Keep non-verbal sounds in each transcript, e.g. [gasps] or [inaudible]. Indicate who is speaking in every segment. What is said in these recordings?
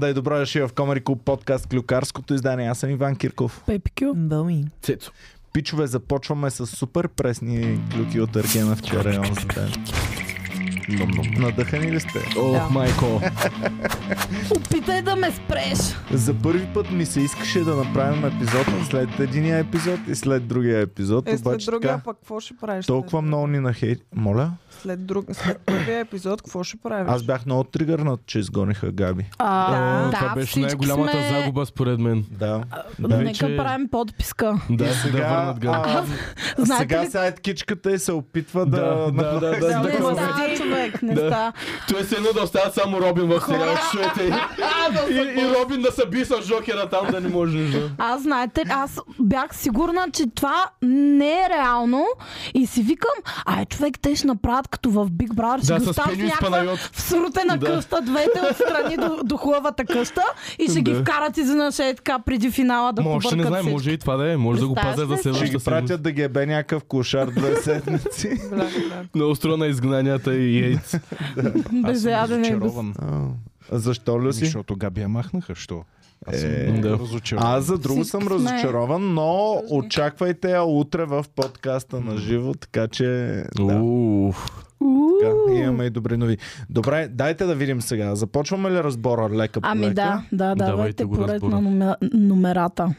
Speaker 1: Да и добро дошли в Комери Клуб подкаст Клюкарското издание. Аз съм Иван Кирков.
Speaker 2: Пепи Кю.
Speaker 3: Бълми.
Speaker 4: Цецо.
Speaker 1: Пичове, започваме с супер пресни клюки от Аргена вчера имам за ден. Надъхани ли сте?
Speaker 4: О,
Speaker 3: Да.
Speaker 4: майко.
Speaker 2: Опитай да ме спреш.
Speaker 1: За първи път ми се искаше да направим епизод след единия епизод и след другия епизод.
Speaker 3: Е, след
Speaker 1: обаче
Speaker 3: другия
Speaker 1: така,
Speaker 3: пък какво ще правиш?
Speaker 1: толкова
Speaker 3: след,
Speaker 1: много ни нахей... Моля?
Speaker 3: След, друг, след първия епизод какво ще правиш?
Speaker 1: Аз бях много тригърнат, че изгониха Габи.
Speaker 2: А,
Speaker 3: Да.
Speaker 4: О, Това беше най-голямата загуба според мен.
Speaker 1: Да.
Speaker 2: Да,
Speaker 1: да.
Speaker 2: Нека
Speaker 4: Вече-
Speaker 2: правим подписка.
Speaker 4: Да,
Speaker 1: сега,
Speaker 4: да върнат гъл.
Speaker 1: а,
Speaker 2: Знаете
Speaker 1: сега
Speaker 2: ли-
Speaker 1: сега е кичката и се опитва да...
Speaker 4: Да, да, да, да.
Speaker 2: не
Speaker 4: да.
Speaker 2: става, човек, не
Speaker 4: Да.
Speaker 2: става.
Speaker 4: Той се едно да остава само Робин в сериал, чуете. И, и, и Робин да се би с Жокера там, да не може нищо.
Speaker 2: Аз, знаете, ли, аз бях сигурна, че това не е реално и си викам, ай, човек, те ще направят като в Big Brother, ще
Speaker 4: Да,
Speaker 2: го
Speaker 4: с
Speaker 2: стават в
Speaker 4: пеню и с
Speaker 2: някаква
Speaker 4: панайот.
Speaker 2: всрутена
Speaker 4: Да.
Speaker 2: къща, двете отстрани до, до хубавата къща и ще ги
Speaker 4: Да.
Speaker 2: вкарат изведнъж е така преди финала да
Speaker 4: Ма още не
Speaker 2: побъркат
Speaker 4: знаем,
Speaker 2: всички.
Speaker 4: може и това да е. Може да го
Speaker 2: Представяш
Speaker 4: пазя за
Speaker 2: ли си?
Speaker 1: Ще ги
Speaker 4: следващата седмица.
Speaker 1: пратят да ги ебе някакъв кошар
Speaker 4: [laughs]
Speaker 1: две седмици.
Speaker 3: Бля, бля.
Speaker 4: На остро на изгнанията и яйц.
Speaker 2: без ядене и без...
Speaker 1: А, Защо,
Speaker 5: Ами,
Speaker 1: Люси?
Speaker 6: Защото Габи я махнаха, що? Аз съм
Speaker 1: Е,
Speaker 6: много
Speaker 4: да.
Speaker 6: разочарован.
Speaker 1: Аз за друго
Speaker 2: Всички
Speaker 1: съм
Speaker 2: сме.
Speaker 1: разочарован, но очаквайте я утре в подкаста на живо, така че да,
Speaker 4: Уф.
Speaker 1: така, имаме и добри новини. Добре, дайте да видим сега. Започваме ли разбора лека по
Speaker 2: Ами
Speaker 1: лека?
Speaker 2: да, да,
Speaker 4: Давайте
Speaker 2: давайте
Speaker 4: го
Speaker 2: поред
Speaker 4: разбора.
Speaker 2: на номе- номерата.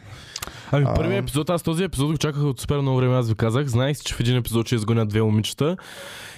Speaker 4: Ами
Speaker 1: А.
Speaker 4: първият епизод, аз този епизод го чаках от супер много време, аз ви казах. Знаех, че в един епизод ще изгонят две момичета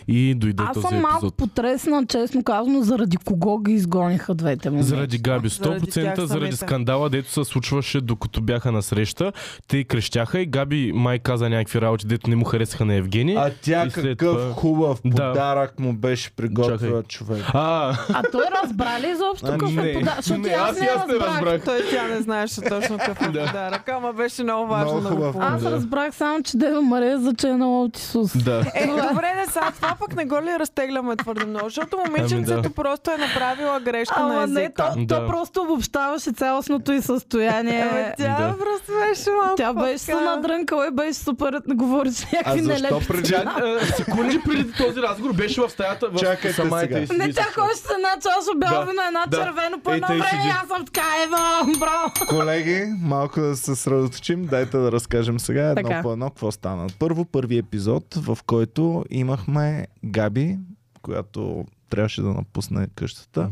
Speaker 4: и дойде
Speaker 2: Аз
Speaker 4: този
Speaker 2: съм малко
Speaker 4: епизод.
Speaker 2: потресна, честно казано, заради кого ги изгониха двете момичета.
Speaker 4: Заради Габи, 100%
Speaker 3: Заради тях
Speaker 4: заради,
Speaker 3: самите.
Speaker 4: скандала, дето се случваше докато бяха на среща. Те крещяха и Габи май каза някакви работи, дето не му харесаха на Евгений.
Speaker 1: А тя
Speaker 4: И след
Speaker 1: какъв
Speaker 4: това-
Speaker 1: хубав
Speaker 4: Да.
Speaker 1: подарък му беше приготвила
Speaker 4: Чакай.
Speaker 1: човек.
Speaker 4: А,
Speaker 2: А той разбра ли изобщо
Speaker 1: А,
Speaker 2: какво
Speaker 4: Ами не.
Speaker 2: е пода? Защото
Speaker 4: Не,
Speaker 2: аз,
Speaker 4: аз
Speaker 2: не
Speaker 4: и аз не
Speaker 2: разбрах.
Speaker 4: разбрах.
Speaker 3: Той тя не знаеше точно какво да. подарък, ама беше много важно
Speaker 1: Много
Speaker 3: да го
Speaker 1: хубав.
Speaker 3: помня.
Speaker 2: Аз разбрах само, че Дева Мария заче на Лотисус.
Speaker 4: да.
Speaker 3: Е, добре, не сега това пък не го ли разтегляме твърде много, защото момиченцето
Speaker 4: Ами да.
Speaker 3: просто е направила грешка на
Speaker 2: Ама не,
Speaker 3: езика.
Speaker 2: то, то
Speaker 4: Да.
Speaker 2: просто обобщаваше цялостното и състояние.
Speaker 4: Ами
Speaker 3: Е, тя
Speaker 4: Да.
Speaker 3: просто беше малко
Speaker 2: Тя беше се
Speaker 3: така.
Speaker 2: надрънкала и беше супер, говореше
Speaker 1: А
Speaker 2: някакви
Speaker 1: защо
Speaker 2: нелепи.
Speaker 1: преди...
Speaker 4: Чак, а, секунди преди този разговор беше в стаята в
Speaker 1: Чакайте сега.
Speaker 4: самайта и си
Speaker 2: Не, тя
Speaker 4: мислеше.
Speaker 2: ходеше с една чаша бяла
Speaker 4: Да,
Speaker 2: вина, една
Speaker 4: да.
Speaker 2: червено по
Speaker 4: Ей,
Speaker 2: едно
Speaker 4: тъй
Speaker 2: време.
Speaker 4: седи.
Speaker 2: и Аз съм така, ева, браво.
Speaker 1: Колеги, малко да се съсредоточим. Дайте да разкажем сега едно
Speaker 2: Така.
Speaker 1: по едно какво стана. Първо, първи епизод, в който имахме Габи, която трябваше да напусне къщата.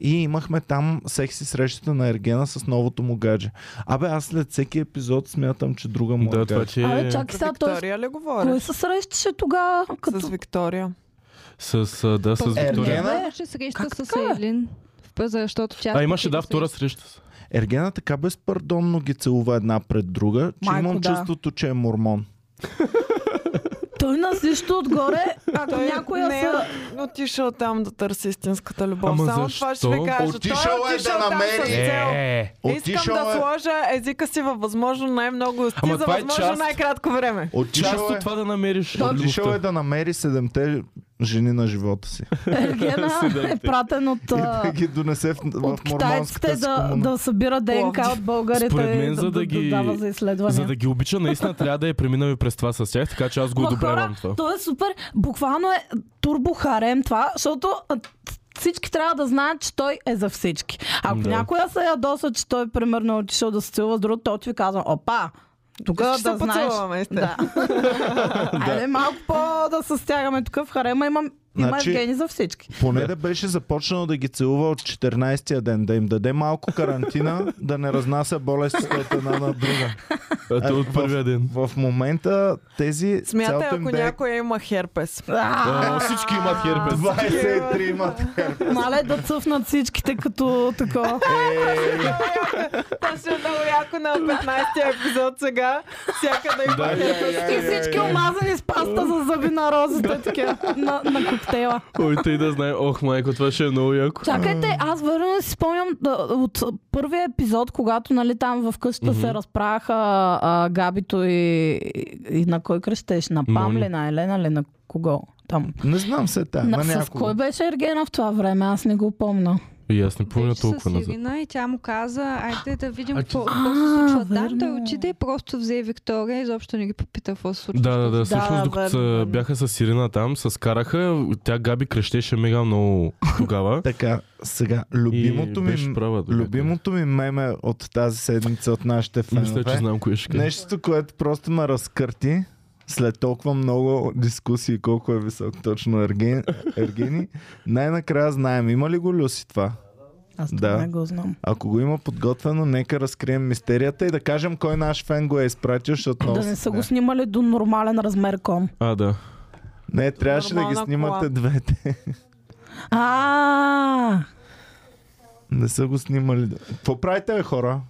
Speaker 1: И имахме там секси срещата на Ергена с новото му гадже. Абе, аз след всеки епизод смятам, че друга му
Speaker 4: Да,
Speaker 1: е
Speaker 4: това,
Speaker 1: гадже.
Speaker 4: че
Speaker 2: Абе,
Speaker 4: е
Speaker 2: чакай сега, той с
Speaker 3: Виктория ли
Speaker 2: кой
Speaker 3: говориш?
Speaker 2: се срещаше тогава? Като...
Speaker 3: С Виктория.
Speaker 4: с, а, да, с
Speaker 2: Е,
Speaker 4: Виктория.
Speaker 1: Ергена,
Speaker 7: Имаше среща
Speaker 2: Как
Speaker 7: с
Speaker 2: така, бе?
Speaker 7: Ейлин. В пъ- Защото тя...
Speaker 4: А имаше да
Speaker 7: да
Speaker 4: втора среща.
Speaker 1: Ергена така безпардонно ги целува една пред друга, че
Speaker 2: Майко,
Speaker 1: имам
Speaker 2: да.
Speaker 1: чувството, че е мормон.
Speaker 2: Той на всичко отгоре,
Speaker 3: [laughs]
Speaker 2: ако
Speaker 3: Той
Speaker 2: някоя
Speaker 3: не
Speaker 2: са...
Speaker 3: е отишъл там да търси истинската любов.
Speaker 4: Ама
Speaker 3: Само това ще
Speaker 4: защо?
Speaker 3: ви кажа.
Speaker 1: Отишъл
Speaker 3: Той
Speaker 1: е да
Speaker 3: там
Speaker 1: намери.
Speaker 3: с
Speaker 4: Е,
Speaker 3: цел. Искам
Speaker 1: Отишъл
Speaker 3: да
Speaker 1: е...
Speaker 3: сложа езика си във възможно най-много усти
Speaker 4: Ама
Speaker 3: за
Speaker 4: това е
Speaker 3: възможно
Speaker 4: част-
Speaker 3: най-кратко време.
Speaker 1: Отишъл
Speaker 4: Част
Speaker 1: е...
Speaker 4: от това да намериш
Speaker 1: Отишъл е
Speaker 4: любовта.
Speaker 1: да намери седемте жени на живота си.
Speaker 4: [laughs]
Speaker 2: Ергена е пратен от... а,
Speaker 1: да ги донесе в, в
Speaker 2: от
Speaker 1: мормонската
Speaker 2: китайците
Speaker 1: си
Speaker 2: да,
Speaker 1: комуна.
Speaker 2: да събира ДНК
Speaker 3: Пловдив.
Speaker 2: от българите
Speaker 4: Според мен,
Speaker 2: и
Speaker 4: за да ги-
Speaker 2: дава за изследвания.
Speaker 4: За да ги обича, наистина трябва да е преминал и през това с тях, така че аз го
Speaker 2: Ма, хора,
Speaker 4: одобрявам това.
Speaker 2: То е супер. Буквално е турбо харем това, защото а, всички трябва да знаят, че той е за всички. Ако
Speaker 4: Да.
Speaker 2: някоя се ядоса, че той примерно е отишъл да се целува с друг, той ти казва, опа, тук
Speaker 3: Ще
Speaker 2: да
Speaker 3: се
Speaker 2: знаеш.
Speaker 3: поцелуваме, сте.
Speaker 4: [laughs]
Speaker 2: Да. Айде малко по да се стягаме тук в харема. Имам има
Speaker 1: Значи-
Speaker 2: Евгений за всички.
Speaker 1: Поне
Speaker 4: Да.
Speaker 1: да беше започнал да ги целува от 14-тия ден, да им даде малко
Speaker 2: [laughs]
Speaker 1: карантина, да не разнася болестите от една на друга.
Speaker 4: Ето от първия ден.
Speaker 1: В момента тези
Speaker 3: Смятай,
Speaker 1: цялото им
Speaker 3: ако
Speaker 1: бе
Speaker 3: някой има херпес.
Speaker 4: А, Всички имат херпес.
Speaker 1: 23 имат.
Speaker 2: Мале да цъфнат всичките като такова.
Speaker 3: [laughs] Точно е много яко на 15-ти епизод сега. Всяка да има
Speaker 4: Да,
Speaker 3: херпес.
Speaker 2: И всички омазани с паста за зъби на розата, такива, на, на коктейла.
Speaker 4: Ой, тъй Ами да знае. Ох, майко, това ще е много яко.
Speaker 2: Чакайте, аз верно си спомням да, от първия епизод, когато нали, там в къщата
Speaker 4: Мгм.
Speaker 2: се разправяха а, Габито и, и, и на кой кръщеш? На Пам
Speaker 4: Мони.
Speaker 2: ли, на Елена ли, на кого? Там.
Speaker 1: Не знам се та,
Speaker 2: на,
Speaker 1: на
Speaker 2: с кой
Speaker 1: някого.
Speaker 2: беше Ергена в това време? Аз не го помня.
Speaker 4: И аз не помня
Speaker 7: беше
Speaker 4: толкова
Speaker 7: с
Speaker 4: назад.
Speaker 7: Ирина и тя му каза, айде да видим
Speaker 4: А,
Speaker 7: какво
Speaker 4: ти-
Speaker 7: какво се случва
Speaker 2: А,
Speaker 7: там. Той
Speaker 2: верно.
Speaker 7: отиде и просто взе Виктория и изобщо не ги попита какво се случва.
Speaker 4: Да, да,
Speaker 7: защото
Speaker 4: да,
Speaker 3: да,
Speaker 4: всъщност докато
Speaker 3: верно,
Speaker 4: са-
Speaker 3: верно.
Speaker 4: бяха с Ирина там, се скараха, тя Габи крещеше мега много
Speaker 1: [laughs]
Speaker 4: тогава.
Speaker 1: Така, сега, любимото
Speaker 4: И
Speaker 1: ми,
Speaker 4: беше права до
Speaker 1: любимото ми меме от тази седмица от нашите
Speaker 4: някъде. Мисля, че
Speaker 1: фенове.
Speaker 4: знам кое ще кажа.
Speaker 1: Нещо, което просто ме разкърти след толкова много дискусии колко е висок точно Ерген, Ергени. Най-накрая знаем, има ли го Люси това?
Speaker 2: Аз
Speaker 1: Да.
Speaker 2: да. не го знам.
Speaker 1: Ако го има подготвено, нека разкрием мистерията и да кажем кой наш фен го е изпратил, защото много
Speaker 2: Да не
Speaker 1: се
Speaker 2: са го
Speaker 1: смея.
Speaker 2: снимали до нормален размер кон.
Speaker 4: А, да.
Speaker 1: Не, трябваше да ги
Speaker 3: Нормална
Speaker 1: снимате двете.
Speaker 2: А,
Speaker 1: Не са го снимали. Какво правите, бе, хора?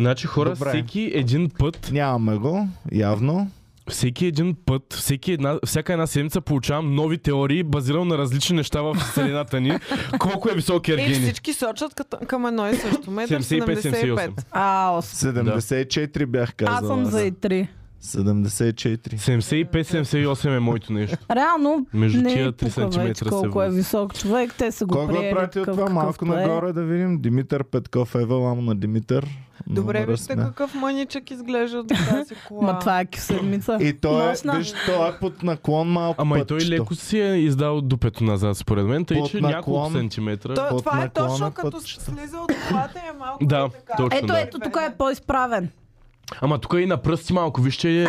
Speaker 4: Значи хора,
Speaker 1: Добре.
Speaker 4: всеки един път,
Speaker 1: Нямаме го, явно.
Speaker 4: всеки един път, всеки една, всяка една седмица получавам нови теории, базирано на различни неща в вселената ни. Колко е висок
Speaker 3: И
Speaker 4: Ергени?
Speaker 3: всички сочат кът- към едно и също. Метър
Speaker 4: 75-78.
Speaker 3: 75.
Speaker 2: ао.
Speaker 1: 74 бях казал.
Speaker 2: Аз съм за и три.
Speaker 1: 74.
Speaker 4: 75-78 е моето нещо.
Speaker 2: Реално
Speaker 4: Между
Speaker 2: не
Speaker 4: тия
Speaker 2: е
Speaker 4: 3
Speaker 2: пука вече
Speaker 4: см се
Speaker 2: колко е
Speaker 4: влиза.
Speaker 2: висок човек. Те са го
Speaker 1: Кой го е
Speaker 2: приели
Speaker 1: пратил
Speaker 2: такъв
Speaker 1: това? Малко
Speaker 2: какъвто е.
Speaker 1: нагоре да видим. Димитър Петков, Ева Лам на Димитър. Много
Speaker 3: Добре,
Speaker 1: ме
Speaker 3: вижте
Speaker 1: разсмя.
Speaker 3: какъв маничък изглежда от тази кола.
Speaker 2: Ма това е киселница.
Speaker 1: И той е,
Speaker 2: Нощна.
Speaker 1: виж, той е под наклон малко
Speaker 4: Ама и
Speaker 1: пътчето.
Speaker 4: той леко си е издал дупето назад, според мен, тъй
Speaker 1: Под
Speaker 4: че
Speaker 1: наклон.
Speaker 4: няколко сантиметра.
Speaker 3: Той-
Speaker 1: под
Speaker 3: това е
Speaker 1: наклона
Speaker 3: точно като
Speaker 1: пътчета.
Speaker 3: слиза от колата и е малко
Speaker 4: Да,
Speaker 3: е така.
Speaker 4: точно,
Speaker 2: Ето,
Speaker 4: да.
Speaker 2: ето, тук е по-изправен.
Speaker 4: Ама тук и на пръсти малко. Вижте, е,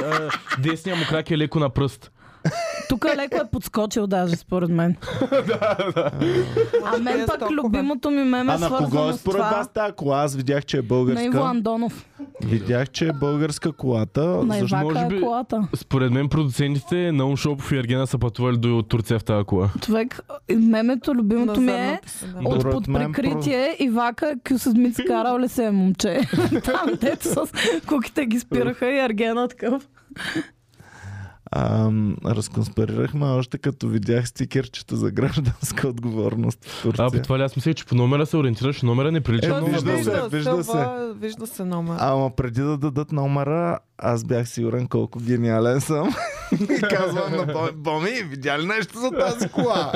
Speaker 4: десния му крак е леко на пръст.
Speaker 2: Тук леко е подскочил даже, според мен. А мен
Speaker 3: Е,
Speaker 2: пък
Speaker 3: стокове.
Speaker 2: любимото ми меме е
Speaker 1: А на кого е
Speaker 2: свързано с
Speaker 1: според
Speaker 2: това.
Speaker 1: вас тази кола? Аз видях, че е
Speaker 2: На Иво
Speaker 1: българска.
Speaker 2: Андонов.
Speaker 1: Видях, че е българска колата.
Speaker 2: На
Speaker 4: защо
Speaker 2: Ивака
Speaker 4: може
Speaker 2: е
Speaker 4: би-
Speaker 2: колата.
Speaker 4: Според мен продуцентите на Шопов и Ергена са пътували до Турция в тази кола.
Speaker 2: Човек, мемето, любимото ми е
Speaker 3: Назад,
Speaker 2: от
Speaker 1: Добре,
Speaker 2: под
Speaker 1: от мен
Speaker 2: прикритие Ивака кю с Мици карал ли се е момче. Там дето с куките ги спираха и Аргена такъв.
Speaker 1: Ам, разконспирирахме още като видях стикерчета за гражданска отговорност в Турция.
Speaker 4: А, по това ли аз мисля, че по номера се ориентираш, номера не прилича
Speaker 1: Е,
Speaker 4: на
Speaker 3: Той
Speaker 1: вижда
Speaker 4: номера.
Speaker 1: се,
Speaker 3: се,
Speaker 1: вижда
Speaker 3: стълба, Вижда се номер.
Speaker 1: Ама преди да дадат номера, аз бях сигурен колко гениален съм. И казвам на Боми, Боми, видя ли нещо за тази кола?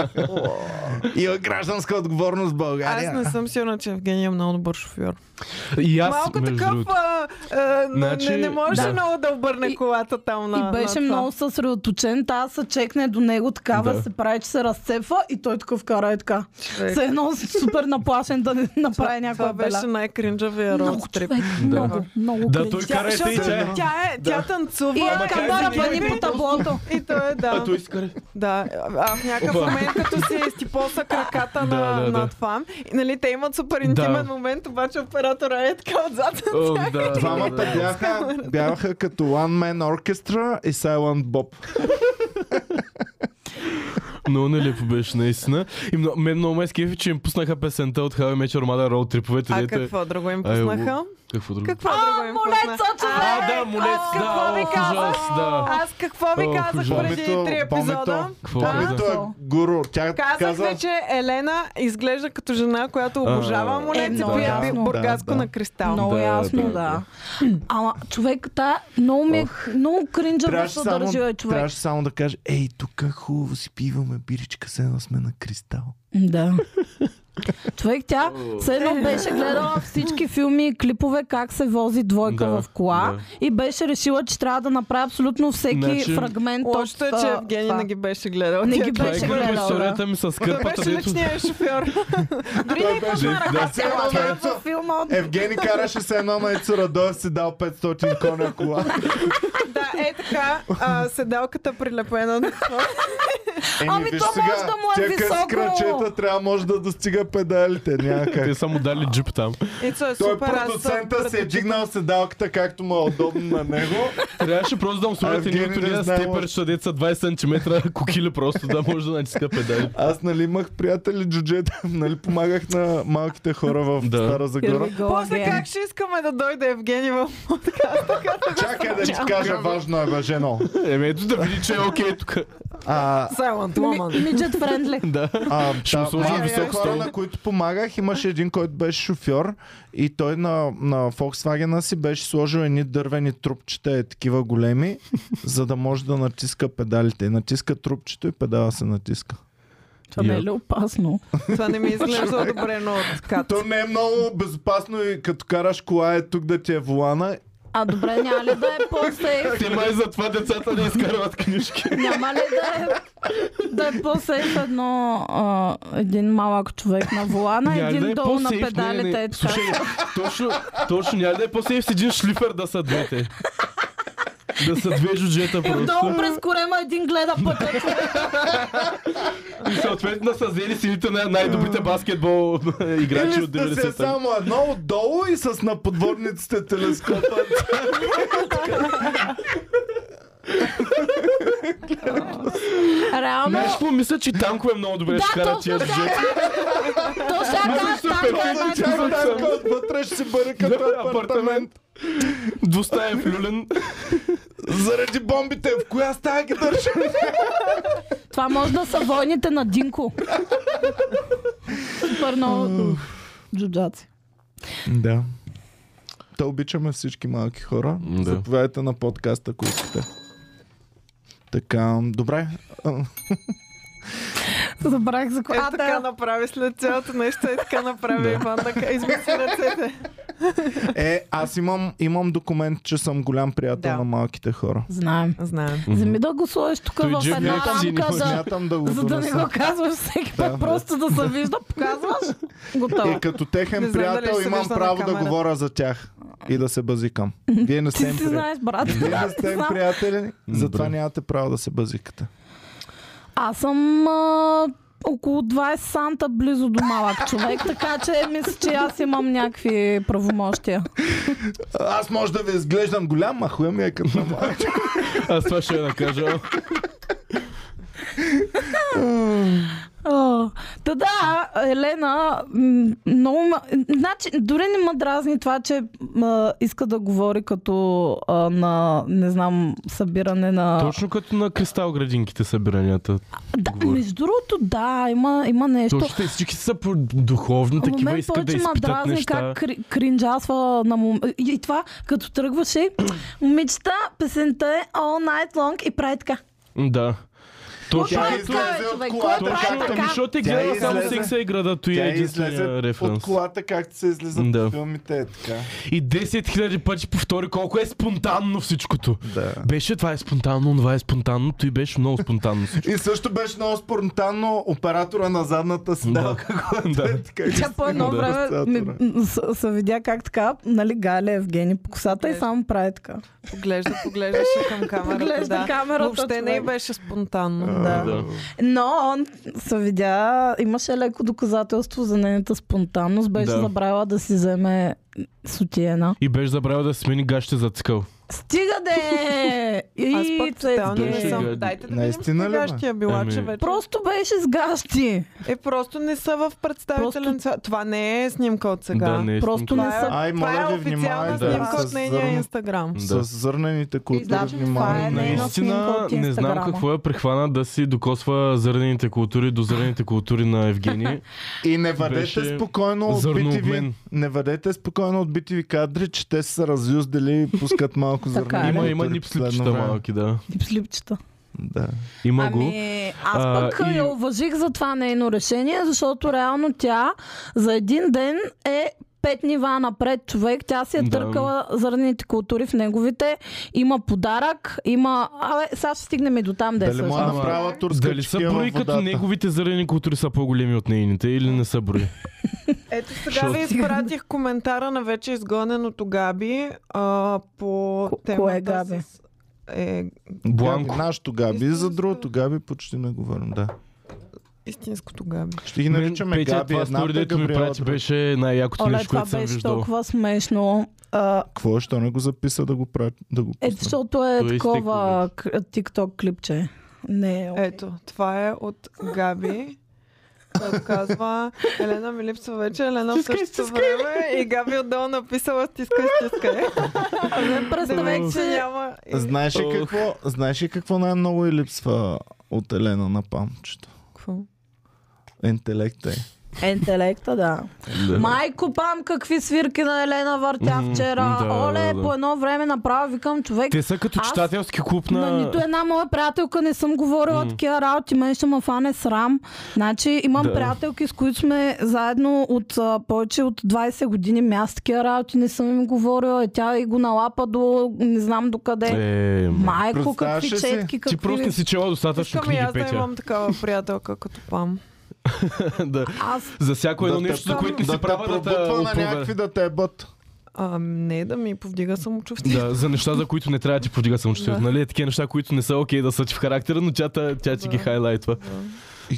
Speaker 1: Има гражданска отговорност в България.
Speaker 3: Аз не съм сигурна, че Евгения е много добър шофьор.
Speaker 4: И аз,
Speaker 3: Малко
Speaker 4: между
Speaker 3: такъв,
Speaker 4: другото.
Speaker 3: а, а,
Speaker 4: Значи-
Speaker 3: не, не можеше
Speaker 4: Да.
Speaker 3: много да обърне
Speaker 2: И-
Speaker 3: колата там на
Speaker 2: И беше
Speaker 3: на това.
Speaker 2: много съсредоточен. Та се чекне до него такава,
Speaker 4: Да.
Speaker 2: се прави, че се разцепва и той такъв кара и така.
Speaker 3: Човек.
Speaker 2: Все едно супер наплашен да не направи
Speaker 3: Е. Това
Speaker 2: някаква
Speaker 3: беше
Speaker 2: бела.
Speaker 3: най-кринжавия
Speaker 2: Много
Speaker 3: роуд трип.
Speaker 2: човек, много,
Speaker 4: Да.
Speaker 2: много
Speaker 4: Да,
Speaker 2: кринж.
Speaker 4: той
Speaker 3: Тя,
Speaker 4: кара и
Speaker 3: защото
Speaker 4: тъй, че...
Speaker 3: тя, тя, е, тя танцува.
Speaker 2: И е
Speaker 3: тя
Speaker 2: така
Speaker 4: е
Speaker 2: да
Speaker 4: извинявай,
Speaker 2: ръбани по
Speaker 4: просто-
Speaker 2: таблото.
Speaker 3: [laughs] И той е да.
Speaker 4: А, той
Speaker 3: [laughs]
Speaker 4: иска
Speaker 3: Да, а в някакъв
Speaker 4: Опа.
Speaker 3: момент като
Speaker 4: [laughs]
Speaker 3: си изтипоса краката
Speaker 4: Да,
Speaker 3: на,
Speaker 4: да, да.
Speaker 3: на това, и, нали, те имат супер интимен момент, обаче оператора е така отзад.
Speaker 4: О, да,
Speaker 1: Двамата
Speaker 4: да, да.
Speaker 1: бяха, бяха като One Man Orchestra и Silent Bob.
Speaker 4: Много нелепо беше, наистина. И мно- мен много ме скефи, че им пуснаха песента от How I Met Your Mother Road Триповете.
Speaker 3: А
Speaker 4: дето е-
Speaker 3: какво друго им
Speaker 4: Ай, лу-
Speaker 3: пуснаха?
Speaker 4: Какво друго?
Speaker 3: Какво друго
Speaker 2: е
Speaker 3: им пуснаха?
Speaker 2: Молеца,
Speaker 4: А,
Speaker 2: човек!
Speaker 4: да, молец,
Speaker 3: Аз
Speaker 4: да,
Speaker 3: какво ви
Speaker 4: ох,
Speaker 3: казах?
Speaker 4: ужас, да.
Speaker 3: Аз какво ви
Speaker 4: О,
Speaker 3: казах
Speaker 4: ужасно.
Speaker 3: преди три епизода?
Speaker 4: Какво
Speaker 2: А,
Speaker 4: каза?
Speaker 1: Помито е гуру. Тя
Speaker 3: Казах
Speaker 1: каза...
Speaker 3: ви, че Елена изглежда като жена, която обожава
Speaker 4: А,
Speaker 2: е,
Speaker 3: молеци,
Speaker 2: много
Speaker 3: пие би-
Speaker 2: ясно.
Speaker 3: бургаско
Speaker 1: Да, да.
Speaker 3: на кристал.
Speaker 2: Много
Speaker 4: Да,
Speaker 2: ясно,
Speaker 4: да,
Speaker 2: да.
Speaker 4: да.
Speaker 2: Ама човек, та много ми е много кринжа
Speaker 1: Трябваше
Speaker 2: се
Speaker 1: само,
Speaker 2: държи, е, човек.
Speaker 1: трябваше само да каже, ей, тук е хубаво си пиваме биричка, се едно сме на кристал.
Speaker 2: Да. Човек, тя все едно беше гледала всички филми и клипове как се вози двойка
Speaker 4: Да,
Speaker 2: в кола
Speaker 4: да.
Speaker 2: и беше решила, че трябва да направи абсолютно всеки
Speaker 4: Значи,
Speaker 2: фрагмент
Speaker 3: Лошото е,
Speaker 2: от
Speaker 3: че
Speaker 2: а,
Speaker 3: Евгений
Speaker 2: това.
Speaker 3: не ги беше гледал.
Speaker 2: Не
Speaker 3: Тя
Speaker 2: ги
Speaker 4: Това е
Speaker 2: беше
Speaker 4: като
Speaker 2: гледала.
Speaker 4: историята ми с
Speaker 3: Той
Speaker 4: кърпата,
Speaker 3: беше
Speaker 4: дето...
Speaker 3: личният шофьор.
Speaker 2: Дори не
Speaker 4: Значи,
Speaker 2: пусна ръка,
Speaker 1: Все едно
Speaker 2: тя
Speaker 1: Ецо-
Speaker 2: във филма
Speaker 4: Е,
Speaker 2: от...
Speaker 1: Евгений караше се едно на Ицо Радоев, си дал 500 коня кола.
Speaker 3: Да, е така, а, седалката прилепена на това.
Speaker 1: Еми,
Speaker 2: Ами
Speaker 1: виж
Speaker 2: то
Speaker 1: сега,
Speaker 2: може да му е
Speaker 1: тя къс
Speaker 2: високо.
Speaker 1: крачета трябва може да достига педалите
Speaker 4: Те
Speaker 1: някак.
Speaker 4: са му дали джип там.
Speaker 3: Ицо е
Speaker 1: Той
Speaker 3: супер. аз съм
Speaker 1: продуцента
Speaker 3: пред-
Speaker 1: се е дигнал седалката, както му е удобно на него.
Speaker 4: Трябваше просто да му сложат
Speaker 1: Евгений
Speaker 4: едни от
Speaker 1: не
Speaker 4: тези
Speaker 1: знае
Speaker 4: степерчета, деца [laughs] 20 см кукили просто да може да натиска педали.
Speaker 1: Аз нали имах приятели джуджета, [laughs] нали помагах на малките хора в
Speaker 4: Да.
Speaker 1: Стара
Speaker 2: Here
Speaker 1: Загора.
Speaker 2: we go
Speaker 3: После
Speaker 2: again.
Speaker 3: как ще искаме да дойде Евгений в
Speaker 1: Чакай да ти кажа, важно е бе, жено.
Speaker 4: Еми ето да види, че е окей тук.
Speaker 1: А,
Speaker 3: Silent
Speaker 2: Ми- [laughs]
Speaker 3: Woman?
Speaker 2: Миджет френдли.
Speaker 4: Да.
Speaker 1: а,
Speaker 4: Ще му
Speaker 1: та-
Speaker 4: сложим
Speaker 1: малките
Speaker 4: висок
Speaker 1: хора,
Speaker 4: стол.
Speaker 1: на които помагах, имаше един, който беше шофьор и той на, на Volkswagen си беше сложил едни дървени трупчета, е, такива големи, [laughs] за да може да натиска педалите. И натиска трупчето и педала се натиска.
Speaker 2: Това не е
Speaker 4: Я.
Speaker 2: ли опасно?
Speaker 3: Това не ми изглежда добре, но така.
Speaker 1: То не е много безопасно и като караш кола е тук да ти е волана.
Speaker 2: А добре, няма ли да е по-сейф?
Speaker 4: Те май за това децата не изкарват книжки.
Speaker 2: Няма ли да е, да е по-сейф едно, а, един малък човек на волана,
Speaker 4: Няма ли
Speaker 2: един
Speaker 4: да е
Speaker 2: долу на
Speaker 4: по-сейф? Не, не, не.
Speaker 2: педалите? е така.
Speaker 4: Слушай, точно, точно няма ли да е по-сейф с един шлифер да са двете. Да са две жуджета
Speaker 2: И отдолу
Speaker 4: просто.
Speaker 2: Е, през корема един гледа пътя. човек.
Speaker 4: И съответно са взели силите на най-добрите баскетбол играчи
Speaker 1: Или
Speaker 4: от
Speaker 1: сте се
Speaker 4: 90-та.
Speaker 1: само едно отдолу и с на подводниците [laughs] телескопът.
Speaker 2: Реално,
Speaker 4: Знаеш какво? Мисля, че Танко е много добре
Speaker 2: Да,
Speaker 4: ще кара
Speaker 2: точно
Speaker 4: тия
Speaker 2: така. е.
Speaker 4: джет.
Speaker 2: то ще кажа,
Speaker 4: супер
Speaker 2: Танко е
Speaker 4: филм,
Speaker 2: най-
Speaker 4: чак.
Speaker 1: Чак така отвътре ще се бъде като апартамент.
Speaker 4: Двустаен люлен.
Speaker 1: Заради бомбите, в коя стая ги държа?
Speaker 2: Това може да са войните на Динко. Супер много джуджаци.
Speaker 1: Да. Та обичаме всички малки хора.
Speaker 4: М, да.
Speaker 1: Заповядайте на подкаста, ако искате. Така, добре. А,
Speaker 2: Забравих за кое.
Speaker 3: Е,
Speaker 2: А,
Speaker 3: така
Speaker 2: да.
Speaker 3: направи след цялото нещо, е така направи Иван, да измисли ръцете.
Speaker 1: Е, аз имам, имам документ, че съм голям приятел
Speaker 3: Да.
Speaker 1: на малките хора.
Speaker 2: Знаем.
Speaker 3: Знаем.
Speaker 2: Вземи да го сложиш тук
Speaker 4: Той
Speaker 2: в
Speaker 4: джеб
Speaker 2: една
Speaker 4: някак си не
Speaker 2: рамка,
Speaker 4: може
Speaker 2: за,
Speaker 1: Смятам да го
Speaker 2: за да не
Speaker 1: донеса.
Speaker 2: го казваш всеки
Speaker 1: Да. Е,
Speaker 2: път, просто да се вижда, показваш.
Speaker 1: И
Speaker 2: Готово.
Speaker 1: като
Speaker 3: Не
Speaker 1: техен
Speaker 3: знам дали
Speaker 1: приятел
Speaker 3: ще се
Speaker 1: имам
Speaker 3: вижда на
Speaker 1: право да
Speaker 3: камера.
Speaker 1: говоря за тях и да се базикам. Вие не
Speaker 2: Ти
Speaker 1: сте им
Speaker 2: си
Speaker 1: приятели.
Speaker 2: знаеш, брат.
Speaker 1: Вие не сте им
Speaker 2: Знам.
Speaker 1: приятели, затова
Speaker 4: Добре.
Speaker 1: нямате право да се базикате.
Speaker 2: Аз съм а, около 20 санта близо до малък човек, така че мисля, че аз имам някакви правомощия.
Speaker 1: Аз може да ви изглеждам голям, а хуя ми е като на малък.
Speaker 4: Аз това ще я да кажа.
Speaker 2: А, Та да, Елена, м, много... ма- Значи, дори не ме дразни това, че а, иска да говори като а, на, не знам, събиране на...
Speaker 4: Точно като на кристал градинките събиранията.
Speaker 2: да,
Speaker 4: говори.
Speaker 2: между другото, да, има, има
Speaker 1: Е,
Speaker 2: нещо.
Speaker 4: Точно те всички са по- духовни,
Speaker 2: В
Speaker 4: такива
Speaker 2: мен
Speaker 4: искат да
Speaker 2: повече ме
Speaker 4: изпитат
Speaker 2: дразни
Speaker 4: неща.
Speaker 2: как кри- кринджасва на мом... И, и това, като тръгваше, момичета, песента е All Night Long и прави така.
Speaker 4: Да. Точно
Speaker 2: Кой
Speaker 1: Тя е
Speaker 2: прави
Speaker 1: излезе
Speaker 2: така,
Speaker 1: от
Speaker 2: е човек?
Speaker 1: колата, е
Speaker 2: Кой прави
Speaker 4: Точно, ами,
Speaker 2: така?
Speaker 4: защото те
Speaker 1: Тя
Speaker 4: гледа само
Speaker 1: излезе-
Speaker 4: секса и града, той
Speaker 1: Тя
Speaker 4: е
Speaker 1: излезе
Speaker 4: единствения
Speaker 1: от
Speaker 4: референс.
Speaker 1: колата, както се излизат
Speaker 4: Да.
Speaker 1: от филмите. Е така.
Speaker 4: И 10 000 пъти повтори колко е спонтанно всичкото.
Speaker 1: Да.
Speaker 4: Беше това е спонтанно, това е спонтанно, той беше много
Speaker 1: [laughs]
Speaker 4: спонтанно всичко.
Speaker 1: И също беше много спонтанно оператора на задната седалка, която
Speaker 4: Да.
Speaker 1: е така. и
Speaker 2: Тя по едно
Speaker 1: Да.
Speaker 2: време ми- м, с- се видя как така, нали, Галя Евгений по косата и
Speaker 3: Е.
Speaker 2: само прави така.
Speaker 3: Поглежда, поглеждаше към [laughs] камерата.
Speaker 2: Поглежда
Speaker 3: да.
Speaker 2: камерата,
Speaker 3: Въобще не
Speaker 2: човек.
Speaker 3: беше спонтанно.
Speaker 1: А,
Speaker 4: Да.
Speaker 2: Но он се видя, имаше леко доказателство за нейната спонтанност. Беше
Speaker 4: Да.
Speaker 2: забравила да си вземе сутиена.
Speaker 4: И беше забравил да смени гащите за цикъл.
Speaker 2: Стига де! И
Speaker 3: Аз пък
Speaker 2: цецки.
Speaker 3: тотално не
Speaker 4: Беше
Speaker 3: съм.
Speaker 4: гадно.
Speaker 3: Дайте да видим
Speaker 1: Наистина ли, бе?
Speaker 3: сега ще я била,
Speaker 4: Ами-
Speaker 3: че вече.
Speaker 2: Просто беше с гащи.
Speaker 3: Е, просто не са в представителен
Speaker 2: Просто-
Speaker 3: цвят. Това не е снимка от сега.
Speaker 4: Да, не е
Speaker 2: Просто
Speaker 4: снимка.
Speaker 3: Това
Speaker 2: не
Speaker 3: е,
Speaker 2: са-
Speaker 1: Ай, моля
Speaker 3: това е
Speaker 1: ви,
Speaker 3: официална
Speaker 1: внимавайте
Speaker 3: снимка
Speaker 1: с
Speaker 3: от нейния
Speaker 1: зърно.
Speaker 3: инстаграм.
Speaker 1: С зърнените култури
Speaker 2: Издавам, че това е
Speaker 1: внимавайте.
Speaker 2: нейно. снимка
Speaker 4: Наистина
Speaker 2: от
Speaker 4: не знам
Speaker 2: Инстаграма.
Speaker 4: какво е прехвана да си докосва зърнените култури до зърнените култури на
Speaker 2: [laughs]
Speaker 4: Евгений.
Speaker 1: И не вадете
Speaker 4: Беше
Speaker 1: спокойно от BTV.
Speaker 4: зърнообмен.
Speaker 1: Не вадете спокойно от BTV кадри, че те са разюздали и пускат малко
Speaker 2: [laughs] Така
Speaker 1: зърно.
Speaker 2: е.
Speaker 4: Има, има
Speaker 1: липсличета
Speaker 4: липслипчета малки, да.
Speaker 2: Дипслипчета.
Speaker 1: Да.
Speaker 4: Има го.
Speaker 2: Ами, аз
Speaker 4: А,
Speaker 2: пък
Speaker 4: и-
Speaker 2: я уважих за това нейно решение, защото реално тя за един ден е пет нива напред човек. Тя си е
Speaker 4: Да.
Speaker 2: търкала зърнените култури в неговите. Има подарък, има... Абе, сега ще стигнем и до там, де
Speaker 1: Дали
Speaker 2: също.
Speaker 1: мога да
Speaker 4: Ама,
Speaker 1: направя турска
Speaker 4: Дали са
Speaker 1: чекия във
Speaker 4: брои като
Speaker 1: водата?
Speaker 4: неговите зърнени култури са по-големи от нейните или не
Speaker 1: [laughs]
Speaker 4: са брои?
Speaker 3: Ето сега
Speaker 4: Шо?
Speaker 3: ви изпратих коментара на вече изгоненото Габи а, по
Speaker 2: Ко-
Speaker 3: темата
Speaker 2: кое Габи?
Speaker 3: С... Е,
Speaker 4: Бланко.
Speaker 1: Габи, Нашето Габи, за
Speaker 3: Истинска.
Speaker 1: другото Габи почти не говорим, да.
Speaker 3: истинското Габи.
Speaker 1: Ще ги
Speaker 4: Мен,
Speaker 1: наричаме
Speaker 4: Петя,
Speaker 1: Габи, е,
Speaker 4: това стори,
Speaker 1: едната
Speaker 4: дето ми
Speaker 1: Габриела.
Speaker 4: прати, беше най-якото
Speaker 2: Оле,
Speaker 4: нещо,
Speaker 2: това
Speaker 4: което съм
Speaker 2: беше
Speaker 4: виждал.
Speaker 2: толкова смешно. А,
Speaker 1: Какво ще не го записа да го прави? Да го
Speaker 2: е,
Speaker 1: пусне?
Speaker 2: защото е
Speaker 4: Той
Speaker 2: такова к- TikTok клипче.
Speaker 3: [laughs]
Speaker 2: Не, е окей.
Speaker 3: Ето, това е от Габи. Който казва, Елена ми липсва вече, Елена в същото време и Габи отдолу написала стиска, стиска.
Speaker 2: Не представях,
Speaker 3: Човек, че
Speaker 2: че
Speaker 3: няма...
Speaker 1: Знаеш ли
Speaker 4: Ох.
Speaker 1: какво, знаеш ли какво най-много и липсва от Елена на памчето?
Speaker 3: Какво?
Speaker 1: Интелекта е.
Speaker 2: Интелекта, да.
Speaker 4: Е.
Speaker 2: Майко пам, какви свирки на Елена въртя
Speaker 4: М,
Speaker 2: вчера.
Speaker 4: да, да,
Speaker 2: Оле,
Speaker 4: да.
Speaker 2: по едно време направо викам човек.
Speaker 4: Те са като
Speaker 2: Аз
Speaker 4: читателски клуб
Speaker 2: На...
Speaker 4: на...
Speaker 2: нито една моя приятелка не съм говорила
Speaker 4: М.
Speaker 2: такива работи, мен ще ме фане срам. Значи имам
Speaker 4: Да.
Speaker 2: приятелки, с които сме заедно от а, повече от 20 години. Мяс такива работи не съм им говорила. И тя и го налапа до не знам докъде.
Speaker 4: Е, м.
Speaker 2: Майко,
Speaker 1: Представяш
Speaker 2: какви
Speaker 1: ли си?
Speaker 2: четки,
Speaker 4: Ти
Speaker 2: какви...
Speaker 4: просто не си чела достатъчно
Speaker 3: Искам и
Speaker 4: книги,
Speaker 3: аз да
Speaker 4: Петя.
Speaker 3: имам такава приятелка като пам.
Speaker 4: [laughs] Да.
Speaker 2: Аз
Speaker 4: За всяко едно нещо, за което не си
Speaker 1: да
Speaker 4: права да те
Speaker 1: пробутва на
Speaker 4: опрове.
Speaker 1: някакви да те ебат.
Speaker 3: А, не да ми повдига самочувствието.
Speaker 4: Да, за неща, за които не трябва да ти подига самочувствието.
Speaker 3: Да.
Speaker 4: Нали? Такива неща, които не са окей да са ти в характера, но тя, тя, тя ти ги
Speaker 3: Да.
Speaker 4: хайлайтва.
Speaker 3: Да.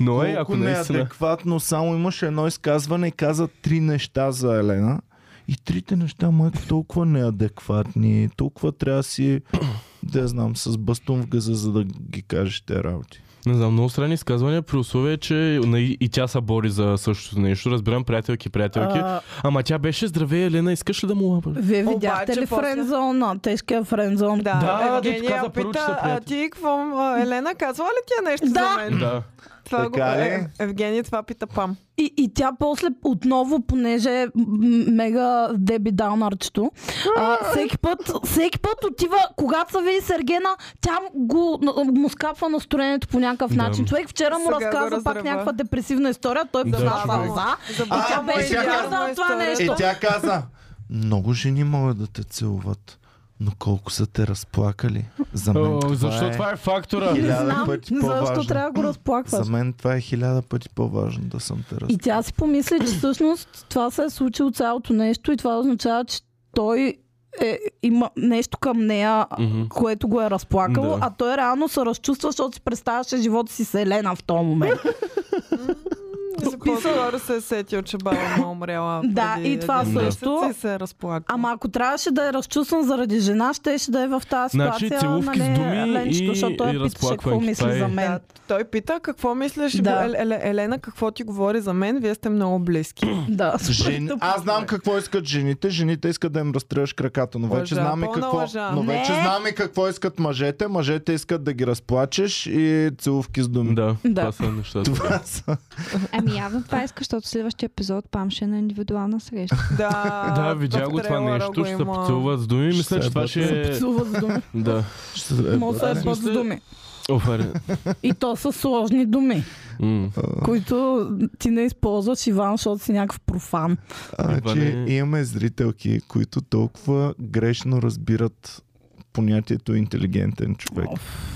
Speaker 4: Но е,
Speaker 1: Колко
Speaker 4: ако наистина...
Speaker 1: неадекватно, само имаше едно изказване и каза три неща за Елена. И трите неща, майко, толкова неадекватни, толкова трябва да си, [clears throat] да я знам, с бастун в газа, за да ги кажеш те работи.
Speaker 4: Не знам, много странни изказвания, при условие, че на- и, и тя се бори за същото нещо. Разбирам, приятелки, приятелки.
Speaker 2: а,
Speaker 4: Ама тя беше здраве, Елена, искаш ли да му лапаш?
Speaker 2: Вие
Speaker 3: Обаче
Speaker 2: видяхте ли
Speaker 3: после-
Speaker 2: френзона? Тежкия френзон.
Speaker 3: Да,
Speaker 4: Да, дето
Speaker 3: Евгения
Speaker 4: каза първо, че са
Speaker 3: пита, а
Speaker 4: приятели.
Speaker 3: ти какво, а, Елена, казва ли ти е нещо
Speaker 2: Да.
Speaker 3: за мен?
Speaker 4: Да.
Speaker 3: Това
Speaker 1: Така
Speaker 3: го,
Speaker 1: ли?
Speaker 3: Е, Евгения това пита Пам.
Speaker 2: И, и тя после отново, понеже е м- м- мега деби даунарчето, а, всеки, път, всеки път отива, когато се види Сергена, тя го, н- му скапва настроението по някакъв
Speaker 4: Да.
Speaker 2: начин. Човек вчера му
Speaker 3: Сега го
Speaker 2: разказа пак
Speaker 3: разрева.
Speaker 2: някаква депресивна история, той
Speaker 4: Да,
Speaker 2: пада
Speaker 4: човек.
Speaker 2: вълза.
Speaker 3: Забравя
Speaker 1: тя
Speaker 3: му
Speaker 1: беше
Speaker 3: идеална
Speaker 4: Е,
Speaker 2: казала това
Speaker 3: история.
Speaker 2: нещо.
Speaker 1: И
Speaker 2: Що?
Speaker 1: тя каза, много жени могат да те целуват, но колко са те разплакали. За мен
Speaker 4: О,
Speaker 1: това
Speaker 4: защо
Speaker 1: е...
Speaker 4: това е фактора?
Speaker 2: Не
Speaker 1: Хиляда
Speaker 2: знам
Speaker 1: пъти
Speaker 2: защо
Speaker 1: по-важно.
Speaker 2: трябва да го разплакваш.
Speaker 1: За мен това е хиляда пъти по-важно да съм те
Speaker 2: И
Speaker 1: разплакал.
Speaker 2: тя си помисли, че всъщност това се е случило цялото нещо и това означава, че той е, има нещо към нея,
Speaker 4: Мгм.
Speaker 2: което го е разплакало,
Speaker 4: Да.
Speaker 2: а той реално се разчувства, защото си представяше живота си с Елена в този момент.
Speaker 3: За по-скоро се е сетил, че баба му е умряла.
Speaker 2: Да,
Speaker 3: преди
Speaker 2: и това
Speaker 3: един месец
Speaker 2: също.
Speaker 3: И се е разплакал.
Speaker 2: Ама ако трябваше да е разчувстван заради жена, ще ще да е в тази
Speaker 4: Значи,
Speaker 2: ситуация.
Speaker 4: целувки с
Speaker 2: нали,
Speaker 4: думи
Speaker 2: Ленчето,
Speaker 4: и-
Speaker 2: защото той
Speaker 4: и
Speaker 2: я питаше какво
Speaker 4: разплакванки. Това
Speaker 2: мисли
Speaker 4: е-
Speaker 2: за мен.
Speaker 3: Да, той пита какво мислиш,
Speaker 2: Да.
Speaker 3: да. Ел, Ел, Елена, какво ти говори за мен, вие сте много близки.
Speaker 4: [coughs]
Speaker 2: [laughs] Да,
Speaker 1: Жен... Аз знам какво искат жените. Жените искат да им разстреляш краката, но вече
Speaker 3: Лъжа,
Speaker 1: знам и
Speaker 3: пълна
Speaker 1: какво.
Speaker 3: лъжа.
Speaker 1: Но вече
Speaker 2: Не.
Speaker 1: знам и какво искат мъжете. Мъжете искат да ги разплачеш и целувки с думи.
Speaker 4: Да,
Speaker 2: Да.
Speaker 4: това са нещата.
Speaker 1: Това са.
Speaker 7: Ами явно това иска, защото следващия епизод пам ще е на индивидуална среща.
Speaker 3: Да,
Speaker 4: Да, видя
Speaker 3: в
Speaker 4: го това
Speaker 3: трейлъра
Speaker 4: нещо,
Speaker 3: го
Speaker 4: ще се
Speaker 3: има.
Speaker 4: поцелуват с думи. Мисля,
Speaker 1: Ще
Speaker 4: че това
Speaker 1: се
Speaker 4: ще е...
Speaker 2: Псува с думи.
Speaker 4: Да.
Speaker 1: Ще се- е,
Speaker 2: Може да
Speaker 1: бъде.
Speaker 2: е под с думи.
Speaker 4: Офаре.
Speaker 2: И то са сложни думи,
Speaker 4: М.
Speaker 2: които ти не използваш, Иван, защото си някакъв профан.
Speaker 1: Значи,
Speaker 4: Иване.
Speaker 1: имаме зрителки, които толкова грешно разбират понятието интелигентен човек.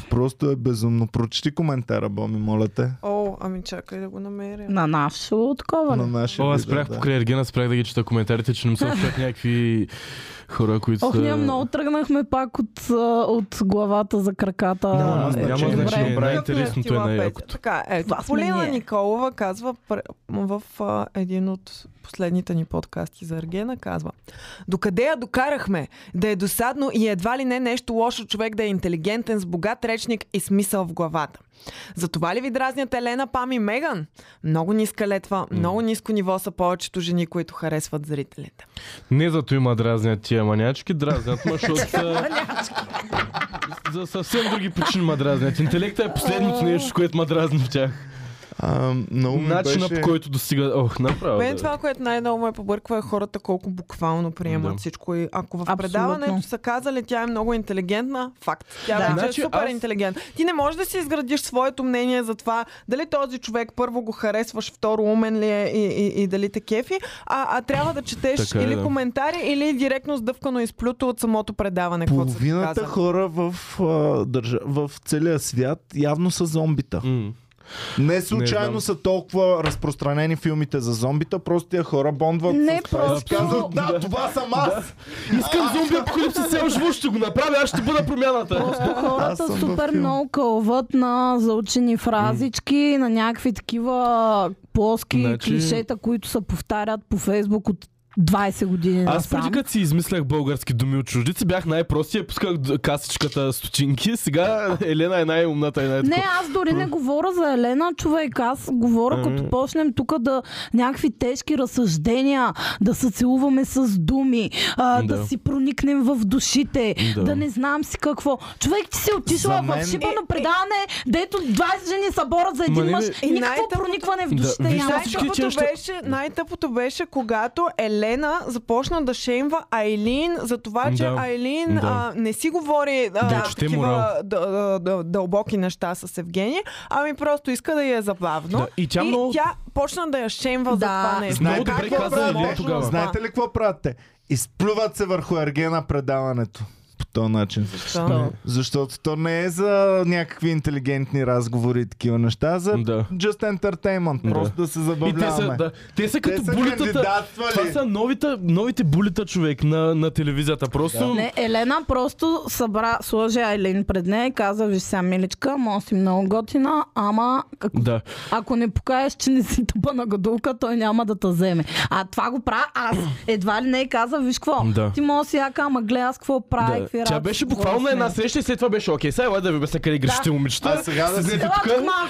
Speaker 1: Просто е безумно. Прочети коментара, Боми, моля те.
Speaker 3: О, ами чакай да го намеря.
Speaker 2: На нашето такова. нали?
Speaker 1: На
Speaker 2: ли?
Speaker 1: нашия
Speaker 4: О, аз
Speaker 1: видео,
Speaker 4: спрях
Speaker 1: да.
Speaker 4: покрай Ергена, спрях да ги чета коментарите, че не му се общат някакви хора, които
Speaker 2: Ох,
Speaker 4: са...
Speaker 2: ние много тръгнахме пак от, а, от главата за краката.
Speaker 1: Няма
Speaker 2: Е,
Speaker 4: Няма
Speaker 1: значение.
Speaker 2: добре.
Speaker 4: значение.
Speaker 1: Добре.
Speaker 4: Най-интересното е
Speaker 3: Тила Петя.
Speaker 4: най-якото.
Speaker 3: Така, ето,
Speaker 2: Това сме
Speaker 3: Полина
Speaker 2: ние.
Speaker 3: Николова казва пр- в а, един от последните ни подкасти за Аргена, казва Докъде я докарахме? Да е досадно и едва ли не нещо лошо човек да е интелигентен, с богат речник и смисъл в главата. За това ли ви дразнят Елена, Пам и Меган? Много ниска летва, много ниско ниво са повечето жени, които харесват зрителите.
Speaker 4: Не зато има дразнят тия манячки, дразнят ма,
Speaker 2: [laughs]
Speaker 4: защото са... За съвсем други причини ма дразнят. Интелектът е последното нещо, което ма дразни в тях.
Speaker 1: А, много ми
Speaker 4: Начина
Speaker 1: Ами беше...
Speaker 4: по който достига... Ох, направо.
Speaker 3: Мен
Speaker 4: да.
Speaker 3: това, което най-много ме побърква е хората колко буквално приемат
Speaker 4: Да.
Speaker 3: всичко. И ако в
Speaker 2: Абсолютно.
Speaker 3: предаването са казали, тя е много интелигентна, факт. Тя
Speaker 2: Да.
Speaker 3: вече
Speaker 4: Значи
Speaker 3: е супер
Speaker 4: аз-
Speaker 3: интелигентна. Ти не можеш да си изградиш своето мнение за това дали този човек първо го харесваш, второ умен ли е и, и, и дали те кефи, а, а трябва да четеш
Speaker 4: Така е,
Speaker 3: или
Speaker 4: да.
Speaker 3: коментари, или директно сдъвкано изплюто от самото предаване. каквото са ти
Speaker 1: Половината
Speaker 3: казали.
Speaker 1: хора в, а, държа... в целия свят явно са зомбита.
Speaker 4: М.
Speaker 1: Не случайно
Speaker 4: знам.
Speaker 1: са толкова разпространени филмите за зомбита, просто тия хора бондват
Speaker 2: Не,
Speaker 1: с това и си
Speaker 2: просто-
Speaker 1: казват, да, това съм аз.
Speaker 4: Искам зомби апокалипсис цял живот, ще го направя, аз ще бъда промяната.
Speaker 2: Просто
Speaker 1: Аз
Speaker 2: хората
Speaker 1: съм във
Speaker 2: супер
Speaker 1: филм.
Speaker 2: много кълват на заучени фразички, на някакви такива плоски
Speaker 4: Значи-
Speaker 2: клишета, които се повтарят по Фейсбук от 20 години
Speaker 4: Аз преди
Speaker 2: насам.
Speaker 4: като си измислях български думи от чуждици, бях най-простия, пусках д- касичката
Speaker 1: [laughs]
Speaker 4: стотинки, сега Елена е най-умната и най
Speaker 2: Не, аз дори не говоря за Елена, човек. Аз говоря, като почнем тук да някакви тежки разсъждения, да се целуваме с думи, а, да.
Speaker 4: Да.
Speaker 2: си проникнем в душите, да.
Speaker 4: Да.
Speaker 2: не знам си какво. Човек, ти си
Speaker 1: За
Speaker 2: отишла
Speaker 1: мен-
Speaker 2: в шибано предаване, дето 20 жени са борят за един
Speaker 4: Ма не
Speaker 2: мъж
Speaker 4: ми-
Speaker 2: и
Speaker 3: И
Speaker 2: никакво
Speaker 3: най-тъпото-
Speaker 2: проникване в
Speaker 4: Да,
Speaker 2: душите
Speaker 4: виж,
Speaker 2: няма.
Speaker 4: аз всички
Speaker 3: Най-тъпото
Speaker 4: тия ще-
Speaker 3: беше, най-тъпото беше, когато Елена започна да шеймва Айлин за това, че
Speaker 4: Да.
Speaker 3: Айлин
Speaker 4: Да.
Speaker 3: а, не си говори а,
Speaker 4: Да, чете морал.
Speaker 3: такива д- д- д- дълбоки неща с Евгения, ами просто иска да я е забавно.
Speaker 4: Да, и тя много-
Speaker 3: тя почна да я шеймва за
Speaker 2: Да.
Speaker 3: това нещо.
Speaker 4: Много
Speaker 1: Знаете
Speaker 4: добре
Speaker 1: ли какво
Speaker 4: каза
Speaker 1: правят
Speaker 4: Елин
Speaker 1: те?
Speaker 4: тогава.
Speaker 1: Знаете ли какво правят те? Изплюват се върху Ергена предаването. По този начин.
Speaker 3: Защо?
Speaker 1: Защото то не е за някакви интелигентни разговори и такива неща, а за
Speaker 4: Да.
Speaker 1: just entertainment.
Speaker 4: Да.
Speaker 1: Просто да се
Speaker 4: И те са,
Speaker 1: забавляваме.
Speaker 4: да, те са като
Speaker 1: са
Speaker 4: булитата.
Speaker 1: кандидатствали.
Speaker 4: Това са новите, новите булита човек на, на телевизията. Просто
Speaker 2: Не, Елена просто събра, сложи Айлин пред нея и каза, виж сега, миличка, може си много готина, ама ако
Speaker 4: Да.
Speaker 2: Ако не покажеш, че не си тъпа на гадулка, той няма да те вземе. А това го правя аз. Едва ли не е каза, виж какво,
Speaker 4: Да.
Speaker 2: ти може да си яка, ама гледай аз какво правя,
Speaker 4: Да.
Speaker 2: какви
Speaker 4: Тя
Speaker 2: работи
Speaker 4: беше
Speaker 2: си
Speaker 4: буквално на
Speaker 2: говоря с
Speaker 4: една
Speaker 2: нея.
Speaker 4: среща и след това беше окей. Сега ела да ви обясня къде е грешите, момичета.
Speaker 1: А сега да се,
Speaker 2: Ела тук малко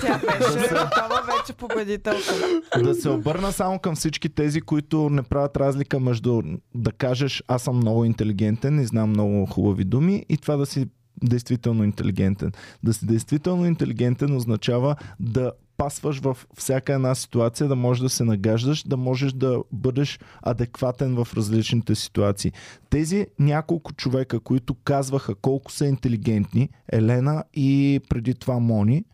Speaker 3: Да, тя беше такава вече победителка.
Speaker 1: да се обърна само към всички тези, които не правят разлика между да кажеш аз съм много интелигентен и знам много хубави думи и това да си действително интелигентен. Да си действително интелигентен означава да пасваш в всяка една ситуация, да можеш да се нагаждаш, да можеш да бъдеш адекватен в различните ситуации. Тези няколко човека, които казваха колко са интелигентни, Елена и преди това Мони,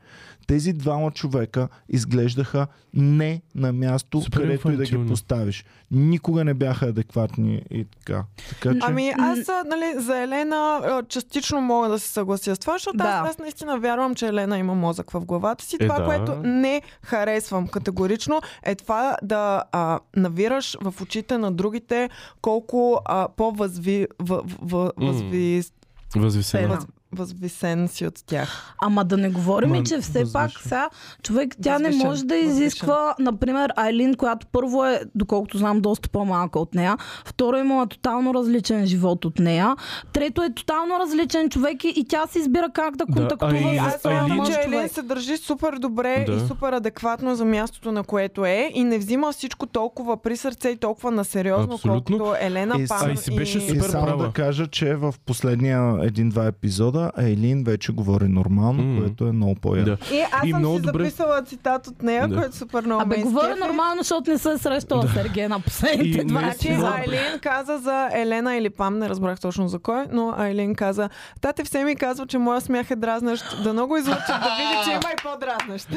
Speaker 1: тези двама човека изглеждаха не на място,
Speaker 4: Супер
Speaker 1: където и да ги
Speaker 4: инфантилни.
Speaker 1: поставиш. Никога не бяха адекватни и така. така че...
Speaker 3: Ами аз а, нали, за Елена а, частично мога да се съглася с това, защото
Speaker 2: Да.
Speaker 3: аз, аз наистина вярвам, че Елена има мозък в главата си.
Speaker 4: Е,
Speaker 3: това,
Speaker 4: да.
Speaker 3: което не харесвам категорично, е това да а, навираш в очите на другите колко а, по-възви, в, в, възви,
Speaker 4: Възвисена.
Speaker 3: въз, възвисен си от тях.
Speaker 2: Ама да не говорим, и
Speaker 4: Ма,
Speaker 2: че все пак
Speaker 4: възвишен.
Speaker 2: сега човек тя не
Speaker 3: Възвишен,
Speaker 2: може да
Speaker 3: възвишен.
Speaker 2: изисква, например, Айлин, която първо е, доколкото знам, доста по-малка от нея. Второ, имала тотално различен живот от нея. Трето е тотално различен човек и, и тя си избира как да контактува
Speaker 4: Айлин-
Speaker 2: с
Speaker 3: Аз
Speaker 2: този
Speaker 4: Айлин-
Speaker 3: мятам,
Speaker 2: мъж
Speaker 3: че Елен
Speaker 2: човек.
Speaker 3: се държи супер добре
Speaker 4: Да.
Speaker 3: и супер адекватно за мястото, на което е и не взима всичко толкова при сърце и толкова на сериозно,
Speaker 4: Абсолютно.
Speaker 3: колкото Елена
Speaker 2: Е,
Speaker 1: И с-
Speaker 3: Пам
Speaker 1: а,
Speaker 4: и си беше
Speaker 1: И
Speaker 4: супер
Speaker 1: само
Speaker 4: права.
Speaker 1: да кажа, че в последния един-два епизода Ейлин вече говори нормално,
Speaker 4: Мгм.
Speaker 1: което е много по-ясно.
Speaker 4: Да.
Speaker 3: И аз
Speaker 4: И
Speaker 3: съм
Speaker 4: много
Speaker 3: си
Speaker 4: добре.
Speaker 3: записала цитат от нея,
Speaker 4: Да.
Speaker 3: който супер много ме
Speaker 2: Абе, говоря
Speaker 3: изкефи.
Speaker 2: нормално, защото не се срещала с Сергена последните
Speaker 4: И
Speaker 2: два
Speaker 4: не
Speaker 3: Значи
Speaker 4: Много добре.
Speaker 3: Айлин каза за Елена или Пам, не разбрах точно за кой, но Айлин каза, тате все ми казва, че моя смях е дразнещ, да много излъчат да види, че има и
Speaker 4: [laughs]
Speaker 3: по-дразнещ.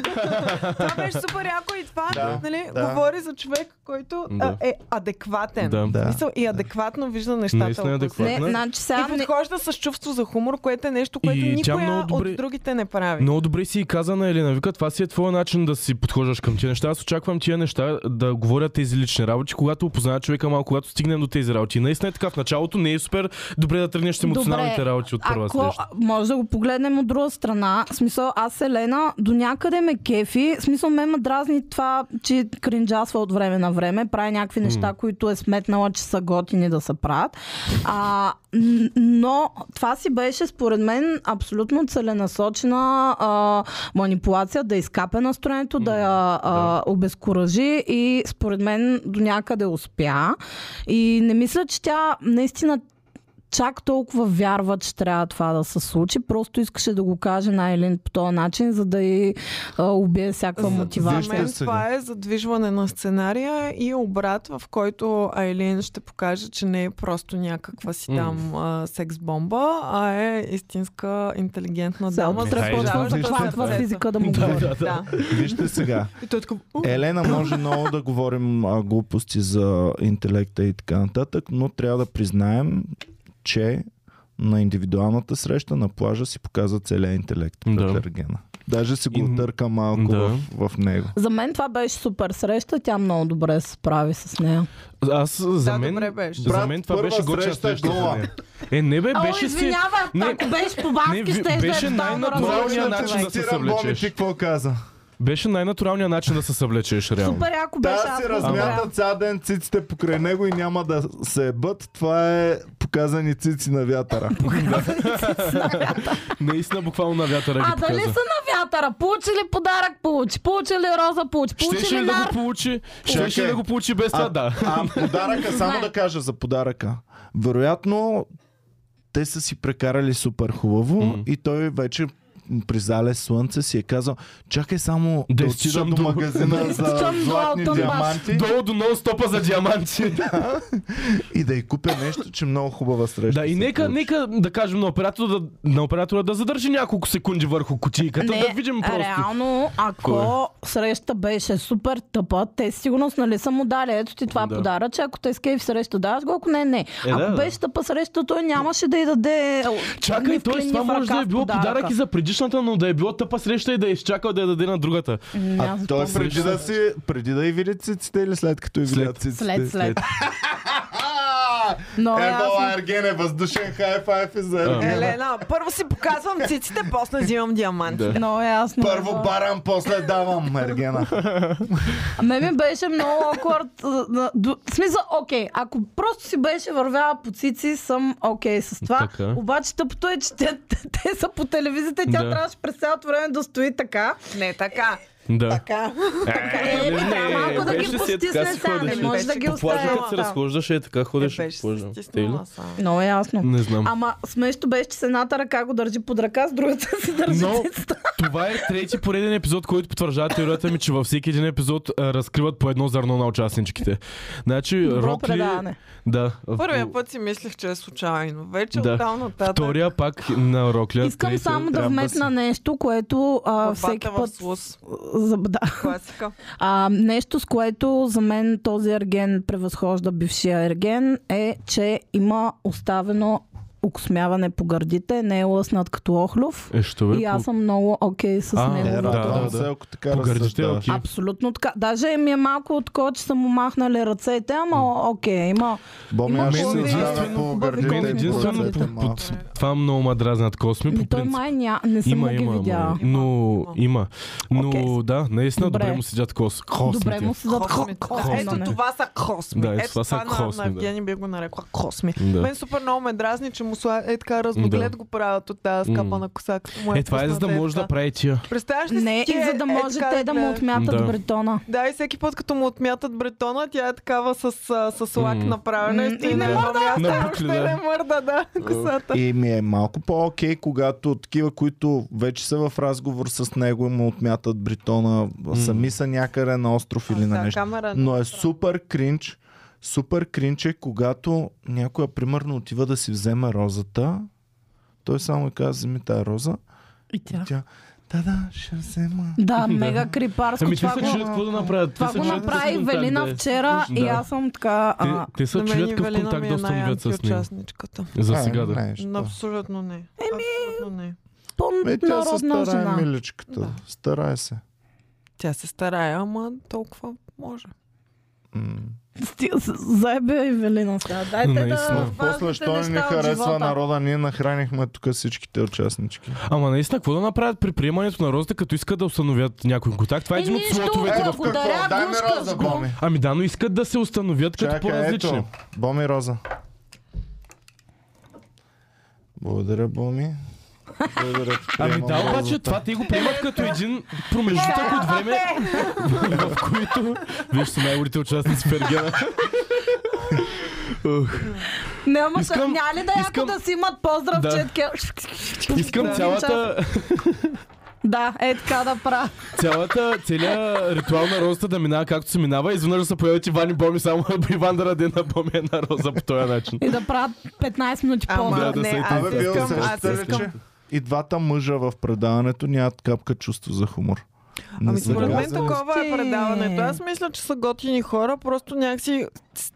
Speaker 3: това беше супер яко и това
Speaker 1: Да,
Speaker 3: нали,
Speaker 1: да.
Speaker 3: говори за човек, който а,
Speaker 4: Да.
Speaker 3: е адекватен.
Speaker 4: Да.
Speaker 1: Да.
Speaker 3: В Смисъл, и адекватно вижда нещата.
Speaker 4: Наистина е
Speaker 3: около
Speaker 4: адекватно.
Speaker 2: Не,
Speaker 3: себе си.
Speaker 4: Ладно.
Speaker 2: значи сега
Speaker 3: И
Speaker 2: не...
Speaker 3: подхожда с чувство за хумор, което е нещо, което
Speaker 4: И тя
Speaker 3: никоя
Speaker 4: много добре-
Speaker 3: от другите не прави.
Speaker 4: Много добре си и каза на Елена. Вика, това си е твоя начин да си подхождаш към тези неща. Аз очаквам тия неща да говорят тези лични работи, когато опознаят човека малко, когато стигнем до тези работи. И наистина е така. В началото не е супер добре да тръгнеш с емоционалните
Speaker 2: Добре,
Speaker 4: работи от първа
Speaker 2: Ако
Speaker 4: среща.
Speaker 2: може да го погледнем от друга страна, в смисъл аз Елена до някъде ме кефи, в смисъл ме ме дразни това, че кринджасва от време на време, прави някакви неща, които е сметнала, че са готини да се правят. А, н- но това си беше според мен абсолютно целенасочена а, манипулация, да изкапе настроението, да я а, обезкуражи и според мен до някъде успя. И не мисля, че тя наистина чак толкова вярва, че трябва това да се случи. Просто искаше да го каже на Елин по този начин, за да й а, убие всякаква мотивация.
Speaker 1: вижте
Speaker 3: За мен
Speaker 1: сега.
Speaker 3: това е задвижване на сценария и обрат, в който Айлин ще покаже, че не е просто някаква си
Speaker 4: М.
Speaker 3: там а, секс-бомба, а е истинска интелигентна
Speaker 2: Само
Speaker 3: дама.
Speaker 2: страхотно
Speaker 3: продължаваща
Speaker 2: захватва
Speaker 3: процеса.
Speaker 2: физика [laughs] да му говори.
Speaker 3: Да.
Speaker 1: Вижте сега.
Speaker 3: И той е така, «У,
Speaker 1: Елена може много да говорим а, глупости за интелекта и така нататък, но трябва да признаем, че на индивидуалната среща на плажа си показва целият интелект пред
Speaker 4: Да.
Speaker 1: Ергена. Даже си
Speaker 4: И-
Speaker 1: го търка малко
Speaker 4: Да.
Speaker 1: в, в него.
Speaker 2: За мен това беше супер среща, тя много добре се справи с нея.
Speaker 4: Аз за
Speaker 3: Да,
Speaker 4: мен,
Speaker 3: добре беше.
Speaker 4: за мен това
Speaker 1: Брат,
Speaker 4: беше
Speaker 1: първа
Speaker 4: горча
Speaker 1: среща
Speaker 4: среща.
Speaker 1: гола.
Speaker 4: за нея. Е, не бе,
Speaker 2: О,
Speaker 4: беше си...
Speaker 2: извинявай,
Speaker 4: не-
Speaker 2: ако беше по
Speaker 4: не,
Speaker 2: бански,
Speaker 4: ви-
Speaker 2: ще
Speaker 4: беше най-натуралният
Speaker 2: е най-натуралния
Speaker 4: начин да се
Speaker 1: Цитирам Боми,
Speaker 4: съвлечеш.
Speaker 1: ти какво каза?
Speaker 4: Беше най-натуралният начин да се съвлечеш реално.
Speaker 2: Супер, ако
Speaker 1: Та
Speaker 2: беше аз
Speaker 1: си
Speaker 2: го
Speaker 1: размята
Speaker 2: забравя.
Speaker 1: цял ден циците покрай него и няма да се ебът. Това е показани цици на вятъра.
Speaker 4: Наистина буквално на вятъра ги
Speaker 2: А дали
Speaker 4: показа.
Speaker 2: са на вятъра? Получи ли подарък? Получи. Получи ли роза? Получи. Получи
Speaker 4: Щеше
Speaker 2: ли
Speaker 4: ли да
Speaker 2: нар?
Speaker 4: го получи? Щеше ли да го получи без това? Да.
Speaker 1: а
Speaker 2: [laughs]
Speaker 1: подаръка, само
Speaker 2: Знае.
Speaker 1: да кажа за подаръка. Вероятно, те са си прекарали супер хубаво
Speaker 4: Мгм.
Speaker 1: и той вече при зале слънце си е казал, чакай само да,
Speaker 4: Да
Speaker 1: отида
Speaker 4: изтичам
Speaker 1: до
Speaker 4: до- [laughs]
Speaker 1: магазина
Speaker 2: изтичам
Speaker 1: за
Speaker 2: до
Speaker 1: златни
Speaker 2: Алтон Бас.
Speaker 1: диаманти
Speaker 4: Долу до нон-стопа за
Speaker 1: [laughs]
Speaker 4: диаманти.
Speaker 1: и да й купя нещо, че много хубава среща.
Speaker 4: Да, и
Speaker 1: Е, се
Speaker 4: нека,
Speaker 1: получи.
Speaker 4: нека да кажем на оператора да, на оператора да задържи няколко секунди върху кутийката, да видим просто.
Speaker 2: Реално, ако среща беше супер тъпа, те със сигурност нали са му дали. Ето ти това
Speaker 4: Да.
Speaker 2: да. подаръче, ако те с кейф среща даваш го, ако не, не.
Speaker 4: Е,
Speaker 2: ако
Speaker 4: да, да.
Speaker 2: беше тъпа среща, той нямаше да й даде... е,
Speaker 4: Чакай,
Speaker 2: нив
Speaker 4: т.е.
Speaker 2: клин,
Speaker 4: това
Speaker 2: нив
Speaker 4: може да
Speaker 2: ръка
Speaker 4: е
Speaker 2: с
Speaker 4: било
Speaker 2: подаръка.
Speaker 4: подарък и за предишната, но да е било тъпа среща и да е изчакал да я даде на другата.
Speaker 2: М, Ами, аз
Speaker 1: А той
Speaker 2: спомням.
Speaker 1: преди да, си, преди да и види циците или след като и видят
Speaker 4: След.
Speaker 1: циците?
Speaker 2: След, след.
Speaker 1: А!
Speaker 2: Но е
Speaker 1: Ева
Speaker 2: ясно.
Speaker 1: Ергене, въздушен хай-файв и за Ергена.
Speaker 3: Елена, Е, първо си показвам циците, после взимам диаманти.
Speaker 4: Да.
Speaker 2: Много ясно.
Speaker 1: Първо
Speaker 2: Ева.
Speaker 1: барам, после давам Ергена.
Speaker 2: А Ме ми беше много awkward. а, на- до- В смисъл, окей, ако просто си беше вървяла по цици, съм окей с това.
Speaker 4: Така.
Speaker 2: Обаче тъпото е, че те, [laughs] те, те са по телевизията и тя
Speaker 4: Да.
Speaker 2: трябваше през цялото време да стои така.
Speaker 3: Не така.
Speaker 4: Да.
Speaker 3: Така.
Speaker 2: Е, ми трябва малко да ги
Speaker 4: беше си е така
Speaker 2: постисне
Speaker 4: си
Speaker 2: сега, не
Speaker 4: ходеше.
Speaker 2: може да ги
Speaker 4: По плажата се
Speaker 2: оставя.
Speaker 4: разхождаш е така ходеш
Speaker 3: Е,
Speaker 4: по
Speaker 3: беше се
Speaker 4: плажа.
Speaker 3: стиснала само.
Speaker 2: Много ясно.
Speaker 4: Не знам.
Speaker 2: Ама смешно беше, че с едната ръка го държи под ръка, с другата [laughs] си държи
Speaker 4: Но-
Speaker 2: цицата.
Speaker 4: Това е трети пореден епизод, който потвърждава теорията ми, че във всеки един епизод а, разкриват по едно зърно на участничките. Значи,
Speaker 2: Добро
Speaker 4: Рокли...
Speaker 2: предаване.
Speaker 4: Да.
Speaker 3: Първия път си мислех, че е случайно. Вече
Speaker 4: Да.
Speaker 3: от там нататък.
Speaker 4: Втория пак на Рокля.
Speaker 2: Искам
Speaker 4: третия
Speaker 2: само да
Speaker 4: трябва
Speaker 2: вметна
Speaker 4: си-
Speaker 2: нещо, което а,
Speaker 3: Борбата
Speaker 2: всеки
Speaker 3: в
Speaker 2: път...
Speaker 3: Слус.
Speaker 2: За- Да.
Speaker 3: Класика.
Speaker 2: А, нещо, с което за мен този ерген превъзхожда бившия ерген, е, че има оставено окосмяване по гърдите, не е лъснат като Охлюв.
Speaker 4: Е, що бе?
Speaker 2: И аз съм много окей с
Speaker 4: А,
Speaker 2: него.
Speaker 4: е,
Speaker 1: Е,
Speaker 4: да,
Speaker 1: радвам
Speaker 4: да, да.
Speaker 1: се, ако така
Speaker 4: Погърдите,
Speaker 1: разсъждаваш.
Speaker 4: окей.
Speaker 2: Абсолютно така. Даже ми е малко от кой, че са му махнали ръцете, ама окей, има.
Speaker 1: Боми,
Speaker 2: Има
Speaker 1: аз ще
Speaker 2: хубави-
Speaker 1: се
Speaker 2: Единствено-
Speaker 1: изправя по гърдите
Speaker 4: Мен
Speaker 1: и Е, по
Speaker 4: единствено
Speaker 1: ръцете
Speaker 4: под,
Speaker 1: малко.
Speaker 4: под това много ма дразнат косми.
Speaker 2: Ми
Speaker 4: По
Speaker 2: Ами той
Speaker 4: принцип.
Speaker 2: май ня... не съм
Speaker 4: Има,
Speaker 2: му ги
Speaker 4: има,
Speaker 2: видяла.
Speaker 4: има. Но
Speaker 3: Има.
Speaker 4: има. Но
Speaker 2: Окей.
Speaker 4: да, наистина добре,
Speaker 2: Добре.
Speaker 4: му седят кос.
Speaker 2: Добре му се зад
Speaker 3: Косми.
Speaker 4: косми.
Speaker 3: Ето това са косми.
Speaker 4: Да, ето
Speaker 3: ето
Speaker 4: това са
Speaker 3: на-
Speaker 4: косми,
Speaker 3: На
Speaker 4: да.
Speaker 3: Евгений би го нарекла косми.
Speaker 4: Да.
Speaker 3: Мен супер много ме дразни, че му сла... е така разноглед
Speaker 4: Да.
Speaker 3: го правят от тази скапа
Speaker 4: М.
Speaker 3: на коса. като му
Speaker 4: Е, това е за да
Speaker 3: пусната,
Speaker 4: може да
Speaker 3: така.
Speaker 4: прави тия.
Speaker 3: Представяш ли
Speaker 2: Не,
Speaker 3: си, че
Speaker 2: и за да
Speaker 3: е
Speaker 2: може
Speaker 3: така
Speaker 2: те да му
Speaker 3: гледа?
Speaker 2: отмятат
Speaker 4: Да.
Speaker 2: бретона.
Speaker 3: Да, и всеки път, като му отмятат бретона, тя е такава с, а, с лак
Speaker 4: М.
Speaker 3: направена.
Speaker 2: М,
Speaker 3: стои
Speaker 2: и не
Speaker 3: на едно
Speaker 2: мърда.
Speaker 3: място,
Speaker 4: На
Speaker 3: Въобще не
Speaker 4: букли, да.
Speaker 3: мърда, да, косата.
Speaker 1: И ми е малко по-окей, когато такива, които вече са в разговор с него и му отмятат бритона, сами са някъде на остров или на
Speaker 3: Да,
Speaker 1: нещо.
Speaker 3: камера
Speaker 1: Но е супер кринч. Супер кринч е, когато някоя, примерно, отива да си вземе розата. Той само й казва, вземи тази роза.
Speaker 2: И
Speaker 1: И
Speaker 2: тя.
Speaker 1: тя, да, да, ще взема.
Speaker 2: Да, мега крипарско.
Speaker 4: Ами те
Speaker 2: това
Speaker 4: се
Speaker 2: го-
Speaker 4: чудят какво да направят. Те
Speaker 2: това
Speaker 4: се
Speaker 2: го
Speaker 4: чудят какво
Speaker 2: направи
Speaker 4: да направят,
Speaker 2: Велина
Speaker 4: да е.
Speaker 2: вчера и
Speaker 4: Да.
Speaker 2: аз съм така...
Speaker 4: Те,
Speaker 2: а,
Speaker 4: те са
Speaker 3: На мен
Speaker 4: чудят
Speaker 3: и
Speaker 4: какъв
Speaker 3: Велина ми
Speaker 4: контакт
Speaker 3: е
Speaker 4: доста вият с него.
Speaker 3: най-антиучастничката.
Speaker 4: За
Speaker 1: Е,
Speaker 4: сега да.
Speaker 1: знаеш, да.
Speaker 3: Абсолютно не. Абсолютно не.
Speaker 1: Е, тя се
Speaker 2: по-народна
Speaker 1: старае,
Speaker 2: жена.
Speaker 1: миличката.
Speaker 3: Да.
Speaker 1: Старае се.
Speaker 3: Тя се старае, ама толкова може.
Speaker 1: М.
Speaker 2: Стига се Заебе и Велина сега. Дайте
Speaker 4: Наистина.
Speaker 2: да
Speaker 1: После,
Speaker 2: важните
Speaker 1: що не ни
Speaker 2: е неща от
Speaker 1: харесва
Speaker 2: живота. Е,
Speaker 1: народа, ние нахранихме тук всичките участнички.
Speaker 4: Ама наистина, какво да направят при приемането на розата, като искат да установят някой контакт? Това е
Speaker 2: Е,
Speaker 4: един от
Speaker 2: нищо,
Speaker 4: слотовете
Speaker 2: бе.
Speaker 4: в...
Speaker 2: Ако даря
Speaker 1: Дай ми
Speaker 2: гушка,
Speaker 1: роза,
Speaker 2: с го.
Speaker 1: Боми.
Speaker 4: Ами да, но искат да се установят като
Speaker 1: Чакай,
Speaker 4: по-различни.
Speaker 1: ето. Боми Роза. Благодаря, Боми. Благодаря, че
Speaker 4: Ами
Speaker 1: приемам
Speaker 4: да, обаче
Speaker 1: розата.
Speaker 4: това те го приемат като един промеждутък
Speaker 2: Е,
Speaker 4: от време, в който... Виж, са най-горите участници в Ергена. Искам-
Speaker 2: Няма искам, няма ли да
Speaker 4: искам-
Speaker 2: яко да си имат поздрав,
Speaker 4: Да.
Speaker 2: да. четке?
Speaker 4: Искам цялата,
Speaker 2: Да, е така да правя.
Speaker 4: цялата, целият ритуал на розата да минава както се минава. Изведнъж да се появят Иван и Боми, само [laughs] Иван да раде на Боми една роза по този начин.
Speaker 2: И да правят 15 минути
Speaker 3: Ама
Speaker 2: по-здрав.
Speaker 4: да
Speaker 3: не,
Speaker 4: се
Speaker 3: аз
Speaker 1: Абе, бил
Speaker 3: искам,
Speaker 1: се,
Speaker 3: аз
Speaker 1: ще
Speaker 3: искам.
Speaker 1: рече. И двата мъжа в предаването нямат капка чувство за хумор. Не
Speaker 3: Ами
Speaker 1: са
Speaker 3: според мен
Speaker 1: газени.
Speaker 3: такова е
Speaker 2: Ти.
Speaker 3: предаването. Аз мисля, че са готини хора, просто някакси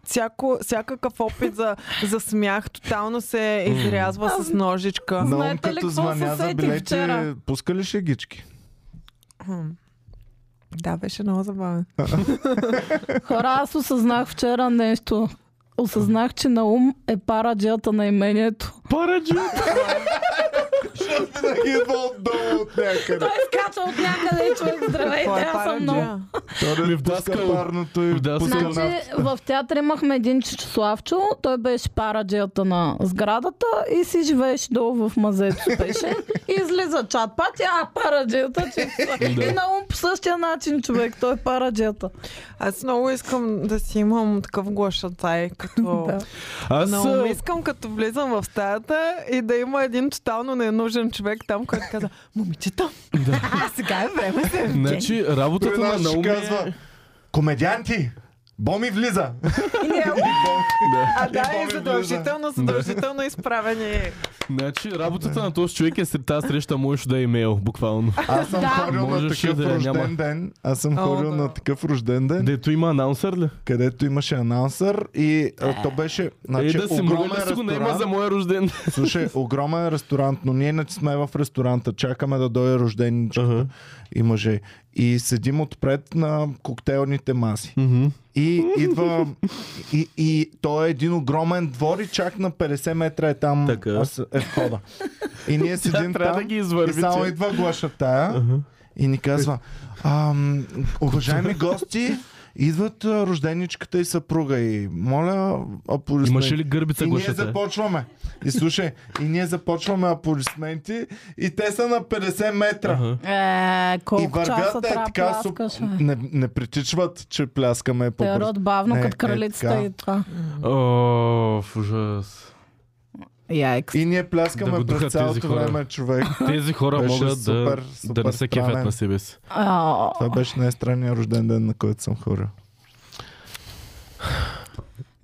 Speaker 3: всяко, всякакъв опит за, за смях тотално се изрязва с ножичка.
Speaker 1: На ум
Speaker 2: Знаете ли
Speaker 1: като
Speaker 2: какво
Speaker 1: звъня
Speaker 2: се
Speaker 1: за
Speaker 2: сетих
Speaker 1: билети,
Speaker 2: вчера?
Speaker 1: пуска ли шегички?
Speaker 3: Хм. Да, беше много забавен.
Speaker 2: Хора, аз осъзнах вчера нещо. Осъзнах, че на ум е параджията на имението.
Speaker 4: Параджи!
Speaker 1: Защото винаги идва отдолу от някъде.
Speaker 4: е
Speaker 2: Той скача от някъде, [laughs] човек, здравейте,
Speaker 3: Кой е
Speaker 2: аз съм
Speaker 3: параджия?
Speaker 2: много.
Speaker 1: Той
Speaker 4: Ми
Speaker 1: не
Speaker 4: в
Speaker 1: пуска
Speaker 4: даскал.
Speaker 1: парното и
Speaker 4: В даскал.
Speaker 1: пуска
Speaker 2: Значи
Speaker 1: нафта.
Speaker 2: в театър имахме един Чичославчо, той беше параджията на сградата и си живееше долу в мазето беше. И излиза чат пати, а параджията Чичослав. И на ум по същия начин човек, той е параджията.
Speaker 3: Аз много искам да си имам такъв глашатай, [laughs] като...
Speaker 2: Да.
Speaker 4: Аз
Speaker 3: Много
Speaker 4: а,
Speaker 3: искам, като влизам в стаята и да има един тотално ненужен човек там, който казва, момичета, а [laughs] сега е време да е
Speaker 4: Значи, работата
Speaker 1: При
Speaker 4: на
Speaker 1: нас ще
Speaker 4: Наоми е...
Speaker 1: казва, комедианти, Боми
Speaker 3: [laughs]
Speaker 1: влиза.
Speaker 3: А
Speaker 1: И Боми
Speaker 3: да, и
Speaker 1: влиза.
Speaker 3: задължително, задължително изправени.
Speaker 4: Значи, работата на този човек е след тази среща, можеш да е имейл, буквално.
Speaker 1: Аз съм
Speaker 2: Да.
Speaker 1: ходил на
Speaker 4: Можеше
Speaker 1: такъв
Speaker 4: да я няма.
Speaker 1: рожден ден. Аз съм
Speaker 3: О,
Speaker 1: ходил
Speaker 3: да.
Speaker 1: на такъв рожден ден,
Speaker 4: Е, Дето има анонсър ли?
Speaker 1: където имаше анонсър и а, то беше значи,
Speaker 4: е, да се
Speaker 1: огромен
Speaker 4: мръдна, си го не има
Speaker 1: ресторант.
Speaker 4: за моя рожден.
Speaker 1: Слушай, огромен ресторант, но ние иначе сме в ресторанта, чакаме да дойде рожденичката
Speaker 4: Ага.
Speaker 1: и мъже. И седим отпред на коктейлните маси.
Speaker 4: [laughs]
Speaker 1: И идва. И, и той е един огромен двор и чак на 50 метра е там.
Speaker 4: Така.
Speaker 1: Аз е входа. И ние
Speaker 4: [laughs] Тя
Speaker 1: седим
Speaker 4: трябва
Speaker 1: там.
Speaker 4: да ги
Speaker 1: и
Speaker 4: извърви.
Speaker 1: само
Speaker 4: че-
Speaker 1: идва глашатая и ни казва, ам, уважаеми гости, идват а, рожденичката и съпруга и моля аплодисменти.
Speaker 4: Имаше ли гърбица
Speaker 1: И ние
Speaker 4: глашата?
Speaker 1: започваме. И слушай, и ние започваме аплодисменти и те са на 50 метра.
Speaker 4: Ага.
Speaker 2: Е,
Speaker 1: И
Speaker 2: колко часа
Speaker 1: вървят е
Speaker 2: трябва
Speaker 1: така, суп...
Speaker 2: пляскаш, бе.
Speaker 1: не, не притичват, че пляскаме
Speaker 2: Те е
Speaker 1: по-бързо.
Speaker 2: род бавно,
Speaker 1: Не,
Speaker 2: като
Speaker 1: е
Speaker 2: кралицата
Speaker 1: така.
Speaker 2: и това.
Speaker 4: О, в ужас.
Speaker 2: Яйкс.
Speaker 1: И ние пляскаме
Speaker 4: Да
Speaker 1: през
Speaker 4: го духат тези
Speaker 1: цялото
Speaker 4: хора.
Speaker 1: време, човек.
Speaker 4: Тези хора
Speaker 1: Беше
Speaker 4: могат
Speaker 1: супер,
Speaker 4: да,
Speaker 1: супер
Speaker 4: да не се кефят
Speaker 1: странен.
Speaker 4: на себе си.
Speaker 2: Ао.
Speaker 1: Това беше най-странният рожден ден, на който съм хорил.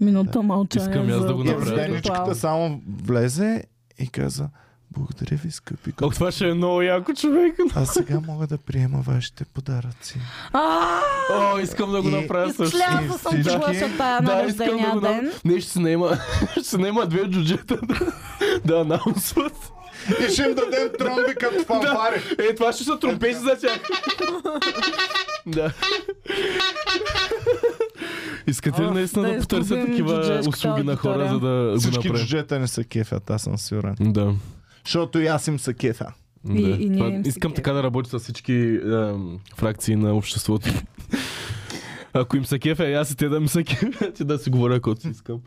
Speaker 2: Минута мълчание.
Speaker 4: Искам и аз
Speaker 2: за-
Speaker 4: да го
Speaker 1: И
Speaker 4: направя.
Speaker 1: рожденичката само влезе и каза, благодаря ви, скъпи
Speaker 4: Ох,
Speaker 1: гости.
Speaker 4: това ще е много яко, човек.
Speaker 1: Аз сега мога да приема вашите подаръци.
Speaker 2: А,
Speaker 4: О, искам да го
Speaker 1: И-
Speaker 4: направя също.
Speaker 2: Изкляла
Speaker 1: и
Speaker 2: съм
Speaker 1: всички-
Speaker 2: чулаша тая на
Speaker 4: Да, искам да
Speaker 2: рождения
Speaker 4: го
Speaker 2: ден.
Speaker 4: дам. Не, ще се наема, [laughs] ще се наема две джуджета да, да анонсват.
Speaker 1: И ще им дадем тромби
Speaker 4: [laughs]
Speaker 1: като фанфари.
Speaker 4: Е, това ще са тромпети за тях. да. Искате ли
Speaker 2: Ох,
Speaker 4: наистина
Speaker 2: да
Speaker 4: да потърся
Speaker 2: изгубим
Speaker 4: такива
Speaker 2: джуджешката
Speaker 4: услуги на хора,
Speaker 2: аудитория.
Speaker 4: за да го
Speaker 1: Всички
Speaker 4: направим?
Speaker 1: джуджета не са кефят, аз съм сигурен.
Speaker 4: Да.
Speaker 1: Защото и аз им са кефя.
Speaker 4: Да.
Speaker 2: И- и ние
Speaker 4: Това-
Speaker 2: им се
Speaker 4: искам
Speaker 2: кефим.
Speaker 4: така да работя с всички ем, фракции на обществото. Ако им са кефя, и аз и те да ми са кефят и да си говоря каквото си искам.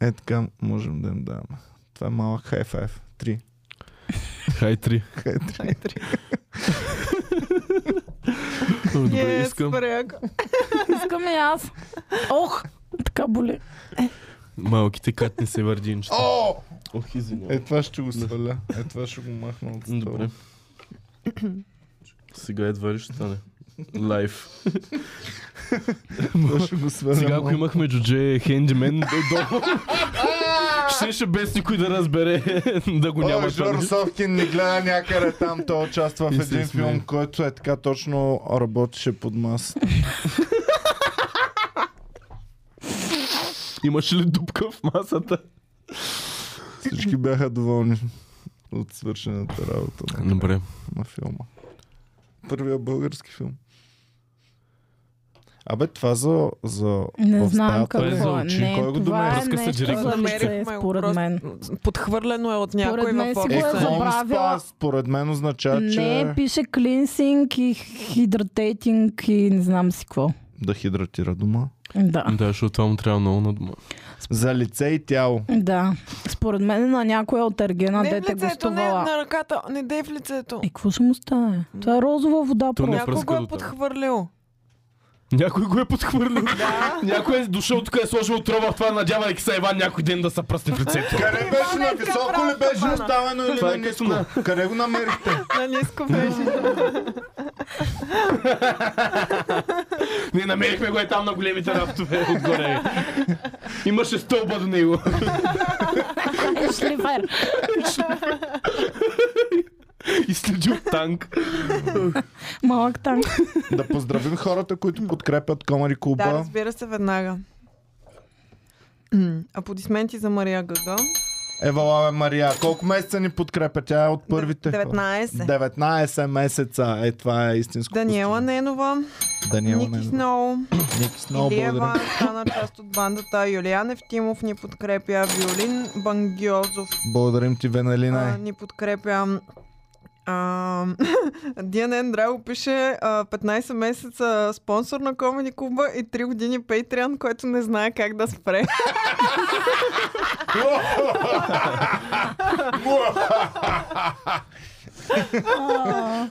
Speaker 1: Е така, можем да им даваме. Това е малък хай-файв. Три.
Speaker 4: Хай три.
Speaker 1: Хай-три.
Speaker 4: Добре,
Speaker 3: Е,
Speaker 4: искам.
Speaker 3: супер яко.
Speaker 2: Искам и аз. Ох, така боли.
Speaker 4: Малките катни се върдинчета.
Speaker 1: О!
Speaker 4: Ох, извинявай.
Speaker 1: Е, това ще го сваля. Е, това ще го махна от стола.
Speaker 4: Добре. Сега едва ли ще стане. Лайф.
Speaker 1: Това ще го сваля.
Speaker 4: Сега ако
Speaker 1: малко.
Speaker 4: имахме джудже хендимен, долу. Щеше без никой да разбере да го няма
Speaker 1: Ой,
Speaker 4: това
Speaker 1: Жоро
Speaker 4: нещо.
Speaker 1: Совкин не гледа някъде там. Той участва в
Speaker 4: И се
Speaker 1: един
Speaker 4: смее.
Speaker 1: филм, който е така точно работеше под масата.
Speaker 4: Имаш ли дупка в масата?
Speaker 1: Всички бяха доволни от свършената работа на,
Speaker 4: Добре.
Speaker 1: на филма. Първия български филм. Абе, това за... за
Speaker 2: Не
Speaker 1: в
Speaker 2: знам
Speaker 1: стаята ли?
Speaker 2: какво
Speaker 4: е
Speaker 2: е.
Speaker 4: за очи.
Speaker 2: Не,
Speaker 1: Кой го
Speaker 2: това е
Speaker 1: домери?
Speaker 4: Пръска се
Speaker 2: нещо
Speaker 4: джерик.
Speaker 2: за лице,
Speaker 3: Намерихме го
Speaker 2: според
Speaker 3: просто.
Speaker 2: мен.
Speaker 3: Подхвърлено е от
Speaker 2: Според
Speaker 3: някой
Speaker 2: мен
Speaker 3: в
Speaker 2: си го
Speaker 1: Е,
Speaker 2: е
Speaker 1: какво
Speaker 3: офиса.
Speaker 1: му
Speaker 2: забравила.
Speaker 1: спа, според мен означава,
Speaker 2: Не, е
Speaker 1: че...
Speaker 2: пише клинсинг и хидратейтинг и не знам си какво.
Speaker 1: Да хидратира дома.
Speaker 2: Да.
Speaker 4: Да, защото това му трябва много на дома.
Speaker 1: За лице и тяло.
Speaker 2: Да. Според мен на някоя от Ергена
Speaker 3: Не в
Speaker 2: дете
Speaker 3: лицето, не е
Speaker 2: гостувала.
Speaker 3: на ръката, не дей в лицето.
Speaker 2: И какво ще му стане? Това е розова вода.
Speaker 4: То не
Speaker 2: просто.
Speaker 4: е
Speaker 3: Някой
Speaker 4: пръска
Speaker 3: го
Speaker 4: до
Speaker 3: е
Speaker 4: там.
Speaker 3: подхвърлил.
Speaker 4: Някой го е подхвърлил. Някой е дошъл тук и е сложил трова в това, надявайки се Иван някой ден да се пръсне в лицето.
Speaker 1: Къде беше на високо ли беше оставено или
Speaker 4: Това
Speaker 1: на
Speaker 4: е като на...
Speaker 1: ниско? Къде го намерихте?
Speaker 3: На ниско беше.
Speaker 4: Ние намерихме го е там на големите рафтове отгоре. Имаше стълба до него.
Speaker 2: Шлифер.
Speaker 4: И следи от танк.
Speaker 2: Малък
Speaker 3: [laughs]
Speaker 2: танк.
Speaker 1: Да поздравим хората, които подкрепят Комари
Speaker 3: Да,
Speaker 1: клуба.
Speaker 3: разбира се, веднага. М, Аплодисменти за Мария Гага.
Speaker 1: Ева бе, Мария, колко месеца ни подкрепя? Тя е от първите. хора.
Speaker 3: 19.
Speaker 1: 19 месеца. Е, това е истинско.
Speaker 3: Даниела Ненова,
Speaker 1: постижение. Даниела
Speaker 3: Ники
Speaker 1: Ненова.
Speaker 3: Сноу,
Speaker 1: Ники Сноу, благодаря.
Speaker 3: Илиева, стана част от бандата, Юлиан Евтимов ни подкрепя, Виолин Бангиозов
Speaker 1: Благодарим ти, Венелина. Е.
Speaker 3: а, ни подкрепя. А, [laughs] ДНН Драго пише а, 15 месеца спонсор на Комеди Куба и 3 години Patreon, който не знае как да спре. [laughs]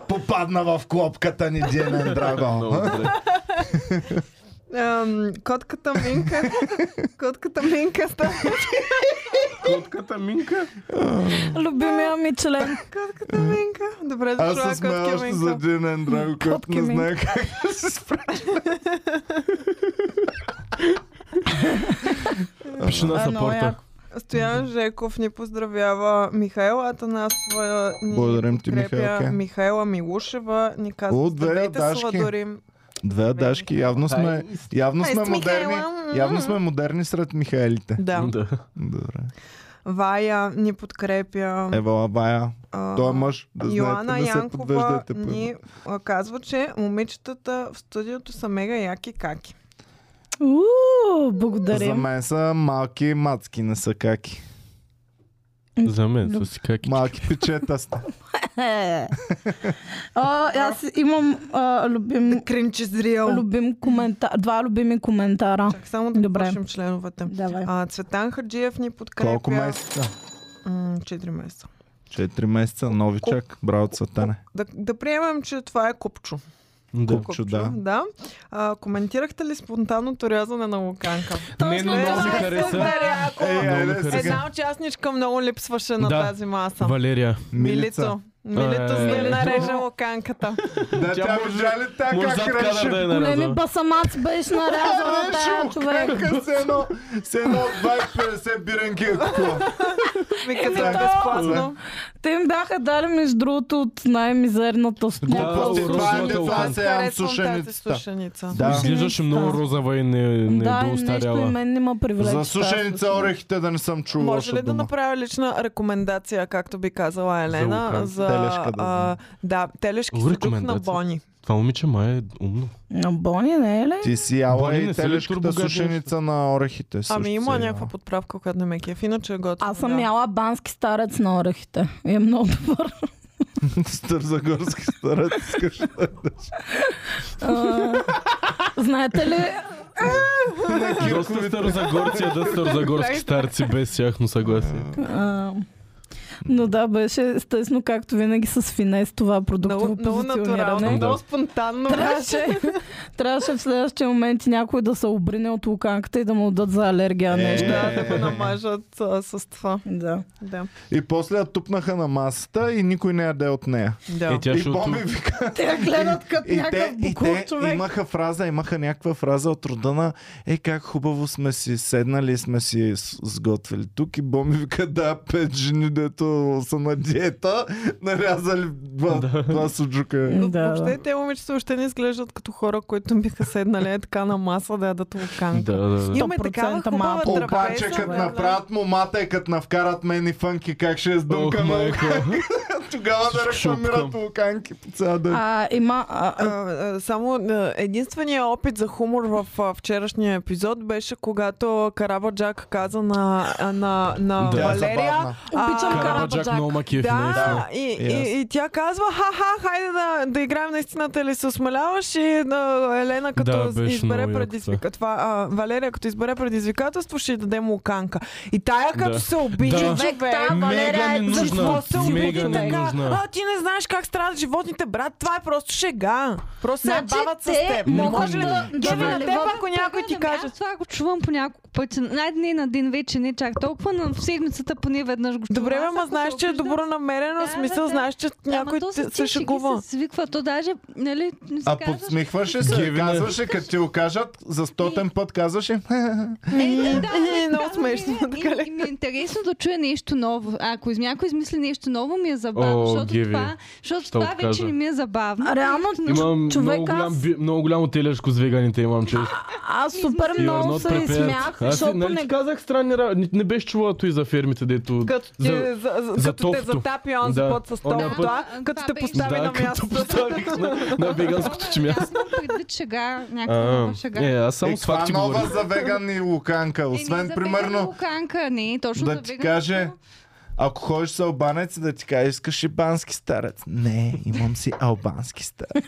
Speaker 1: Попадна в клопката ни, Диенен Драго.
Speaker 3: Ам, котката
Speaker 1: [laughs]
Speaker 3: Минка. котката Минка стана.
Speaker 6: Котката Минка.
Speaker 2: Любимия ми член.
Speaker 3: Котката Минка. Добре
Speaker 1: Аз
Speaker 3: дошла,
Speaker 1: се смея
Speaker 3: котка
Speaker 1: още за
Speaker 3: Минка.
Speaker 1: Диенен Драго, който
Speaker 2: Котки
Speaker 1: не знае
Speaker 2: Минка.
Speaker 1: как да се спре.
Speaker 4: Пише на
Speaker 2: А, много
Speaker 4: сапорта.
Speaker 2: яко.
Speaker 3: Стоян Жеков ни поздравява. Михайла Атанасова ни
Speaker 1: Благодарим ти,
Speaker 3: подкрепя.
Speaker 1: Михайлка.
Speaker 3: Михайла Милушева ни
Speaker 1: О, две
Speaker 3: казва. Здравейте,
Speaker 1: ядашки.
Speaker 3: Саладорим.
Speaker 1: Две дашки, явно сме, явно
Speaker 3: Ай,
Speaker 1: сме
Speaker 3: с
Speaker 1: модерни.
Speaker 3: Михайла.
Speaker 1: Явно сме модерни сред Михайлите.
Speaker 3: Да.
Speaker 4: Да.
Speaker 1: Добре.
Speaker 3: Вая ни подкрепя.
Speaker 1: Ева Лабая,
Speaker 3: А,
Speaker 1: Е, той е мъж, да знаете,
Speaker 3: Йоанна
Speaker 1: не се
Speaker 3: Янкова
Speaker 1: подвеждайте. по
Speaker 3: ни
Speaker 1: едно.
Speaker 3: а, казва, че момичетата в студиото са мега яки каки.
Speaker 2: Уу,
Speaker 1: За
Speaker 2: [laughs] Благодарим.
Speaker 1: мен са малки мацки, не са каки.
Speaker 4: За мен, с как
Speaker 1: Малки печета
Speaker 3: [laughs]
Speaker 1: сте.
Speaker 2: Е. А, Аз имам а, любим,
Speaker 3: Кринче зрел.
Speaker 2: любим коментар, два любими коментара.
Speaker 3: Чак само да
Speaker 2: Добре.
Speaker 3: започнем членовете.
Speaker 2: Давай.
Speaker 3: А, Цветан Хаджиев ни подкрепя.
Speaker 1: Колко месеца?
Speaker 3: М, Четири месеца.
Speaker 1: Четири месеца, новичък, браво Цветане.
Speaker 3: Да, да приемем, че това е купчо.
Speaker 4: Да.
Speaker 1: Купчо, да.
Speaker 3: да. А, коментирахте ли спонтанното рязане на Луканка?
Speaker 4: Мен много ми
Speaker 3: Е,
Speaker 4: хареса.
Speaker 3: супер яко.
Speaker 1: Ей,
Speaker 4: Много
Speaker 1: айде
Speaker 4: ми хареса.
Speaker 1: сега.
Speaker 3: Една участничка много липсваше на
Speaker 4: Да.
Speaker 3: тази маса.
Speaker 4: Валерия.
Speaker 1: Милица.
Speaker 3: Милицо. Милицо
Speaker 4: Е,
Speaker 3: се
Speaker 4: Милицо.
Speaker 3: нареже луканката.
Speaker 1: Да,
Speaker 4: Тя
Speaker 1: тя
Speaker 4: може-
Speaker 1: можа ли така
Speaker 4: Може зад
Speaker 1: как
Speaker 4: кадър
Speaker 1: реши? [laughs]
Speaker 4: да е
Speaker 2: Големи
Speaker 4: нарязала.
Speaker 2: басамаци беше нарязана тая човек.
Speaker 1: Човека с е едно, с едно 2,50
Speaker 3: [laughs]
Speaker 1: биренки е купила.
Speaker 3: Ми като
Speaker 1: Да.
Speaker 3: е безплатно.
Speaker 2: Те им бяха дали между другото от най-мизерната
Speaker 4: Да,
Speaker 2: стока.
Speaker 1: Глупости, това е
Speaker 4: розовата
Speaker 1: това
Speaker 4: луканка.
Speaker 1: се ям
Speaker 3: Харесвам тази
Speaker 1: сушеницата.
Speaker 3: сушеница.
Speaker 1: Да.
Speaker 4: Изглеждаше много розова и не, е не
Speaker 2: Да,
Speaker 4: до
Speaker 2: и нещо и
Speaker 4: устаряла.
Speaker 2: мен не ма привлече.
Speaker 1: За
Speaker 2: тази
Speaker 1: сушеница
Speaker 2: сушеница.
Speaker 1: орехите да не съм чул
Speaker 3: Може
Speaker 1: лоша
Speaker 3: ли да
Speaker 1: дума.
Speaker 3: направя лична рекомендация, както би казала Елена,
Speaker 4: лукан.
Speaker 3: за,
Speaker 1: Телешка да
Speaker 3: а, да, телешки
Speaker 4: Добре,
Speaker 3: суджук на
Speaker 4: рекомендация.
Speaker 3: Бони.
Speaker 4: Това момиче май е умно.
Speaker 2: На Бони, не е ли?
Speaker 1: Ти си яла
Speaker 4: Бони,
Speaker 1: и
Speaker 4: не си ли
Speaker 1: телешката
Speaker 4: турбогазен?
Speaker 1: сушеница на орехите. също
Speaker 3: Ами
Speaker 1: си
Speaker 3: има
Speaker 1: е
Speaker 3: някаква
Speaker 1: яла.
Speaker 3: подправка, която не ме кеф, иначе е готово.
Speaker 2: Аз съм
Speaker 3: да.
Speaker 2: яла бански старец на орехите. И е много добър.
Speaker 1: [laughs] Стързагорски старец. искаш да-
Speaker 2: А, [laughs] Знаете ли,
Speaker 4: Е, Доста старозагорци ядат старозагорски старци без тяхно съгласие.
Speaker 2: а, но да, беше естествено, както винаги с финес това продуктово
Speaker 3: Много, много натурално,
Speaker 2: позициониране.
Speaker 3: много спонтанно.
Speaker 2: Трябваше,
Speaker 4: [laughs]
Speaker 2: трябваше в следващия момент и някой да се обрине от луканката и да му отдат за алергия
Speaker 1: Е.
Speaker 2: нещо.
Speaker 3: Да, да го намажат а, с това.
Speaker 2: Да.
Speaker 3: Да.
Speaker 1: И после я тупнаха на масата и никой не яде от нея.
Speaker 4: Е,
Speaker 3: да.
Speaker 4: тя
Speaker 1: и
Speaker 4: ще
Speaker 1: Боми
Speaker 4: оту-
Speaker 1: вика,
Speaker 2: [laughs] Те гледат като
Speaker 1: и
Speaker 2: някакъв
Speaker 1: те, и
Speaker 2: буков
Speaker 1: те
Speaker 2: човек.
Speaker 1: имаха фраза, имаха някаква фраза от рода на е как хубаво сме си седнали, и сме си с- сготвили тук и Боми вика да, пет жени, дето са на диета, нарязали два, два суджука.
Speaker 3: Но
Speaker 2: Да,
Speaker 3: Въобще
Speaker 2: да.
Speaker 3: те момичета още не изглеждат като хора, които биха седнали [laughs] е така на маса да ядат луканка.
Speaker 4: Да, да, да.
Speaker 3: Имаме такава
Speaker 2: 100%
Speaker 3: хубава
Speaker 2: малко.
Speaker 3: трапеза.
Speaker 1: Обаче, като
Speaker 3: да.
Speaker 1: направят момата и като навкарат мен и фънки, как ще е
Speaker 4: Ох,
Speaker 1: сдънка на
Speaker 4: майко.
Speaker 1: тогава да
Speaker 4: Ще
Speaker 1: рекламират
Speaker 4: шупкам.
Speaker 1: луканки по цял ден.
Speaker 2: А, има, а,
Speaker 3: А, а, само а, единствения опит за хумор в а, вчерашния епизод беше когато Карабаджак каза на, а, на, на
Speaker 4: Да.
Speaker 3: Валерия.
Speaker 1: забавна.
Speaker 3: а,
Speaker 2: Обичам
Speaker 4: Карабаджак
Speaker 2: Карабаджак.
Speaker 4: много макиев.
Speaker 3: Да, и,
Speaker 1: Yes.
Speaker 3: и, и тя казва, ха-ха, хайде да, да играем наистината или се осмеляваш и а, Елена като
Speaker 4: Да,
Speaker 3: да,
Speaker 4: беше
Speaker 3: избере
Speaker 4: много яко
Speaker 3: предизвикателство, това, а, Валерия като избере предизвикателство ще й дадем луканка. И тая като
Speaker 4: Да.
Speaker 3: се обиди,
Speaker 4: Да.
Speaker 3: човек,
Speaker 2: Човек, там, Валерия,
Speaker 4: Мега
Speaker 2: е-
Speaker 3: за какво
Speaker 4: ненужна.
Speaker 3: се обиди
Speaker 4: Мега
Speaker 3: така?
Speaker 4: ненужна.
Speaker 3: А, ти не знаеш как страдат животните, брат, това е просто шега. Просто се
Speaker 2: Значи,
Speaker 3: бават с
Speaker 2: те
Speaker 3: теб.
Speaker 2: могат
Speaker 3: Може ли
Speaker 2: да- да
Speaker 3: Геви, на
Speaker 2: наливат
Speaker 3: теб, ако някой ти
Speaker 7: Ами
Speaker 3: каже...
Speaker 7: Аз това го чувам по няколко пъти. Най-дни на ден вече не чак толкова, на в седмицата поне веднъж го чувам.
Speaker 3: Добре,
Speaker 7: Аз
Speaker 3: ама
Speaker 7: ако
Speaker 3: знаеш,
Speaker 7: се
Speaker 3: че е
Speaker 7: обиждам,
Speaker 3: добронамерено, в
Speaker 7: Да,
Speaker 3: смисъл,
Speaker 7: да,
Speaker 3: знаеш, че
Speaker 7: ама
Speaker 3: някой
Speaker 7: то с
Speaker 3: те-
Speaker 7: тия
Speaker 3: се
Speaker 7: шеги
Speaker 3: шегува.
Speaker 7: се свиква, то даже, нали, не си
Speaker 1: А
Speaker 7: казваш.
Speaker 1: подсмихваше се,
Speaker 4: Гивина.
Speaker 1: казваше, като ти го кажат, за стотен път казваше.
Speaker 7: Е, да,
Speaker 3: Е, много
Speaker 7: да,
Speaker 3: смешно,
Speaker 7: ми е-
Speaker 3: така ли?
Speaker 7: и- и Ми е интересно да чуя нещо ново. Ако из- някой измисли нещо ново, ми е забавно,
Speaker 4: О,
Speaker 7: защото
Speaker 4: Геви,
Speaker 7: това, защото
Speaker 4: ще
Speaker 7: това
Speaker 4: откажа.
Speaker 7: вече не ми е забавно.
Speaker 2: А, Реално,
Speaker 4: Имам
Speaker 2: ч- човек
Speaker 4: много,
Speaker 2: аз,
Speaker 4: голям, би, много голямо телешко с веганите имам чест.
Speaker 2: аз супер
Speaker 4: You are
Speaker 2: много
Speaker 4: not
Speaker 2: се
Speaker 4: prepared.
Speaker 2: изсмях,
Speaker 4: Аз
Speaker 2: защото
Speaker 4: ти, нали,
Speaker 2: не
Speaker 4: ти казах странни работи. Не, не беше чувала и за фермите, дето...
Speaker 3: Като, ти,
Speaker 4: за-
Speaker 3: за, за,
Speaker 4: за
Speaker 3: като те
Speaker 4: тофто.
Speaker 3: затапи онзи
Speaker 4: Да.
Speaker 3: път с
Speaker 4: Оня
Speaker 3: толкова,
Speaker 7: път.
Speaker 3: като
Speaker 7: Това
Speaker 3: те
Speaker 7: беше-
Speaker 3: постави
Speaker 4: да,
Speaker 3: на място.
Speaker 4: като поставих на, на веганското ти място.
Speaker 7: Аз имам е предвид шега, някаква
Speaker 4: А,
Speaker 7: нова шега.
Speaker 4: е, аз само
Speaker 1: Е,
Speaker 4: с факти
Speaker 1: каква
Speaker 4: говоря.
Speaker 1: нова за веган и луканка?
Speaker 7: Е, не
Speaker 1: Освен,
Speaker 7: за
Speaker 1: примерно,
Speaker 7: вегана Луканка, не, точно за
Speaker 1: да ти
Speaker 7: вегана,
Speaker 1: каже, ако ходиш с албанец, да ти каже, искаш ли бански старец? Не, имам си албански старец.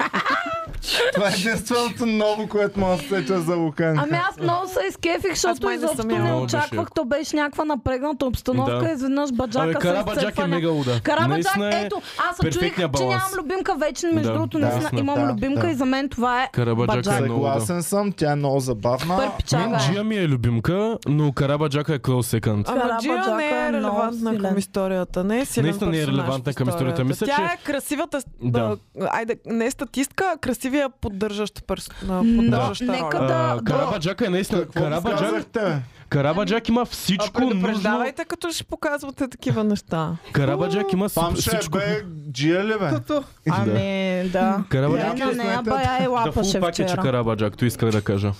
Speaker 1: Това е единственото ново, което мога да се сетя за Луканка.
Speaker 2: Ами аз много се изкефих,
Speaker 3: Аз
Speaker 2: защото
Speaker 3: май не съм
Speaker 2: изобщо
Speaker 3: я.
Speaker 2: не
Speaker 4: Много беше
Speaker 2: очаквах.
Speaker 4: яко.
Speaker 2: То беше някаква напрегната обстановка.
Speaker 4: Да.
Speaker 2: Изведнъж
Speaker 4: Абе,
Speaker 2: баджака се
Speaker 4: Карабаджак е
Speaker 2: изцепва.
Speaker 4: мега
Speaker 2: на-
Speaker 4: луда.
Speaker 2: Карабаджак,
Speaker 4: Наистина е
Speaker 2: ето, аз се чуих,
Speaker 4: перфектния
Speaker 2: че
Speaker 4: баланс.
Speaker 2: нямам любимка вече, между
Speaker 4: Да,
Speaker 2: другото,
Speaker 1: да,
Speaker 2: наистина
Speaker 1: да,
Speaker 2: имам
Speaker 1: да,
Speaker 2: любимка
Speaker 1: да.
Speaker 2: и за мен това е
Speaker 4: Карабаджак е
Speaker 2: баджак.
Speaker 4: много.
Speaker 1: Съгласен съм, тя е много забавна.
Speaker 2: Пърпичага
Speaker 1: но-
Speaker 2: е.
Speaker 4: Джия ми е любимка, но Карабаджака е close second.
Speaker 3: Ама Джио не
Speaker 2: Карабаджака
Speaker 3: е
Speaker 2: е много
Speaker 3: релевантна
Speaker 2: силен.
Speaker 3: към историята. Не е силен
Speaker 4: Наистина не е
Speaker 3: персонаж в
Speaker 4: релевантна към историята. Мисля,
Speaker 3: Тя
Speaker 4: че-
Speaker 3: е красивата...
Speaker 4: Да.
Speaker 3: Да. Айде, не е статистка, а красивия поддържащ перс... а,
Speaker 2: М,
Speaker 3: поддържаща
Speaker 2: да.
Speaker 3: роля.
Speaker 2: Нека да-
Speaker 4: А,
Speaker 2: да.
Speaker 4: Карабаджак е наистина.
Speaker 1: Какво ми
Speaker 4: Карабаджак,
Speaker 1: казахте?
Speaker 4: Карабаджак има
Speaker 3: А
Speaker 4: всичко нужно.
Speaker 3: предупреждавайте, като ще показвате такива неща.
Speaker 4: Карабаджак има с-
Speaker 1: Пам ще е
Speaker 4: всичко.
Speaker 1: бе Джия ли бе?
Speaker 2: Ами, да.
Speaker 4: Карабаджак
Speaker 2: Реално нея
Speaker 1: знаете,
Speaker 2: бая е
Speaker 4: да фул
Speaker 2: лапаше
Speaker 4: пакет, че
Speaker 2: вчера.
Speaker 4: Карабаджак, то исках да кажа.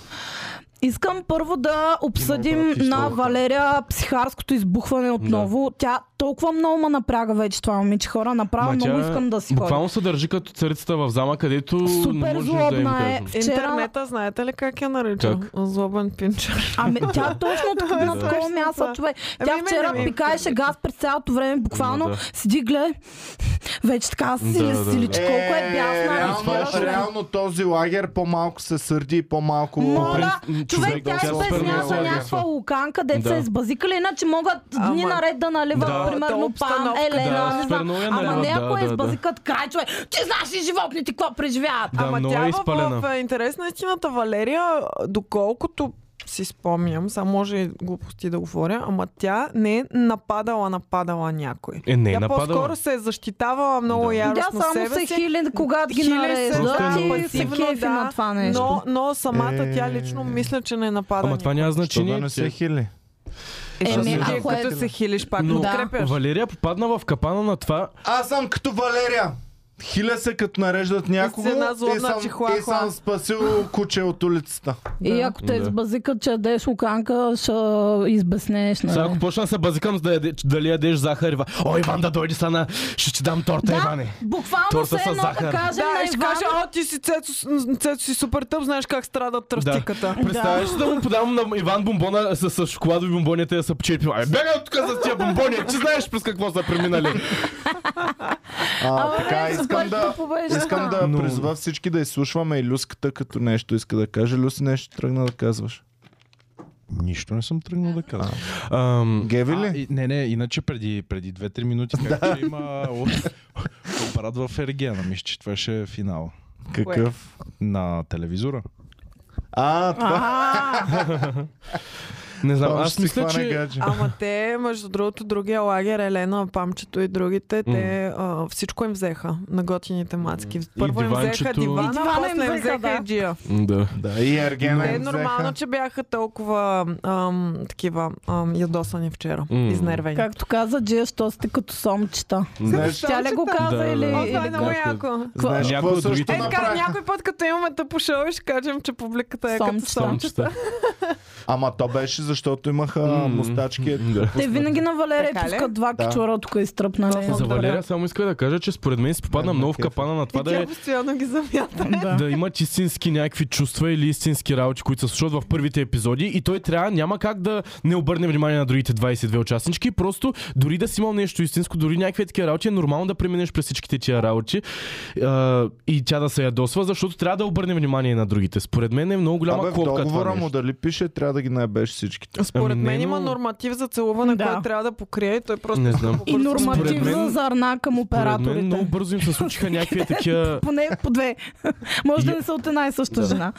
Speaker 2: Искам първо да обсъдим
Speaker 1: обратиш
Speaker 2: на
Speaker 1: долу.
Speaker 2: Валерия психарското избухване отново. Тя толкова много ме напряга вече това момиче хора. Направо
Speaker 4: Ма
Speaker 2: много
Speaker 4: тя
Speaker 2: искам да си ходя.
Speaker 4: Буквално се държи като царицата в зама, където не
Speaker 2: Супер
Speaker 4: можеш да им
Speaker 2: злобна е.
Speaker 4: кажеш.
Speaker 2: Вчера
Speaker 3: Интернета, знаете ли как я нарича? Злобен пинчер.
Speaker 2: Ами
Speaker 4: [laughs]
Speaker 2: тя точно така на такова
Speaker 3: Страшно
Speaker 2: място,
Speaker 3: това.
Speaker 2: човек.
Speaker 3: Ами,
Speaker 2: Тя
Speaker 3: мен
Speaker 2: вчера
Speaker 3: не ми е
Speaker 2: пикаеше газ през цялото време, буквално
Speaker 4: Да.
Speaker 2: седи гле. Вече така сили,
Speaker 4: Да, да, е да.
Speaker 2: силичко, колко е бясна.
Speaker 1: реално,
Speaker 2: разбираш ли?
Speaker 1: реално този лагер по-малко се сърди и по-малко...
Speaker 2: Моля,
Speaker 4: принцип, човек,
Speaker 2: човек, тя
Speaker 4: тя
Speaker 2: е
Speaker 4: се
Speaker 2: песня
Speaker 4: супер
Speaker 2: за
Speaker 4: много
Speaker 2: някаква
Speaker 4: харесва.
Speaker 2: луканка,
Speaker 4: Да.
Speaker 2: деца се избазикали, иначе могат дни
Speaker 3: Ама-
Speaker 2: наред да налива,
Speaker 3: Та
Speaker 4: Да.
Speaker 2: примерно, пан,
Speaker 3: обстановка,
Speaker 4: да,
Speaker 2: Елена, не
Speaker 4: супер
Speaker 2: знам.
Speaker 4: много я
Speaker 2: Ама
Speaker 4: наливат,
Speaker 2: не
Speaker 4: да,
Speaker 2: ако
Speaker 4: да,
Speaker 2: е
Speaker 4: да.
Speaker 2: избазикат край, човек, ти знаеш ли животните какво преживяват?
Speaker 4: Да,
Speaker 3: Ама
Speaker 4: много
Speaker 3: тя
Speaker 4: е
Speaker 3: в,
Speaker 4: изпалена.
Speaker 3: в интерес на истината Валерия, доколкото си спомням, само може и глупости да говоря, ама тя не е нападала, нападала някой.
Speaker 4: Е, не е
Speaker 3: тя
Speaker 4: нападала.
Speaker 3: по-скоро се е защитавала много
Speaker 4: Да. е
Speaker 2: Тя
Speaker 3: яростно
Speaker 2: само
Speaker 3: себе
Speaker 2: се
Speaker 3: си.
Speaker 2: хили, когато ги
Speaker 3: Хили се,
Speaker 4: да,
Speaker 2: нареждат и се
Speaker 3: пасивно,
Speaker 2: кефи
Speaker 3: да,
Speaker 2: на това нещо.
Speaker 3: Но, но самата
Speaker 1: Е.
Speaker 3: тя лично мисля, че не е напада.
Speaker 4: Ама това няма
Speaker 1: Що да
Speaker 4: значение.
Speaker 1: не
Speaker 4: че- е-
Speaker 1: се хили?
Speaker 2: Еми,
Speaker 4: Аз съм-
Speaker 2: ако е...
Speaker 3: като се хилиш пак,
Speaker 4: Но-
Speaker 3: но, подкрепяш.
Speaker 4: Валерия попадна в капана на това,
Speaker 1: Аз съм като Валерия. Хиля се като нареждат някого
Speaker 3: една злобна
Speaker 1: и съм,
Speaker 3: чихуахуа.
Speaker 1: и съм спасил куче от улицата.
Speaker 2: И ако те
Speaker 4: Да.
Speaker 2: избазикат, че ядеш луканка, ще избеснеш. нали?
Speaker 4: Сега ако почна да се базикам за да яде, че дали ядеш захар, Ива. О, Иван, да дойде сана, ще ти дам торта,
Speaker 2: Да,
Speaker 4: е Иване.
Speaker 2: буквално
Speaker 4: Торта
Speaker 2: се
Speaker 4: с
Speaker 2: едно да
Speaker 4: захар.
Speaker 2: кажем
Speaker 3: Да,
Speaker 2: на
Speaker 3: и ще
Speaker 2: Иван,
Speaker 3: кажа, о, ти си цецо, с- цецо си супер тъп, знаеш как страдат тръстиката.
Speaker 4: Представяш си да му подавам на Иван бомбона с, с шоколадови бомбони, те да Е, са почерпи. Ай, бягай от тук с тия бомбони, ти знаеш през какво са преминали.
Speaker 1: А,
Speaker 2: Абе,
Speaker 1: така,
Speaker 2: супер,
Speaker 1: искам да,
Speaker 2: топове,
Speaker 1: искам да
Speaker 4: Но-
Speaker 1: призва всички да изслушваме и Люската като нещо иска да каже. Люси нещо тръгна да казваш.
Speaker 5: Нищо не съм тръгнал да казвам.
Speaker 4: Ам,
Speaker 1: Геви
Speaker 5: А,
Speaker 1: ли?
Speaker 5: и- не, не, иначе преди, преди
Speaker 4: [laughs]
Speaker 5: 2-3 минути как че има о- парад в Ергена. Мисля, че това ще е финал
Speaker 1: Какъв?
Speaker 5: на телевизора.
Speaker 1: А, това
Speaker 4: не знам,
Speaker 1: Пам
Speaker 4: аз
Speaker 1: ще си
Speaker 4: мисля,
Speaker 1: хване
Speaker 4: че...
Speaker 1: гадже.
Speaker 3: Ама те, между другото, другия лагер, Елена, Памчето и другите, те а, всичко им взеха на готините мацки. Първо им взеха
Speaker 4: диванчето.
Speaker 3: дивана,
Speaker 2: И дивана им
Speaker 3: после им взеха
Speaker 2: взеха, да.
Speaker 3: и джия.
Speaker 4: Да.
Speaker 1: Да, и Ергена
Speaker 3: Е
Speaker 1: им
Speaker 3: нормално,
Speaker 1: взеха.
Speaker 3: че бяха толкова ам, такива ам, ядосани вчера,
Speaker 4: М.
Speaker 3: изнервени.
Speaker 2: Както каза Джия, що сте като сомчета.
Speaker 1: Знаеш,
Speaker 2: Тя ли го
Speaker 4: Да,
Speaker 2: каза
Speaker 4: да, да.
Speaker 2: или...
Speaker 3: О, това
Speaker 2: или
Speaker 3: е много
Speaker 4: как-
Speaker 3: яко.
Speaker 1: знаеш
Speaker 4: Някой
Speaker 1: какво
Speaker 4: от
Speaker 1: също
Speaker 4: другите.
Speaker 3: Е, така,
Speaker 1: направиха?
Speaker 3: някой път, като имаме тъпо шоу, ще кажем, че публиката е като
Speaker 2: Сомчета.
Speaker 3: сомче.
Speaker 4: Томчета.
Speaker 1: Ама то беше защото имаха
Speaker 4: М,
Speaker 1: мустачки.
Speaker 4: Да.
Speaker 2: Те винаги на Валерия
Speaker 3: Така ли?
Speaker 2: пускат два
Speaker 1: Да.
Speaker 2: кичура, тук е изтръпнали.
Speaker 4: За Валерия само иска да кажа, че според мен си попадна
Speaker 1: Мен ме
Speaker 4: много в
Speaker 1: кефи.
Speaker 4: капана на това
Speaker 3: И
Speaker 4: да
Speaker 3: тя
Speaker 4: е
Speaker 3: постоянно ги замята.
Speaker 2: Да.
Speaker 4: да имат истински някакви чувства или истински работи, които се случват в първите епизоди и той трябва, няма как да не обърне внимание на другите 22 участнички, просто дори да си имал нещо истинско, дори някакви такива работи, е нормално да преминеш през всичките тия работи а, и тя да се ядосва, защото трябва да обърне внимание на другите. Според мен е много голяма
Speaker 1: Абе, в
Speaker 4: клопка
Speaker 1: договора
Speaker 4: това
Speaker 1: му
Speaker 4: нещо.
Speaker 1: дали пише, трябва да ги наебеш всичките.
Speaker 3: Според
Speaker 4: Ами не,
Speaker 3: мен
Speaker 4: но-
Speaker 3: има норматив за целуване,
Speaker 2: Да.
Speaker 3: който трябва да покрие и той просто...
Speaker 4: Не знам.
Speaker 2: И норматив
Speaker 4: Според мен-
Speaker 2: за зърна към
Speaker 4: Според мен много
Speaker 2: операторите.
Speaker 4: бързо им се случиха някакви такива
Speaker 2: Поне по две. [laughs] Може да
Speaker 4: И-
Speaker 2: не са от една и съща жена.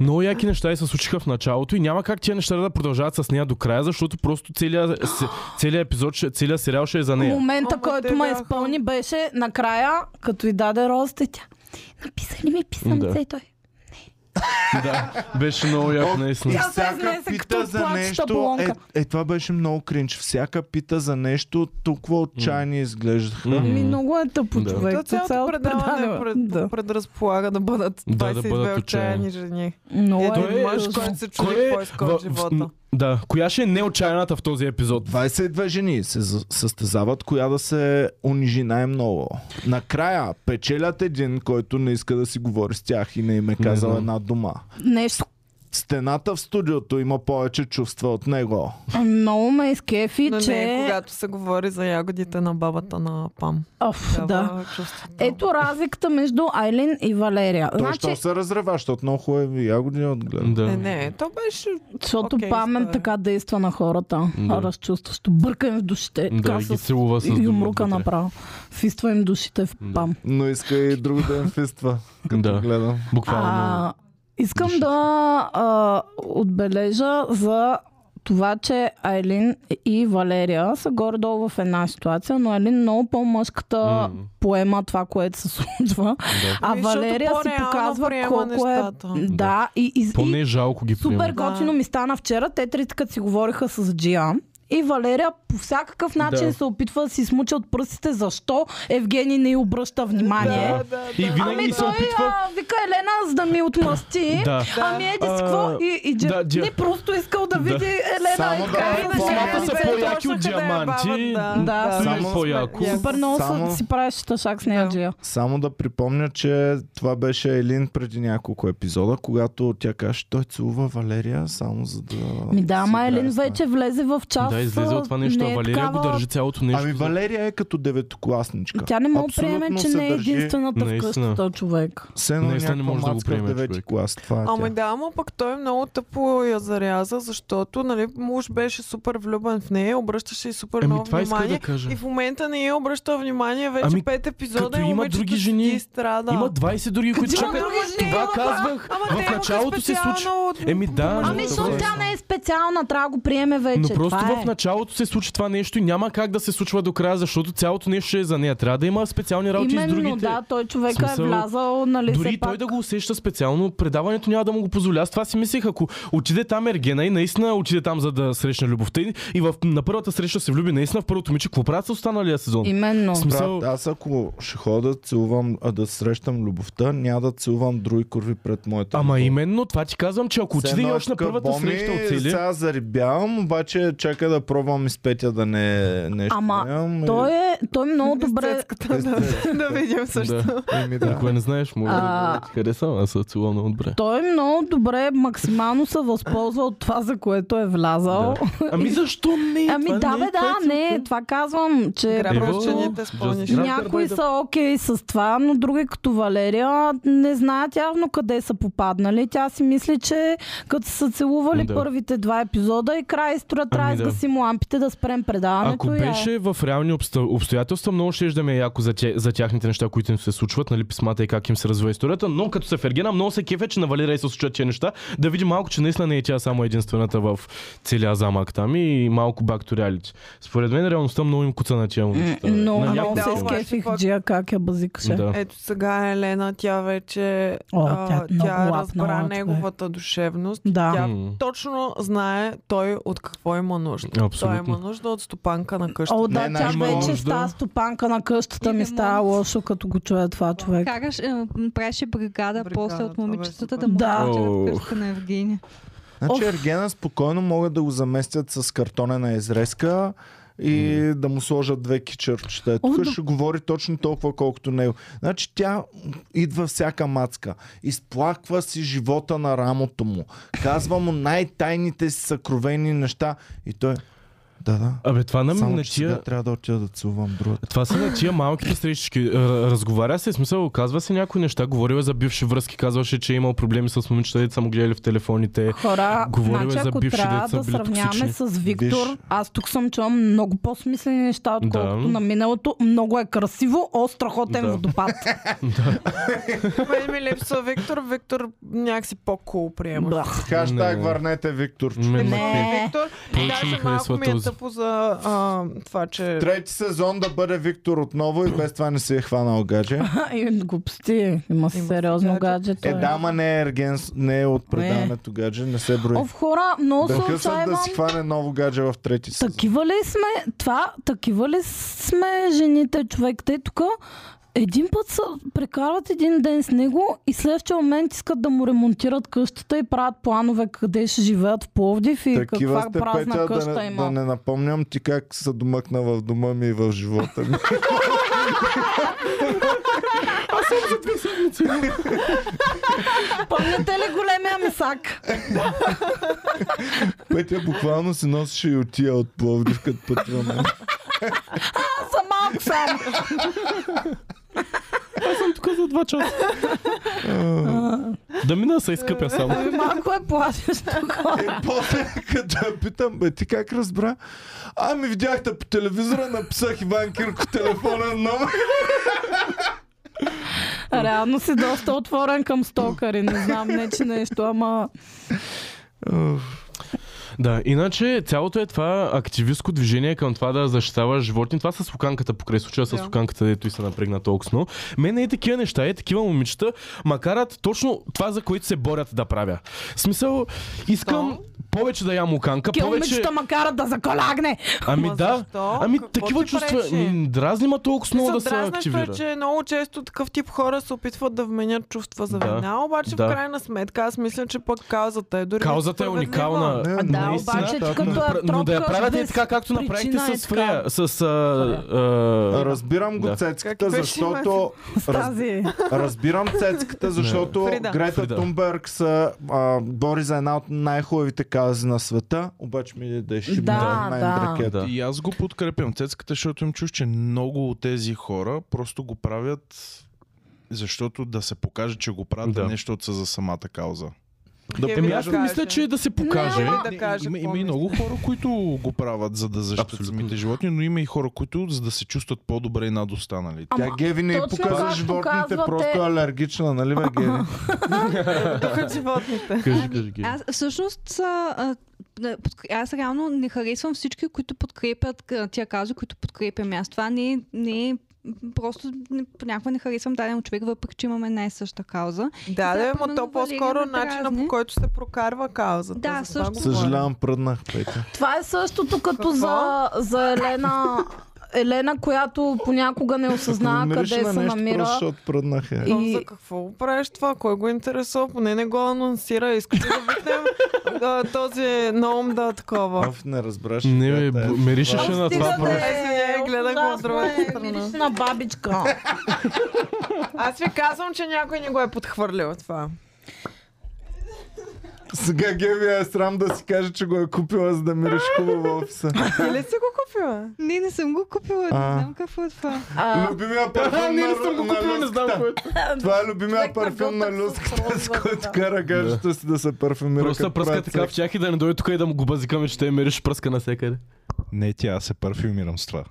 Speaker 4: Много яки неща и се случиха в началото и няма как тия неща да продължават с нея до края, защото просто целият, се- целият епизод, ще- целият сериал ще е за нея.
Speaker 2: Момента,
Speaker 3: Ама те
Speaker 2: който ме
Speaker 3: бяха-
Speaker 2: изпълни, беше накрая, като и даде розите тя. Написа ли ми писъмце
Speaker 4: Да.
Speaker 2: и той?
Speaker 4: да, беше много як, наистина.
Speaker 2: Тя се изнесе като плачеща
Speaker 1: Е,
Speaker 2: болонка.
Speaker 1: е, това беше много кринч. Всяка пита за нещо, толкова отчаяни изглеждаха.
Speaker 4: М.
Speaker 2: Ми много е тъпо
Speaker 4: Да.
Speaker 2: човек.
Speaker 3: То цялото предаване е пред,
Speaker 2: Да.
Speaker 3: предразполага да бъдат
Speaker 4: Да, да
Speaker 3: 22
Speaker 4: бъдат
Speaker 3: отчаяни
Speaker 4: отчаяни.
Speaker 3: жени.
Speaker 2: Много е,
Speaker 3: Той
Speaker 4: е-
Speaker 3: мъж,
Speaker 2: ужасно.
Speaker 3: който се
Speaker 4: Кой
Speaker 3: чуди
Speaker 4: е...
Speaker 3: какво иска от
Speaker 4: в- в-
Speaker 3: живота.
Speaker 4: Да, коя ще е неотчаяната в този епизод?
Speaker 1: 22 жени се за- състезават, коя да се унижи най-много. Накрая печелят един, който не иска да си говори с тях и не им е казал
Speaker 4: знам.
Speaker 1: една дума.
Speaker 2: Нещо
Speaker 1: Стената в студиото има повече чувства от него.
Speaker 2: много ме изкефи,
Speaker 3: Но
Speaker 2: че...
Speaker 3: не, е когато се говори за ягодите на бабата на Пам.
Speaker 2: Оф, да.
Speaker 3: Дава чувството.
Speaker 2: Ето разликата между Айлин и Валерия.
Speaker 1: Той
Speaker 2: значи,
Speaker 1: ще се разрева, защото много хубави ягоди отгледа.
Speaker 4: Да.
Speaker 3: Не, не, то беше...
Speaker 2: защото
Speaker 3: Окей,
Speaker 2: памен
Speaker 3: история.
Speaker 2: така действа на хората.
Speaker 4: Да.
Speaker 2: Да. Разчувстващо. Бърка им в душите.
Speaker 4: Да,
Speaker 2: така
Speaker 4: и ги
Speaker 2: с
Speaker 4: целува с
Speaker 2: юмрука
Speaker 4: дъбът вътре.
Speaker 2: направо. Фиства им душите в
Speaker 4: Да.
Speaker 2: пам.
Speaker 1: Но иска и друг ден фиства, като
Speaker 4: Да.
Speaker 1: гледам.
Speaker 4: Буквално.
Speaker 2: А, искам да а, отбележа за това, че Айлин и Валерия са горе-долу в една ситуация, но Айлин много по-мъжката
Speaker 4: М.
Speaker 2: поема това, което се случва.
Speaker 4: Да.
Speaker 2: А
Speaker 3: Ами, защото
Speaker 2: Валерия си
Speaker 3: по-реално
Speaker 2: показва
Speaker 3: приема
Speaker 2: колко
Speaker 3: нещата.
Speaker 2: е... Да, и, и, и
Speaker 4: Поне жалко ги
Speaker 2: Супер
Speaker 4: приема.
Speaker 2: готино ми стана вчера. Те трите като си говориха с Джия. И Валерия по всякакъв начин
Speaker 4: Да.
Speaker 2: се опитва да си смуча от пръстите защо Евгений не й обръща внимание.
Speaker 4: Да. И винаги
Speaker 2: Ами
Speaker 4: се
Speaker 2: той
Speaker 4: опитва...
Speaker 2: а, вика Елена, за да ми отмъсти.
Speaker 4: Да.
Speaker 2: Ами еди с какво
Speaker 4: А,
Speaker 2: и, и Джи...
Speaker 4: да, Джи-
Speaker 2: Не просто искал да
Speaker 4: Да.
Speaker 2: види Елена
Speaker 1: Само
Speaker 2: и
Speaker 1: да
Speaker 2: така.
Speaker 1: е
Speaker 2: и
Speaker 1: в
Speaker 2: да
Speaker 1: формата
Speaker 2: гледа
Speaker 4: са
Speaker 2: лицето.
Speaker 4: по- по-яки от диаманти,
Speaker 2: е, да.
Speaker 4: Само
Speaker 1: Само
Speaker 4: по-яко.
Speaker 2: Супер много
Speaker 1: Само-
Speaker 2: са- си правиш тъшак с нея,
Speaker 3: Да.
Speaker 2: Джия.
Speaker 1: Само да припомня, че това беше Елин преди няколко епизода, когато тя каже, той целува Валерия, само за да...
Speaker 2: Ми Ами да,
Speaker 1: си
Speaker 2: ама
Speaker 1: играе
Speaker 2: Елин
Speaker 1: с нея.
Speaker 2: вече влезе в част.
Speaker 4: Да, излезе от това нещо.
Speaker 2: не
Speaker 4: а
Speaker 2: е
Speaker 4: Валерия го
Speaker 2: такава-
Speaker 4: държи цялото нещо.
Speaker 1: Ами Валерия е като деветокласничка.
Speaker 2: Тя не мога да
Speaker 1: Абсолютно
Speaker 2: приеме, че
Speaker 1: се
Speaker 2: не е
Speaker 1: държи-
Speaker 2: единствената
Speaker 4: Наистина.
Speaker 2: вкъщи този човек.
Speaker 1: Все едно
Speaker 4: Наистина не
Speaker 1: някаква
Speaker 4: може да го
Speaker 1: мацка в
Speaker 4: приеме
Speaker 1: девети
Speaker 4: човек.
Speaker 1: клас. Това е
Speaker 3: Ама
Speaker 1: тя.
Speaker 3: да, ама пък той е много тъпо я заряза, защото нали, муж беше супер влюбен в нея, обръщаше и супер
Speaker 4: Еми,
Speaker 3: много
Speaker 4: Ами това исках
Speaker 3: внимание.
Speaker 4: да кажа.
Speaker 3: И в момента не я обръща внимание вече
Speaker 4: Ами,
Speaker 3: пет епизода
Speaker 4: като
Speaker 3: и
Speaker 4: има
Speaker 3: момичето
Speaker 4: други
Speaker 3: седи
Speaker 4: жени,
Speaker 3: и страда.
Speaker 4: Има 20 други, които
Speaker 2: има
Speaker 4: чакат.
Speaker 2: други жени,
Speaker 4: Това
Speaker 2: ама-
Speaker 4: казвах.
Speaker 3: Ама те
Speaker 4: В
Speaker 3: имаха
Speaker 4: началото се
Speaker 3: специално
Speaker 4: случва.
Speaker 3: от-
Speaker 4: Еми да,
Speaker 3: помежду
Speaker 2: Ами,
Speaker 4: но-
Speaker 2: защото тя не е специална, трябва да го приеме вече.
Speaker 4: Но просто
Speaker 2: това
Speaker 4: в
Speaker 2: е.
Speaker 4: началото се случи това нещо и няма как да се случва до края, защото цялото нещо ще е за нея. Трябва да има специални работи
Speaker 2: Именно,
Speaker 4: с другите.
Speaker 2: да, той човека
Speaker 4: Смисъл,
Speaker 2: е влязал, нали,
Speaker 4: Дори
Speaker 2: все пак.
Speaker 4: той да го усеща специално, предаването няма да му го позволя. Аз това си мислех, ако отиде там Ергена и наистина отиде там за да срещне любовта и, и в, на първата среща се влюби наистина в първото момиче, какво правят с останалия сезон?
Speaker 2: Именно.
Speaker 4: В смисъл,
Speaker 1: Брат, аз ако ще хода да целувам, а да срещам любовта, няма да целувам други курви пред моята.
Speaker 4: Ама
Speaker 1: любов.
Speaker 4: именно това ти казвам, че ако
Speaker 1: Все
Speaker 4: отиде и
Speaker 1: едно
Speaker 4: още на
Speaker 1: иска
Speaker 4: първата
Speaker 1: боми,
Speaker 4: среща от цели...
Speaker 1: Сега зарибявам, обаче чакай да пробвам и с Петя да не нещо.
Speaker 2: Ама,
Speaker 1: имам и-
Speaker 2: Той е, той много добре.
Speaker 3: Естетката, да, да видим също.
Speaker 4: Да.
Speaker 2: е-
Speaker 1: Еми да.
Speaker 4: Ако не знаеш, може да
Speaker 2: А.
Speaker 4: ти харесам, аз се целувам много добре.
Speaker 2: Той много добре, максимално се възползва от това, за което е влязал.
Speaker 4: Да. Ами защо не?
Speaker 2: Ами
Speaker 4: Това
Speaker 2: да,
Speaker 4: не е
Speaker 2: бе, да,
Speaker 4: което-
Speaker 2: не, това казвам, че
Speaker 3: Граб
Speaker 4: Ево,
Speaker 3: жените с
Speaker 4: just-
Speaker 3: пълни
Speaker 4: Граб
Speaker 2: някои са окей с това, но други като Валерия не знаят явно къде са попаднали. Тя си мисли, че като са целували
Speaker 4: Да.
Speaker 2: първите два епизода и край история трябва
Speaker 4: Ами
Speaker 2: да
Speaker 4: да.
Speaker 2: изгасим лампите, да спрем
Speaker 4: Ако
Speaker 2: предаването. и я е.
Speaker 4: беше в реални обста- обстоятелства, много ще да ми е яко за, тя, за тяхните неща, които им се случват, нали, писмата и как им се развива историята, но като се Фергена, много се кефе, че на Валерия се случват тези неща, да види малко, че наистина не е тя само единствената в целия замък там и малко back to reality. Според мен реалността много им куца на тия
Speaker 2: М,
Speaker 4: момичета.
Speaker 2: Но
Speaker 4: на
Speaker 2: много
Speaker 4: няколко
Speaker 2: се Е,
Speaker 3: да,
Speaker 4: такива.
Speaker 3: обаче
Speaker 2: скефих
Speaker 3: пък-
Speaker 2: Джия как я базикаше.
Speaker 4: Да.
Speaker 3: Ето сега Елена, тя вече
Speaker 2: О,
Speaker 3: а,
Speaker 2: тя е много
Speaker 3: тя
Speaker 2: лапнала,
Speaker 3: разбра
Speaker 2: човек.
Speaker 3: неговата душевност.
Speaker 2: Да.
Speaker 3: Тя
Speaker 4: М.
Speaker 3: точно знае той от какво има нужда.
Speaker 4: Абсолютно.
Speaker 2: е
Speaker 3: Той има нужда от стопанка на къща.
Speaker 2: О,
Speaker 1: Не,
Speaker 2: да, тя
Speaker 1: най-
Speaker 2: вече
Speaker 4: може да.
Speaker 2: ста стопанка на къщата
Speaker 7: И не
Speaker 2: ми става
Speaker 7: може.
Speaker 2: лошо, като го чуя това човек.
Speaker 7: Караш, е, м, правеше бригада,
Speaker 3: Бригада,
Speaker 7: после
Speaker 3: това
Speaker 7: от
Speaker 3: беше
Speaker 7: момичетата
Speaker 3: супер.
Speaker 7: да му
Speaker 2: Да.
Speaker 7: да.
Speaker 4: Ох.
Speaker 7: къща на Евгения.
Speaker 1: Значи Ергена спокойно могат да го заместят с картонена изрезка и да му сложат две кичърчета. Е, Тук
Speaker 2: да-
Speaker 1: ще говори точно толкова, колкото него. Значи тя идва всяка мацка. Изплаква си живота на рамото му. Казва му най-тайните си съкровени неща. И той... Да, да.
Speaker 4: Абе, това на,
Speaker 1: Само,
Speaker 4: Ами на
Speaker 1: че сега
Speaker 4: тия...
Speaker 1: трябва да отида да целувам другата.
Speaker 4: Това са на тия малките срещички. Р- Разговаря се, в смисъл, казва се някои неща. Говорила за бивши връзки, казваше, че е имал проблеми с момичета, дето са му гледали в телефоните.
Speaker 2: Хора,
Speaker 4: Говорила
Speaker 2: значи,
Speaker 4: Е, за
Speaker 2: ако
Speaker 4: бивши
Speaker 2: трябва
Speaker 4: деца,
Speaker 2: да
Speaker 4: били
Speaker 2: сравняваме
Speaker 4: токсични.
Speaker 2: с Виктор,
Speaker 1: Виж.
Speaker 2: аз тук съм чула много по-смислени неща, отколкото
Speaker 4: Да.
Speaker 2: на миналото. Много е красиво, о, страхотен
Speaker 4: Да. [laughs]
Speaker 2: водопад.
Speaker 3: Мен ми липсва Виктор. Виктор някакси по-кул приема.
Speaker 2: Да.
Speaker 1: Хаштаг
Speaker 4: Не.
Speaker 1: върнете Виктор.
Speaker 4: Мен-
Speaker 1: човек.
Speaker 4: Не.
Speaker 3: Виктор,
Speaker 4: Повече Ами ми
Speaker 3: даже
Speaker 4: харесва
Speaker 3: малко ми е
Speaker 4: този
Speaker 3: тъпо за а, това, че...
Speaker 1: Трети сезон да бъде Виктор отново и без това не си е хванал гадже.
Speaker 2: Ай, глупости. Има си
Speaker 3: Има си
Speaker 2: сериозно
Speaker 3: гадже.
Speaker 2: гадже.
Speaker 1: Е,
Speaker 2: той.
Speaker 1: да, ма не е, ерген, не е от предаването гадже, не се брои.
Speaker 2: О, в хора, много
Speaker 1: Да
Speaker 2: се
Speaker 1: късат да
Speaker 2: отчаивам.
Speaker 1: си хване ново гадже в трети сезон.
Speaker 2: Такива ли сме, това, такива ли сме жените, човек? Те тук един път са, прекарват един ден с него и следващия момент искат да му ремонтират къщата и правят планове къде ще живеят в Пловдив и
Speaker 1: Такива
Speaker 2: каква
Speaker 1: сте,
Speaker 2: празна
Speaker 1: Петя,
Speaker 2: къща
Speaker 1: да не,
Speaker 2: има.
Speaker 1: да не напомням ти как се домъкна в дома ми и в живота ми.
Speaker 2: Помните ли големия мисак?
Speaker 1: [laughs] Петя буквално си носеше и отия от Пловдив, като пътуваме.
Speaker 2: Аз съм малко сам.
Speaker 4: Тук за два часа. да мина да се изкъпя само.
Speaker 2: Ами малко е плашещо.
Speaker 1: И [laughs] после, като я питам, бе, ти как разбра? Ами видяхте по телевизора, написах Иван Кирко телефонен номер.
Speaker 2: Реално си доста отворен към стокари. Не знам, не че нещо, ама...
Speaker 4: Да, иначе цялото е това активистко движение към това да защитава животни. Това с луканката, покрай случая с
Speaker 3: Да.
Speaker 4: луканката, дето и се напрегна толкова много. Мен е такива неща, е такива момичета, макарат точно това, за което се борят да правя. В смисъл, искам повече да ям луканка, повече...
Speaker 2: Киломичета ма карат да заколя агне.
Speaker 4: Ами
Speaker 3: Ма
Speaker 4: да,
Speaker 3: защо?
Speaker 4: ами
Speaker 3: Какво
Speaker 4: такива
Speaker 3: ти
Speaker 4: чувства.
Speaker 3: пречи?
Speaker 4: м, Дразни ма толкова много да се
Speaker 3: Дразнещо е,
Speaker 4: активира.
Speaker 3: че много често такъв тип хора се опитват да вменят чувства за
Speaker 4: Да.
Speaker 3: вина, обаче
Speaker 4: Да.
Speaker 3: в крайна сметка аз мисля, че пък каузата е дори
Speaker 4: Каузата е
Speaker 3: справедлива.
Speaker 4: уникална.
Speaker 1: Не,
Speaker 2: Да,
Speaker 1: наистина.
Speaker 2: обаче,
Speaker 4: да,
Speaker 2: като
Speaker 4: но,
Speaker 2: е
Speaker 4: да- но да я
Speaker 2: тропка
Speaker 4: правят е
Speaker 2: без
Speaker 4: така, както направихте
Speaker 2: причина е
Speaker 4: с
Speaker 2: така.
Speaker 4: Фрея. С... А, а,
Speaker 1: Разбирам го
Speaker 4: Да.
Speaker 1: цецката,
Speaker 3: Как беше
Speaker 1: защото...
Speaker 2: С тази.
Speaker 1: Разбирам
Speaker 4: [laughs]
Speaker 1: цецката, защото
Speaker 3: Фрида.
Speaker 1: Грета
Speaker 4: Фрида.
Speaker 1: Тунберг са, а, бори за една от най-хубавите каузи на света, обаче ми да е шибна
Speaker 2: Да,
Speaker 1: най-дракет.
Speaker 4: да.
Speaker 5: И аз го подкрепям цецката, защото им чуш, че много от тези хора просто го правят защото да се покаже, че го правят
Speaker 4: Да.
Speaker 5: да. нещо от са за самата кауза.
Speaker 3: Да
Speaker 4: Еми
Speaker 3: да
Speaker 4: аз не
Speaker 3: каже.
Speaker 4: мисля, че е да се покаже.
Speaker 2: Е, ама-
Speaker 3: Да каже
Speaker 5: има,
Speaker 3: какво
Speaker 5: има и
Speaker 3: мисли.
Speaker 5: много хора, които го правят за да защитят
Speaker 4: Абсолютно.
Speaker 5: самите животни, но има и хора, които за да се чувстват по-добре над останалите.
Speaker 1: Тя Геви не
Speaker 2: точно
Speaker 1: показва
Speaker 2: както
Speaker 1: животните,
Speaker 2: казвате-
Speaker 1: просто е алергична, нали бе,
Speaker 2: [laughs]
Speaker 1: Геви?
Speaker 3: Духът е животните.
Speaker 4: Кажи, кажи, кажи.
Speaker 7: Аз всъщност а, а, да, подк- аз реално не харесвам всички, които подкрепят к- тия каза, които подкрепям аз. Това не е, не е просто не, понякога не харесвам даден човек, въпреки че имаме най-съща кауза.
Speaker 3: Да,
Speaker 7: Да,
Speaker 3: да, ма
Speaker 7: примерно
Speaker 3: е то по-скоро
Speaker 7: Валерия ме
Speaker 3: начина
Speaker 7: дразни.
Speaker 3: по който се прокарва каузата.
Speaker 7: Да,
Speaker 3: за това
Speaker 7: също.
Speaker 3: го
Speaker 1: Съжалявам, пръднах, Петя.
Speaker 2: Това е същото като
Speaker 3: Какво?
Speaker 2: за, за Елена. Елена, която понякога не осъзнава
Speaker 1: Намираш
Speaker 2: къде
Speaker 1: на
Speaker 2: се
Speaker 1: нещо,
Speaker 2: намира.
Speaker 1: Просто, защото пръднах е.
Speaker 2: И-
Speaker 3: говорим. Но За какво го правиш това? Кой го е интересува? Поне не го анонсира. Искаш ли да викнем [laughs] а, този ноум да е такова.
Speaker 1: Оф, не разбраш.
Speaker 4: Не, бе,
Speaker 1: Грета, е
Speaker 4: б-
Speaker 1: това.
Speaker 4: миришеше на
Speaker 2: Стига
Speaker 4: това.
Speaker 2: да
Speaker 4: [laughs] просто.
Speaker 2: е,
Speaker 3: Е, гледах го от другата
Speaker 2: ужасно е,
Speaker 3: страна.
Speaker 2: мириш на бабичка.
Speaker 3: Аз ви казвам, че някой не го е подхвърлил това.
Speaker 1: Сега Геви е срам да си каже, че го е купила, за да мириш хубаво в офиса.
Speaker 3: Ти ли си го купила?
Speaker 7: Не, не съм го купила,
Speaker 1: А.
Speaker 7: не знам какво е това.
Speaker 2: А,
Speaker 1: Любимия
Speaker 4: А,
Speaker 1: парфюм
Speaker 4: не,
Speaker 1: на
Speaker 4: не съм го
Speaker 1: на
Speaker 4: купил, не знам
Speaker 1: люската.
Speaker 4: кой е това.
Speaker 1: Това е любимия
Speaker 2: Човек на
Speaker 1: парфюм на
Speaker 2: Ботокс
Speaker 1: люската, с
Speaker 2: отвъзва,
Speaker 1: който
Speaker 2: да.
Speaker 1: кара гаджето си да се парфюмира.
Speaker 4: Просто
Speaker 1: като
Speaker 4: пръска
Speaker 1: правят
Speaker 4: така в
Speaker 1: секс.
Speaker 4: тях и да не дойде тук и да му го базикаме, че те мериш пръска навсякъде.
Speaker 5: Не, тя аз се парфюмирам с това.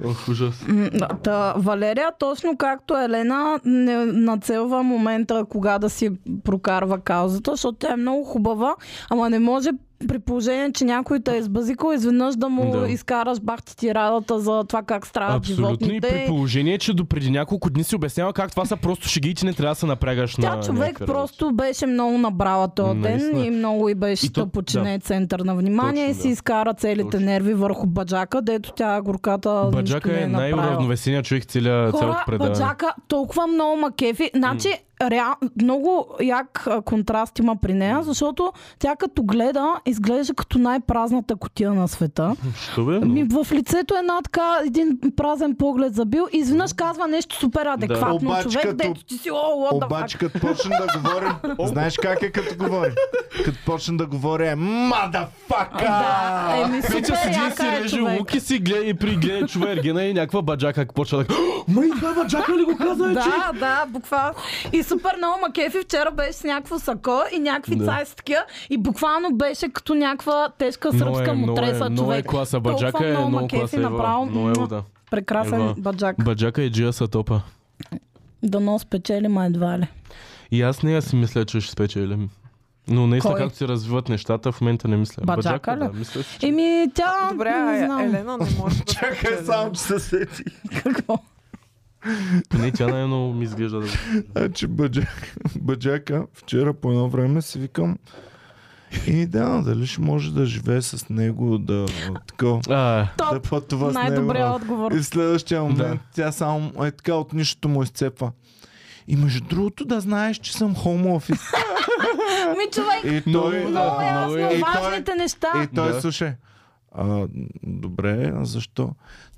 Speaker 2: Е,
Speaker 4: Ох, ужас.
Speaker 2: м, да, та, Валерия, точно както Елена, не нацелва момента кога да си прокарва каузата, защото тя е много хубава, ама не може при положение, че някой те е избазикал, изведнъж да му
Speaker 4: Да.
Speaker 2: да. изкараш бахти ти радата за това как страдат
Speaker 4: Абсолютно и
Speaker 2: животните.
Speaker 4: при положение, че допреди няколко дни си обяснява как това са просто шеги и ти не трябва да се напрягаш на
Speaker 2: Тя човек
Speaker 4: някакви
Speaker 2: просто беше много набрала този ден
Speaker 4: е Наистина.
Speaker 2: и много и беше
Speaker 4: И то-
Speaker 2: тъпо, че
Speaker 4: да.
Speaker 2: не е център на внимание и
Speaker 4: Точно,
Speaker 2: си
Speaker 4: да.
Speaker 2: изкара целите
Speaker 4: Точно.
Speaker 2: нерви върху баджака, дето тя горката
Speaker 4: работи. Баджака
Speaker 2: нищо не
Speaker 4: е
Speaker 2: е направила.
Speaker 4: най-уравновесения човек в целия цялото
Speaker 2: Хора,
Speaker 4: предаване.
Speaker 2: баджака, толкова много макефи. Значи, реал, много як а, контраст има при нея, защото тя като гледа, изглежда като най-празната котия на света.
Speaker 4: Що бе?
Speaker 2: Ми, в лицето е една така, един празен поглед забил и изведнъж казва нещо супер адекватно.
Speaker 1: Обаче
Speaker 2: човек,
Speaker 1: като-
Speaker 2: дето ти си, о, what the fuck.
Speaker 1: Обаче като почне да говори, знаеш как е като говори? Като почне да говори е мадафака!
Speaker 2: Да, еми
Speaker 4: Пича
Speaker 2: супер
Speaker 4: седи и си
Speaker 2: яка е
Speaker 4: реже
Speaker 2: човек.
Speaker 4: лук и си гледа и пригледа чува Ергена и някаква баджака как почва да... [gasps] Май, това баджака ли го каза, че?
Speaker 2: Да, да, буквално. И супер много макефи вчера беше с някакво сако и някакви
Speaker 4: Да.
Speaker 2: цайс такива. И буквално беше като някаква тежка
Speaker 4: Много е,
Speaker 2: сръбска му
Speaker 4: много е,
Speaker 2: треса
Speaker 4: Много е
Speaker 2: човек.
Speaker 4: класа,
Speaker 2: Толкова
Speaker 4: баджака е
Speaker 2: много
Speaker 4: много
Speaker 2: макефи
Speaker 4: класа. Ева.
Speaker 2: направо.
Speaker 4: Много е, да.
Speaker 2: Прекрасен
Speaker 4: Ева.
Speaker 2: баджак.
Speaker 4: Баджака и Джия са топа.
Speaker 2: Да но спечели, ма едва ли.
Speaker 4: И аз нея си мисля, че ще спечелим. Но наистина
Speaker 2: Кой?
Speaker 4: както се развиват нещата, в момента не мисля.
Speaker 2: Баджака
Speaker 4: да,
Speaker 2: ли?
Speaker 4: мисля си, че...
Speaker 2: Еми, тя...
Speaker 3: Добре,
Speaker 2: не знам.
Speaker 3: а, е, Елена не може да...
Speaker 1: Чакай само, че се сети.
Speaker 2: Какво?
Speaker 4: Не, тя най-много ми изглежда да...
Speaker 1: Значи бъджака, бъджака, вчера по едно време си викам и да, дали ще може да живее с него, да така,
Speaker 4: А,
Speaker 1: да
Speaker 2: Топ!
Speaker 1: пътува с него.
Speaker 2: Най-добрия отговор.
Speaker 1: И в следващия момент да.
Speaker 4: Да.
Speaker 1: тя само е така от нищото му изцепва. И между другото да знаеш, че съм home office.
Speaker 2: Ми, Ами, човек,
Speaker 1: [laughs] И
Speaker 4: Много
Speaker 1: той,
Speaker 4: е
Speaker 2: много
Speaker 4: много е.
Speaker 2: ясно.
Speaker 1: И той-
Speaker 2: Важните неща.
Speaker 1: и той да.
Speaker 4: Да.
Speaker 1: слуша. А, добре, а защо?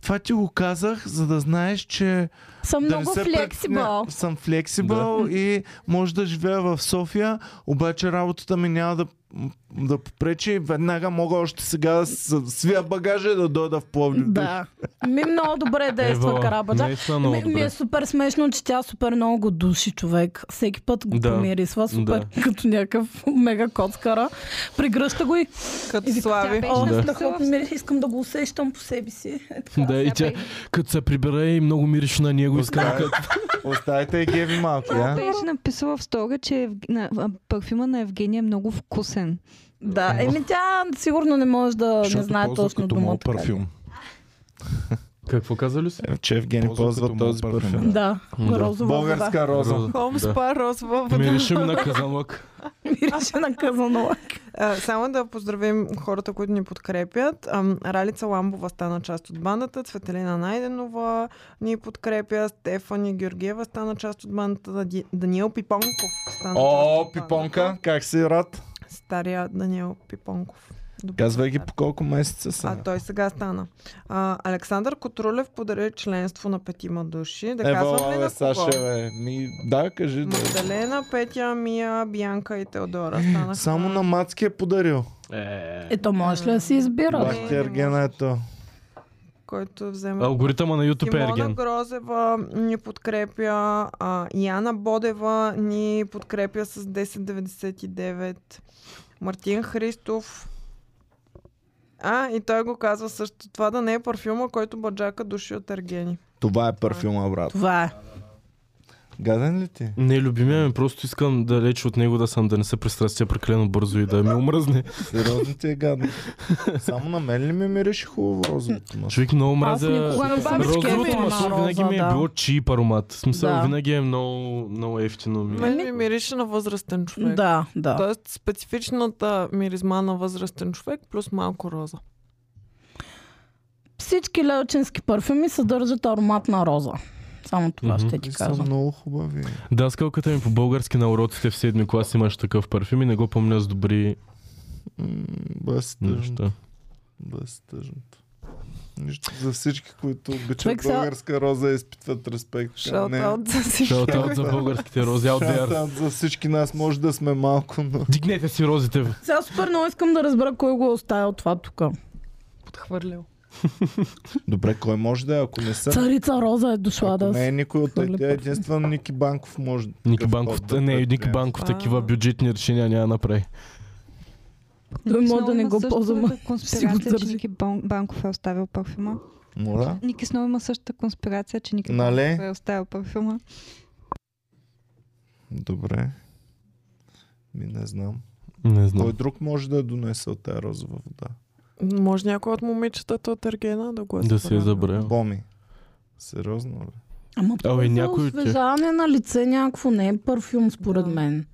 Speaker 1: Това ти го казах, за да знаеш, че
Speaker 2: Съм
Speaker 1: да не
Speaker 2: много
Speaker 1: се
Speaker 2: флексибъл.
Speaker 1: притесня- Съм флексибъл да. и може да живея в София, обаче работата ми няма да, да попречи. Веднага мога още сега да с- свия багажа и да дойда в Пловдив.
Speaker 2: Да. Ми много добре е действа
Speaker 4: Ева,
Speaker 2: карабата.
Speaker 4: Наистина
Speaker 2: Ми,
Speaker 4: много
Speaker 2: ми
Speaker 4: добре.
Speaker 2: е супер смешно, че тя супер много го души човек. Всеки път го
Speaker 4: Да.
Speaker 2: помирисва супер, като някакъв мега коцкара. Прегръща го и...
Speaker 3: Като
Speaker 2: и вика,
Speaker 3: слави.
Speaker 7: тя
Speaker 2: О,
Speaker 4: Да.
Speaker 2: страхотно мирис, искам да го усещам по себе си. Е, така.
Speaker 4: Да, и тя, като се прибера и много мириш на него, искам
Speaker 1: Оставя-
Speaker 4: като...
Speaker 1: Оставете и Геви малко,
Speaker 7: Тя
Speaker 1: я.
Speaker 7: беше написала в стога, че Евг- на- а, парфюма на Евгения е много вкусен.
Speaker 2: Да, еми тя сигурно не може да не
Speaker 5: Защото
Speaker 2: знае
Speaker 5: ползва
Speaker 2: точно
Speaker 5: като
Speaker 2: думата.
Speaker 5: моят парфюм.
Speaker 4: Какво каза ли си?
Speaker 5: Е,
Speaker 1: Че Евгений
Speaker 5: Ползва
Speaker 1: ползва
Speaker 5: като
Speaker 1: този
Speaker 5: моят парфюм.
Speaker 1: парфюм.
Speaker 2: Да,
Speaker 4: Да.
Speaker 2: розова вода.
Speaker 3: е
Speaker 1: Българска роза.
Speaker 3: Холмс
Speaker 4: Да.
Speaker 3: па розова
Speaker 1: Ами-
Speaker 3: вода.
Speaker 4: Мирише ми Ами на казанлък.
Speaker 2: [laughs] Мирише на казано.
Speaker 3: А, само да поздравим хората, които ни подкрепят. Ам, Ралица Ламбова стана част от бандата, Цветелина Найденова ни подкрепя, Стефани Георгиева стана част от бандата, Дади- Даниел Пипонков стана част
Speaker 1: О,
Speaker 3: от
Speaker 1: пипонка,
Speaker 3: бандата.
Speaker 1: как си рад?
Speaker 3: Стария Даниел Пипонков. Добър
Speaker 1: Казвай ги
Speaker 3: стар.
Speaker 1: по колко месеца са.
Speaker 3: А той сега стана. А, Александър Котрулев подари членство на петима души. Да казвам ли
Speaker 1: Ева,
Speaker 3: на
Speaker 1: бе,
Speaker 3: кого?
Speaker 1: Саше, бе. Ми, да, кажи. Да.
Speaker 3: Магдалена, Петя, Мия, Бянка и Теодора. Станаха...
Speaker 1: Само на Мацки е подарил.
Speaker 2: Ето, можеш ли да си избираш?
Speaker 3: не
Speaker 1: Бах ти Ергена ето.
Speaker 3: който взема.
Speaker 4: Алгоритъма на YouTube е
Speaker 3: Тимона
Speaker 4: ерген.
Speaker 3: Грозева ни подкрепя, а, Яна Бодева ни подкрепя с 10,99, Мартин Христов. А, и той го казва също. Това да не е парфюма, който баджака души от Ергени.
Speaker 1: Това е парфюма, брат.
Speaker 2: Това е.
Speaker 1: Гаден ли ти?
Speaker 4: Не, любимия ми, просто искам далеч от него да съм, да не се пристрастя прекалено бързо и да ми омръзне.
Speaker 1: Сериозно ти е гадно. Само на мен ли ми мирише хубаво розовото масло?
Speaker 4: Човек много
Speaker 2: Аз
Speaker 4: мразя...
Speaker 2: никога не съм
Speaker 3: бабички е
Speaker 4: Розовото
Speaker 3: била
Speaker 4: масло винаги ми е било чип аромат. В смисъл,
Speaker 2: Да.
Speaker 4: винаги е много, много ефтино ми. е.
Speaker 3: Мен ми мирише на възрастен човек.
Speaker 2: Да, да.
Speaker 3: Тоест специфичната миризма на възрастен човек плюс малко роза.
Speaker 2: Всички лелчински парфюми съдържат аромат на роза. Само това
Speaker 4: Мгм.
Speaker 2: ще ти
Speaker 1: Ти са
Speaker 2: кажа.
Speaker 1: много хубави.
Speaker 4: Да, скалката ми по български на уроците в седми клас имаш такъв парфюм и не го помня с добри
Speaker 1: М, е Бъс тъжното.
Speaker 4: неща.
Speaker 1: Бъс тъжното. е Нищо за всички, които обичат
Speaker 2: Човек сега-
Speaker 1: българска роза и изпитват респект. към нея.
Speaker 3: Шаутаут за всички.
Speaker 4: Шаутаут за българските рози, out there.
Speaker 1: Шаутаут за всички нас може да сме малко, но...
Speaker 4: Дигнете си розите. бе.
Speaker 2: Сега супер много искам да разбера кой го е оставил това тук.
Speaker 3: Подхвърлил.
Speaker 1: Добре, кой може да е, ако не са?
Speaker 2: Царица Роза е дошла
Speaker 1: Ако
Speaker 2: да
Speaker 1: не е
Speaker 2: с-
Speaker 1: никой от
Speaker 2: хвърли
Speaker 1: идея,
Speaker 2: парфюм.
Speaker 1: единствено Ники Банков може.
Speaker 4: Ники
Speaker 1: такъв
Speaker 4: Банков,
Speaker 1: ход да
Speaker 4: не, Ники
Speaker 1: предприеме.
Speaker 4: Банков такива
Speaker 3: А.
Speaker 4: бюджетни решения няма да направи.
Speaker 2: Той може да
Speaker 7: Снова
Speaker 2: не
Speaker 7: има
Speaker 2: го
Speaker 7: същата
Speaker 2: ползва.
Speaker 7: Конспирация, че
Speaker 2: държи.
Speaker 7: Ники Бон- Банков е оставил парфюма.
Speaker 1: Моля?
Speaker 7: Ники Сноу има същата конспирация, че Ники
Speaker 1: Нали?
Speaker 7: Банков е оставил парфюма.
Speaker 1: Добре. Ми не знам.
Speaker 4: Не знам.
Speaker 1: Кой друг може да я донесе от тази розова вода?
Speaker 3: Може някой от момичетата от Ергена да го е
Speaker 4: Да си е
Speaker 3: забравил.
Speaker 4: забравил.
Speaker 1: Боми. Сериозно ли?
Speaker 2: Ама
Speaker 4: Абе,
Speaker 2: това е за
Speaker 4: Ами някой от тях.
Speaker 2: освежаване на лице някакво не е парфюм според
Speaker 3: Да.
Speaker 2: мен.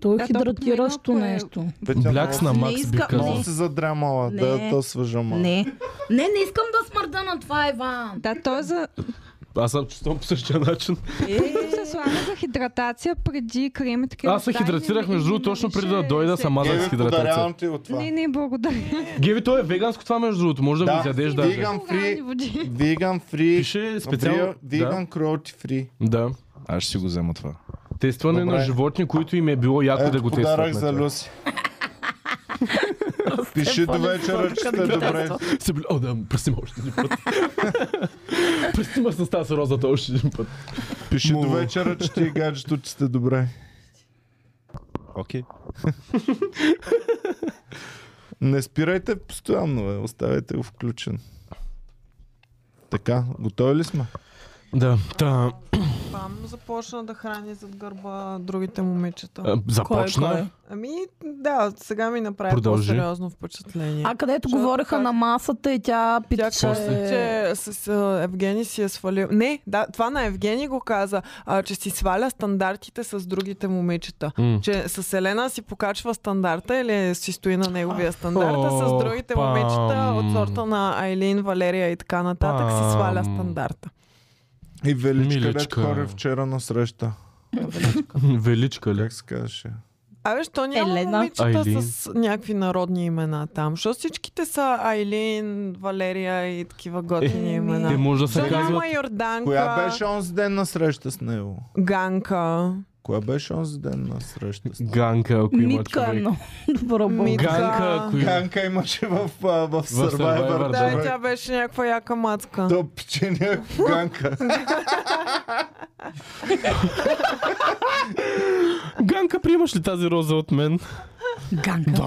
Speaker 2: То е
Speaker 7: Да, то
Speaker 2: хидратиращо
Speaker 7: малко е-
Speaker 2: нещо.
Speaker 1: Петя,
Speaker 4: Блякс на
Speaker 2: Не
Speaker 4: Макс би
Speaker 2: иска-
Speaker 1: Много
Speaker 4: казал.
Speaker 1: се задрамала да
Speaker 2: Не.
Speaker 1: я то свежа малко.
Speaker 2: Не. Не, не искам да смърда на това, Иван.
Speaker 7: Да, той е за...
Speaker 4: Аз съм чувствам по същия начин.
Speaker 7: Принцип се слага за хидратация преди креми такива.
Speaker 4: Аз се
Speaker 7: неща и
Speaker 4: хидратирах,
Speaker 7: не-
Speaker 4: между
Speaker 7: не-
Speaker 4: другото,
Speaker 7: не
Speaker 4: точно преди
Speaker 7: мирише
Speaker 4: да дойда
Speaker 7: се-
Speaker 4: сама за
Speaker 1: Геви,
Speaker 4: хидратация.
Speaker 1: подарявам ти от това.
Speaker 7: Не, не, благодаря.
Speaker 4: Геви, то е веганско това, между другото. Може да го
Speaker 1: Да,
Speaker 4: изядеш даже.
Speaker 1: виган фри,
Speaker 7: Натурални води.
Speaker 1: виган фри,
Speaker 4: Пише специално. Да.
Speaker 1: виган кроти фри.
Speaker 4: да.
Speaker 5: Аз ще си го взема това.
Speaker 4: Тестване
Speaker 1: Добре.
Speaker 4: на животни, които им е било яко да
Speaker 1: Ето
Speaker 4: го
Speaker 1: подарък за
Speaker 4: тестват.
Speaker 1: Люси. Пиши до вечера, че сте добре.
Speaker 4: Се били, о да, пръсти ме още един
Speaker 1: [laughs]
Speaker 4: път. пръсти ме с тази розата още един път.
Speaker 1: Пиши до
Speaker 5: Му.
Speaker 1: вечера, че ти и гаджето, че сте добре.
Speaker 5: Окей.
Speaker 1: Не спирайте постоянно, бе. оставяйте го включен. Така, готови ли сме?
Speaker 4: Да, та,
Speaker 3: Пам, Сам започна да храни зад гърба другите момичета.
Speaker 4: А, Започна.
Speaker 3: Ами, да, сега ми направи
Speaker 4: Продължи.
Speaker 3: по-сериозно впечатление.
Speaker 2: А където
Speaker 3: Защото
Speaker 2: говореха
Speaker 3: как-
Speaker 2: на масата и тя
Speaker 3: Тя
Speaker 2: пита,
Speaker 3: каза,
Speaker 4: Е.
Speaker 2: че...
Speaker 3: че
Speaker 2: е
Speaker 3: с а, Евгений си е свалил. Не, да, това на Евгений го каза, а, че си сваля стандартите с другите момичета.
Speaker 4: М.
Speaker 3: Че с Елена си покачва стандарта или си стои на неговия стандарт, а
Speaker 4: О,
Speaker 3: с другите
Speaker 4: пам.
Speaker 3: момичета от сорта на Айлин, Валерия и така нататък си сваля
Speaker 4: Пам.
Speaker 3: стандарта.
Speaker 1: И Величка, дет
Speaker 4: Миличка.
Speaker 1: хора вчера на среща.
Speaker 4: Величка ли?
Speaker 1: Как се казваше?
Speaker 3: Абе, що няма
Speaker 2: Елена.
Speaker 3: момичета
Speaker 4: Айлин.
Speaker 3: с някакви народни имена там? Що всичките са Айлин, Валерия и такива готини
Speaker 2: Еми.
Speaker 4: Те
Speaker 3: имена?
Speaker 4: може да
Speaker 3: Що
Speaker 4: се казват...
Speaker 3: няма Йорданка,
Speaker 1: Коя беше онзи ден на среща с него?
Speaker 3: Ганка,
Speaker 1: Коя беше онзи ден на среща с него?
Speaker 4: Ганка, ако има
Speaker 2: Митка е
Speaker 4: човек.
Speaker 2: много [laughs] добро българско.
Speaker 3: Митка.
Speaker 4: Ганка, ако има...
Speaker 1: Ганка имаше в, а, в, в
Speaker 4: Survivor,
Speaker 1: Survivor.
Speaker 4: да.
Speaker 3: Да,
Speaker 1: човек.
Speaker 3: и тя беше някаква яка мацка.
Speaker 1: Топ, че някаква Ганка.
Speaker 4: Ганка, приемаш ли тази роза от мен?
Speaker 2: Ганка.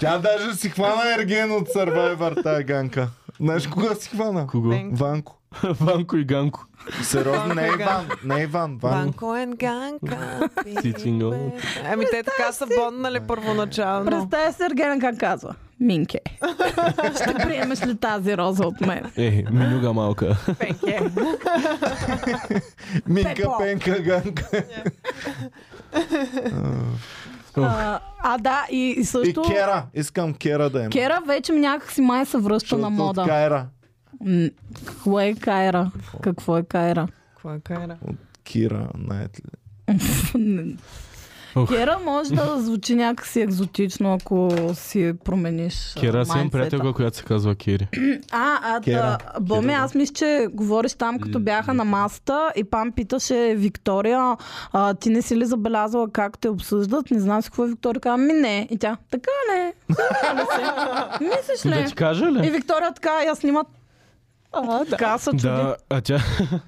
Speaker 1: Тя даже си хвана ерген от Survivor, тая Ганка. Знаеш кога си хвана?
Speaker 4: Кого?
Speaker 3: Мен.
Speaker 1: Ванко.
Speaker 4: Ванко и Ганко.
Speaker 1: Сериозно, не е
Speaker 3: Ванко,
Speaker 1: Иван. Не е Иван. Ванко.
Speaker 3: Банко ен
Speaker 4: [laughs]
Speaker 3: ганка.
Speaker 4: Ситинго.
Speaker 3: Ами те така са боннали първоначално.
Speaker 2: Представя се Ергена как казва.
Speaker 7: [laughs]
Speaker 2: Минке. Ще приемеш ли тази роза от мен?
Speaker 4: Е, минюга малка.
Speaker 3: Пенке.
Speaker 1: Минка,
Speaker 2: Пепо.
Speaker 1: Пенка, Ганка.
Speaker 2: А, а да, и, и
Speaker 1: И
Speaker 2: също...
Speaker 1: Кера. Искам Кера да има.
Speaker 2: Кера вече някак си май се връща
Speaker 1: Защото
Speaker 2: на
Speaker 1: От
Speaker 2: мода.
Speaker 1: Кайра.
Speaker 2: М, Какво е Кайра? Какво е Кайра?
Speaker 3: Кой е Кайра?
Speaker 1: Кира, знаете ли.
Speaker 2: Не.
Speaker 4: Ух.
Speaker 2: Кера може да звучи някакси екзотично, ако си промениш а,
Speaker 4: Кера, си имам
Speaker 2: майндсета.
Speaker 4: приятелка, която се казва Кери.
Speaker 2: А, а
Speaker 1: Кера.
Speaker 2: Кера. Боми,
Speaker 1: Кера, да.
Speaker 2: аз мисля, че говориш там, като
Speaker 4: Л-
Speaker 2: бяха на масата и пам питаше Виктория, а, ти не си ли забелязала как те обсъждат? Не знам си какво е Виктория. Каза, ми не. И тя, така ли? Сигурна ли си?
Speaker 4: [laughs]
Speaker 2: Мислиш
Speaker 4: Да ти
Speaker 2: ли?
Speaker 4: кажа
Speaker 2: И
Speaker 4: ли?
Speaker 2: Виктория така, я снимат. А, така са чуди.
Speaker 4: Значи- Да, а тя... [laughs]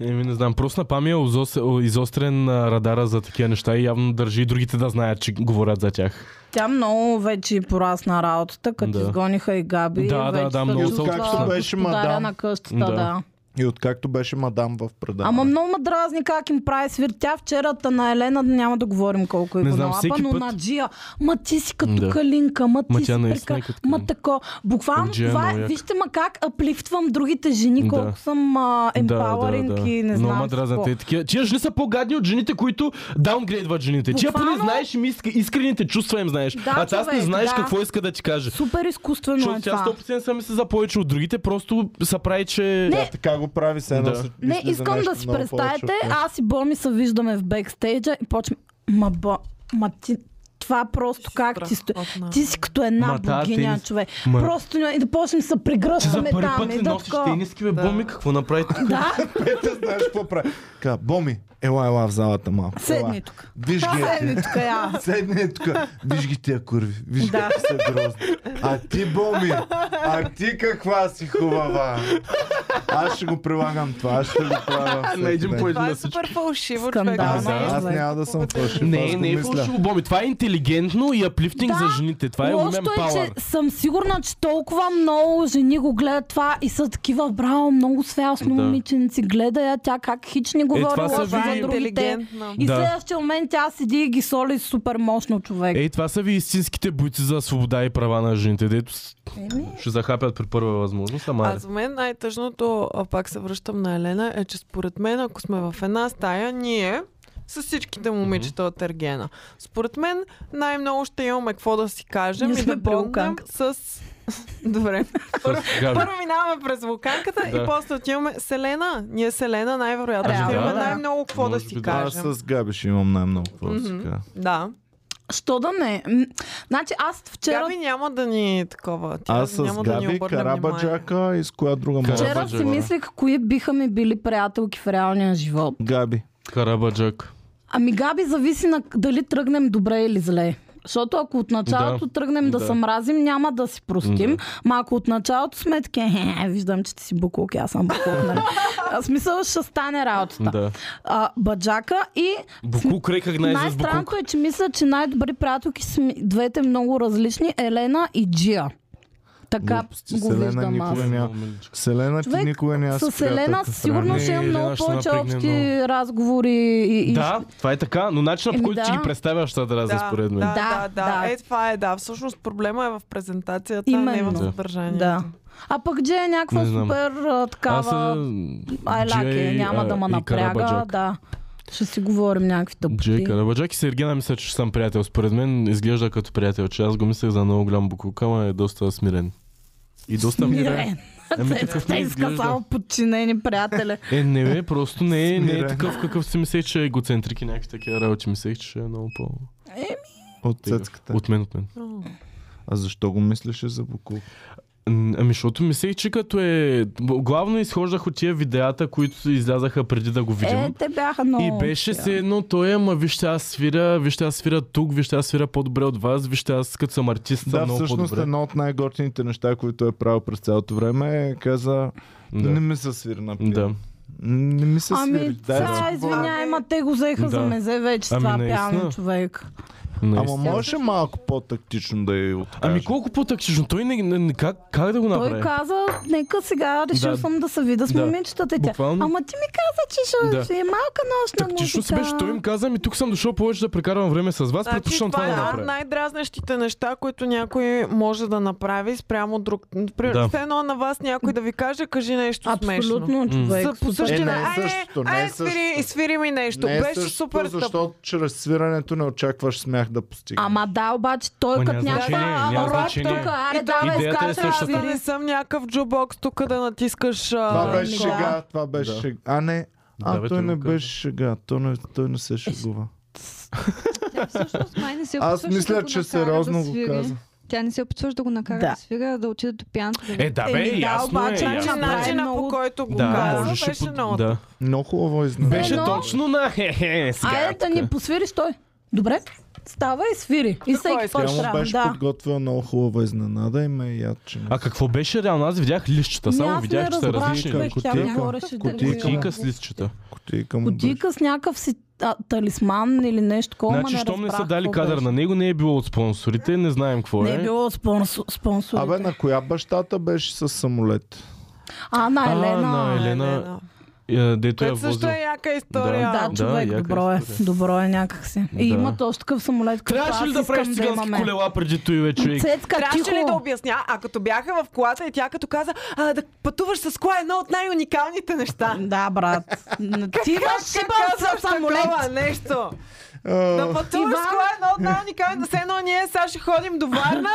Speaker 4: Еми, не знам, просто на Пами е озос- изострен а, радара за такива неща и явно държи и другите да знаят, че говорят за тях.
Speaker 2: Тя много вече и порасна работата, като
Speaker 4: Да.
Speaker 2: да. изгониха и Габи.
Speaker 4: Да, да,
Speaker 2: вече
Speaker 4: да,
Speaker 2: се
Speaker 4: много
Speaker 1: се
Speaker 2: чувства
Speaker 1: отпусна. Беше
Speaker 2: господаря
Speaker 1: мадам.
Speaker 2: на къщата,
Speaker 4: Да.
Speaker 2: да. да.
Speaker 1: И откакто беше мадам в предаване.
Speaker 2: Ама много ме дразни как им прави свир. Тя вчерата на Елена няма да говорим колко е
Speaker 4: Не
Speaker 2: го
Speaker 4: знам,
Speaker 2: налапа,
Speaker 4: всеки
Speaker 2: но
Speaker 4: път-
Speaker 2: на Джия. Ма ти си като
Speaker 4: Да.
Speaker 2: калинка, ма ти
Speaker 4: Ма
Speaker 2: си
Speaker 4: тя наистина е
Speaker 2: прека-
Speaker 4: като
Speaker 2: Ма
Speaker 4: Калинка.
Speaker 2: тако. Буквално
Speaker 4: От Джия е
Speaker 2: това
Speaker 4: много
Speaker 2: е.
Speaker 4: яка.
Speaker 2: Вижте ма как аплифтвам другите жени,
Speaker 4: Да.
Speaker 2: колко съм а, емпауъринг и не
Speaker 4: Много ме
Speaker 2: знам. си
Speaker 4: дразнят.
Speaker 2: какво.
Speaker 4: Те такива. Тия жени са по-гадни от жените, които даунгрейдват жените. Тия поне
Speaker 2: Буквално-
Speaker 4: знаеш им иска- искрените чувства им знаеш.
Speaker 2: Да,
Speaker 4: а аз не
Speaker 2: човек,
Speaker 4: знаеш
Speaker 2: да.
Speaker 4: какво иска да ти каже.
Speaker 2: Супер изкуствено е
Speaker 4: Защото тя
Speaker 2: това.
Speaker 4: 100% са мисли за повече от другите, просто са прави, че...
Speaker 1: Тя така го прави се едно.
Speaker 4: Да.
Speaker 1: си
Speaker 2: Не,
Speaker 1: мисли за
Speaker 2: искам
Speaker 1: нещо
Speaker 2: да си
Speaker 1: много
Speaker 2: представите,
Speaker 1: повече от нея.
Speaker 2: аз и Боми се виждаме в бекстейджа и почвам, ма, бо, ма ти, това просто как ти стои.
Speaker 3: Страхотна.
Speaker 2: Ти си като една
Speaker 4: Ма, тази
Speaker 2: богиня,
Speaker 4: тенис-
Speaker 2: човек.
Speaker 4: Ма-
Speaker 2: Просто ня- и да почнем да
Speaker 4: Че
Speaker 2: се
Speaker 4: за
Speaker 2: прегръщаме
Speaker 4: първи
Speaker 2: там.
Speaker 4: път ли
Speaker 2: и да
Speaker 4: носиш
Speaker 2: такова.
Speaker 4: тениски, бе, Боми, какво
Speaker 2: [laughs]
Speaker 4: направи тук? [laughs]
Speaker 2: Да,
Speaker 1: [laughs] Петя, знаеш какво прави? Ка, Боми, ела, ела в залата малко.
Speaker 2: седни
Speaker 1: Ела.
Speaker 2: тук.
Speaker 1: Виж ги. е,
Speaker 2: Седни
Speaker 1: ти.
Speaker 2: тук, я.
Speaker 1: Седни е тук. Виж ги тия курви. Виж
Speaker 2: Да.
Speaker 1: ги са грозни. А ти, Боми, а ти каква си хубава. Аз ще го прилагам това, аз ще го правя.
Speaker 4: На един
Speaker 1: всеки ден.
Speaker 4: по един
Speaker 3: Това
Speaker 4: на
Speaker 3: е
Speaker 4: всички.
Speaker 3: супер фалшиво,
Speaker 2: Скандал.
Speaker 3: човек.
Speaker 4: Да,
Speaker 1: Аз,
Speaker 4: да,
Speaker 1: аз
Speaker 2: човек.
Speaker 1: няма да съм фалшив. аз
Speaker 4: Не,
Speaker 1: го
Speaker 4: не е
Speaker 1: мисля.
Speaker 4: фалшиво, Боми. Това е интелигентно и аплифтинг
Speaker 2: Да,
Speaker 4: за жените. Това е
Speaker 2: Лошото
Speaker 4: умен
Speaker 2: е,
Speaker 4: пауър.
Speaker 2: че съм сигурна, че толкова много жени го гледат това и са такива, браво, много свясно
Speaker 4: Да. Е,
Speaker 2: момиченци, гледа я тя как хич не говори
Speaker 4: това се
Speaker 2: лошо
Speaker 4: видя
Speaker 2: за другите.
Speaker 3: интелигентна.
Speaker 2: И
Speaker 4: Да.
Speaker 2: следващия момент тя седи и ги соли супер мощно човек.
Speaker 4: Ей, това са ви истинските бойци за свобода и права на жените, дето с-
Speaker 2: Еми,
Speaker 4: ще захапят при първа възможност, ама
Speaker 3: А за мен най-тъжното, а пак се връщам на Елена, е, че според мен, ако сме в една стая, ние с всичките момичета от Ергена. Според мен най-много ще имаме какво да си кажем
Speaker 2: Ние
Speaker 3: и
Speaker 2: сме
Speaker 3: да
Speaker 2: при
Speaker 3: боннем
Speaker 2: луканката.
Speaker 3: с... [laughs]
Speaker 4: [laughs]
Speaker 3: Добре. Първо,
Speaker 4: с Габи.
Speaker 3: първо минаваме през вулканката
Speaker 4: Ами. Да.
Speaker 3: и после отиваме Селена. Ние Селена най-вероятно
Speaker 2: Реално,
Speaker 3: ще имаме
Speaker 4: да.
Speaker 3: най-много какво да
Speaker 4: Може би
Speaker 3: си
Speaker 4: да.
Speaker 1: Аз
Speaker 3: кажем.
Speaker 1: с Габи ще имам най-много какво да си
Speaker 3: Мгм.
Speaker 1: кажа.
Speaker 3: Да.
Speaker 2: Що да не? М, Значи аз вчера,
Speaker 3: Габи няма да ни такова. Тя
Speaker 1: Аз с
Speaker 3: няма да ни
Speaker 1: Габи,
Speaker 3: обърне внимание.
Speaker 1: Карабаджака и с коя друга мога да
Speaker 2: вчера си
Speaker 4: Карабаджак.
Speaker 2: мислех кои биха ми били приятелки в реалния живот.
Speaker 1: Габи.
Speaker 4: Карабаджак.
Speaker 2: Ами Габи зависи на дали тръгнем добре или зле. Защото ако от
Speaker 4: Да,
Speaker 2: началото да, тръгнем да,
Speaker 4: да.
Speaker 2: да се мразим, няма да си простим.
Speaker 4: Да.
Speaker 2: Да. Ма ако от началото сме таки, «Хе, виждам, че ти си буклук, аз съм буклук, нали? А, смисъл ще стане работата.
Speaker 4: Да.
Speaker 2: А, баджака и
Speaker 4: Букук реках най с Букук.
Speaker 2: най-странното е, че мисля, че най-добри приятелки са ми двете много различни Елена и Джия. Така
Speaker 1: Глупости.
Speaker 2: го
Speaker 1: Селена
Speaker 2: виждам аз.
Speaker 1: никога няма. Селена, ти
Speaker 2: Човек,
Speaker 1: никога няма
Speaker 2: С
Speaker 1: си
Speaker 2: Елена
Speaker 1: приятелка.
Speaker 2: със сигурност
Speaker 4: Не,
Speaker 2: ще имам
Speaker 4: Елена
Speaker 2: много
Speaker 4: ще
Speaker 2: повече
Speaker 4: напрегне
Speaker 2: общи
Speaker 4: много.
Speaker 2: разговори и, и
Speaker 4: Да, това е така, но начинът по
Speaker 2: Еми
Speaker 4: който ти
Speaker 2: да.
Speaker 4: ги представяш, това трябва да, според мен.
Speaker 3: Да, да,
Speaker 2: Да,
Speaker 3: да,
Speaker 2: да.
Speaker 3: Е, това е, да. Всъщност проблема е в презентацията, не в
Speaker 2: Именно.
Speaker 4: Да.
Speaker 3: съдържанието.
Speaker 2: Да. А пък Джей е някаква
Speaker 4: Не знам.
Speaker 2: супер а,
Speaker 4: Аз
Speaker 2: такава айлаке, няма да ме напряга, да. Ще си говорим някакви
Speaker 4: Джей
Speaker 2: тъпоти.
Speaker 4: Карабаджак и Сергена мисля, че съм приятел. Според мен изглежда като приятел, че аз го мислех за много голям буклук, ама е доста смирен. И доста мирен.
Speaker 2: Мирен.
Speaker 4: Ами
Speaker 2: Те-
Speaker 4: такъв
Speaker 2: Те
Speaker 4: ми
Speaker 2: иска
Speaker 4: изглежда.
Speaker 2: само подчинени
Speaker 4: [laughs]
Speaker 2: приятели.
Speaker 4: Е, не, е, просто не е, не е
Speaker 1: Смирен.
Speaker 4: такъв какъв си мислех, че е егоцентрик и някакви такива работи. Мислех, че е много по...
Speaker 1: От цецката.
Speaker 4: От мен, от мен.
Speaker 3: О,
Speaker 1: А защо го мислеше за Букук?
Speaker 4: М, Ами, защото мислех, че като е... Главно изхождах от тия видеята, които излязаха преди да го видим.
Speaker 2: Е, те бяха много.
Speaker 4: И беше
Speaker 2: такива.
Speaker 4: се едно, той е, ама вижте аз свиря, вижте аз свиря тук, вижте аз свиря по-добре от вас, вижте аз като съм артист съм
Speaker 1: Да,
Speaker 4: много
Speaker 1: всъщност
Speaker 4: по-добре.
Speaker 1: едно от най-готините неща, които е правил през цялото време, е каза
Speaker 4: Да.
Speaker 1: е не ми се свири на пиано.
Speaker 4: да.
Speaker 1: Не ми се свири.
Speaker 2: Ами,
Speaker 1: Дай да си
Speaker 2: сега,
Speaker 1: говорим.
Speaker 2: извиняй, ма те го взеха за
Speaker 4: Да.
Speaker 2: мезе вече с
Speaker 4: Ами,
Speaker 2: това
Speaker 4: наистина.
Speaker 2: пиано човек.
Speaker 1: Ама
Speaker 4: Наистина.
Speaker 1: може малко по-тактично да я откажа.
Speaker 4: Ами колко по-тактично? Той не, не, не как, как да го направи?
Speaker 2: Той каза, нека сега решил
Speaker 4: Да.
Speaker 2: съм да се видя с
Speaker 4: Да.
Speaker 2: момичетата. и Тя.
Speaker 4: Буквално.
Speaker 2: Ама ти ми каза, че ще
Speaker 4: Да.
Speaker 2: ще е малка нощна
Speaker 4: Тактично си
Speaker 2: музика.
Speaker 4: беше, той им каза, ми тук съм дошъл повече да прекарвам време с вас,
Speaker 3: Значи,
Speaker 4: предпочитам това
Speaker 3: това е
Speaker 4: да
Speaker 3: една от
Speaker 4: направя.
Speaker 3: най-дразнещите неща, които някой може да направи спрямо друг. Например,
Speaker 4: Да.
Speaker 3: все едно на вас някой да ви каже, кажи нещо смешно.
Speaker 2: Абсолютно,
Speaker 4: смешно.
Speaker 2: човек.
Speaker 3: Са- По
Speaker 2: супер.
Speaker 3: същия
Speaker 1: Е, не е
Speaker 3: начин, ай,
Speaker 1: същото, не е
Speaker 3: ай, свири,
Speaker 1: същото.
Speaker 3: свири ми нещо.
Speaker 1: Не е
Speaker 3: Беше
Speaker 1: същото,
Speaker 3: супер тъп.
Speaker 1: защото чрез свирането не очакваш смях да постигнеш.
Speaker 2: Ама да, обаче той
Speaker 4: Ма
Speaker 2: като
Speaker 4: няма
Speaker 2: някаква
Speaker 4: значение, няма
Speaker 2: рок
Speaker 4: значение.
Speaker 2: тук, аре
Speaker 3: И
Speaker 2: давай,
Speaker 4: идеята е
Speaker 2: скажа, аз
Speaker 4: същата.
Speaker 3: Аз да
Speaker 2: ви
Speaker 3: не съм някакъв джубокс тук да натискаш... а,
Speaker 1: Това
Speaker 2: Да.
Speaker 1: беше
Speaker 2: Да.
Speaker 1: шега, това беше
Speaker 4: Да.
Speaker 1: шега. А не, а
Speaker 4: Да, бе,
Speaker 1: той
Speaker 4: той
Speaker 1: не
Speaker 4: го каза.
Speaker 1: беше шега, той не, той не се шегува.
Speaker 7: Тя всъщност май не се
Speaker 1: Аз
Speaker 7: опитваше
Speaker 1: мисля,
Speaker 7: да го
Speaker 1: че
Speaker 7: накара
Speaker 1: сериозно
Speaker 7: да
Speaker 1: го
Speaker 7: свири.
Speaker 1: каза.
Speaker 7: Тя не се опитваше да го накара
Speaker 2: Да.
Speaker 7: да, свира, да отиде до пианто. да
Speaker 4: Е, да бе,
Speaker 2: Еми, да,
Speaker 4: ясно
Speaker 2: обаче,
Speaker 4: е,
Speaker 3: Значи
Speaker 4: ясно е.
Speaker 2: начин-
Speaker 3: начина
Speaker 2: Е,
Speaker 3: по
Speaker 2: много-
Speaker 3: който го
Speaker 4: Да,
Speaker 3: каза
Speaker 4: можеше...
Speaker 3: беше
Speaker 4: по-
Speaker 3: много
Speaker 4: Да.
Speaker 1: Много хубаво изненада.
Speaker 4: Беше
Speaker 2: но-
Speaker 4: точно на хе-хе, сега.
Speaker 2: Айде да
Speaker 4: тука.
Speaker 2: ни посвириш той. Добре, става и свири.
Speaker 4: е
Speaker 2: И всеки
Speaker 3: искаш?
Speaker 2: път
Speaker 1: Тя му
Speaker 2: трябва.
Speaker 1: беше
Speaker 2: Да.
Speaker 1: подготвила много хубава изненада и ме яд, че не.
Speaker 4: А какво беше реално? Аз видях листчета,
Speaker 2: Ми,
Speaker 4: само
Speaker 2: Ами аз не
Speaker 4: видях, че са
Speaker 2: разбрах, е
Speaker 4: различни.
Speaker 2: човек, тя
Speaker 1: Кутийка.
Speaker 2: говореше
Speaker 1: Кутийка.
Speaker 2: дълго.
Speaker 4: Кутийка с листчета.
Speaker 1: Кутийка му беше.
Speaker 2: Кутийка с някакъв си а, талисман или нещо такова, ама
Speaker 4: Значи, щом не са
Speaker 2: разбрах
Speaker 4: дали
Speaker 2: какво
Speaker 4: кадър
Speaker 2: беше.
Speaker 4: на него, не е било от спонсорите, не знаем какво
Speaker 2: Не е
Speaker 4: е.
Speaker 2: било спонсор, спонсорите.
Speaker 1: Абе, на коя бащата беше с самолет?
Speaker 2: А, на
Speaker 4: А,
Speaker 2: Елена.
Speaker 4: на
Speaker 3: А,
Speaker 4: Елена. Е, Дето я
Speaker 3: Което също
Speaker 4: возил.
Speaker 3: е яка история.
Speaker 2: Да,
Speaker 4: Да,
Speaker 2: човек,
Speaker 4: яка
Speaker 2: добро е.
Speaker 4: история.
Speaker 2: Добро е някакси. И
Speaker 4: Да.
Speaker 2: има точно такъв самолет, като
Speaker 4: Трябваше ли
Speaker 2: аз
Speaker 4: да
Speaker 2: искам
Speaker 4: правиш
Speaker 2: да
Speaker 4: цигански
Speaker 2: имаме.
Speaker 4: колела преди той вече?
Speaker 2: Цецка,
Speaker 3: Трябваше ли да
Speaker 2: тихо.
Speaker 3: обясня? А като бяха в колата и тя като каза, а, да пътуваш с кола е едно от най-уникалните неща.
Speaker 2: Да, брат. Ти имаш шипан
Speaker 3: Казваш
Speaker 2: със самолет.
Speaker 3: такова нещо. Да
Speaker 1: А,
Speaker 3: пътуваш
Speaker 2: Иван.
Speaker 3: с кола е едно от най-уникалните. Все едно ние сега ще ходим до Варна.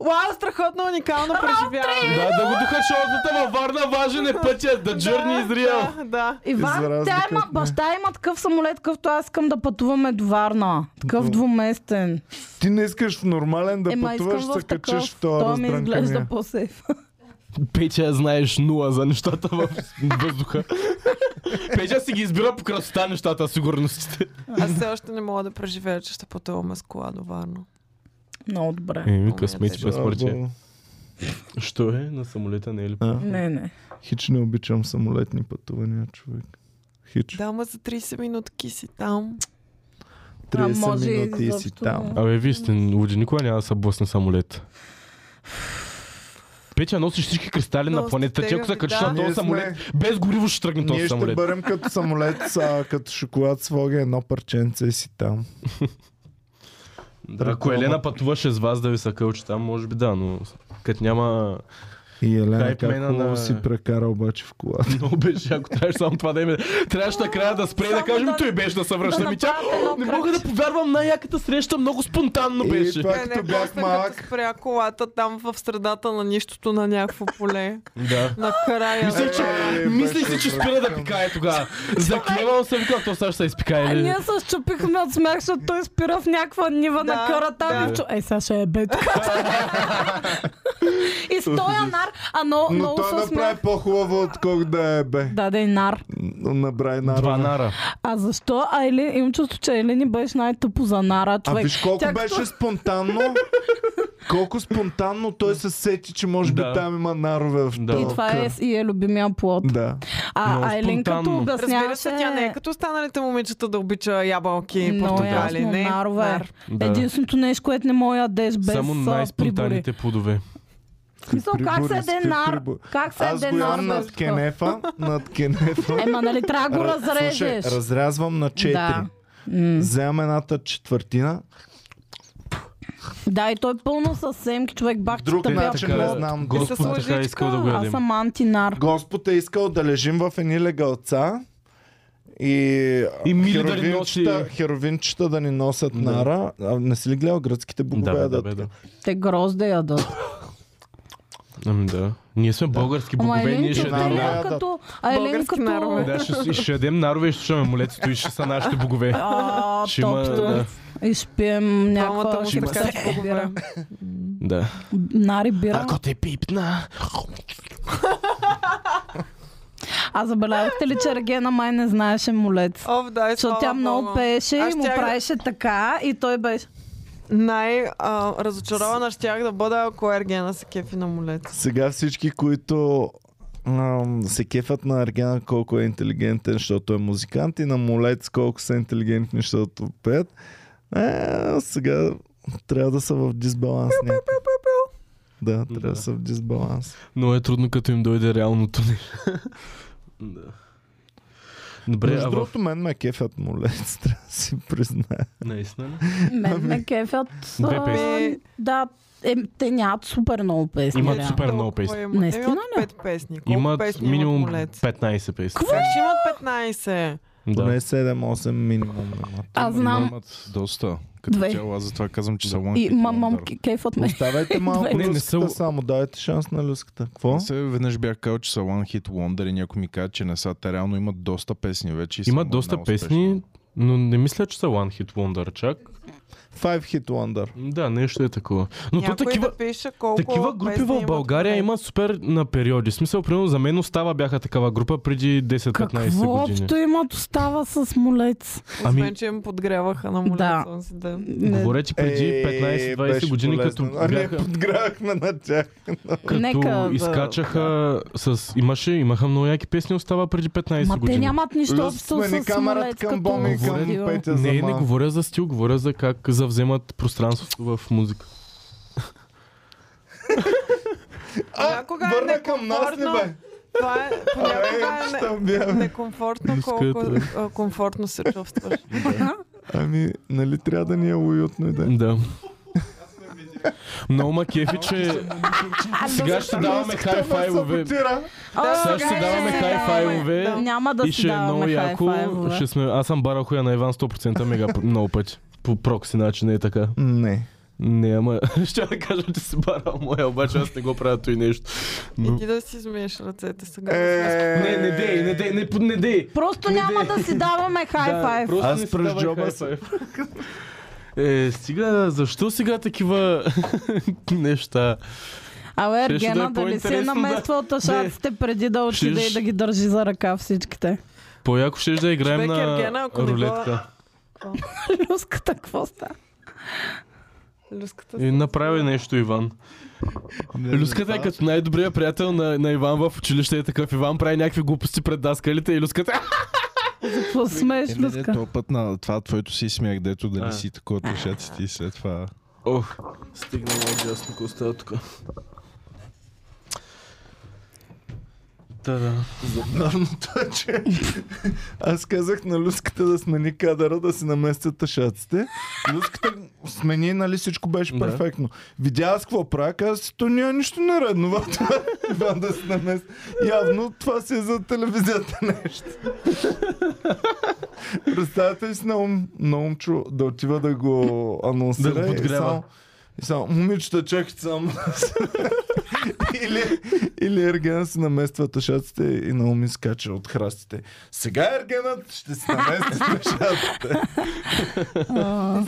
Speaker 3: Уау, страхотно уникално преживяване.
Speaker 4: Да, да го духа шоутата във Варна, важен е пътя, да джърни изрия.
Speaker 3: Да, да.
Speaker 1: За
Speaker 2: Иван,
Speaker 1: разлика
Speaker 2: тя има,
Speaker 1: от мен.
Speaker 2: баща има такъв самолет, какъвто аз искам да пътуваме до Варна. Такъв
Speaker 1: М.
Speaker 2: двуместен.
Speaker 1: Ти не искаш в нормален да
Speaker 2: Ема
Speaker 1: пътуваш,
Speaker 2: искам в
Speaker 1: се качиш
Speaker 2: такъв.
Speaker 1: в този
Speaker 2: Той ми изглежда
Speaker 1: раздрънкания.
Speaker 2: по-сейф. [laughs]
Speaker 4: Петя, знаеш нула за нещата във въздуха. Петя си ги избира по красота нещата, сигурностите.
Speaker 3: Аз все още не мога да преживея, че ще пътуваме с кола до Варна.
Speaker 2: Много добре.
Speaker 4: Еми,
Speaker 3: късмет,
Speaker 4: късмети
Speaker 3: че
Speaker 4: без парче.
Speaker 1: Браво.
Speaker 4: Що е? На самолета не е ли?
Speaker 1: А,
Speaker 2: Не, не.
Speaker 1: Хич не обичам самолетни пътувания, човек. Хич.
Speaker 3: Да, ма за 30 минутки си там.
Speaker 1: 30
Speaker 2: може и
Speaker 1: минути и си
Speaker 2: изобщо
Speaker 1: там.
Speaker 2: не.
Speaker 4: Абе, вие сте луди, никога няма да се блъсне самолет. Петя, носиш всички кристали
Speaker 3: Но
Speaker 4: на планетата. Ти ако се
Speaker 3: стига,
Speaker 4: качиш
Speaker 3: да.
Speaker 4: на
Speaker 1: Ние
Speaker 4: този
Speaker 1: сме-
Speaker 4: самолет, без гориво ще тръгне този
Speaker 1: Ние ще
Speaker 4: самолет.
Speaker 1: бъдем като самолет, а, като шоколад с воге, едно парченце и си там.
Speaker 4: Да, ако Елена пътуваше с вас да ви са кълче там, може би да, но като няма...
Speaker 1: И Елена как
Speaker 4: Хайпмена
Speaker 1: хубаво
Speaker 4: на-
Speaker 1: си прекара обаче в колата.
Speaker 4: [laughs] Много беше, ако трябваше само това да има. Трябваше накрая да спре и да
Speaker 3: Само
Speaker 4: кажем,
Speaker 3: да-
Speaker 4: той беше да се връща. Ми тя,
Speaker 3: направят едно
Speaker 4: не мога да повярвам, най-яката среща много спонтанно
Speaker 1: И
Speaker 4: беше.
Speaker 1: това
Speaker 3: Е, не,
Speaker 1: като
Speaker 3: просто
Speaker 1: бях
Speaker 3: като
Speaker 1: малък,
Speaker 3: спря колата там в средата на нищото на някакво поле.
Speaker 4: Да.
Speaker 3: на края.
Speaker 4: Мисля, че,
Speaker 1: Е,
Speaker 4: мисля
Speaker 1: беше
Speaker 4: си, че спира да пикае тогава. Заклевам се, викам, то сега ще се изпикае.
Speaker 2: Ние
Speaker 4: Или...
Speaker 2: се щупихме от смях, защото той спира в някаква нива
Speaker 3: Да,
Speaker 2: на кара там.
Speaker 4: да.
Speaker 2: Да. Ей, сега ще е бедка. и стоя нар, а но,
Speaker 1: но
Speaker 2: много
Speaker 1: той
Speaker 2: се смях.
Speaker 1: направи по-хубаво, отколко да е бе.
Speaker 2: Даде и нар.
Speaker 1: Но Направи
Speaker 4: Два
Speaker 1: на
Speaker 4: нара.
Speaker 2: А защо? А Ели, имам чувство, че Елени беше най-тъпо за нара,
Speaker 1: А
Speaker 2: човек.
Speaker 1: виж колко
Speaker 2: Тя като-
Speaker 1: беше спонтанно. Колко спонтанно той се сети, че може би
Speaker 4: Да.
Speaker 1: там има нарове в
Speaker 4: Да.
Speaker 1: тока.
Speaker 2: И това е, и е любимия плод.
Speaker 1: Да.
Speaker 2: А,
Speaker 4: Много
Speaker 2: а Елен като
Speaker 4: спонтанно.
Speaker 2: обясняваше...
Speaker 3: Разбира се, тя не е като останалите момичета да обича ябълки и
Speaker 2: Много
Speaker 3: портокали.
Speaker 2: ясно, е.
Speaker 3: Не,
Speaker 2: нарове.
Speaker 3: нар.
Speaker 4: Да.
Speaker 2: Единственото нещо, което не мога да ядеш без
Speaker 4: Само
Speaker 2: а, прибори.
Speaker 4: най-спонтанните плодове.
Speaker 2: В смисъл, как се
Speaker 1: Прибористи
Speaker 2: яде нар?
Speaker 1: прибо-
Speaker 2: Как се
Speaker 1: Аз
Speaker 2: яде
Speaker 1: го
Speaker 2: нар?
Speaker 1: ям над
Speaker 2: бе,
Speaker 1: кенефа, над кенефа.
Speaker 2: така? Ема, нали трябва [laughs] да го
Speaker 1: Ра-
Speaker 2: разрежеш?
Speaker 1: Слушай, разрязвам на 4.
Speaker 2: Да.
Speaker 1: Да.
Speaker 2: М.
Speaker 1: Вземам едната четвъртина.
Speaker 2: Да, и той е пълно със семки, човек
Speaker 1: Друг
Speaker 2: бахчета бях.
Speaker 1: начин
Speaker 4: е, така,
Speaker 1: не знам.
Speaker 4: го-
Speaker 1: Господ,
Speaker 4: Господ така
Speaker 3: лъжичка,
Speaker 4: е искал да го
Speaker 2: Аз
Speaker 4: ядем.
Speaker 2: съм антинар.
Speaker 1: Господ е искал да лежим в едни легалца и,
Speaker 4: И мили да ни
Speaker 1: херовинчета,
Speaker 4: носи.
Speaker 1: херовинчета да ни носят
Speaker 4: Да.
Speaker 1: нара. А, не си ли гледал гръцките богове?
Speaker 4: Да, бе, да,
Speaker 1: ядат
Speaker 4: бе, да.
Speaker 2: Те грозде ядат.
Speaker 4: Ами да. Ние сме български
Speaker 2: Ама
Speaker 4: богове, ние
Speaker 2: Еленко,
Speaker 4: ще
Speaker 1: една
Speaker 2: те
Speaker 1: нарове
Speaker 4: дадем
Speaker 2: ля
Speaker 1: ядат.
Speaker 2: като... А
Speaker 3: Български
Speaker 2: Еленко
Speaker 3: нарове.
Speaker 2: като...
Speaker 4: Да, ще, и ще ядем нарове и ще слушаме молецето и ще са нашите богове.
Speaker 2: А,
Speaker 4: Ще има,
Speaker 2: топто.
Speaker 4: да.
Speaker 2: И ще пием някаква...
Speaker 3: Двамата му
Speaker 2: ще
Speaker 3: се
Speaker 2: пием
Speaker 3: качат.
Speaker 2: бира.
Speaker 4: Да.
Speaker 2: Нари бира.
Speaker 4: те пипна...
Speaker 2: А забелязахте ли, че Регена май не знаеше молец?
Speaker 3: О, да, и
Speaker 2: Защото
Speaker 3: Е, слава
Speaker 2: тя много
Speaker 3: Богу.
Speaker 2: пееше
Speaker 3: Аз
Speaker 2: и му
Speaker 3: щях да-
Speaker 2: правеше така и той беше...
Speaker 3: Най-разочарована щях да бъда, ако Ергена се кефи на молец.
Speaker 1: Сега всички, които ам, се кефят на Аргена колко е интелигентен, защото е музикант и на Молец колко са интелигентни, защото пеят. Е, сега трябва да са в дисбаланс. някакъв. Да, трябва да
Speaker 4: Да.
Speaker 1: са в дисбаланс.
Speaker 4: Но е трудно, като им дойде реалното
Speaker 2: [laughs]
Speaker 4: ни. да. Добре,
Speaker 1: Между
Speaker 4: а в...
Speaker 1: другото, мен ме кефят Молец, [laughs] трябва да си призная.
Speaker 4: Наистина ли?
Speaker 2: Мен ме кефят...
Speaker 4: Две
Speaker 2: а,
Speaker 3: песни.
Speaker 2: Да, е, те нямат супер много песни.
Speaker 4: Ами, Имат
Speaker 2: реално.
Speaker 4: супер много
Speaker 3: Толкова
Speaker 4: песни.
Speaker 3: има.
Speaker 2: Наистина
Speaker 3: Имат
Speaker 2: ли?
Speaker 3: пет песни. Колко
Speaker 4: Имат
Speaker 3: песни
Speaker 4: минимум
Speaker 3: имат молец?
Speaker 4: 15 песни.
Speaker 3: Как ще имат 15?
Speaker 4: Да.
Speaker 1: Поне 7-8 минимум. имат.
Speaker 2: Аз знам.
Speaker 5: Ами Имат доста. Като
Speaker 2: Две.
Speaker 5: цяло, аз затова казвам, че са лънки.
Speaker 2: И мам, мам, кефът ме.
Speaker 1: Оставете
Speaker 4: [laughs]
Speaker 1: малко
Speaker 4: Не, не
Speaker 1: люската
Speaker 4: са-
Speaker 1: само, дайте шанс на люската. Какво?
Speaker 5: Се, веднъж бях казал, че са One Hit Wonder и някой ми каза, че не са. Те реално имат доста песни вече. и са
Speaker 4: Имат
Speaker 5: му-
Speaker 4: доста
Speaker 5: много успешни.
Speaker 4: песни, но не мисля, че са One Hit Wonder чак.
Speaker 1: Five Hit Wonder.
Speaker 4: Да, нещо е такова. Но то
Speaker 3: Някой
Speaker 4: такива...
Speaker 3: да пише колко
Speaker 4: Такива групи
Speaker 3: песни
Speaker 4: в
Speaker 3: имат
Speaker 4: България
Speaker 3: молец.
Speaker 4: има супер на периоди. В смисъл, примерно за мен остава бяха такава група преди 10-15
Speaker 2: Какво
Speaker 4: години.
Speaker 2: общо е? имат остава с молец?
Speaker 4: Ами-
Speaker 3: Освен, че им подгряваха на молец.
Speaker 2: Да.
Speaker 3: он си Да.
Speaker 2: Не,
Speaker 4: Говоря ти преди
Speaker 1: Е,
Speaker 4: 15-20
Speaker 1: беше
Speaker 4: години, като,
Speaker 1: полезно. Ами, А не,
Speaker 4: бяха,
Speaker 1: подграхме на тях.
Speaker 4: като
Speaker 2: Нека да-
Speaker 4: изкачаха с... Имаше, имаха много яки песни, остава преди 15
Speaker 2: Ма
Speaker 4: години.
Speaker 2: те нямат нищо общо
Speaker 1: Люсмени
Speaker 2: с
Speaker 1: камерата
Speaker 2: молец.
Speaker 1: към
Speaker 2: като
Speaker 1: Боми, към
Speaker 4: Говори-
Speaker 2: стил.
Speaker 1: Петя за
Speaker 4: Не, не
Speaker 1: ман.
Speaker 4: говоря за стил, говоря за как завземат пространството в музика.
Speaker 1: А,
Speaker 3: Някога е
Speaker 1: върна към нас ли
Speaker 3: некомфортно.
Speaker 1: бе?
Speaker 3: Това е понякога е
Speaker 1: Е,
Speaker 3: не-
Speaker 1: ще бяме.
Speaker 3: [laughs] некомфортно,
Speaker 4: Люската.
Speaker 3: колко а, комфортно се чувстваш.
Speaker 4: [laughs]
Speaker 1: Ами, нали трябва да ни е уютно и да е.
Speaker 4: Да. Много ма кефи, че сега ще даваме хай-файлове.
Speaker 1: Саботира.
Speaker 2: А,
Speaker 4: Сега ще
Speaker 2: сега
Speaker 4: даваме
Speaker 2: ще си
Speaker 4: хай-файлове.
Speaker 2: даваме. Няма да
Speaker 4: и
Speaker 2: си
Speaker 4: ще е много
Speaker 2: даваме
Speaker 4: яко.
Speaker 2: хай-файлове.
Speaker 4: Ще сме... Аз съм барал хуя на Иван 100% мега п- много пъти. По прокси начин е така.
Speaker 1: Не.
Speaker 4: Не, ама [laughs] ще да кажа, че си барал моя, обаче аз не го правя той нещо.
Speaker 3: И
Speaker 4: Но...
Speaker 3: ти да си смееш ръцете сега.
Speaker 4: Не, не
Speaker 1: Е,
Speaker 4: дей, не дей, не, пу- не дей.
Speaker 2: Просто
Speaker 4: Не,
Speaker 2: няма
Speaker 4: не.
Speaker 2: да си даваме хай-файв.
Speaker 4: просто
Speaker 1: Аз
Speaker 4: не си
Speaker 1: през
Speaker 4: давай
Speaker 1: джоба
Speaker 4: хай
Speaker 1: си.
Speaker 4: файв. Е, стига, защо сега такива [laughs] неща?
Speaker 2: Абе,
Speaker 4: Щеше да е
Speaker 2: Ергена, дали се е
Speaker 4: по-интересно, да.
Speaker 2: намествал ташаците преди да отиде
Speaker 4: Щеш-
Speaker 2: и да ги държи за ръка всичките? [laughs]
Speaker 4: По-яко ще е да играем
Speaker 3: Човек,
Speaker 4: на
Speaker 3: Ергена, ако не го- [laughs]
Speaker 4: рулетка.
Speaker 2: Люската, какво става?
Speaker 3: Люската
Speaker 4: И Е, направи нещо, Иван.
Speaker 1: Ами,
Speaker 4: Люската е като най-добрия приятел на, на Иван в училище. Е такъв Иван прави някакви глупости пред даскалите и люската.
Speaker 2: Какво смееш,
Speaker 5: Е, не, не,
Speaker 2: Люска?
Speaker 5: този път на това твоето си смях, дето да
Speaker 4: А.
Speaker 5: не си такова тъшаците и
Speaker 1: е
Speaker 5: след това.
Speaker 4: Ох, стигна много дясно, ако остава тук. Та да.
Speaker 1: Забавното е, че аз казах на Люската да смени кадъра, да си наместят тъшаците. Люската смени, нали всичко беше
Speaker 4: Да.
Speaker 1: перфектно. Видя аз какво правя, каза си, то няма нищо нередно в това. Иван да се намести. Явно това си е за телевизията нещо. Представете ли си на, ум, на умчо да отива да го анонсира
Speaker 4: Да го
Speaker 1: и
Speaker 4: подгрява.
Speaker 1: само... И само, момичета, чакайте само. или, или Ергена се намества тъшаците и Наоми скача от храстите. Сега Ергенът ще се намести тъшаците.
Speaker 2: А,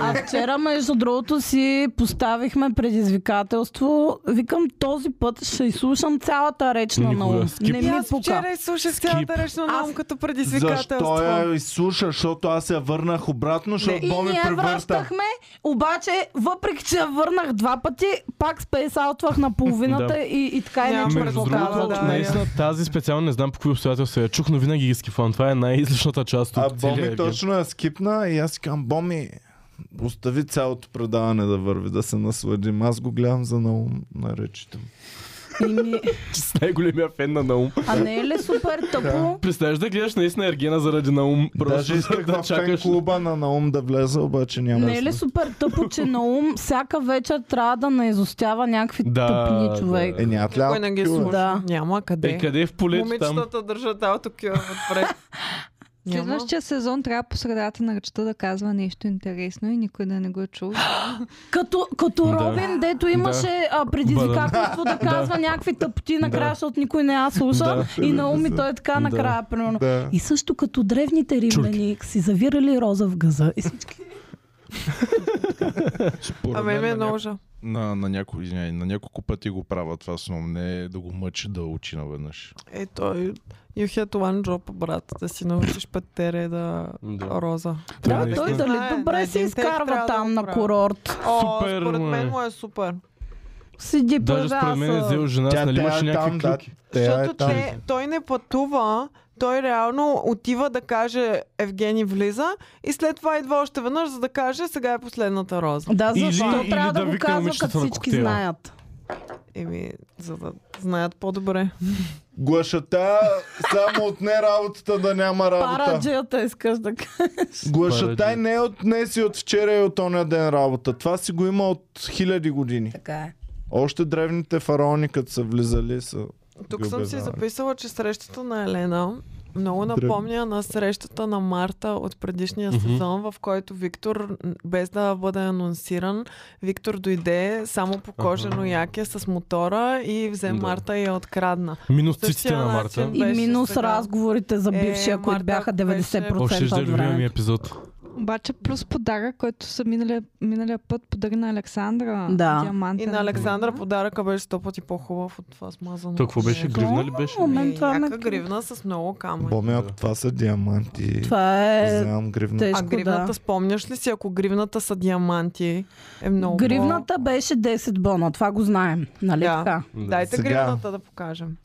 Speaker 2: А вчера, между другото, си поставихме предизвикателство. Викам, този път ще изслушам цялата реч на
Speaker 4: Никога.
Speaker 2: Наум.
Speaker 4: Скип.
Speaker 2: Не
Speaker 3: И
Speaker 2: ми
Speaker 3: аз
Speaker 2: пука.
Speaker 3: вчера изслушах
Speaker 4: Скип. е
Speaker 3: цялата реч на
Speaker 2: Аз-
Speaker 3: Наум като
Speaker 1: Защо я
Speaker 3: предизвикателство.
Speaker 1: изслуша? Защото аз я върнах обратно, защото
Speaker 2: И
Speaker 1: Боми
Speaker 2: ние
Speaker 1: превърта.
Speaker 2: връщахме, обаче, въпреки че я върнах два пъти, пак спейсаутвах на половината
Speaker 4: Да.
Speaker 2: и, и така и
Speaker 3: Няма Между
Speaker 2: не
Speaker 4: Между
Speaker 3: да,
Speaker 4: другото, да,
Speaker 3: да.
Speaker 4: наистина тази специално не знам по какви обстоятелства я чух, но винаги ги скифвам. Това е най-излишната част
Speaker 1: А
Speaker 4: от
Speaker 1: Боми
Speaker 4: целия ген.
Speaker 1: точно я скипна и аз си казвам, Боми, Остави цялото предаване да върви, да се насладим. Аз го гледам за на ум на речите му.
Speaker 2: Ими,
Speaker 4: [laughs] С най-големия фен на Наум.
Speaker 2: а не е ли супер тъпо?
Speaker 4: Представяш да гледаш наистина Ергена заради Наум. Просто
Speaker 1: Даже исках
Speaker 4: [laughs] да
Speaker 1: в фен
Speaker 4: чакаш.
Speaker 1: клуба на Наум да влеза, обаче няма.
Speaker 2: Не е ли супер тъпо, че на ум всяка вечер трябва да не изостява някакви
Speaker 4: Да, да.
Speaker 2: тъпни човек?
Speaker 1: Е, няма
Speaker 3: Кой не ги слуша?
Speaker 1: тля.
Speaker 2: Да.
Speaker 3: Няма къде.
Speaker 4: Е, къде е в полето там?
Speaker 3: Момичетата държат аутокюр [laughs] отпред. Няма.
Speaker 7: Следващия сезон трябва по средата на речта да казва нещо интересно и никой да не го е чул. [gasps]
Speaker 2: Като, като
Speaker 4: Да.
Speaker 2: Робин, дето имаше а, предизвикателство да казва някакви тъпоти накрая,
Speaker 4: Да.
Speaker 2: защото никой не я слуша.
Speaker 4: Да.
Speaker 2: И на уми той е така накрая, примерно.
Speaker 1: Да.
Speaker 2: И също като древните римляни си завирали роза в газа. И всички... [laughs]
Speaker 5: Според
Speaker 3: А мен ме е
Speaker 5: на,
Speaker 3: много
Speaker 5: няко...
Speaker 3: жал.
Speaker 5: на, на, няко... извинявай, на няколко пъти го правя това с ум. Не е да го мъчи да учи наведнъж.
Speaker 3: Е, той... You had one job, брат, да си научиш пътере да...
Speaker 4: Да.
Speaker 3: Роза.
Speaker 4: Това
Speaker 2: Да,
Speaker 4: наистина-
Speaker 2: той дали
Speaker 3: Знае, на
Speaker 2: добре се
Speaker 3: един текст
Speaker 2: изкарва
Speaker 3: трябва да
Speaker 2: там
Speaker 3: го
Speaker 2: на
Speaker 3: правя.
Speaker 2: курорт.
Speaker 3: О,
Speaker 4: Супер,
Speaker 3: според
Speaker 4: му е.
Speaker 3: мен му е супер.
Speaker 2: Седи
Speaker 4: Даже
Speaker 2: появява
Speaker 4: според мен е
Speaker 2: се-
Speaker 4: взел жена,
Speaker 1: Тя,
Speaker 4: нали
Speaker 1: тя
Speaker 4: имаше
Speaker 1: е там,
Speaker 4: някакви
Speaker 1: да.
Speaker 4: клюки.
Speaker 1: Тя е
Speaker 3: Защото
Speaker 1: там.
Speaker 3: те, той не пътува, той реално отива да каже Евгений влиза и след това идва още веднъж, за да каже сега е последната роза.
Speaker 2: Да,
Speaker 4: Или-
Speaker 2: защо
Speaker 4: или
Speaker 2: трябва
Speaker 4: да
Speaker 2: да го
Speaker 4: вика
Speaker 2: казва,
Speaker 4: момичетата
Speaker 2: като
Speaker 4: на
Speaker 2: всички
Speaker 4: коктейла.
Speaker 2: знаят.
Speaker 3: Еми, за да знаят по-добре.
Speaker 1: Глашата само отне работата да няма работа.
Speaker 2: Параджията искаш да кажа.
Speaker 1: Глашата
Speaker 4: Параджи.
Speaker 1: не е от днес и от вчера и от оня ден работа. Това си го има от хиляди години.
Speaker 2: Така е.
Speaker 1: Още древните фараони, като са влизали, са...
Speaker 3: Тук
Speaker 1: Ги
Speaker 3: съм си
Speaker 1: обявяваме.
Speaker 3: записала, че срещата на Елена много
Speaker 1: Дръгна.
Speaker 3: напомня на срещата на Марта от предишния
Speaker 4: Мгм.
Speaker 3: сезон, в който Виктор, н- без да бъде анонсиран, Виктор дойде само по кожено яке с мотора и взе
Speaker 4: Да.
Speaker 3: Марта и я открадна.
Speaker 4: Минус
Speaker 3: Същия
Speaker 4: циците на Марта.
Speaker 3: начин.
Speaker 2: И
Speaker 3: Беше
Speaker 2: минус
Speaker 3: сега.
Speaker 2: разговорите за
Speaker 3: Е,
Speaker 2: бившия, които
Speaker 3: Марта
Speaker 2: бяха
Speaker 3: беше-
Speaker 2: 90%
Speaker 4: Още ще да е
Speaker 2: от
Speaker 4: любимия ми
Speaker 2: времето.
Speaker 4: епизод.
Speaker 7: Обаче плюс подарък, който са миналия, миналия път подари на Александра.
Speaker 2: Да.
Speaker 7: Диаманта.
Speaker 3: И на Александра подаръка беше сто пъти по-хубав от това смазано.
Speaker 4: То какво беше? Гривна ли беше?
Speaker 2: О, мен
Speaker 3: Е,
Speaker 2: това ме...
Speaker 3: Яка гривна с много камъни.
Speaker 1: Боми, ако това са диаманти,
Speaker 2: Това е...
Speaker 1: знам гривна.
Speaker 3: А
Speaker 2: Тежко,
Speaker 3: гривната,
Speaker 2: да.
Speaker 3: спомняш ли си, ако гривната са диаманти, е много...
Speaker 2: Гривната беше 10 бона, това го знаем. Нали
Speaker 3: Да.
Speaker 2: така?
Speaker 3: Дайте
Speaker 1: Сега.
Speaker 3: гривната да покажем.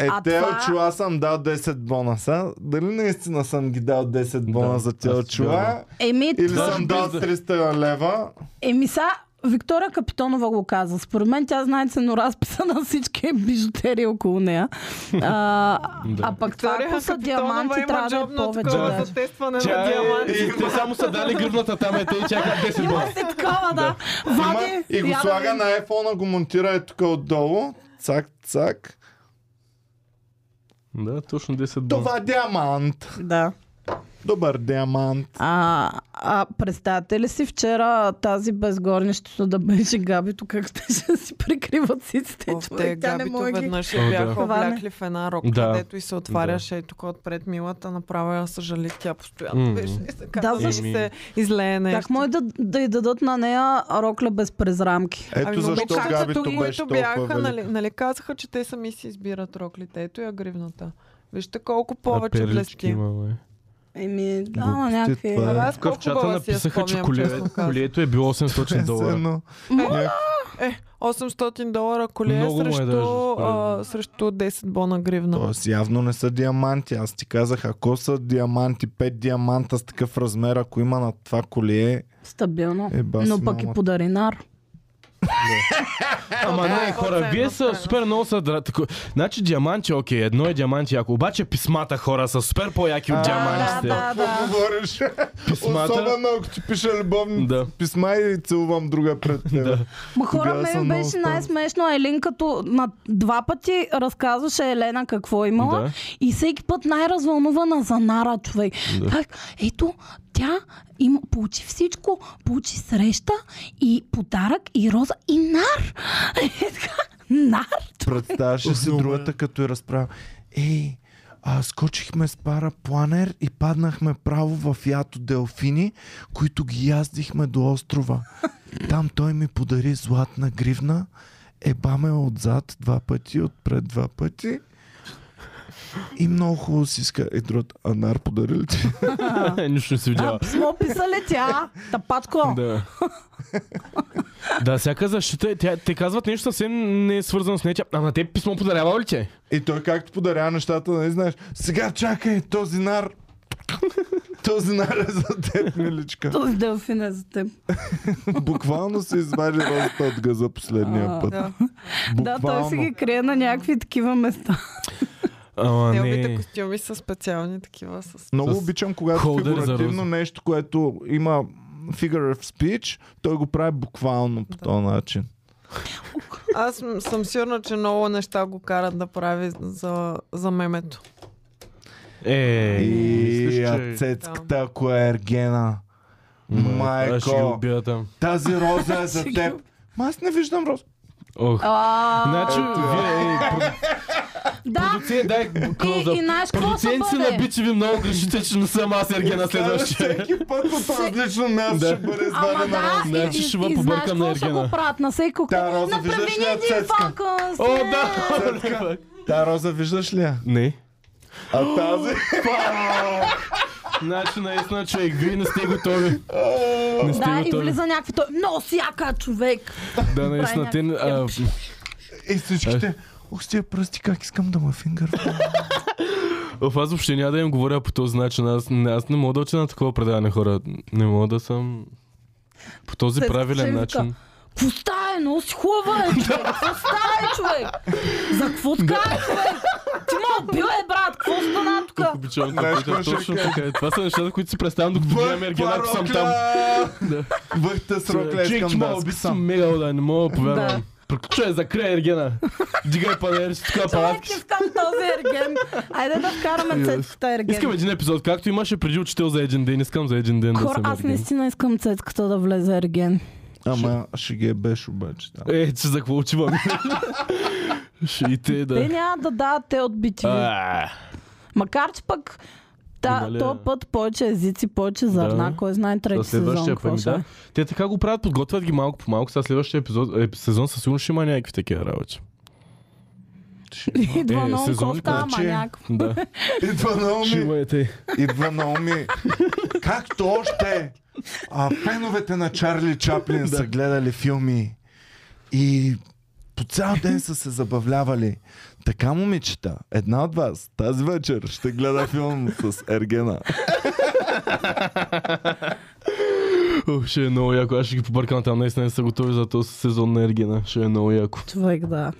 Speaker 1: Е,
Speaker 2: А
Speaker 1: те
Speaker 2: това-
Speaker 1: очила съм дал 10 бона. Са, дали наистина съм ги дал 10 бона
Speaker 4: Да,
Speaker 1: за те
Speaker 4: аз си
Speaker 1: очила?
Speaker 4: вярвам.
Speaker 2: Еми,
Speaker 1: Или
Speaker 2: това-
Speaker 1: съм дал 300 лева?
Speaker 2: еми са, Виктория Капитонова го каза. Според мен тя знае ценоразписа [laughs] на всички бижутери около нея. А,
Speaker 4: Да.
Speaker 2: а пък това, ако са диаманти, трябва да е повече.
Speaker 4: такова
Speaker 2: Да.
Speaker 3: за тестване
Speaker 4: Тя
Speaker 3: на
Speaker 4: е,
Speaker 3: диаманти.
Speaker 4: и те само са дали гривната там е, те и чакат 10
Speaker 2: Има
Speaker 4: бона.
Speaker 2: се такова, да.
Speaker 1: Има,
Speaker 2: Вади,
Speaker 1: и го
Speaker 2: я да
Speaker 1: слага
Speaker 2: видим.
Speaker 1: на iPhone, го монтира е тук отдолу. Цак, цак.
Speaker 4: Да, точно 10 бона.
Speaker 1: Това е диамант.
Speaker 2: Да.
Speaker 1: Добър диамант.
Speaker 2: А, а представяте ли си вчера тази безгорнището да беше габито, как ще си прикриват циците?
Speaker 3: Оф,
Speaker 2: човек?
Speaker 3: те
Speaker 2: Тя не
Speaker 3: габито
Speaker 2: може ги...
Speaker 3: веднъж
Speaker 4: О,
Speaker 3: я
Speaker 4: да.
Speaker 3: бяха
Speaker 2: Това не.
Speaker 3: облякли в една рок,
Speaker 4: Да.
Speaker 3: където и се отваряше и тук отпред милата, направо я съжалих, тя постоянно
Speaker 4: М.
Speaker 3: беше така,
Speaker 2: Да,
Speaker 3: да, да
Speaker 4: защо-
Speaker 3: се излее нещо.
Speaker 2: Как може да, да й дадат на нея рокля без презрамки?
Speaker 1: Ето
Speaker 3: Ами,
Speaker 1: защо
Speaker 3: момичетата,
Speaker 1: габито
Speaker 3: които
Speaker 1: беше толкова
Speaker 3: бяха,
Speaker 1: велико.
Speaker 3: нали, нали казаха, че те сами си избират роклите. Ето я гривната. Вижте колко е повече
Speaker 4: Перлички
Speaker 3: блести.
Speaker 4: има, бе.
Speaker 2: Еми, да,
Speaker 1: Глупости,
Speaker 2: ама някакви.
Speaker 1: това е.
Speaker 3: Абе, аз
Speaker 4: В
Speaker 3: колко
Speaker 4: чата
Speaker 3: хубава си я
Speaker 4: написаха, че
Speaker 3: спомням,
Speaker 4: коле-
Speaker 3: честно казано.
Speaker 4: колието е било 800
Speaker 1: Все
Speaker 4: долара.
Speaker 1: едно. Е,
Speaker 2: Ма,
Speaker 3: 800 долара коле
Speaker 4: Много му е
Speaker 3: срещу,
Speaker 4: даже, според
Speaker 3: а,
Speaker 4: мен.
Speaker 3: срещу 10 бона гривна.
Speaker 1: Тоест явно не са диаманти. Аз ти казах, ако са диаманти, 5 диаманта с такъв размер, ако има на това колие,
Speaker 2: стабилно.
Speaker 1: е баси
Speaker 2: Но пък и
Speaker 1: мамата.
Speaker 2: подаринар.
Speaker 4: Ама
Speaker 3: Да,
Speaker 4: не, хора,
Speaker 3: по-ценно,
Speaker 4: вие са
Speaker 3: правилно.
Speaker 4: супер много са... дра- тако- Значи диаманти, окей, едно е диаманти, ако обаче писмата, хора, са супер по-яки от
Speaker 1: А,
Speaker 4: диамантите.
Speaker 2: да, да, да.
Speaker 1: Говориш.
Speaker 4: Писмата.
Speaker 1: Особено ако ти пише любовни
Speaker 4: Да.
Speaker 1: писма и целувам друга пред теб.
Speaker 4: Да.
Speaker 2: Ма хора,
Speaker 1: Тогава съм
Speaker 2: мен
Speaker 1: много
Speaker 2: беше
Speaker 1: стара.
Speaker 2: най-смешно Елин, като на два пъти разказваше Елена какво е имала
Speaker 4: Да.
Speaker 2: и всеки път най-развълнувана за Нара, човек.
Speaker 4: Да.
Speaker 2: Как, ето, тя им, получи всичко, получи среща и подарък и роза и Нар. [laughs] Е, така, Нар?
Speaker 1: Представяш ли си другата, като я разправя. Ей, а, скочихме с парапланер и паднахме право в ято делфини, които ги яздихме до острова. Там той ми подари златна гривна, ебаме отзад два пъти, отпред два пъти. И много хубаво си иска. Е, другата, Анар подари ли ти?
Speaker 4: [laughs] Нищо не си видяла.
Speaker 2: А, писмо писали тя. Тапачко.
Speaker 4: Да. да, всяка защита, е- тя, те казват нещо съвсем не е свързано с нея. тя- Ама те писмо подарява ли е? те?
Speaker 1: И той както подарява нещата, нали знаеш, сега чакай, този нар Този нарез за теб, миличка.
Speaker 2: Този делфин е за теб.
Speaker 1: Буквално се извади розата от газа последния
Speaker 2: А,
Speaker 1: път.
Speaker 3: Да.
Speaker 2: Да, той си ги крие на някакви такива места.
Speaker 4: Ама
Speaker 3: Неговите
Speaker 4: не.
Speaker 3: костюми са специални такива с...
Speaker 1: Много
Speaker 4: С
Speaker 1: обичам, когато
Speaker 4: холдери за
Speaker 1: фигуративно
Speaker 4: роза.
Speaker 1: нещо, което има figure of speech, той го прави буквално по този начин.
Speaker 3: Аз м- съм сигурна, че много неща го карат да прави за, за мемето.
Speaker 4: Е,
Speaker 1: И
Speaker 5: мислиш, че-
Speaker 1: а цецката, ако е ергена.
Speaker 4: м, аз ще ги
Speaker 1: Майко,
Speaker 4: убия там.
Speaker 1: тази роза е за теб. Ма аз не виждам роза.
Speaker 4: Ох.
Speaker 2: А,
Speaker 4: Значи, вие, ей,
Speaker 2: Да,
Speaker 4: продуцент, дай кълза.
Speaker 2: и, и знаеш какво ще
Speaker 4: Продуценци на
Speaker 2: бъде?
Speaker 4: бичеви много грешите, че не съм аз Ергена следващия.
Speaker 1: Всеки път от различно място
Speaker 4: Да.
Speaker 1: ще бъде
Speaker 2: Ама
Speaker 1: издадена
Speaker 2: да,
Speaker 1: роза.
Speaker 2: и,
Speaker 4: Значи
Speaker 2: и,
Speaker 4: ще бъда
Speaker 2: и знаеш
Speaker 4: побъркан на
Speaker 2: какво ще
Speaker 4: Ергена.
Speaker 2: го правят на всеки коктейл.
Speaker 1: Та, Роза,
Speaker 2: Направи
Speaker 1: виждаш ли
Speaker 2: ни
Speaker 1: я
Speaker 2: един
Speaker 1: цецка?
Speaker 2: фокус!
Speaker 4: О,
Speaker 2: не!
Speaker 4: да! [laughs]
Speaker 1: Та роза виждаш ли я?
Speaker 4: Не.
Speaker 1: А тази...
Speaker 4: Значи наистина, човек, вие не сте готови. Не сте
Speaker 2: Да, и
Speaker 4: готови.
Speaker 2: влиза някакви той. Много сяка човек!
Speaker 4: Да, наистина, те... а,
Speaker 1: [gasps] И всичките... Ох, с тия пръсти, как искам да ма фингър. [laughs]
Speaker 4: Оф, аз въобще няма да им говоря по този начин. Аз, не- аз не мога да отида на такова предаване хора. Не мога да съм по този
Speaker 2: Се- се
Speaker 4: правилен
Speaker 2: вика.
Speaker 4: начин.
Speaker 2: Какво става, но си хубава е, човек? Какво става, е, човек? За какво така, е, човек? Ти ме убил, е, брат, какво стана тук?
Speaker 4: Тук обичам да
Speaker 1: Знаеш
Speaker 4: питам
Speaker 1: какво ще
Speaker 4: точно
Speaker 1: кажа?
Speaker 4: така. е. Това са нещата, които си представям, докато гледам Ергена, ако съм там.
Speaker 1: [laughs]
Speaker 4: Да.
Speaker 1: Въхта с рокля,
Speaker 4: Джек,
Speaker 1: искам
Speaker 4: че
Speaker 1: да
Speaker 4: мога
Speaker 1: съм.
Speaker 4: съм мега да не мога да
Speaker 2: Да.
Speaker 4: повярвам. Приключай, закрай Ергена. Дигай панер, си така
Speaker 2: Човек,
Speaker 4: палатки.
Speaker 2: искам този ерген. Айде да вкараме цецката ерген.
Speaker 4: Искам един епизод, както имаше преди учител за един ден, искам за един ден да
Speaker 2: Хора,
Speaker 4: съм
Speaker 2: аз
Speaker 4: ерген.
Speaker 2: наистина искам цецката да влезе ерген.
Speaker 1: Ама ще ги е беше обаче там.
Speaker 4: Е, че за какво отивам? Шиите,
Speaker 2: Те
Speaker 4: да.
Speaker 2: няма да дават те от BTV.
Speaker 4: А,
Speaker 2: Макар че пък та,
Speaker 4: Има ли-
Speaker 2: то път повече езици, повече зърна,
Speaker 4: Да.
Speaker 2: кой знае трети
Speaker 4: за
Speaker 2: сезон.
Speaker 4: следващия
Speaker 2: какво
Speaker 4: път,
Speaker 2: ще е.
Speaker 4: да. Те така го правят, подготвят ги малко по малко. Сега следващия епизод, е, сезон със сигурност ще има някакви такива работи.
Speaker 2: Идва
Speaker 4: Е,
Speaker 2: много
Speaker 4: сезон,
Speaker 2: кофта, ама
Speaker 1: че-
Speaker 2: някакво.
Speaker 4: Да,
Speaker 1: [laughs] Идва
Speaker 4: ще е.
Speaker 1: Наоми.
Speaker 4: има и те.
Speaker 1: Идва Наоми. Както още а, феновете на Чарли
Speaker 4: [laughs]
Speaker 1: Чаплин са гледали филми и по цял ден са се забавлявали. Така, момичета, една от вас тази вечер ще гледа филм с Ергена.
Speaker 4: О, Ще е много яко. Аз ще ги побъркам там. Наистина не са готови за този сезон на Ергена. Ще е много яко.
Speaker 2: Човек, да.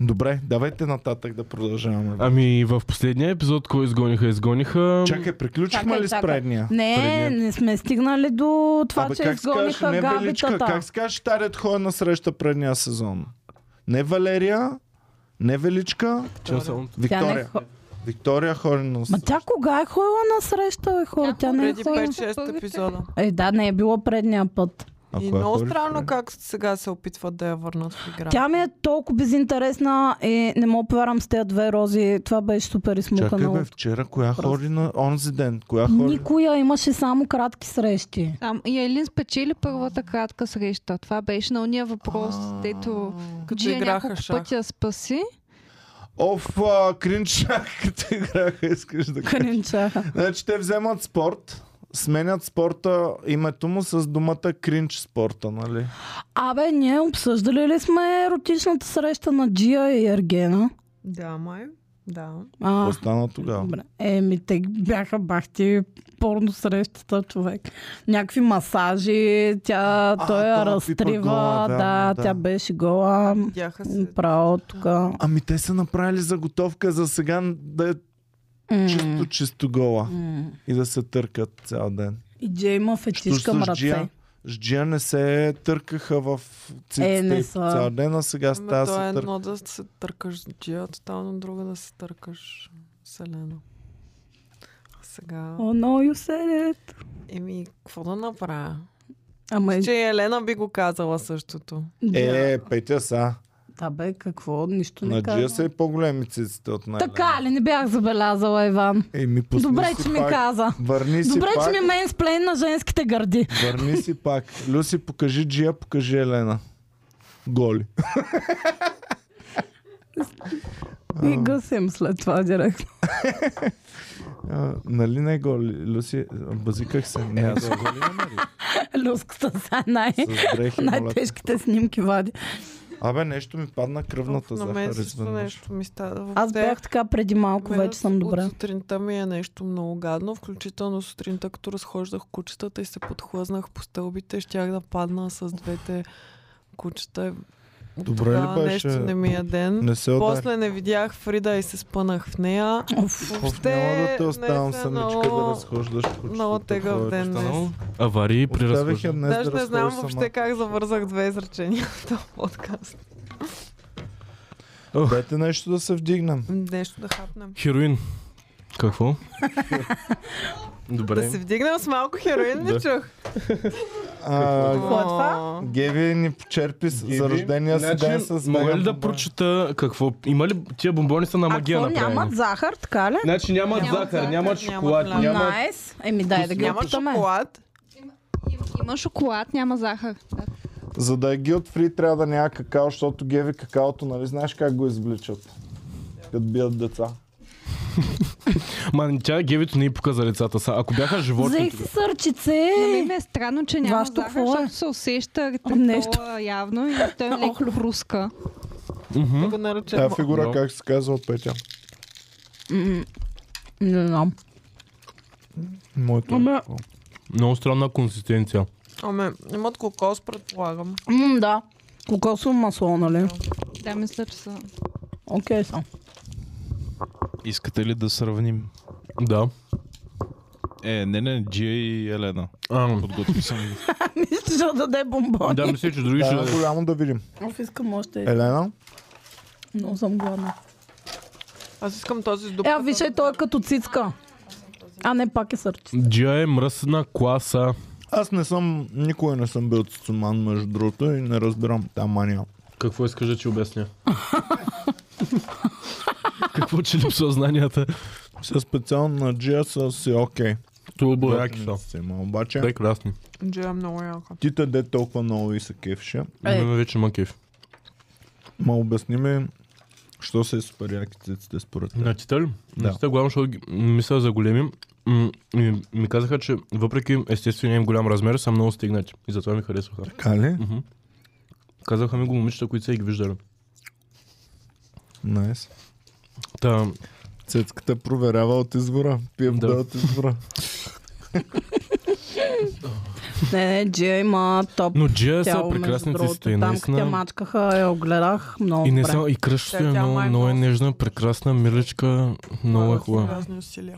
Speaker 1: Добре, давайте нататък да продължаваме.
Speaker 4: Ами в последния епизод, кой изгониха? Изгониха...
Speaker 1: Чакай, приключихме
Speaker 2: Чакай,
Speaker 1: ли с
Speaker 2: чакай.
Speaker 1: предния?
Speaker 2: Не,
Speaker 4: Предният.
Speaker 2: не сме стигнали до това,
Speaker 1: Абе,
Speaker 2: че
Speaker 1: как се казваш,
Speaker 2: изгониха
Speaker 1: не Величка,
Speaker 2: габитата.
Speaker 1: как се казваш тарят хора на среща предния сезон? Не Валерия, не Величка,
Speaker 4: Чакай само.
Speaker 2: Тя не е
Speaker 1: Виктория.
Speaker 2: хо-
Speaker 1: Виктория Хорина.
Speaker 2: Ма тя кога е ходила на среща, бе, хора? Тя не е
Speaker 3: Преди
Speaker 2: ходила.
Speaker 3: 5-6 епизода.
Speaker 2: Е, да, не е било предния път.
Speaker 3: И много странно как сега се опитват да я върнат в игра.
Speaker 2: Тя ми е толкова безинтересна и не мога повярвам с тези две рози. Това беше супер
Speaker 1: Чакай
Speaker 2: измукано.
Speaker 1: бе, вчера коя Хорина, онзи ден, коя Хорина?
Speaker 2: Никоя имаше само кратки срещи.
Speaker 7: Там и Елин спечели първата кратка среща. Това беше на уния въпрос, дето
Speaker 3: Като
Speaker 7: Джия
Speaker 3: играха
Speaker 7: няколко
Speaker 3: шах.
Speaker 7: пъти я спаси.
Speaker 1: Оф, а, кринч, [laughs] като играха, искаш да кажа.
Speaker 2: Кринчаха.
Speaker 1: Значи те вземат спорт, сменят спорта, името му с думата кринч спорта, нали?
Speaker 2: Абе, ние обсъждали ли сме еротичната среща на Джия и Ергена?
Speaker 3: Да, май. Да.
Speaker 2: А,
Speaker 1: Какво стана тогава?
Speaker 2: Добре. Еми, те бяха бахти порно срещата човек. Някакви масажи, тя,
Speaker 1: А,
Speaker 2: той я
Speaker 1: той я пипа
Speaker 2: разтрива,
Speaker 1: гола,
Speaker 2: да,
Speaker 1: да,
Speaker 2: да,
Speaker 1: да.
Speaker 2: тя беше гола.
Speaker 3: Дяха се.
Speaker 2: Право тук.
Speaker 1: Ами те са направили заготовка за сега да е
Speaker 2: М,
Speaker 1: чисто, чисто гола
Speaker 2: м.
Speaker 1: и да се търкат цял ден.
Speaker 2: И Джей има
Speaker 1: Защото
Speaker 2: фетиш към
Speaker 1: с
Speaker 2: ръце.
Speaker 1: Джия, с Джия не се търкаха в
Speaker 2: Е, не
Speaker 1: циците и
Speaker 2: са.
Speaker 1: цял ден, а сега
Speaker 3: Ама
Speaker 1: става
Speaker 3: то е
Speaker 1: се търкат.
Speaker 3: едно да се търкаш с Джия, тотално друго да се търкаш Селена. Сега,
Speaker 2: О, no, you said it.
Speaker 3: еми, какво да направя?
Speaker 2: Ама е...
Speaker 3: Че и Елена би го казала същото.
Speaker 2: Джия.
Speaker 1: Е, петя са.
Speaker 2: Да бе, какво? Нищо не
Speaker 1: На Джия са
Speaker 2: казва.
Speaker 1: и по-големи циците от най
Speaker 2: Така ли? Не бях забелязала, Иван.
Speaker 1: Еми, пусни
Speaker 2: Добре,
Speaker 1: си
Speaker 2: че ми
Speaker 1: пак.
Speaker 2: каза.
Speaker 1: Върни си
Speaker 2: Добре,
Speaker 1: пак.
Speaker 2: че ми е мейнсплейн на женските гърди.
Speaker 1: Върни си пак. Люси, покажи Джия, покажи Елена. Голи.
Speaker 2: И гъсим след това директно.
Speaker 1: А, нали не голи? Люси, базиках се. Не, аз
Speaker 2: Люската са най... Е,
Speaker 1: с дрехи, моля.
Speaker 2: Най-тежките снимки вади.
Speaker 1: Абе, нещо ми падна кръвната
Speaker 3: Оф, на мен
Speaker 1: захар
Speaker 3: също
Speaker 1: изведнъж.
Speaker 3: нещо ми става.
Speaker 2: Аз
Speaker 3: Въобще,
Speaker 2: бях така преди малко,
Speaker 3: мен
Speaker 2: вече съм добра.
Speaker 3: От сутринта ми е нещо много гадно, включително сутринта, като разхождах кучетата и се подхлъзнах по стълбите, щях да падна с двете кучета. От
Speaker 1: Добре
Speaker 3: тогава
Speaker 1: ли беше?
Speaker 3: Нещо не ми е ден.
Speaker 1: Не се удари.
Speaker 3: После не видях Фрида и се спънах в нея.
Speaker 2: Оф.
Speaker 1: Оф,
Speaker 3: Въобще,
Speaker 1: няма да те
Speaker 3: днес
Speaker 1: оставам
Speaker 3: е
Speaker 1: самичка
Speaker 3: много-
Speaker 1: да разхождаш кучетата.
Speaker 3: Много тегъв
Speaker 1: хора.
Speaker 3: ден днес.
Speaker 4: Останало? Аварии при
Speaker 1: Оставих я
Speaker 4: разхождане.
Speaker 1: днес
Speaker 3: Даже
Speaker 1: да
Speaker 3: не знам
Speaker 1: разхождаш
Speaker 3: въобще
Speaker 1: сама.
Speaker 3: как завързах две изречения в този подкаст.
Speaker 1: Дайте нещо да се вдигнем.
Speaker 3: Нещо да хапнем.
Speaker 4: Хероин. Какво?
Speaker 3: Да
Speaker 4: Добре.
Speaker 3: се вдигнем с малко хероин, не
Speaker 4: Да.
Speaker 3: чух.
Speaker 1: А,
Speaker 2: Какво е това?
Speaker 1: Геви ни почерпи с-
Speaker 6: Геви,
Speaker 1: за рождения си
Speaker 6: значи,
Speaker 1: ден с
Speaker 4: Мога ли да
Speaker 1: бомбон.
Speaker 4: прочета какво? Има ли тия бомбони са на
Speaker 2: А
Speaker 4: магия
Speaker 2: какво,
Speaker 4: направени?
Speaker 2: нямат захар, така ли?
Speaker 4: Значи нямат
Speaker 3: Нямат
Speaker 4: захар,
Speaker 3: захар,
Speaker 4: нямат
Speaker 3: нямат
Speaker 4: шоколад.
Speaker 3: мляко.
Speaker 4: нямат-
Speaker 2: Найс. Еми дай да ги
Speaker 3: Няма
Speaker 2: опитаме.
Speaker 3: шоколад.
Speaker 7: Има шоколад, няма захар. Да.
Speaker 1: За да е guilt free трябва да няма какао, защото геви какаото, нали знаеш как го извличат? Като бият деца.
Speaker 4: Ма тя гевито не й показа лицата са. Ако бяха животни,
Speaker 2: Взех си сърчице.
Speaker 7: На мен ми е странно, че няма
Speaker 2: Вашето
Speaker 7: захар,
Speaker 2: какво е?
Speaker 7: защото се усеща
Speaker 2: нещо.
Speaker 7: ретентола явно и той е леко руска.
Speaker 3: Да го наречем.
Speaker 1: Тая фигура
Speaker 4: Да.
Speaker 1: как се казва Петя?
Speaker 2: М, Не знам.
Speaker 1: Моето. е
Speaker 2: Ама-
Speaker 1: такова.
Speaker 4: много странна консистенция.
Speaker 3: Аме, Ами, имат кокос, предполагам.
Speaker 2: М, Да. Кокосово масло, нали?
Speaker 7: Да, мисля, че са.
Speaker 2: Окей съм.
Speaker 5: Искате ли да сравним?
Speaker 4: Да.
Speaker 5: Е, не, не, Джия и Елена.
Speaker 4: А,
Speaker 5: Подготвил съм [laughs] ги.
Speaker 2: [laughs] Мисля, ще даде бомбони.
Speaker 4: да, мисля, че други ще...
Speaker 1: Да, е голямо да видим.
Speaker 2: Оф, искам още.
Speaker 1: Елена?
Speaker 2: Много съм гладна.
Speaker 3: Аз искам този с
Speaker 2: Е,
Speaker 3: дупката.
Speaker 2: виж, е, той е като цицка. А не, пак е сърчице.
Speaker 4: Джия е мръсна класа.
Speaker 1: Аз не съм, никога не съм бил цицуман, между другото, и не разбирам тази мания.
Speaker 4: Какво искаш да ти обясня? [laughs] Какво че липсва знанията?
Speaker 1: С специално на Джия са си окей.
Speaker 4: Тулбо
Speaker 1: Готиници са. Има, обаче
Speaker 4: Прекрасни.
Speaker 3: Джия е много яка.
Speaker 1: ти те де толкова много и се кефше.
Speaker 2: Е.
Speaker 4: Е. вече макив.
Speaker 1: Ма обясни ми, що са и супер яки циците според теб.
Speaker 4: На титъл?
Speaker 1: Да.
Speaker 4: На титъл главно, защото ги- мисля за големи. М, и ми казаха, че въпреки естествения им голям размер, са много стигнати. И затова ми харесваха.
Speaker 1: Така ли?
Speaker 4: Мгм. Казаха ми го момичета, които са и ги виждали.
Speaker 1: Найс.
Speaker 4: Та,
Speaker 1: Цецката проверява от извора. Пие вода
Speaker 4: Да.
Speaker 1: от извора.
Speaker 2: [laughs] Не, не, Джия има топ.
Speaker 4: но Джия са
Speaker 2: тяло, между
Speaker 4: прекрасни
Speaker 2: другото.
Speaker 4: циците и
Speaker 2: Там, като я
Speaker 4: наистина.
Speaker 2: мачкаха, я огледах много
Speaker 4: И не
Speaker 2: време.
Speaker 4: само, и кръщата
Speaker 3: Тя-
Speaker 4: е
Speaker 3: тя
Speaker 4: много,
Speaker 3: май
Speaker 4: много е
Speaker 3: много се-
Speaker 4: нежна, прекрасна, миличка, много е
Speaker 3: Полагат
Speaker 4: хубава.
Speaker 3: сериозни усилия.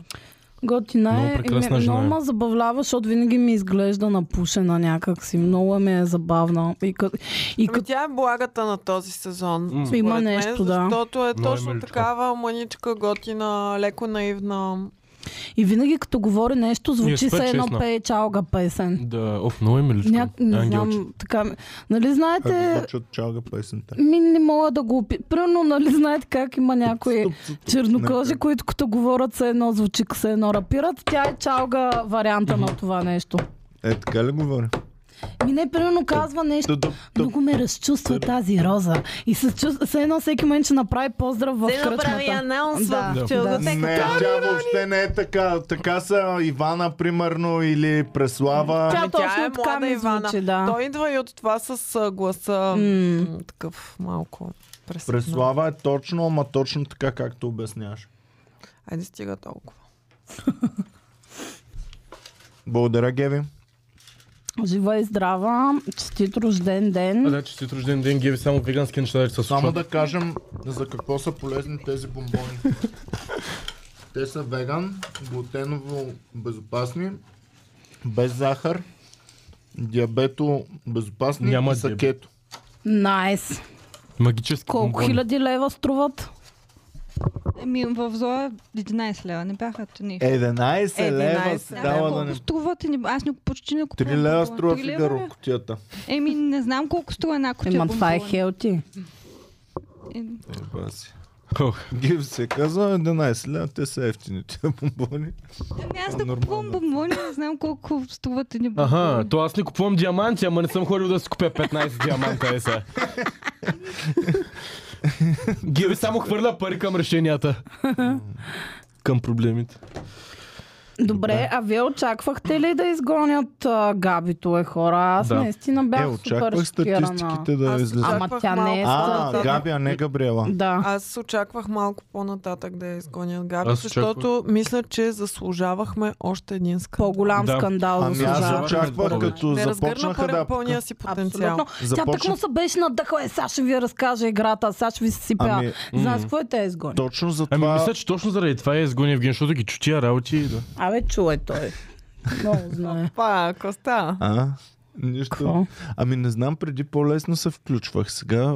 Speaker 2: Готина
Speaker 4: Много
Speaker 2: е. и
Speaker 4: прекрасна
Speaker 2: ме-
Speaker 4: жена
Speaker 2: Много
Speaker 4: е.
Speaker 2: ме забавлява, защото винаги ми изглежда напушена някакси. Много ми е забавна. И като... И
Speaker 3: Ами
Speaker 2: като...
Speaker 3: тя е благата на този сезон.
Speaker 4: М.
Speaker 3: според
Speaker 2: Има
Speaker 3: мен,
Speaker 2: нещо, да.
Speaker 3: Защото е
Speaker 4: е
Speaker 3: точно
Speaker 4: миличка.
Speaker 3: такава мъничка, готина, леко наивна.
Speaker 2: И винаги като говори нещо, звучи
Speaker 4: супер
Speaker 2: се едно
Speaker 4: честна.
Speaker 2: пее чалга песен.
Speaker 4: Да, оф, много е миличка.
Speaker 2: Ня... Не
Speaker 4: Ангелче.
Speaker 2: знам, така... ми- Нали
Speaker 1: Как
Speaker 2: знаете...
Speaker 1: звучат чалга песента.
Speaker 2: Ми не мога да го опи... Примерно, нали знаете как има някои чернокожи,
Speaker 1: Някак.
Speaker 2: които като говорят се едно звучи, се едно рапират. Тя е чалга варианта на това нещо.
Speaker 1: Е, така ли говори?
Speaker 2: Ми не, примерно казва нещо, много ме разчувства тази роза. И се чувства, все едно всеки момент ще направи поздрав в кръчмата.
Speaker 3: анаунс
Speaker 2: Да.
Speaker 4: Да.
Speaker 1: Не, тя въобще не е така. Така са Ивана, примерно, или Преслава.
Speaker 2: Тя
Speaker 3: Ами тя е
Speaker 2: точно така
Speaker 3: млада
Speaker 2: ми
Speaker 3: Ивана.
Speaker 2: звучи, да.
Speaker 3: Той идва и от това с а, гласа
Speaker 2: М.
Speaker 3: м, такъв малко пресъпна.
Speaker 1: Преслава е точно, ама точно така, както обясняваш.
Speaker 3: Айде стига толкова.
Speaker 1: Благодаря, Геви.
Speaker 2: Жива и здрава, честит рожден
Speaker 4: А,
Speaker 2: ден.
Speaker 4: да, честит рожден ден, Геви, само вегански неща да се
Speaker 1: Само
Speaker 4: случват.
Speaker 1: да кажем за какво са полезни тези бомбони.
Speaker 4: [laughs]
Speaker 1: Те са веган, глутеново безопасни, без захар, диабето безопасни
Speaker 4: Няма
Speaker 1: и са
Speaker 4: диабет.
Speaker 1: кето.
Speaker 2: Найс.
Speaker 4: Магически
Speaker 2: Колко
Speaker 4: бомбони.
Speaker 2: хиляди лева струват?
Speaker 7: Еми, Е, в зоя 11 лева, не бяха то ни.
Speaker 1: 11 лева
Speaker 3: 11
Speaker 1: си
Speaker 3: лева.
Speaker 1: дава Е, да
Speaker 7: колко
Speaker 1: не...
Speaker 7: струват? и не- Аз не, почти не купувам.
Speaker 1: 3 лева
Speaker 7: бомбони.
Speaker 1: струва
Speaker 7: Три лева ли?
Speaker 1: фигаро кутията.
Speaker 7: Еми, не знам колко струва една кутия
Speaker 2: Има, това е
Speaker 7: бомбони.
Speaker 2: хелти.
Speaker 7: Е,
Speaker 4: Ох,
Speaker 1: Гив се казва 11 лева, те са ефтини тия бомбони.
Speaker 7: Ами аз
Speaker 1: А,
Speaker 7: да
Speaker 1: нормално,
Speaker 7: купувам
Speaker 1: да.
Speaker 7: бомбони, не знам колко струват едни бомбони.
Speaker 4: Аха, то аз не купувам диаманти, ама не съм ходил да си купя 15 диаманта, е сега. Геви само хвърля пари към решенията. към проблемите.
Speaker 2: Добре, а вие очаквахте ли да изгонят а, габито е хора? Аз
Speaker 4: Да.
Speaker 2: наистина бях
Speaker 1: Е,
Speaker 2: супер
Speaker 1: очаквах
Speaker 2: шокирана.
Speaker 1: статистиките да
Speaker 3: Аз-
Speaker 1: излизат.
Speaker 2: Ама
Speaker 3: Очаквах
Speaker 2: тя не е
Speaker 3: малко.
Speaker 1: А,
Speaker 2: статистика.
Speaker 1: Габи, а не Габриела.
Speaker 2: Да.
Speaker 3: Аз очаквах малко по-нататък да я изгонят Габи,
Speaker 4: Аз
Speaker 3: защото мисля, че заслужавахме още един скандал.
Speaker 2: По-голям
Speaker 4: Да.
Speaker 2: скандал
Speaker 1: Ами аз
Speaker 2: заслужава.
Speaker 1: очаквах,
Speaker 4: Абсолютно.
Speaker 1: като
Speaker 3: не разгърна
Speaker 1: започнаха
Speaker 3: първи
Speaker 1: да...
Speaker 3: пълния си потенциал.
Speaker 2: Абсолютно. Тя
Speaker 1: Започна-
Speaker 2: так му се беше надъхла. Е, сега ще ви разкажа играта, а сега ще ви сипя.
Speaker 1: Ами,
Speaker 2: Знаеш какво е те изгони?
Speaker 1: точно за
Speaker 4: Ами
Speaker 1: това...
Speaker 4: мисля, че точно заради това е изгоня Евген, защото ги чу тия работи. Да. [laughs]
Speaker 2: Абе, чуе той. Много знае.
Speaker 3: Па, Коста.
Speaker 1: А, нищо.
Speaker 2: Какво?
Speaker 1: Ами не знам, преди по-лесно се включвах. Сега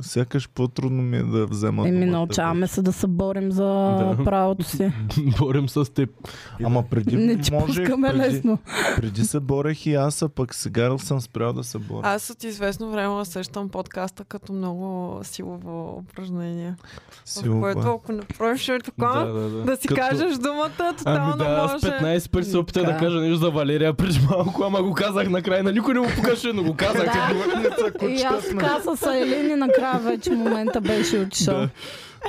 Speaker 1: сякаш по-трудно ми е да взема
Speaker 2: Еми,
Speaker 1: думата.
Speaker 2: научаваме се да се борим за
Speaker 4: Да.
Speaker 2: правото си.
Speaker 4: Борем с теб.
Speaker 1: Ама преди
Speaker 2: Не ти
Speaker 1: можех,
Speaker 2: пускаме
Speaker 1: преди,
Speaker 2: лесно.
Speaker 1: преди се борех и аз, а пък сега съм спрял да се боря.
Speaker 3: Аз от известно време усещам подкаста като много силово упражнение. В
Speaker 1: Силова.
Speaker 3: което ако направиш е така, да,
Speaker 4: да, да.
Speaker 3: [laughs] да си
Speaker 4: Като-
Speaker 3: кажеш думата, тотално
Speaker 4: Ами да, аз
Speaker 3: може.
Speaker 4: 15 пъти се опитах да
Speaker 2: Така.
Speaker 4: кажа нещо за Валерия преди малко, ама го казах накрая. На никой не му покаше, но го казах.
Speaker 2: И аз каза са Елини, накрая вече момента беше отишъл.
Speaker 4: Да.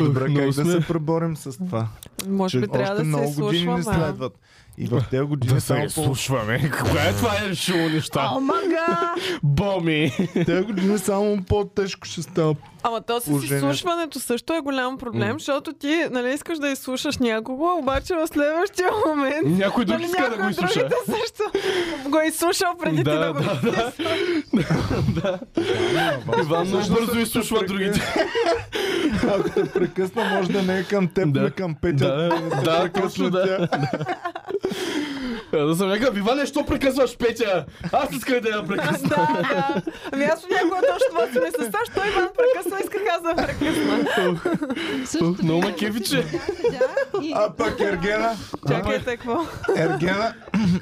Speaker 1: Добре,
Speaker 4: Много
Speaker 1: как да
Speaker 4: сме.
Speaker 1: се преборим с това?
Speaker 3: Може би
Speaker 1: Че
Speaker 3: трябва
Speaker 1: още
Speaker 3: да се
Speaker 1: много години
Speaker 3: изслушваме.
Speaker 1: ни следват. И в тези години
Speaker 4: Да
Speaker 1: само
Speaker 4: се
Speaker 1: по...
Speaker 4: слушваме. Кога е това е решило неща?
Speaker 2: Омага!
Speaker 4: Боми!
Speaker 1: Те години само по-тежко ще става.
Speaker 3: Ама то с
Speaker 1: Положението.
Speaker 3: изслушването също е голям проблем, защото ти нали, искаш да изслушаш някого, обаче в следващия момент
Speaker 4: Ами Някой друг
Speaker 3: нали,
Speaker 4: иска да
Speaker 3: някой
Speaker 4: го
Speaker 3: от
Speaker 4: изслуша.
Speaker 3: другите също го е изслушал преди ти да го
Speaker 4: да. Иван много бързо изслушва другите.
Speaker 1: [laughs] Ако те прекъсна, може да не е към теб,
Speaker 4: Да.
Speaker 1: да. към Петя.
Speaker 4: Да, да, точно да. Е, Да съм някакъв, Иван, що прекъсваш Петя? Аз исках да я прекъсна.
Speaker 3: Да, да. Ами аз понякога точно това си мисля. Саш, той Иван прекъсна, исках аз да прекъсна.
Speaker 7: Също така,
Speaker 4: Много ме кефи, че-
Speaker 7: седя и-
Speaker 1: А пак Ергена,
Speaker 3: Чакайте, какво?
Speaker 4: [laughs]
Speaker 1: Ергена,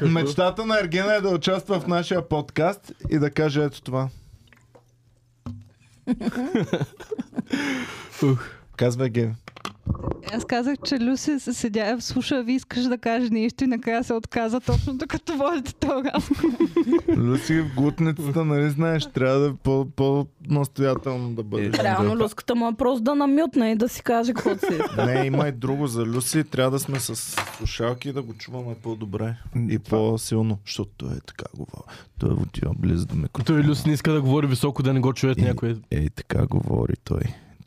Speaker 1: мечтата на Ергена е да участва в нашия подкаст и да каже ето това.
Speaker 4: [laughs] Ух.
Speaker 1: Казва Ге.
Speaker 7: Аз казах, че Люси се седя, слуша, ви искаш да каже нещо и накрая се отказа точно докато водите този разговор.
Speaker 1: Люси в глутницата, нали знаеш, трябва да е по- по-настоятелно да бъдеш.
Speaker 2: Реално люската му е просто да намютне и да си каже какво
Speaker 1: [laughs]
Speaker 2: си.
Speaker 1: Не, има и друго за Люси. Трябва да сме с слушалки и да го чуваме по-добре и по-силно, защото той е така говори. Той отива близо до микрофона. Е,
Speaker 4: Той Люс не иска да говори високо, да не го чуят
Speaker 1: И-
Speaker 4: някой.
Speaker 1: Ей, така говори той.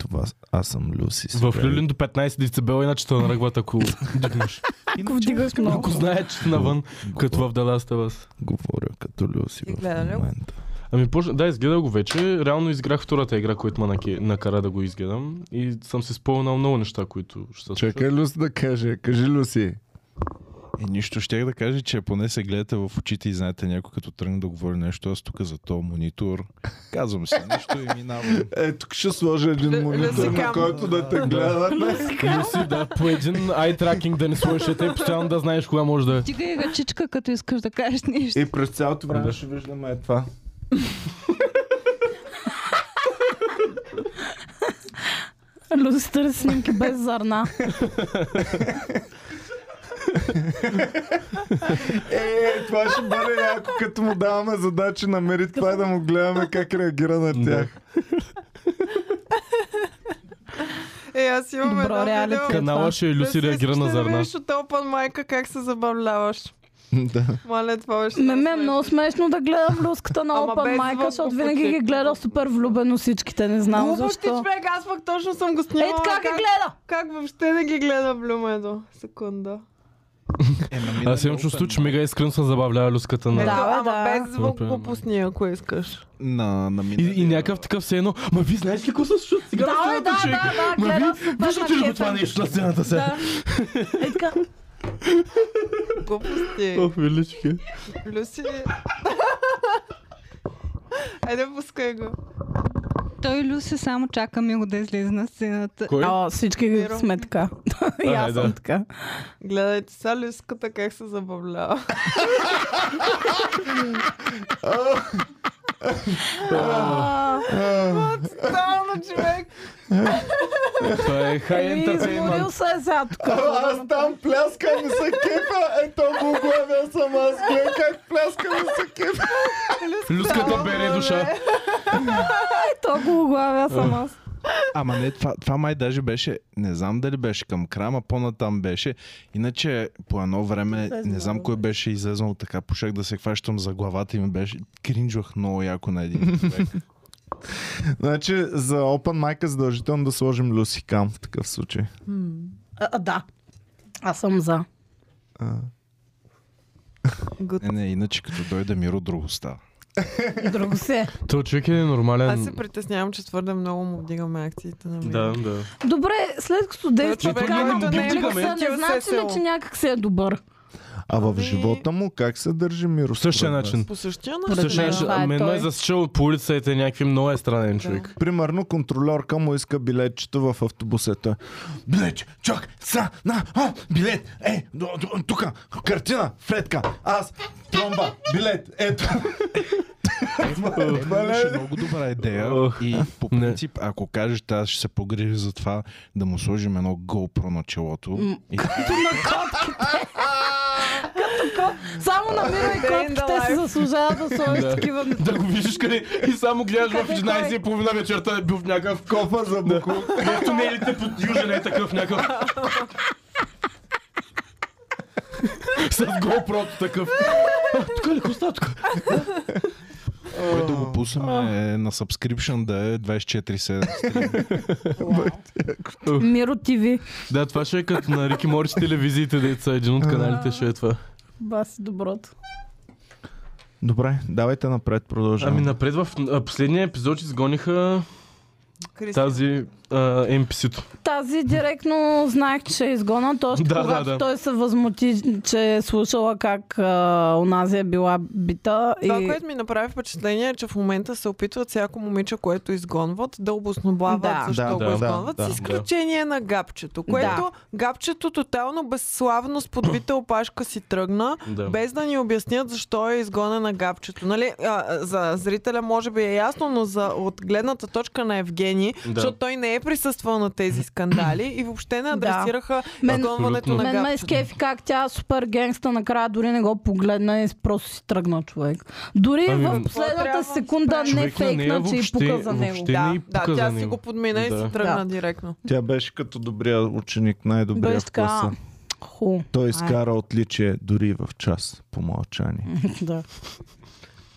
Speaker 1: Това с- аз съм Люси.
Speaker 4: В
Speaker 1: сега.
Speaker 4: Люлин до 15 децибела, иначе те наръгват, [laughs] ако дигнеш.
Speaker 2: Ако вдигаш много.
Speaker 4: Ако знае, че си навън, като в Даласта вас.
Speaker 1: Говоря като Люси
Speaker 3: Ти
Speaker 1: в
Speaker 3: гледа ли го?
Speaker 1: момента.
Speaker 4: Ами, почна- да, изгледах го вече. Реално изиграх втората игра, която ме наке- накара да го изгледам. И съм се спомнал много неща, които ще се случат.
Speaker 1: Чакай Люси да каже. Кажи Люси.
Speaker 5: И Е, нищо щях да кажа, че поне се гледате в очите и знаете някой като тръгне да говори нещо, аз тук за този монитор. Казвам си нещо и
Speaker 1: [laughs]
Speaker 5: минавам.
Speaker 1: Е, тук ще сложа един
Speaker 3: Лю-
Speaker 1: монитор,
Speaker 3: Люси
Speaker 1: на
Speaker 3: кам.
Speaker 1: който да те гледаме.
Speaker 4: Люси, да, по един eye tracking да не сложиш те, постоянно да знаеш кога може да е.
Speaker 7: Дигай ръчичка, като искаш да кажеш нещо.
Speaker 1: И през цялото време
Speaker 4: Да.
Speaker 1: ще виждаме е това.
Speaker 2: Люси търси снимки без зърна.
Speaker 1: Е, това ще бъде яко, като му даваме задачи, намери това и да му гледаме как реагира на тях.
Speaker 3: Е, аз имам
Speaker 2: Добро
Speaker 3: едно
Speaker 2: реалити.
Speaker 3: видео.
Speaker 4: Канала ще е Люси реагира на
Speaker 3: Да
Speaker 4: зърна.
Speaker 3: видиш от Open майка как се забавляваш.
Speaker 1: [laughs] Да.
Speaker 3: Маля, това беше.
Speaker 2: Ме ме е
Speaker 3: смешно.
Speaker 2: много смешно да гледам люската на
Speaker 3: Ама без
Speaker 2: Open Майка,
Speaker 3: звук,
Speaker 2: защото
Speaker 3: по
Speaker 2: винаги ги
Speaker 3: принцип.
Speaker 2: гледа супер влюбено всичките. Не знам
Speaker 3: Глупости,
Speaker 2: защо.
Speaker 3: човек, аз пък точно съм го снимала.
Speaker 2: Ей така ги
Speaker 3: как,
Speaker 2: гледа!
Speaker 3: как въобще не ги гледа Блюмедо? Секунда.
Speaker 4: Аз имам чувство, че мега искрен съм забавлява люската
Speaker 2: Да,
Speaker 4: на...
Speaker 3: Ето,
Speaker 2: бе,
Speaker 3: ама
Speaker 2: да.
Speaker 3: без звук
Speaker 4: Супер,
Speaker 3: го
Speaker 4: ме.
Speaker 3: пусни, ако искаш.
Speaker 5: На, на миналия-
Speaker 4: И, и някакъв такъв все едно. Ма ви знаеш ли какво се случва сега?
Speaker 2: Да,
Speaker 4: на
Speaker 2: бе, да,
Speaker 4: сцената, човек?
Speaker 2: да, да,
Speaker 4: Ма
Speaker 2: гледам
Speaker 4: ви,
Speaker 2: супер
Speaker 4: виждате ли го
Speaker 2: макета.
Speaker 4: това нещо на сцената сега?
Speaker 2: Да. Е така.
Speaker 3: Го пусни.
Speaker 4: Ох, велички.
Speaker 3: Люси. Айде, пускай го.
Speaker 7: Той Люси само чака Мило да излезе на сцената.
Speaker 4: Кой?
Speaker 2: А, всички
Speaker 3: Веро.
Speaker 2: сме така. И
Speaker 4: Ай,
Speaker 2: аз
Speaker 4: Е, да.
Speaker 2: съм така.
Speaker 3: Гледайте сега Люската как се
Speaker 4: [laughs]
Speaker 3: забавлява. Стално, човек.
Speaker 4: Това е high
Speaker 2: Еми,
Speaker 4: entertainment.
Speaker 2: Ами, изморил се е сега тук.
Speaker 1: Аз там пляска ми се кефа. Ето го главя съм аз. Гледай как пляска ми се кефа.
Speaker 4: Люската бере душа.
Speaker 2: Е, толкова главя съм аз.
Speaker 5: Ама не, това, това май даже беше, не знам дали беше към крама, по-натам беше. Иначе по едно време, не знам кой беше излезнал така, пошех да се хващам за главата и ми беше, кринжвах много яко на един човек.
Speaker 1: Значи за Open Mic е задължително да сложим Люси Кам в такъв случай.
Speaker 2: А, а, да. Аз съм за.
Speaker 3: Good.
Speaker 5: Не, не, иначе като дойде Миро, друго става.
Speaker 2: Друго се.
Speaker 4: Той човек е
Speaker 3: Аз се
Speaker 4: нормален.
Speaker 3: притеснявам, че твърде много му вдигаме акциите на мен.
Speaker 4: Да, да.
Speaker 2: Добре, след като Дейв
Speaker 3: човек,
Speaker 2: подкарва
Speaker 4: който не е
Speaker 2: публиката,
Speaker 3: коментирал
Speaker 2: не значи ли,
Speaker 3: ССО?
Speaker 2: че някак се е добър?
Speaker 1: А в
Speaker 3: Ами-
Speaker 1: живота му как се държи Миро?
Speaker 4: По същия
Speaker 1: според вас?
Speaker 4: начин.
Speaker 3: По същия
Speaker 4: По
Speaker 3: начин.
Speaker 4: същия
Speaker 2: мен
Speaker 4: начин.
Speaker 2: това е
Speaker 4: Мен
Speaker 2: той.
Speaker 4: ме е засичал по улицата и някакви много е странен човек. [laughs]
Speaker 1: Примерно контролерка му иска билетчето в автобусета. Билет, чак, са, на, а, билет, е, до- до- тука, картина, фредка, аз, тромба, билет, ето. е?
Speaker 5: Това беше много добра идея
Speaker 4: Ох.
Speaker 5: и по
Speaker 4: Не.
Speaker 5: принцип, ако кажете, аз ще се погрижа за това да му сложим едно GoPro на челото. И
Speaker 2: Само на Миро и
Speaker 3: Day in the
Speaker 2: котките си
Speaker 3: life.
Speaker 2: заслужава да сложиш
Speaker 4: Да.
Speaker 2: такива
Speaker 4: Да го виждаш къде и само гледаш в
Speaker 2: Къде
Speaker 4: 11.30 вечерта е бил в някакъв
Speaker 1: Кофа за буклук.
Speaker 4: в тунелите под Южен е такъв някакъв. С GoPro такъв. А, Тук е ли коста? Тук.
Speaker 5: кой да го пуснем е на subscription да е 24-7 стрим.
Speaker 2: Миро ТВ.
Speaker 4: Да, това ще е като на Рики Морич телевизиите, деца. Един от каналите ще е това.
Speaker 2: Баси доброто.
Speaker 1: Добре, давайте напред,
Speaker 4: Ами
Speaker 1: продължаваме.
Speaker 4: напред в а, последния епизод изгониха тази а, NPC-то.
Speaker 2: Тази директно знаех, че ще е изгонат, още
Speaker 4: Да, да,
Speaker 2: когато
Speaker 4: да.
Speaker 2: той се възмути, че е слушала как а, онази е била бита.
Speaker 3: Това,
Speaker 2: и...
Speaker 3: което ми направи впечатление е, че в момента се опитват всяко момиче, което изгонват, да обосновават
Speaker 2: Да.
Speaker 3: защо
Speaker 1: Да,
Speaker 3: го
Speaker 1: да,
Speaker 3: изгонват,
Speaker 1: да,
Speaker 3: с
Speaker 1: да.
Speaker 3: изключение на гапчето, което гапчето тотално безславно с подбита опашка си тръгна,
Speaker 4: Да.
Speaker 3: без да ни обяснят защо е изгонена гапчето. Нали, а, а, за зрителя може би е ясно, но за, от гледната точка на Евгений,
Speaker 4: Да.
Speaker 3: защото той не е присъствал на тези скандали и въобще не
Speaker 2: Да.
Speaker 3: адресираха
Speaker 2: Мен-
Speaker 3: изгонването
Speaker 4: Абсолютно.
Speaker 3: на
Speaker 2: Мен ме е
Speaker 3: гапчето.
Speaker 2: скефи как тя супер генгста накрая дори не го погледна и просто си тръгна човек. Дори
Speaker 4: Ами,
Speaker 2: в
Speaker 3: Трябва
Speaker 2: последната секунда
Speaker 3: спрямо.
Speaker 2: не
Speaker 4: Човек на нея
Speaker 2: фейкна, че и
Speaker 4: въобще-
Speaker 2: пука за него.
Speaker 4: въобще-
Speaker 3: Да,
Speaker 4: не й
Speaker 3: да,
Speaker 4: пука за
Speaker 3: тя си
Speaker 4: него.
Speaker 3: го подмина и
Speaker 4: Да.
Speaker 3: си тръгна
Speaker 2: Да.
Speaker 3: директно.
Speaker 1: Тя беше като добрия ученик, най-добрия
Speaker 2: Беше
Speaker 1: в класа.
Speaker 2: така. Ху. [laughs]
Speaker 1: Той изкара отличие дори в час по мълчание.
Speaker 2: Да.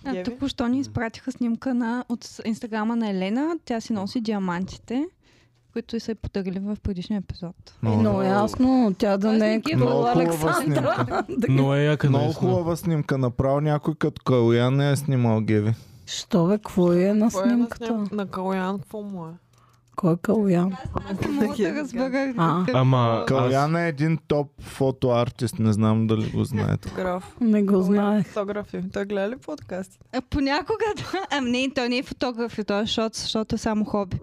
Speaker 7: А,
Speaker 1: Е,
Speaker 3: Еви?
Speaker 7: току-що ни изпратиха снимка на, от инстаграма на Елена. Тя си носи диамантите, които са й подарили в предишния епизод.
Speaker 2: Е, много ясно, тя да не е
Speaker 7: Тоест, не ги
Speaker 2: като
Speaker 1: Много хубава
Speaker 2: Александра.
Speaker 1: снимка.
Speaker 2: [laughs]
Speaker 4: Но е яка
Speaker 1: Много
Speaker 4: наистина.
Speaker 1: хубава снимка. Направо някой като Калуян не е снимал Геви.
Speaker 2: Що бе, какво е на
Speaker 3: Кой е на
Speaker 2: снимката?
Speaker 3: сним- На Калоян, какво му е?
Speaker 2: Кой е Калуян?
Speaker 7: Аз не мога да разбера.
Speaker 2: А.
Speaker 7: какво-
Speaker 4: Ама аз...
Speaker 1: Калуян е един топ фотоартист, не знам дали го знаете.
Speaker 3: Граф.
Speaker 2: Не го знаех.
Speaker 3: Фотографи. Той е. гледа ли подкастите?
Speaker 7: А, Понякога, да. А, не, той не е фотограф, и той е шот, защото е само хоби.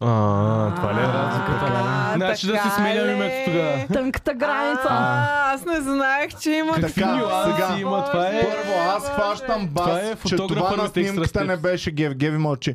Speaker 4: А, това ли е разликата?
Speaker 3: А,
Speaker 4: Значи да си
Speaker 3: така
Speaker 4: сменям
Speaker 3: ли?
Speaker 4: името тогава.
Speaker 2: Тънката граница.
Speaker 3: А, аз не знаех, че има
Speaker 4: Какви
Speaker 1: Така,
Speaker 4: нюанси
Speaker 1: сега.
Speaker 4: има, това е...
Speaker 1: Първо, аз хващам
Speaker 4: Това
Speaker 1: бас,
Speaker 4: е
Speaker 1: че това
Speaker 4: фотографа
Speaker 1: на
Speaker 4: на текст
Speaker 1: снимката
Speaker 4: разпит.
Speaker 1: не беше Геви. Геви мълчи.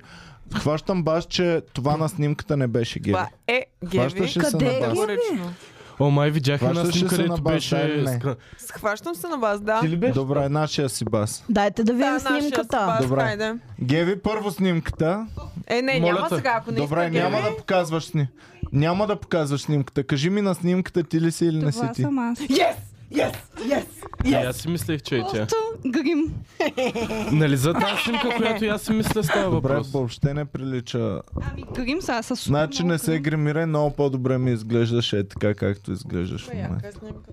Speaker 1: Хващам бас, че това на снимката не беше Геви.
Speaker 3: Това е Геви.
Speaker 1: Хващаше се
Speaker 2: Къде е
Speaker 1: на бас.
Speaker 2: Геви?
Speaker 3: Категорично.
Speaker 4: О, май видях една
Speaker 1: Хващаше
Speaker 4: снимка,
Speaker 1: се на
Speaker 4: където
Speaker 1: бас,
Speaker 4: беше...
Speaker 1: да или не?
Speaker 4: скра-
Speaker 3: Схващам се на вас, да.
Speaker 4: Ти ли беше?
Speaker 1: Добре, нашия си бас.
Speaker 2: Дайте да
Speaker 3: Да,
Speaker 2: видим
Speaker 3: нашия
Speaker 2: снимката.
Speaker 3: спас,
Speaker 1: Добре.
Speaker 3: хайде.
Speaker 1: Геви, първо снимката.
Speaker 3: Е, не,
Speaker 4: Моля
Speaker 3: няма
Speaker 4: те.
Speaker 3: сега, ако не
Speaker 1: Добре,
Speaker 3: иска
Speaker 1: няма
Speaker 3: Геви.
Speaker 1: да показваш сни. Няма да показваш снимката. Кажи ми на снимката ти ли си или не си
Speaker 7: Това
Speaker 1: ти.
Speaker 7: съм аз.
Speaker 3: Yes! Yes! Yes!
Speaker 4: И аз си мислех, че е тя.
Speaker 7: Просто грим.
Speaker 4: Нали за тази снимка, която и аз си мисля става
Speaker 1: Добре,
Speaker 4: въпрос.
Speaker 1: въобще не прилича.
Speaker 7: Ами грим са, аз с
Speaker 1: Значи не се гримирай, много по-добре ми изглеждаше така, както изглеждаш в момента.
Speaker 3: Яка е снимката.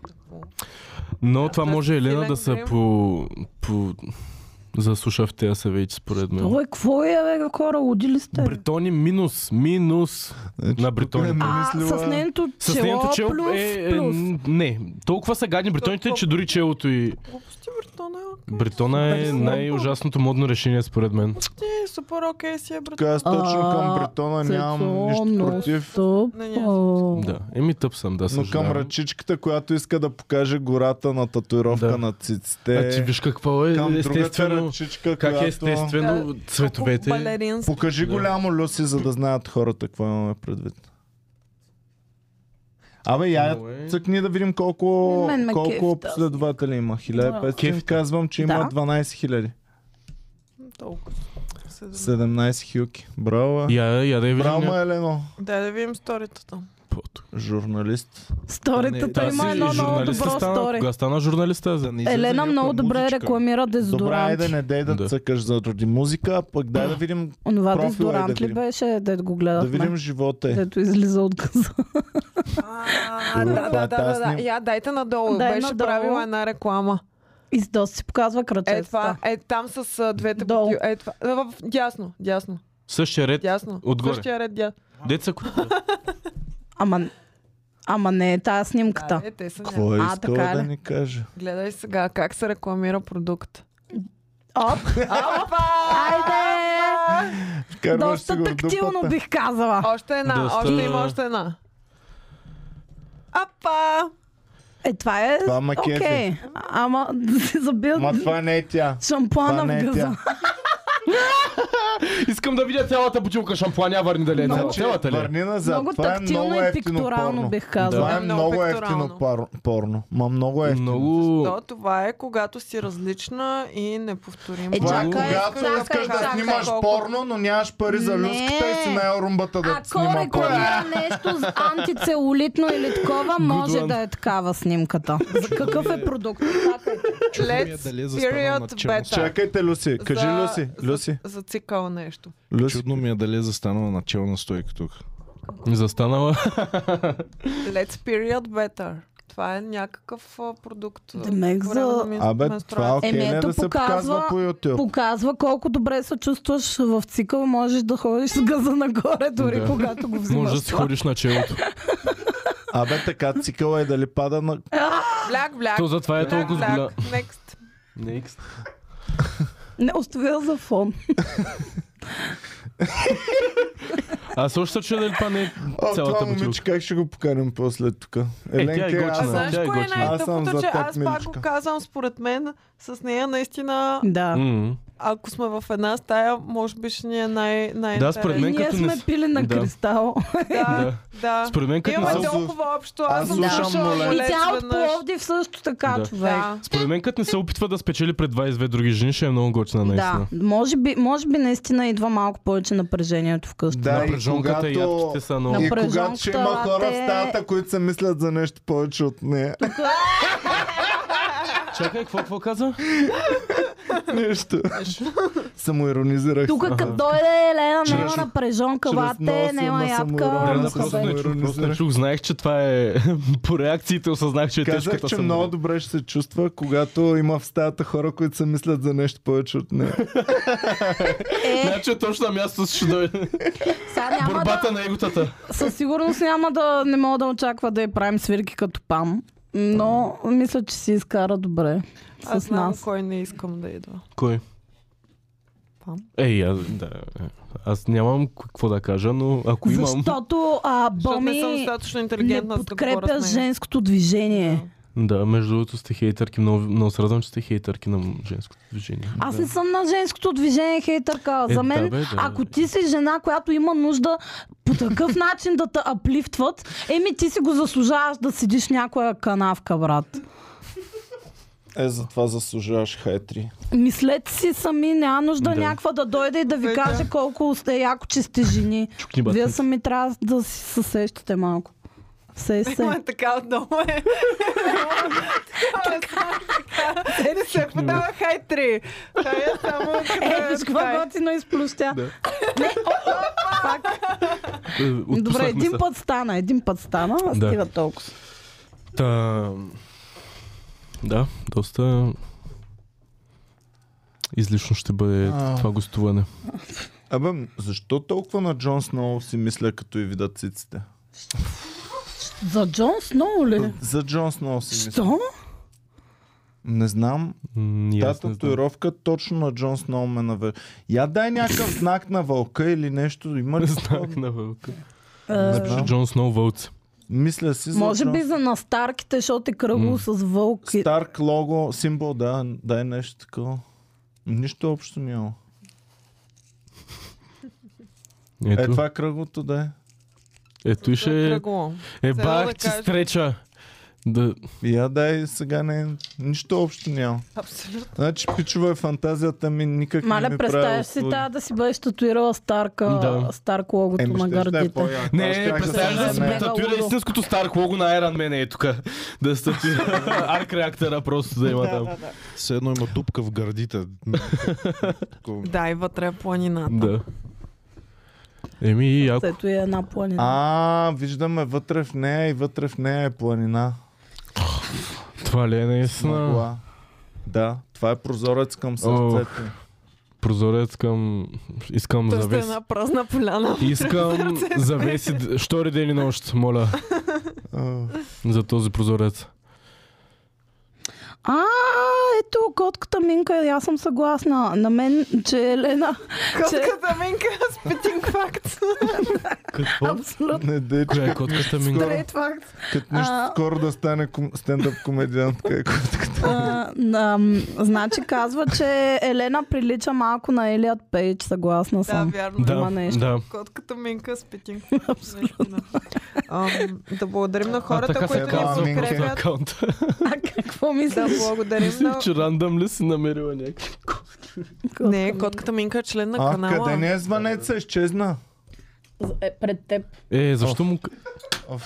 Speaker 4: Но това може Елена
Speaker 3: силен
Speaker 4: да се
Speaker 3: грим.
Speaker 4: по... по... Засуша в тези съвети, според мен.
Speaker 2: Ой, какво е, бе, хора, луди ли сте?
Speaker 4: Бритони минус, минус.
Speaker 1: Значи,
Speaker 4: На
Speaker 1: тук е
Speaker 4: Бретония.
Speaker 2: А,
Speaker 1: намислила-
Speaker 2: с нейното
Speaker 4: С
Speaker 2: чело,
Speaker 4: нейното чело
Speaker 2: плюс,
Speaker 4: е, е,
Speaker 2: плюс.
Speaker 4: н- Не, толкова са гадни бритоните, че дори челото и...
Speaker 3: Глупости, Бретона.
Speaker 4: Бретона е най-ужасното модно решение, според мен.
Speaker 3: Ти, супер окей си е, Бретона.
Speaker 1: Тук аз точно към
Speaker 2: А,
Speaker 1: Бретона нямам
Speaker 2: Цецо,
Speaker 1: нищо
Speaker 2: но
Speaker 1: против.
Speaker 2: стоп.
Speaker 3: Не, не,
Speaker 4: Да, еми тъп съм, да,
Speaker 1: Но към
Speaker 4: съжалявам.
Speaker 1: ръчичката, която иска да покаже гората на татуировка
Speaker 4: Да.
Speaker 1: на циците.
Speaker 4: А ти виж какво е
Speaker 1: към другата
Speaker 4: естествено.
Speaker 1: ръчичка,
Speaker 4: Как
Speaker 1: която...
Speaker 4: е естествено цветовете.
Speaker 3: Балерински.
Speaker 1: Покажи
Speaker 4: Да.
Speaker 1: голямо Люси, за да знаят хората какво имаме предвид. Абе, я
Speaker 4: Много е.
Speaker 1: цъкни да видим колко,
Speaker 2: Мен ме
Speaker 1: колко
Speaker 2: кеф, да.
Speaker 1: последователи има. 1500
Speaker 4: Кеф.
Speaker 1: казвам, че има
Speaker 2: Да.
Speaker 1: 12 000.
Speaker 3: Толкова. се.
Speaker 1: 17 хюки. Браво. бе.
Speaker 4: Я, я да я видим.
Speaker 1: Браво,
Speaker 4: ня-
Speaker 1: Елено.
Speaker 3: Дай да видим сторитата.
Speaker 4: Пото.
Speaker 1: Журналист.
Speaker 2: Сторитата
Speaker 4: Тази
Speaker 2: има едно много
Speaker 4: журналиста
Speaker 2: добро
Speaker 4: стана,
Speaker 2: стори.
Speaker 4: Кога стана журналиста? За...
Speaker 2: Елена много добре рекламира
Speaker 1: Добре е да
Speaker 2: дезодоранти.
Speaker 1: не дей да,
Speaker 4: Да.
Speaker 1: цъкаш заради музика, а пък дай да видим,
Speaker 2: Онова
Speaker 1: профила е да
Speaker 2: дезодорант ли
Speaker 1: видим.
Speaker 2: беше, дед го
Speaker 1: да
Speaker 2: гледахме?
Speaker 1: видим живота. е.
Speaker 2: Дето излиза от газа.
Speaker 3: А,
Speaker 1: Добре,
Speaker 3: да,
Speaker 1: това
Speaker 3: да, да,
Speaker 1: е тази
Speaker 3: да, да.
Speaker 1: снимка.
Speaker 3: Я дайте надолу.
Speaker 2: Дай
Speaker 3: Беше
Speaker 2: надолу.
Speaker 3: правила една реклама.
Speaker 2: И доста си показва
Speaker 3: Е,
Speaker 2: кръчета.
Speaker 3: това, е там с а, двете
Speaker 2: Долу.
Speaker 3: бутилки. Е, това. А, в- Дясно, дясно,
Speaker 4: Същия ред.
Speaker 3: дясно.
Speaker 4: Отгоре.
Speaker 3: Същия ред дясно.
Speaker 4: Деца,
Speaker 2: Ама, ама не е тази снимката.
Speaker 3: Да, е, те са някакви.
Speaker 1: Какво е
Speaker 2: А,
Speaker 1: искала
Speaker 2: така
Speaker 1: да
Speaker 2: ли?
Speaker 1: ни каже?
Speaker 3: Гледай сега как се рекламира продукт.
Speaker 2: Оп,
Speaker 3: Опа!
Speaker 2: Айде!
Speaker 1: Вкарваш си
Speaker 2: доста
Speaker 1: го в
Speaker 2: тактилно
Speaker 1: дупата.
Speaker 2: бих казала.
Speaker 3: Още една,
Speaker 4: Доста-
Speaker 3: още има още една. Апа!
Speaker 2: Е, това е...
Speaker 1: Това ма
Speaker 2: Окей.
Speaker 1: кефи.
Speaker 2: А- Ама [laughs] да си забият
Speaker 1: Ма това не е тя. Това
Speaker 2: шампуана
Speaker 1: не
Speaker 2: в
Speaker 1: е
Speaker 2: газа.
Speaker 1: тя.
Speaker 4: [laughs] Искам да видя цялата бутилка шампуаня, върни дали е
Speaker 2: Значи,
Speaker 4: цяла. Цялата ли? е?
Speaker 1: Върни назад.
Speaker 2: Много
Speaker 1: това е много
Speaker 2: тактилно и
Speaker 1: ефтино
Speaker 2: пиктурално
Speaker 1: порно.
Speaker 2: бих
Speaker 1: Това
Speaker 2: казала.
Speaker 1: е
Speaker 3: Да, много
Speaker 1: много
Speaker 3: пиктурално.
Speaker 1: ефтино пар- порно. Ма много ефтино.
Speaker 4: Много...
Speaker 3: То това е когато си различна и неповторима.
Speaker 2: Е,
Speaker 1: Това е
Speaker 4: Чакай,
Speaker 1: когато искаш да снимаш порно, но нямаш пари за
Speaker 2: Не.
Speaker 1: люската и си на румбата да ти
Speaker 2: Ако
Speaker 1: снима порно.
Speaker 2: рекламира нещо с антицелулитно или такова, може
Speaker 4: one.
Speaker 2: да е такава снимката. За какъв е продукт?
Speaker 3: Let's
Speaker 5: дали е застанал
Speaker 3: period
Speaker 5: на черно.
Speaker 3: beta.
Speaker 1: Чакайте, Люси. Кажи,
Speaker 3: За-
Speaker 1: Люси. Люси.
Speaker 3: За, за цикъл нещо.
Speaker 1: Люси.
Speaker 5: Чудно ми е дали е застанала начална стойка тук.
Speaker 4: [laughs] Застанала.
Speaker 3: Let's period better. Това е някакъв а, продукт. а,
Speaker 2: Демек
Speaker 3: по време
Speaker 2: за-
Speaker 3: на мен-
Speaker 1: Абе, това е
Speaker 3: менструация.
Speaker 1: окей,
Speaker 2: Еми,
Speaker 1: не
Speaker 2: ето
Speaker 1: да се е показва
Speaker 2: показва-
Speaker 1: по YouTube.
Speaker 2: Показва колко добре се чувстваш в цикъл, можеш да ходиш с газа нагоре, дори
Speaker 4: Да.
Speaker 2: когато го взимаш.
Speaker 4: Може да си ходиш на челото.
Speaker 1: Абе, така цикъла е дали пада
Speaker 2: [laughs]
Speaker 1: на...
Speaker 3: Бляк, бляк.
Speaker 4: То затова е
Speaker 3: бляк,
Speaker 4: толкова голям.
Speaker 3: бляк. Next.
Speaker 4: Next.
Speaker 2: Не, оставя за фон.
Speaker 4: Аз още се чуя дали това не е
Speaker 1: О, това
Speaker 4: цялата
Speaker 1: момиче
Speaker 4: бутилка.
Speaker 1: как ще го поканим после тук?
Speaker 4: тя е
Speaker 1: Еленке, аз
Speaker 4: готина.
Speaker 3: А
Speaker 1: съм.
Speaker 3: знаеш
Speaker 4: тя е
Speaker 3: кое е
Speaker 4: готина.
Speaker 1: Аз съм
Speaker 3: най-тъпото,
Speaker 1: за
Speaker 3: че
Speaker 1: теб,
Speaker 3: аз пак
Speaker 1: миличка.
Speaker 3: го казвам, според мен, с нея наистина,
Speaker 2: Да.
Speaker 4: М.
Speaker 3: ако сме в една стая, може би ще ни е най- най-
Speaker 4: Да, според мен,
Speaker 2: Ние
Speaker 4: като
Speaker 2: сме
Speaker 4: не с-
Speaker 2: пили на
Speaker 4: Да.
Speaker 2: кристал.
Speaker 3: Да,
Speaker 4: [laughs] Да.
Speaker 3: да.
Speaker 4: Според мен, като не
Speaker 3: Имаме
Speaker 1: Аз
Speaker 4: съм...
Speaker 1: слушам-
Speaker 3: толкова общо. Аз
Speaker 1: аз
Speaker 3: съм
Speaker 1: слушам
Speaker 3: слушала
Speaker 1: Молец.
Speaker 2: И
Speaker 3: Молец
Speaker 2: тя от
Speaker 3: веднъж.
Speaker 2: Пловдив също така,
Speaker 4: Да.
Speaker 2: човек.
Speaker 3: Да.
Speaker 4: Според мен, като не се опитва да спечели пред 22 други жени, ще е много готина
Speaker 2: Да,
Speaker 4: наистина.
Speaker 2: може би, може би наистина идва малко повече напрежението вкъщи.
Speaker 1: Да, и
Speaker 4: Напрежонката и
Speaker 1: когато...
Speaker 4: ядките са много...
Speaker 1: И
Speaker 2: Напрежонката,
Speaker 1: когато ще има хора в
Speaker 2: те-
Speaker 1: стаята, които се мислят за нещо повече от нея.
Speaker 4: Е, Чакай, какво, какво каза?
Speaker 1: Нещо. Самоиронизирах се.
Speaker 2: Тук като дойде Елена,
Speaker 1: Чрез-
Speaker 2: няма напрежонка,
Speaker 1: чрез
Speaker 2: лате,
Speaker 1: много
Speaker 2: няма
Speaker 1: силна
Speaker 2: ядка.
Speaker 1: самоирония.
Speaker 4: Да,
Speaker 1: не
Speaker 4: да,
Speaker 1: съм
Speaker 4: просто не чух, просто не
Speaker 1: самоиронизирах.
Speaker 4: чух. Знаех, че това е... [laughs] По реакциите осъзнах, че е
Speaker 1: Казах,
Speaker 4: тежката
Speaker 1: че
Speaker 4: съм.
Speaker 1: много добре ще се чувства, когато има в стаята хора, които се мислят за нещо повече от нея.
Speaker 2: Е,
Speaker 4: Значи точно на място ще дойде.
Speaker 2: сега няма
Speaker 4: Борбата
Speaker 2: да,
Speaker 4: на еготата.
Speaker 2: със сигурност няма да, не мога да очаква да я правим свирки като пам. Но мисля, че си изкара добре
Speaker 3: Аз
Speaker 2: с
Speaker 3: знам
Speaker 2: нас.
Speaker 3: кой не искам да идва.
Speaker 4: Кой?
Speaker 3: Пам.
Speaker 4: Ей, аз, да. е, Аз нямам какво да кажа, но ако имам...
Speaker 2: Защото а,
Speaker 3: Защото не съм
Speaker 2: Боми
Speaker 3: достатъчно
Speaker 2: не
Speaker 3: интелигентна, за да
Speaker 2: подкрепя
Speaker 3: говоря с нея.
Speaker 2: женското движение.
Speaker 4: Да, между другото сте хейтърки. Много, много се радвам, че сте хейтърки на женското движение.
Speaker 2: Аз не съм на женското движение хейтърка.
Speaker 4: Е,
Speaker 2: За мен,
Speaker 4: да, бе, да,
Speaker 2: ако
Speaker 4: бе.
Speaker 2: ти си жена, която има нужда по такъв [laughs] начин да те аплифтват, еми ти си го заслужаваш да седиш в някоя канавка, брат.
Speaker 1: Е, затова заслужаваш хайтри.
Speaker 2: Мислете си сами, няма нужда
Speaker 4: Да.
Speaker 2: някаква да дойде и да ви
Speaker 3: Бе,
Speaker 2: каже колко сте яко, че сте жени.
Speaker 4: Чукни
Speaker 2: Вие
Speaker 4: батмите.
Speaker 2: сами трябва да си се сещате малко. [laughs] Сей се.
Speaker 3: Ма така отдолу е. Е, не се подава хай три. Хай е само
Speaker 2: Е,
Speaker 3: като
Speaker 2: виж
Speaker 3: е
Speaker 2: какво
Speaker 3: хай.
Speaker 2: готино изплющя.
Speaker 4: Да.
Speaker 2: Не, о, о, пак.
Speaker 4: Е,
Speaker 2: Добре,
Speaker 4: отпуснахме
Speaker 2: един
Speaker 4: се.
Speaker 2: път стана, един път стана, а
Speaker 4: Да.
Speaker 2: стига толкова.
Speaker 4: Та... Да, доста... Излишно ще бъде
Speaker 1: А.
Speaker 4: това гостуване.
Speaker 1: Абе, защо толкова на Джон Сноу си мисля, като и вида циците?
Speaker 2: За Джон Сноу ли?
Speaker 1: За Джон Сноу си мисля.
Speaker 2: Е. Що?
Speaker 1: Не знам.
Speaker 4: М, и
Speaker 1: Та
Speaker 4: аз не знам.
Speaker 1: татуировка точно на Джон Сноу ме наве. Я дай някакъв знак на вълка или нещо. Има ли
Speaker 4: [laughs] Знак на вълка.
Speaker 2: Е,
Speaker 1: Да.
Speaker 4: Джон Сноу Вълци.
Speaker 1: Мисля си за
Speaker 2: Може
Speaker 1: Джон
Speaker 2: би за на старките, защото е кръгло
Speaker 4: М.
Speaker 2: с вълк. и-
Speaker 1: Старк лого, символ, да, дай нещо такова. Нищо общо няма.
Speaker 4: Ето,
Speaker 1: Е, това е кръглото, да е.
Speaker 4: ето и ще...
Speaker 3: Кръгло.
Speaker 4: Е,
Speaker 3: Трябва да
Speaker 4: бах, че
Speaker 3: кажа.
Speaker 4: стреча. Да,
Speaker 1: Я дай сега не, нищо общо няма.
Speaker 3: Абсолютно.
Speaker 1: Значи, пичува е фантазията ми никак не
Speaker 2: Маля,
Speaker 1: ми
Speaker 2: представяш си
Speaker 1: услуги.
Speaker 2: тая да си бъдеш татуирала Старка,
Speaker 4: Да.
Speaker 2: Старк логото
Speaker 1: Еми,
Speaker 2: на
Speaker 1: ще ще да е
Speaker 2: гърдите.
Speaker 1: по-яко. Аз
Speaker 4: Не,
Speaker 1: щях да
Speaker 4: представяш
Speaker 1: съм
Speaker 4: да си
Speaker 1: на-
Speaker 2: Мега
Speaker 4: татуира
Speaker 2: лудо.
Speaker 4: истинското Старк лого на Iron Man е тук. Да статуира [laughs] Арк реактора просто да има там.
Speaker 5: Все едно има дупка в гърдите. Такова.
Speaker 3: Да, и вътре е планината.
Speaker 4: Да. Еми, и яко.
Speaker 2: Ето и е една планина.
Speaker 1: А, виждаме вътре в нея и вътре в нея е планина.
Speaker 4: Това ли е наистина
Speaker 1: Мъгла. Да, това е прозорец към сърцето.
Speaker 4: прозорец към... Искам
Speaker 3: Тоест е
Speaker 4: завеси.
Speaker 3: една празна поляна. [laughs]
Speaker 4: Искам завеси д- штори ден и нощ, моля,
Speaker 1: А,
Speaker 4: за този прозорец.
Speaker 2: А, ето котката Минка, и аз съм съгласна. На мен, че е Елена... че...
Speaker 3: Котката Минка с петинг факт.
Speaker 4: Какво?
Speaker 2: Абсолютно.
Speaker 1: Не дей,
Speaker 4: Коя е котката ми?
Speaker 2: Трет факт.
Speaker 1: като нищо
Speaker 2: А.
Speaker 1: скоро да стане ком- стендъп комедиантка. е котката.
Speaker 2: А, ам, значи казва, че Елена прилича малко на Елият Пейдж, съгласна
Speaker 3: Да,
Speaker 2: съм.
Speaker 3: вярно.
Speaker 4: Да,
Speaker 2: Няма нещо.
Speaker 4: да.
Speaker 3: Котката Минка с петинг факт. Абсолютно. да благодарим на
Speaker 4: А
Speaker 3: хората,
Speaker 4: така се е,
Speaker 3: които ни
Speaker 4: казва
Speaker 1: Минка.
Speaker 4: просто
Speaker 3: подкрепят.
Speaker 4: акаунта.
Speaker 2: А какво
Speaker 3: Да
Speaker 2: мислиш?
Speaker 3: благодарим на...
Speaker 4: [laughs] Че рандъм ли си намерила някакви?
Speaker 3: Не, котката Минка е член на
Speaker 1: А,
Speaker 3: канала.
Speaker 1: къде не е звънеца? Изчезна.
Speaker 2: Е, пред теб.
Speaker 4: Е, защо му... к-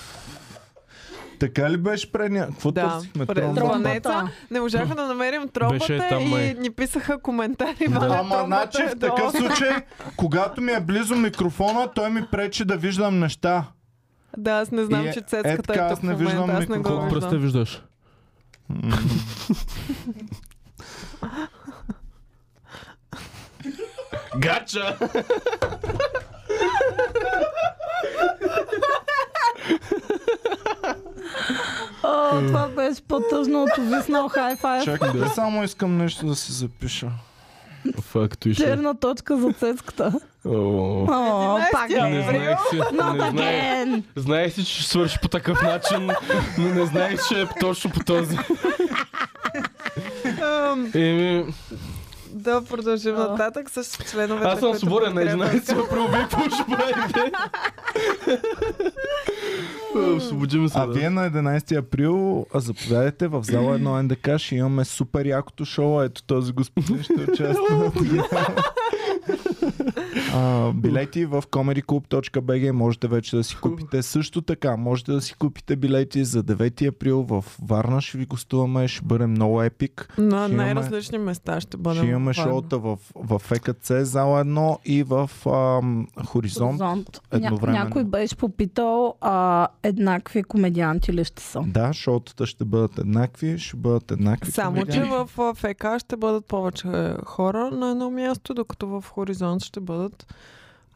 Speaker 1: Така ли беше предния? Какво
Speaker 3: Да,
Speaker 1: търсихме?
Speaker 3: пред-
Speaker 1: Тромба.
Speaker 3: Тромба.
Speaker 2: Тромбата.
Speaker 3: Тромбата. Не можаха да намерим тромбата
Speaker 4: Беше там, май.
Speaker 3: и ни писаха коментари. е
Speaker 4: Да.
Speaker 3: Да.
Speaker 1: Ама, значи в такъв случай, когато ми е близо микрофона, той ми пречи да виждам неща.
Speaker 3: Да, аз не знам,
Speaker 1: И е-
Speaker 3: че
Speaker 1: е
Speaker 3: цецката
Speaker 1: така,
Speaker 3: е,
Speaker 1: аз
Speaker 3: тук в
Speaker 1: не
Speaker 3: момента.
Speaker 1: виждам
Speaker 3: Аз не го
Speaker 1: микрофона.
Speaker 4: Колко пръста
Speaker 3: виждам.
Speaker 4: виждаш?
Speaker 1: М.
Speaker 4: Гача!
Speaker 2: О, това беше по-тъжно от увиснал хай-фай.
Speaker 1: Чакай, да. само искам нещо да си запиша.
Speaker 4: Факто и ще.
Speaker 2: Черна точка за цецката.
Speaker 4: О,
Speaker 2: О, пак
Speaker 4: Не
Speaker 2: е.
Speaker 4: знаех си. Не
Speaker 2: Not
Speaker 3: е.
Speaker 4: знаех.
Speaker 2: again!
Speaker 4: Знаех си, че ще свърши по такъв начин, но не знаех, че е точно по този.
Speaker 3: Ам,
Speaker 4: Еми,
Speaker 3: Да, продължим нататък с членовете.
Speaker 4: аз съм
Speaker 3: които
Speaker 4: свободен, не
Speaker 3: подкрепят.
Speaker 4: знаех, че ме преубих, какво ще правите.
Speaker 3: Е.
Speaker 4: Освободи ми Е, се.
Speaker 1: А е
Speaker 4: да.
Speaker 1: вие на 11 април а, заповядайте в зала 1 НДК, ще имаме супер якото шоу, ето този господин ще участва. а, билети в comedyclub.bg можете вече да си купите. Също така, можете да си купите билети за 9 април в Варна, ще ви гостуваме, ще бъде много епик.
Speaker 3: На
Speaker 1: Ще имаме-
Speaker 3: най-различни места ще бъдем.
Speaker 1: Ще имаме
Speaker 3: Варна.
Speaker 1: шоута в, в ЕКЦ, зала 1 и в ам, Хоризонт.
Speaker 2: Зонт. Ня-
Speaker 1: едновременно.
Speaker 2: някой беше попитал а, еднакви комедианти ли ще са.
Speaker 1: Да, шоутата ще бъдат еднакви, ще бъдат еднакви.
Speaker 3: Само, че
Speaker 1: комедианти.
Speaker 3: в а, ФК ще бъдат повече е, хора на едно място, докато в Хоризонт ще бъдат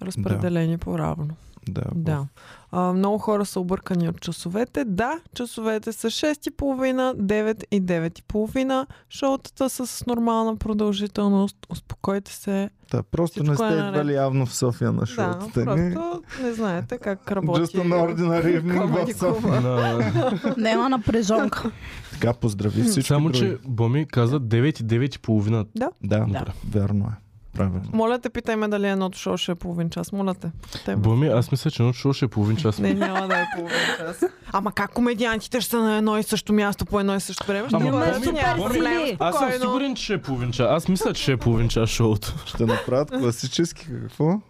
Speaker 3: разпределени по-равно.
Speaker 1: Да,
Speaker 3: Да. А, много хора са объркани от часовете. Да, часовете са 6.30, 9 и 9.30. Шоутата са с нормална продължителност. Успокойте се.
Speaker 1: Да, просто не
Speaker 3: Всичко е
Speaker 1: сте
Speaker 3: наред.
Speaker 1: идвали явно в София на шоутата
Speaker 3: да,
Speaker 1: ни.
Speaker 3: просто не знаете как работи.
Speaker 1: Just an
Speaker 3: [laughs]
Speaker 1: ordinary evening
Speaker 3: Comedy
Speaker 1: в София.
Speaker 3: Club.
Speaker 2: Няма напрежонка.
Speaker 1: Така, поздрави всички
Speaker 4: Само,
Speaker 1: други.
Speaker 4: че Боми каза 9 и 9 и половина.
Speaker 1: Да,
Speaker 4: Да.
Speaker 1: верно е. Правилно.
Speaker 3: Моля те, питай ме дали едното шоу ще е половин час. Моля те. Питай ме.
Speaker 4: Боми, аз мисля, че едно шоу ще е половин час.
Speaker 3: Не, няма да е половин час. Ама как комедиантите ще са на едно и също място по едно и също време? Ще
Speaker 4: Ама
Speaker 3: има
Speaker 4: Боми,
Speaker 3: супер
Speaker 4: Боми,
Speaker 3: сили.
Speaker 4: Аз съм
Speaker 3: Спокойно.
Speaker 4: сигурен, че ще е половин час. Аз мисля, че ще е половин час шоуто.
Speaker 1: Ще направят класически какво?
Speaker 2: [laughs]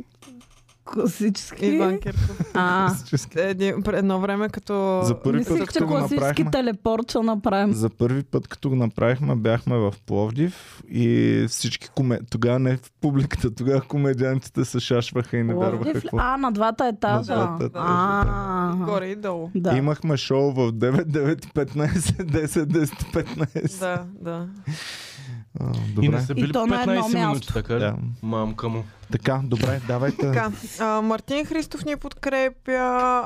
Speaker 2: Класически.
Speaker 3: Иван Кирков.
Speaker 2: А,
Speaker 1: Класически.
Speaker 3: Едни- пред Едно време като...
Speaker 1: За първи път,
Speaker 2: мислих, че
Speaker 1: като го
Speaker 2: класически
Speaker 1: направихме.
Speaker 2: телепорт ще направим.
Speaker 1: За първи път, като го направихме, бяхме в Пловдив и всички коме... тогава не в публиката, тогава комедиантите се шашваха и не вярваха
Speaker 2: Пловдив ли?
Speaker 1: какво.
Speaker 2: А, на двата етажа.
Speaker 1: На двата етажа,
Speaker 2: А,
Speaker 3: Горе и долу.
Speaker 2: Да.
Speaker 1: Имахме шоу в 9, 9, 15, 10, 10, 15.
Speaker 3: Да, да.
Speaker 1: А,
Speaker 4: И
Speaker 1: добре.
Speaker 4: не са
Speaker 2: И
Speaker 4: били
Speaker 2: то на едно
Speaker 4: 15 минути,
Speaker 2: място.
Speaker 4: така ли?
Speaker 1: Да.
Speaker 4: Мамка му.
Speaker 1: Така, добре, давайте.
Speaker 3: [laughs] Така, а, Мартин Христов ни подкрепя.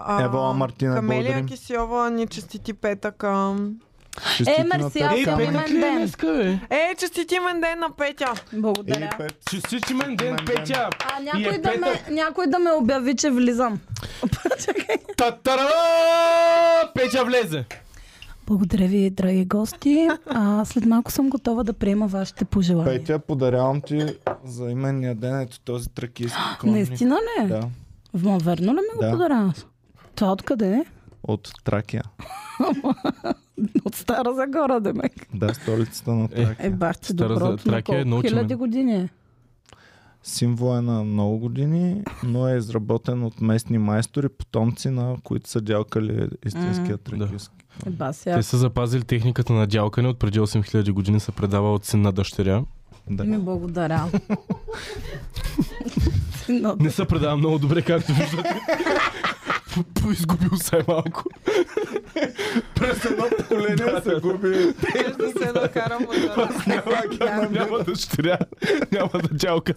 Speaker 3: А,
Speaker 1: Ева, Мартина,
Speaker 3: Камелия
Speaker 1: благодарим.
Speaker 3: Кисьова ни честити петъка.
Speaker 1: Честити
Speaker 2: Е, мерси,
Speaker 1: на
Speaker 2: аз
Speaker 1: Петя.
Speaker 2: съм имен ден.
Speaker 4: бе?
Speaker 3: Е, честити мен ден на Петя!
Speaker 2: Благодаря.
Speaker 1: Ей, Пет,
Speaker 4: Честити мен ден,
Speaker 1: Мен ден.
Speaker 4: Петя! И
Speaker 2: А
Speaker 4: е
Speaker 2: някой, да
Speaker 4: петък.
Speaker 2: ме, някой да ме обяви, че [laughs] влизам. Чакай.
Speaker 4: Та-та-ра! Петя влезе!
Speaker 2: Благодаря ви, драги гости. А, след малко съм готова да приема вашите пожелания.
Speaker 1: Петя, подарявам ти за именния ден ето този тракийски конник.
Speaker 2: Наистина ли?
Speaker 1: Да,
Speaker 2: Ма, верно ли ми го
Speaker 1: Да.
Speaker 2: подаряваш? Това откъде е?
Speaker 1: от Тракия.
Speaker 2: От Стара Загора, демек.
Speaker 1: Да, столицата на Тракия.
Speaker 2: Е, бах, че
Speaker 4: Стара
Speaker 2: доброто на
Speaker 4: Тракия е
Speaker 2: колко
Speaker 4: научиме.
Speaker 2: хиляди години е.
Speaker 1: Символ е на много години, но е изработен от местни майстори, потомци на които са дялкали истинския
Speaker 2: Мгм.
Speaker 1: тракийски.
Speaker 2: Е, ба, сега.
Speaker 4: Те са запазили техниката на дялкане от преди 8000 години се предава от син на дъщеря.
Speaker 1: Да.
Speaker 2: Ми
Speaker 4: [laughs]
Speaker 2: е благодаря. Но,
Speaker 4: Не се предава много добре, както виждате. По- Поизгубил се е малко.
Speaker 1: През [laughs] едно поколение се губи.
Speaker 3: Искаш да се накарам да...
Speaker 2: Ами.
Speaker 4: Няма дъщеря, няма дъчалка.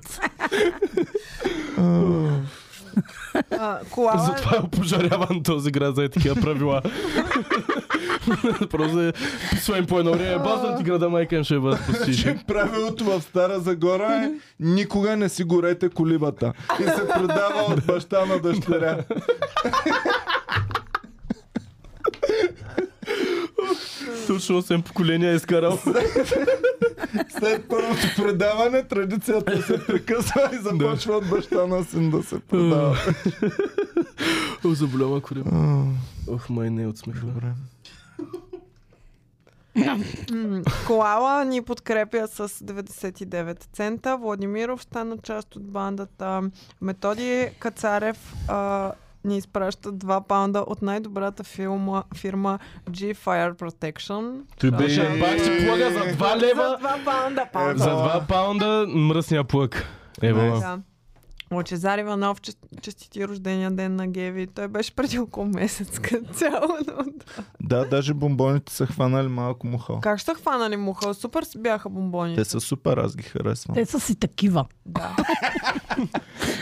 Speaker 3: А, Коала е
Speaker 4: Затова е опожаряван този град за е такива правила. [laughs] Просто е писва им по едно време. Базна ти града, майка им ще бъде спасиш.
Speaker 1: Правилото в Стара Загора е никога не си горете колибата. И се предава от баща на дъщеря.
Speaker 4: Точно 8 поколения е изкарал.
Speaker 1: След първото предаване традицията се прекъсва и започва от баща на син [laughs] да се предава.
Speaker 4: О, заболява кориба. Ох, май не е от смеха.
Speaker 3: М, Коала ни подкрепя с 99 цента. Владимиров стана част от бандата. Методи Кацарев а, ни изпраща 2 паунда от най-добрата фирма, фирма G Fire Protection.
Speaker 4: Той
Speaker 3: Да.
Speaker 4: беше
Speaker 3: Е.
Speaker 4: бак си плъга за 2 лева.
Speaker 3: За 2 паунда,
Speaker 1: Е,
Speaker 3: паунда.
Speaker 4: За 2 паунда мръсния плък. Е, Ева.
Speaker 3: Да. Лъчезар Иванов чест- честити рождения ден на Геви. Той беше преди около месец като цяло. [laughs] но-
Speaker 1: Да, даже бомбоните са хванали малко муха.
Speaker 3: Как ще хванали муха? Супер си бяха бомбони.
Speaker 1: Те са супер, аз ги харесвам.
Speaker 2: те са си такива.
Speaker 3: Да.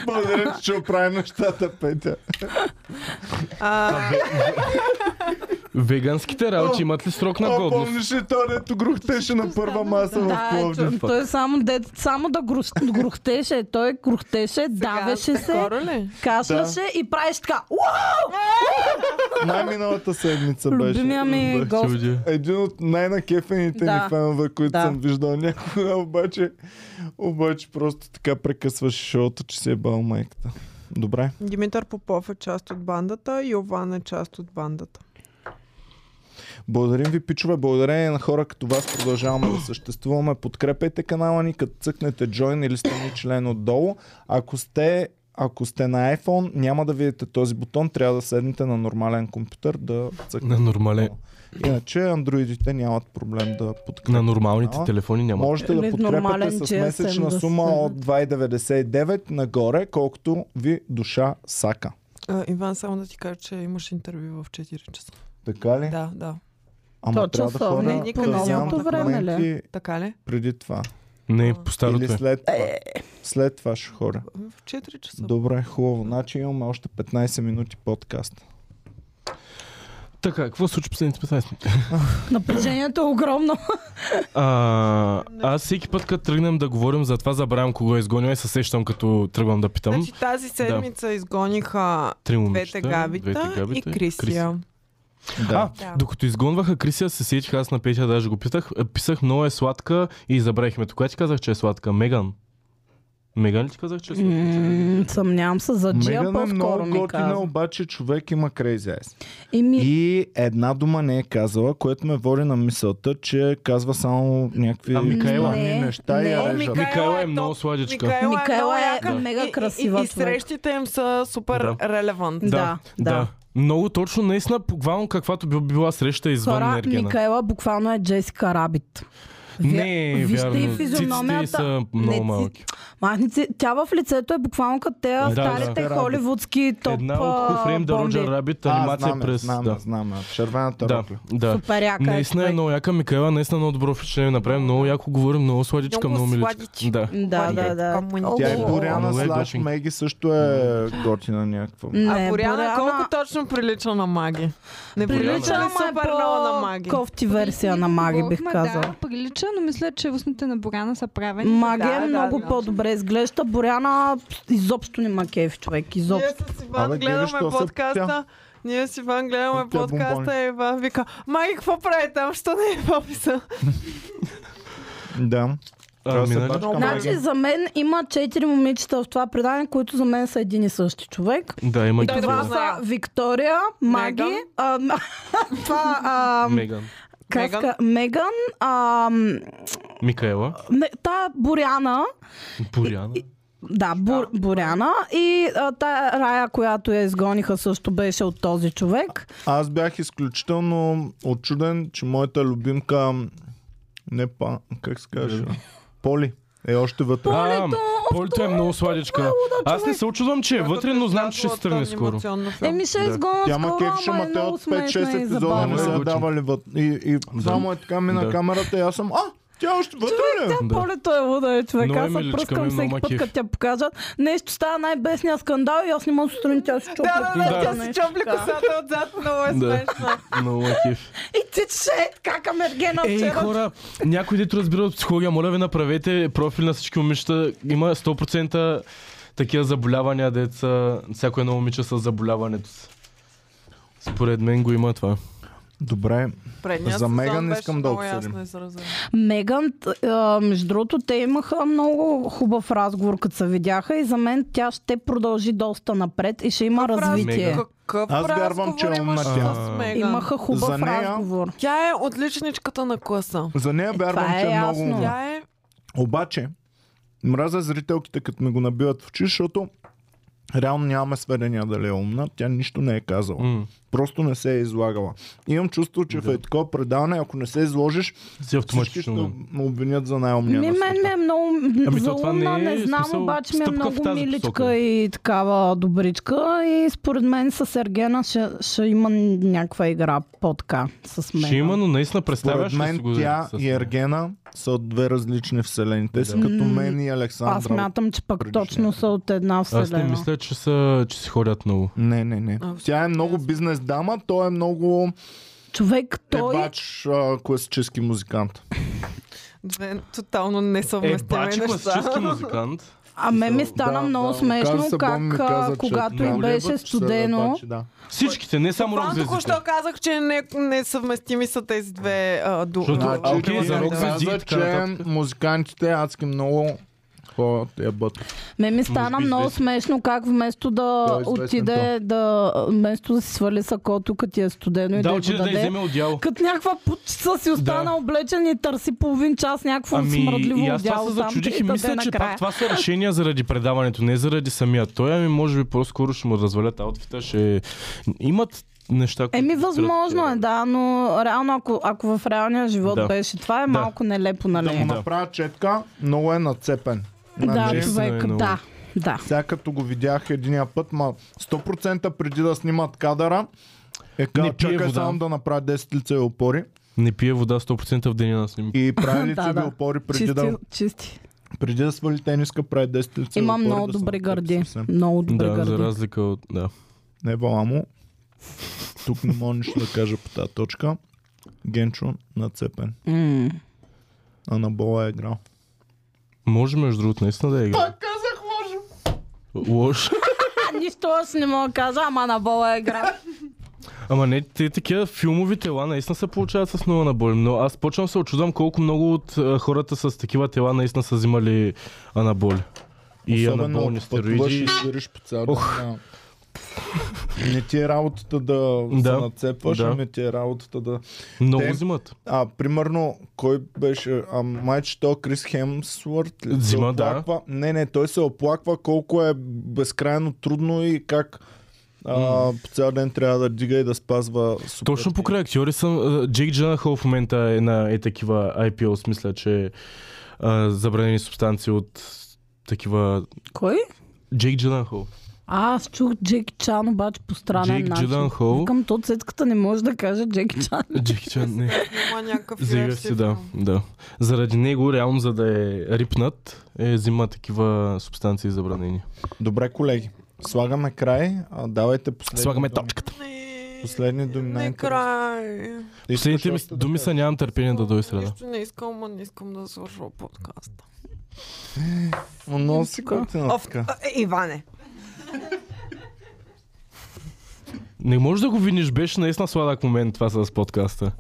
Speaker 1: Благодаря, че ще оправи нещата, Петя.
Speaker 3: [laughs] А,
Speaker 4: Веганските работи имат ли срок на
Speaker 1: О,
Speaker 4: годност?
Speaker 1: помниш ли то, дето грухтеше на първа маса в
Speaker 2: Да, е,
Speaker 1: Пловдив?
Speaker 2: чу- той само, де, само да грус- грухтеше, той грухтеше, давеше се,
Speaker 3: Скоро ли?
Speaker 2: кашляше и правиш така. Уау!
Speaker 1: Май миналата седмица беше.
Speaker 2: Любимия ми
Speaker 1: Беше.
Speaker 2: гост.
Speaker 4: Чуди.
Speaker 1: Един от най-накефените
Speaker 2: Да.
Speaker 1: ни фенове, които
Speaker 2: Да.
Speaker 1: съм виждал някога, обаче, обаче просто така прекъсваше шоуто, че си е бал майката. Добре.
Speaker 3: Димитър Попов е част от бандата, Йован е част от бандата.
Speaker 1: Благодарим ви, пичове. Благодарение на хора като вас продължаваме да съществуваме. Подкрепете канала ни, като цъкнете Join или стани член отдолу. Ако сте ако сте на iPhone, няма да видите този бутон, трябва да седнете на нормален компютър да
Speaker 4: На
Speaker 1: цъкнете.
Speaker 4: нормале.
Speaker 1: Иначе андроидите нямат проблем да
Speaker 4: На
Speaker 1: подкрепят.
Speaker 4: нормалните
Speaker 1: А?
Speaker 4: телефони няма.
Speaker 1: Можете да
Speaker 2: Или нормален
Speaker 1: подкрепяте с
Speaker 2: GSM
Speaker 1: месечна
Speaker 2: да
Speaker 1: сума
Speaker 2: се-
Speaker 1: от 2,99 нагоре, колкото ви душа сака.
Speaker 3: А, Иван, само да ти кажа, че имаш интервю в 4 часа.
Speaker 1: Така ли?
Speaker 3: Да, да.
Speaker 1: Ама
Speaker 2: Точно
Speaker 1: трябва да
Speaker 2: са,
Speaker 1: хора
Speaker 3: не, никъде
Speaker 1: да
Speaker 3: няма.
Speaker 1: вземам
Speaker 3: По
Speaker 2: е време ли?
Speaker 1: документи
Speaker 3: Така ли?
Speaker 1: преди това.
Speaker 4: Не, по
Speaker 1: Или
Speaker 4: старото е.
Speaker 1: след това. След това ще хора.
Speaker 3: В 4 часа.
Speaker 1: Добре, хубаво. Значи имаме още 15 минути подкаст.
Speaker 4: Така, какво се случи последните 15 минути?
Speaker 2: Напрежението е огромно.
Speaker 4: А, аз всеки път, като тръгнем да говорим за това, забравям кого е изгонил и се сещам, като тръгвам да питам.
Speaker 3: Значи тази седмица изгониха
Speaker 4: Три момичета,
Speaker 3: двете габита,
Speaker 4: двете габита
Speaker 3: и Крисия.
Speaker 1: Да.
Speaker 3: Да.
Speaker 4: Докато изгонваха Крисия, се сетих, аз на Петя даже го питах, е, писах, много е сладка и забравихме. Тук ти казах, че е сладка. Меган. Меган ли ти казах, че е сладка?
Speaker 2: М, Съмнявам се за Джия,
Speaker 1: Меган е
Speaker 2: по-скоро
Speaker 1: много
Speaker 2: ми
Speaker 1: готина,
Speaker 2: каза.
Speaker 1: обаче човек има crazy eyes.
Speaker 2: Еми,
Speaker 1: И една дума не е казала, което ме води на мисълта, че казва само някакви
Speaker 4: А, Микаела?
Speaker 1: странни
Speaker 2: Не,
Speaker 1: неща
Speaker 2: не.
Speaker 1: и я
Speaker 3: О,
Speaker 1: режат.
Speaker 3: Микаела
Speaker 4: Микаела е
Speaker 3: е
Speaker 4: много
Speaker 3: топ.
Speaker 4: сладичка.
Speaker 2: Микаела е
Speaker 3: яка
Speaker 2: мега
Speaker 3: и- и-
Speaker 2: красива
Speaker 3: И, и,
Speaker 2: човек.
Speaker 3: срещите им са супер
Speaker 4: Да.
Speaker 3: релевантни.
Speaker 2: да, да.
Speaker 4: Много точно, наистина, буквално каквато би била среща извън
Speaker 2: Хора,
Speaker 4: Ергена.
Speaker 2: Микаела буквално е Джесика Рабит.
Speaker 4: Не, е
Speaker 2: вижте
Speaker 4: вярно.
Speaker 2: и
Speaker 4: Циците й
Speaker 2: физиономията.
Speaker 4: са
Speaker 2: Не,
Speaker 4: много
Speaker 2: ци-
Speaker 4: малки.
Speaker 2: Махници, тя в лицето е буквално като те
Speaker 4: Да,
Speaker 2: старите
Speaker 1: да.
Speaker 2: холивудски топ
Speaker 4: Една от
Speaker 2: а,
Speaker 4: Хуфрем да
Speaker 2: бомби.
Speaker 4: Роджер Рабит
Speaker 1: А,
Speaker 4: анимация
Speaker 1: знаме,
Speaker 4: през...
Speaker 1: знаме,
Speaker 4: да.
Speaker 1: знаме. Червената
Speaker 4: Да,
Speaker 1: рокля.
Speaker 4: да.
Speaker 2: Супер яка
Speaker 4: Наистина е
Speaker 2: човек.
Speaker 4: много яка Микаела, наистина много добро впечатление направим. Много яко говорим, много сладичка,
Speaker 3: Много
Speaker 4: много миличка.
Speaker 3: сладичка.
Speaker 4: Да.
Speaker 2: Да, да, да.
Speaker 3: Комуникация.
Speaker 1: Тя е
Speaker 2: О,
Speaker 1: Боряна
Speaker 4: Много е
Speaker 1: слаш
Speaker 4: готин.
Speaker 1: Меги също е готина някаква.
Speaker 2: Не,
Speaker 3: А Боряна колко точно прилича на маги? Не прилича
Speaker 2: Прилича,
Speaker 3: ли
Speaker 2: ама е
Speaker 3: супер много на маги?
Speaker 2: по-кофти версия на маги, бих
Speaker 7: Говорихме,
Speaker 2: казала.
Speaker 7: Да, прилича, но мисля, че устните на Боряна са правени.
Speaker 2: Маги
Speaker 3: Да,
Speaker 2: е
Speaker 3: да,
Speaker 2: много
Speaker 3: да.
Speaker 2: по-добре изглежда. Боряна изобщо не ма кеф, човек. Изобщо.
Speaker 3: Ние с Иван
Speaker 1: Абе, гледаш,
Speaker 3: гледаме
Speaker 1: то са
Speaker 3: подкаста.
Speaker 1: тя.
Speaker 3: Ние с Иван гледаме
Speaker 1: От тя
Speaker 3: подкаста
Speaker 1: бомбони.
Speaker 3: и Иван вика, маги, какво прави там? Що не е в описа?
Speaker 1: Да. Трябва
Speaker 4: А,
Speaker 1: да се
Speaker 4: минали?
Speaker 1: бачкам,
Speaker 2: Значи
Speaker 1: Меги.
Speaker 2: за мен има четири момичета в това предаване, които за мен са един и същи човек.
Speaker 4: Да, има и
Speaker 3: Да,
Speaker 4: такива.
Speaker 2: Това
Speaker 3: позная.
Speaker 2: са Виктория, Маги,
Speaker 3: Меган.
Speaker 2: а, [laughs] това а,
Speaker 4: Меган.
Speaker 2: подсказка. Меган, а, м,
Speaker 4: Микаела,
Speaker 2: не, та Боряна,
Speaker 4: Боряна.
Speaker 2: да, Бор, Боряна и а, та Рая, която я изгониха също беше от този човек.
Speaker 1: Аз бях изключително очуден, че моята любимка... Не па... Как се каже? Поли. Е още вътре.
Speaker 4: А,
Speaker 2: Полето,
Speaker 4: Полето е много сладичка. Аз не се очудвам, че е вътре, но знам, че ще се тръгне скоро.
Speaker 2: Еми ще
Speaker 1: Да.
Speaker 2: изгонят
Speaker 1: Тя ма
Speaker 2: скоро,
Speaker 1: кефше,
Speaker 2: ама
Speaker 1: ма
Speaker 2: е
Speaker 1: те
Speaker 2: много
Speaker 1: от 5-6
Speaker 2: смешна и
Speaker 1: епизода не
Speaker 4: забавна.
Speaker 1: са
Speaker 4: Много
Speaker 1: я
Speaker 4: е
Speaker 1: давали вътре. И, и само е така мина
Speaker 4: Да.
Speaker 1: камерата и аз съм... А, тя е още вътре ли? е?
Speaker 2: Тя
Speaker 4: Да.
Speaker 2: полето е луда, е човек.
Speaker 4: Много е
Speaker 2: Аз се
Speaker 4: миличка,
Speaker 2: пръскам
Speaker 4: ми
Speaker 2: всеки
Speaker 4: много
Speaker 2: път,
Speaker 4: кеф.
Speaker 2: като тя покажат. Нещо става най-бесния скандал и аз не мога сутрин тя се чупи.
Speaker 3: Да, да, да,
Speaker 4: Да.
Speaker 3: тя си чопли косата отзад, много е
Speaker 4: Да.
Speaker 2: [laughs]
Speaker 3: смешна.
Speaker 4: Много е кеф.
Speaker 2: И ти ще как Амергена
Speaker 4: Ей,
Speaker 2: вчера.
Speaker 4: хора, някой дето разбира от психология, моля ви направете профил на всички момичета. Има 100% такива заболявания, деца, всяко едно момиче с заболяването си. Според мен го има това.
Speaker 1: Добре.
Speaker 3: Предният
Speaker 1: За
Speaker 3: сезон
Speaker 1: Меган
Speaker 3: беше
Speaker 1: искам да
Speaker 3: много
Speaker 1: обсъдим.
Speaker 3: ясно изразен.
Speaker 2: Меган, т- а, между другото, те имаха много хубав разговор, като се видяха и за мен тя ще продължи доста напред и ще има
Speaker 3: Какъв
Speaker 2: развитие.
Speaker 4: Меган.
Speaker 3: Какъв
Speaker 1: Аз вярвам, че
Speaker 3: разговор
Speaker 1: умна
Speaker 3: имаш
Speaker 1: тя.
Speaker 3: с
Speaker 4: А,
Speaker 3: Меган?
Speaker 2: Имаха хубав
Speaker 1: За нея-
Speaker 2: разговор.
Speaker 3: Тя е отличничката на класа.
Speaker 1: За нея
Speaker 2: Е,
Speaker 1: вярвам,
Speaker 2: това е
Speaker 1: че е много...
Speaker 2: ясно.
Speaker 1: умна.
Speaker 3: Тя е
Speaker 1: Обаче, мразя зрителките, като ми го набиват в очи, защото реално нямаме сведения дали е умна. Тя нищо не е казала. Mm.
Speaker 4: М.
Speaker 1: Просто не се е излагала. Имам чувство, че да. в е такова предаване, ако не се изложиш,
Speaker 4: Си
Speaker 1: всички ще
Speaker 4: автоматично.
Speaker 1: ме обвинят за най-умния
Speaker 2: Ми,
Speaker 1: на света.
Speaker 2: мен ми е много
Speaker 4: Ами
Speaker 2: ами,
Speaker 4: то
Speaker 2: за
Speaker 4: това
Speaker 2: умна,
Speaker 4: не
Speaker 2: не,
Speaker 4: е
Speaker 2: знам,
Speaker 4: смисъл,
Speaker 2: обаче ми е
Speaker 4: стъпка в
Speaker 2: много
Speaker 4: тази
Speaker 2: миличка
Speaker 4: посока.
Speaker 2: и такава добричка и според мен с Ергена ще, ще има някаква игра по-така с мен.
Speaker 4: Ще има, но наистина
Speaker 1: Според
Speaker 4: представяш ли си
Speaker 1: мен
Speaker 4: го
Speaker 1: тя
Speaker 4: с-
Speaker 1: и Ергена са от две различни вселени. Те са
Speaker 4: Да.
Speaker 1: като
Speaker 2: М,
Speaker 1: мен и
Speaker 2: Аз
Speaker 1: Александра.
Speaker 2: мятам, че пък
Speaker 1: предишния.
Speaker 2: точно са от една
Speaker 4: Аз не
Speaker 2: вселена.
Speaker 4: мисля, че, са, че си ходят много.
Speaker 1: Не, не, не.
Speaker 3: А,
Speaker 1: Тя е много бизнес дама, той е много
Speaker 2: Човек,
Speaker 1: Е,
Speaker 2: той... е
Speaker 1: ебач а, класически музикант.
Speaker 3: две тотално
Speaker 4: Е,
Speaker 3: несъвместими
Speaker 4: бачи класически
Speaker 3: неща.
Speaker 4: музикант.
Speaker 2: А мен ми
Speaker 1: Да,
Speaker 2: стана
Speaker 1: да,
Speaker 2: много
Speaker 1: да.
Speaker 2: смешно
Speaker 1: Каза се, Бон ми
Speaker 2: как
Speaker 1: каза,
Speaker 2: а,
Speaker 1: че
Speaker 2: когато
Speaker 1: трябва
Speaker 2: им
Speaker 1: да
Speaker 2: беше
Speaker 1: бъдат, че се
Speaker 2: студено...
Speaker 1: ебачи, да.
Speaker 4: Всичките, не само
Speaker 3: Това
Speaker 4: рок-звездите.
Speaker 3: току-що казах, че не, несъвместими са тези две а, ду...
Speaker 4: Защото-
Speaker 3: а,
Speaker 4: А,
Speaker 1: Значи,
Speaker 4: окей,
Speaker 1: ти
Speaker 4: за
Speaker 1: ми
Speaker 4: рок звезди и
Speaker 1: каза,
Speaker 4: така
Speaker 1: че
Speaker 4: нататък.
Speaker 1: музикантите адски много хора ебат.
Speaker 2: Ме ми стана
Speaker 4: би
Speaker 2: много
Speaker 4: известен.
Speaker 2: смешно как вместо да
Speaker 1: Той е известен,
Speaker 2: отиде да... Вместо да си свали сакото, като ти е студено и
Speaker 4: Да,
Speaker 2: да,
Speaker 4: отиде да
Speaker 2: го даде.
Speaker 4: иземе отдяло.
Speaker 2: Като някаква путчица си остана
Speaker 4: Да.
Speaker 2: облечен и търси половин час някакво
Speaker 4: Ами, и
Speaker 2: смръдливо
Speaker 4: аз това
Speaker 2: отдяло
Speaker 4: се
Speaker 2: там.
Speaker 4: зачудих и
Speaker 2: да
Speaker 4: мисля,
Speaker 2: даде
Speaker 4: че
Speaker 2: накрая.
Speaker 4: пак това са решения заради предаването, не заради самия. Той, ами може би по-скоро ще му развалят аутфита, ще имат неща, които...
Speaker 2: Еми, възможно е, да, но реално, ако, ако в реалния живот
Speaker 4: Да.
Speaker 2: беше, това е
Speaker 4: Да.
Speaker 2: малко нелепо, нали?
Speaker 1: Да му направя четка, много е нацепен.
Speaker 2: да,
Speaker 1: Значи,
Speaker 4: Наистина е
Speaker 2: човек,
Speaker 4: много.
Speaker 2: да, да.
Speaker 1: Сега като го видях единия път, ма 100% преди да снимат кадъра, е казал,
Speaker 4: Не пие
Speaker 1: чакай
Speaker 4: вода.
Speaker 1: само да направя 10 лицеви опори
Speaker 4: Не пие вода 100% в деня на снимка.
Speaker 1: и прави
Speaker 2: [laughs] Да,
Speaker 1: лицеви
Speaker 2: да.
Speaker 1: опори преди
Speaker 2: Чисти,
Speaker 1: да,
Speaker 2: чисти.
Speaker 1: преди да свали тениска, прави 10 лицеви
Speaker 2: Има
Speaker 1: опори.
Speaker 2: много
Speaker 1: да се
Speaker 2: добри
Speaker 1: натъпи
Speaker 2: гърди.
Speaker 1: съвсем.
Speaker 2: Много добри
Speaker 4: Да, за
Speaker 2: гърди.
Speaker 4: разлика от... Да.
Speaker 1: Не валамо. Тук не мога нищо да кажа по тази точка. Генчо нацепен.
Speaker 2: М.
Speaker 1: Анабола е играл.
Speaker 4: Може, между другото, наистина да е игра. Пак казах, може! Лош.
Speaker 2: А, Нищо аз не мога да кажа, ама на бола е игра.
Speaker 4: Ама не, те такива филмови тела наистина се получават с много наболи. Но аз почвам да се очудвам колко много от а, хората с такива тела наистина са взимали анаболи. И анаболни
Speaker 1: ако пътуваш
Speaker 4: стероиди.
Speaker 1: и свириш по цял ден. няма. Не ти е работата да,
Speaker 4: Да.
Speaker 1: се нацепваш,
Speaker 4: Да.
Speaker 1: да. ами ти е работата да...
Speaker 4: Много
Speaker 1: Те-
Speaker 4: взимат.
Speaker 1: А, примерно, кой беше... А, майче, то Крис Хемсворт ли? се
Speaker 4: Взима, да.
Speaker 1: оплаква? Не, не, той се оплаква колко е безкрайно трудно и как а, по цял ден трябва да дига и да спазва супер.
Speaker 4: Точно покрай актьори съм. а, Джейк Джанахол в момента е на е такива IPO, смисля, че а, забранени субстанции от такива...
Speaker 2: [laughs] Кой?
Speaker 4: Джейк Джанахол.
Speaker 2: А, аз чух Джеки Чан, обаче по странен
Speaker 4: Джейк
Speaker 2: начин.
Speaker 4: Джиленхол.
Speaker 2: Викам, то цецката не може да каже Джеки Чан.
Speaker 4: Джейк Джан, не.
Speaker 3: Има някакъв
Speaker 4: За UFC, да, да. Заради него, реално, за да е рипнат, е взима такива субстанции забранени.
Speaker 1: Добре, колеги. Слагаме край. А, давайте последни
Speaker 4: Слагаме
Speaker 1: думи.
Speaker 4: топчката.
Speaker 3: Не,
Speaker 1: Последни думи.
Speaker 3: не
Speaker 1: най-интересни.
Speaker 3: край.
Speaker 1: Ти искаш
Speaker 4: Последните ми
Speaker 1: още да
Speaker 4: думи
Speaker 1: кажеш?
Speaker 4: са нямам търпение да дойде среда.
Speaker 3: Нищо не искам, а не искам да свършва подкаста.
Speaker 1: Но си картина
Speaker 3: Оф,
Speaker 1: така.
Speaker 3: а, е, Иване.
Speaker 4: Не можеш да го видиш, беше наистина сладък момент това с подкаста.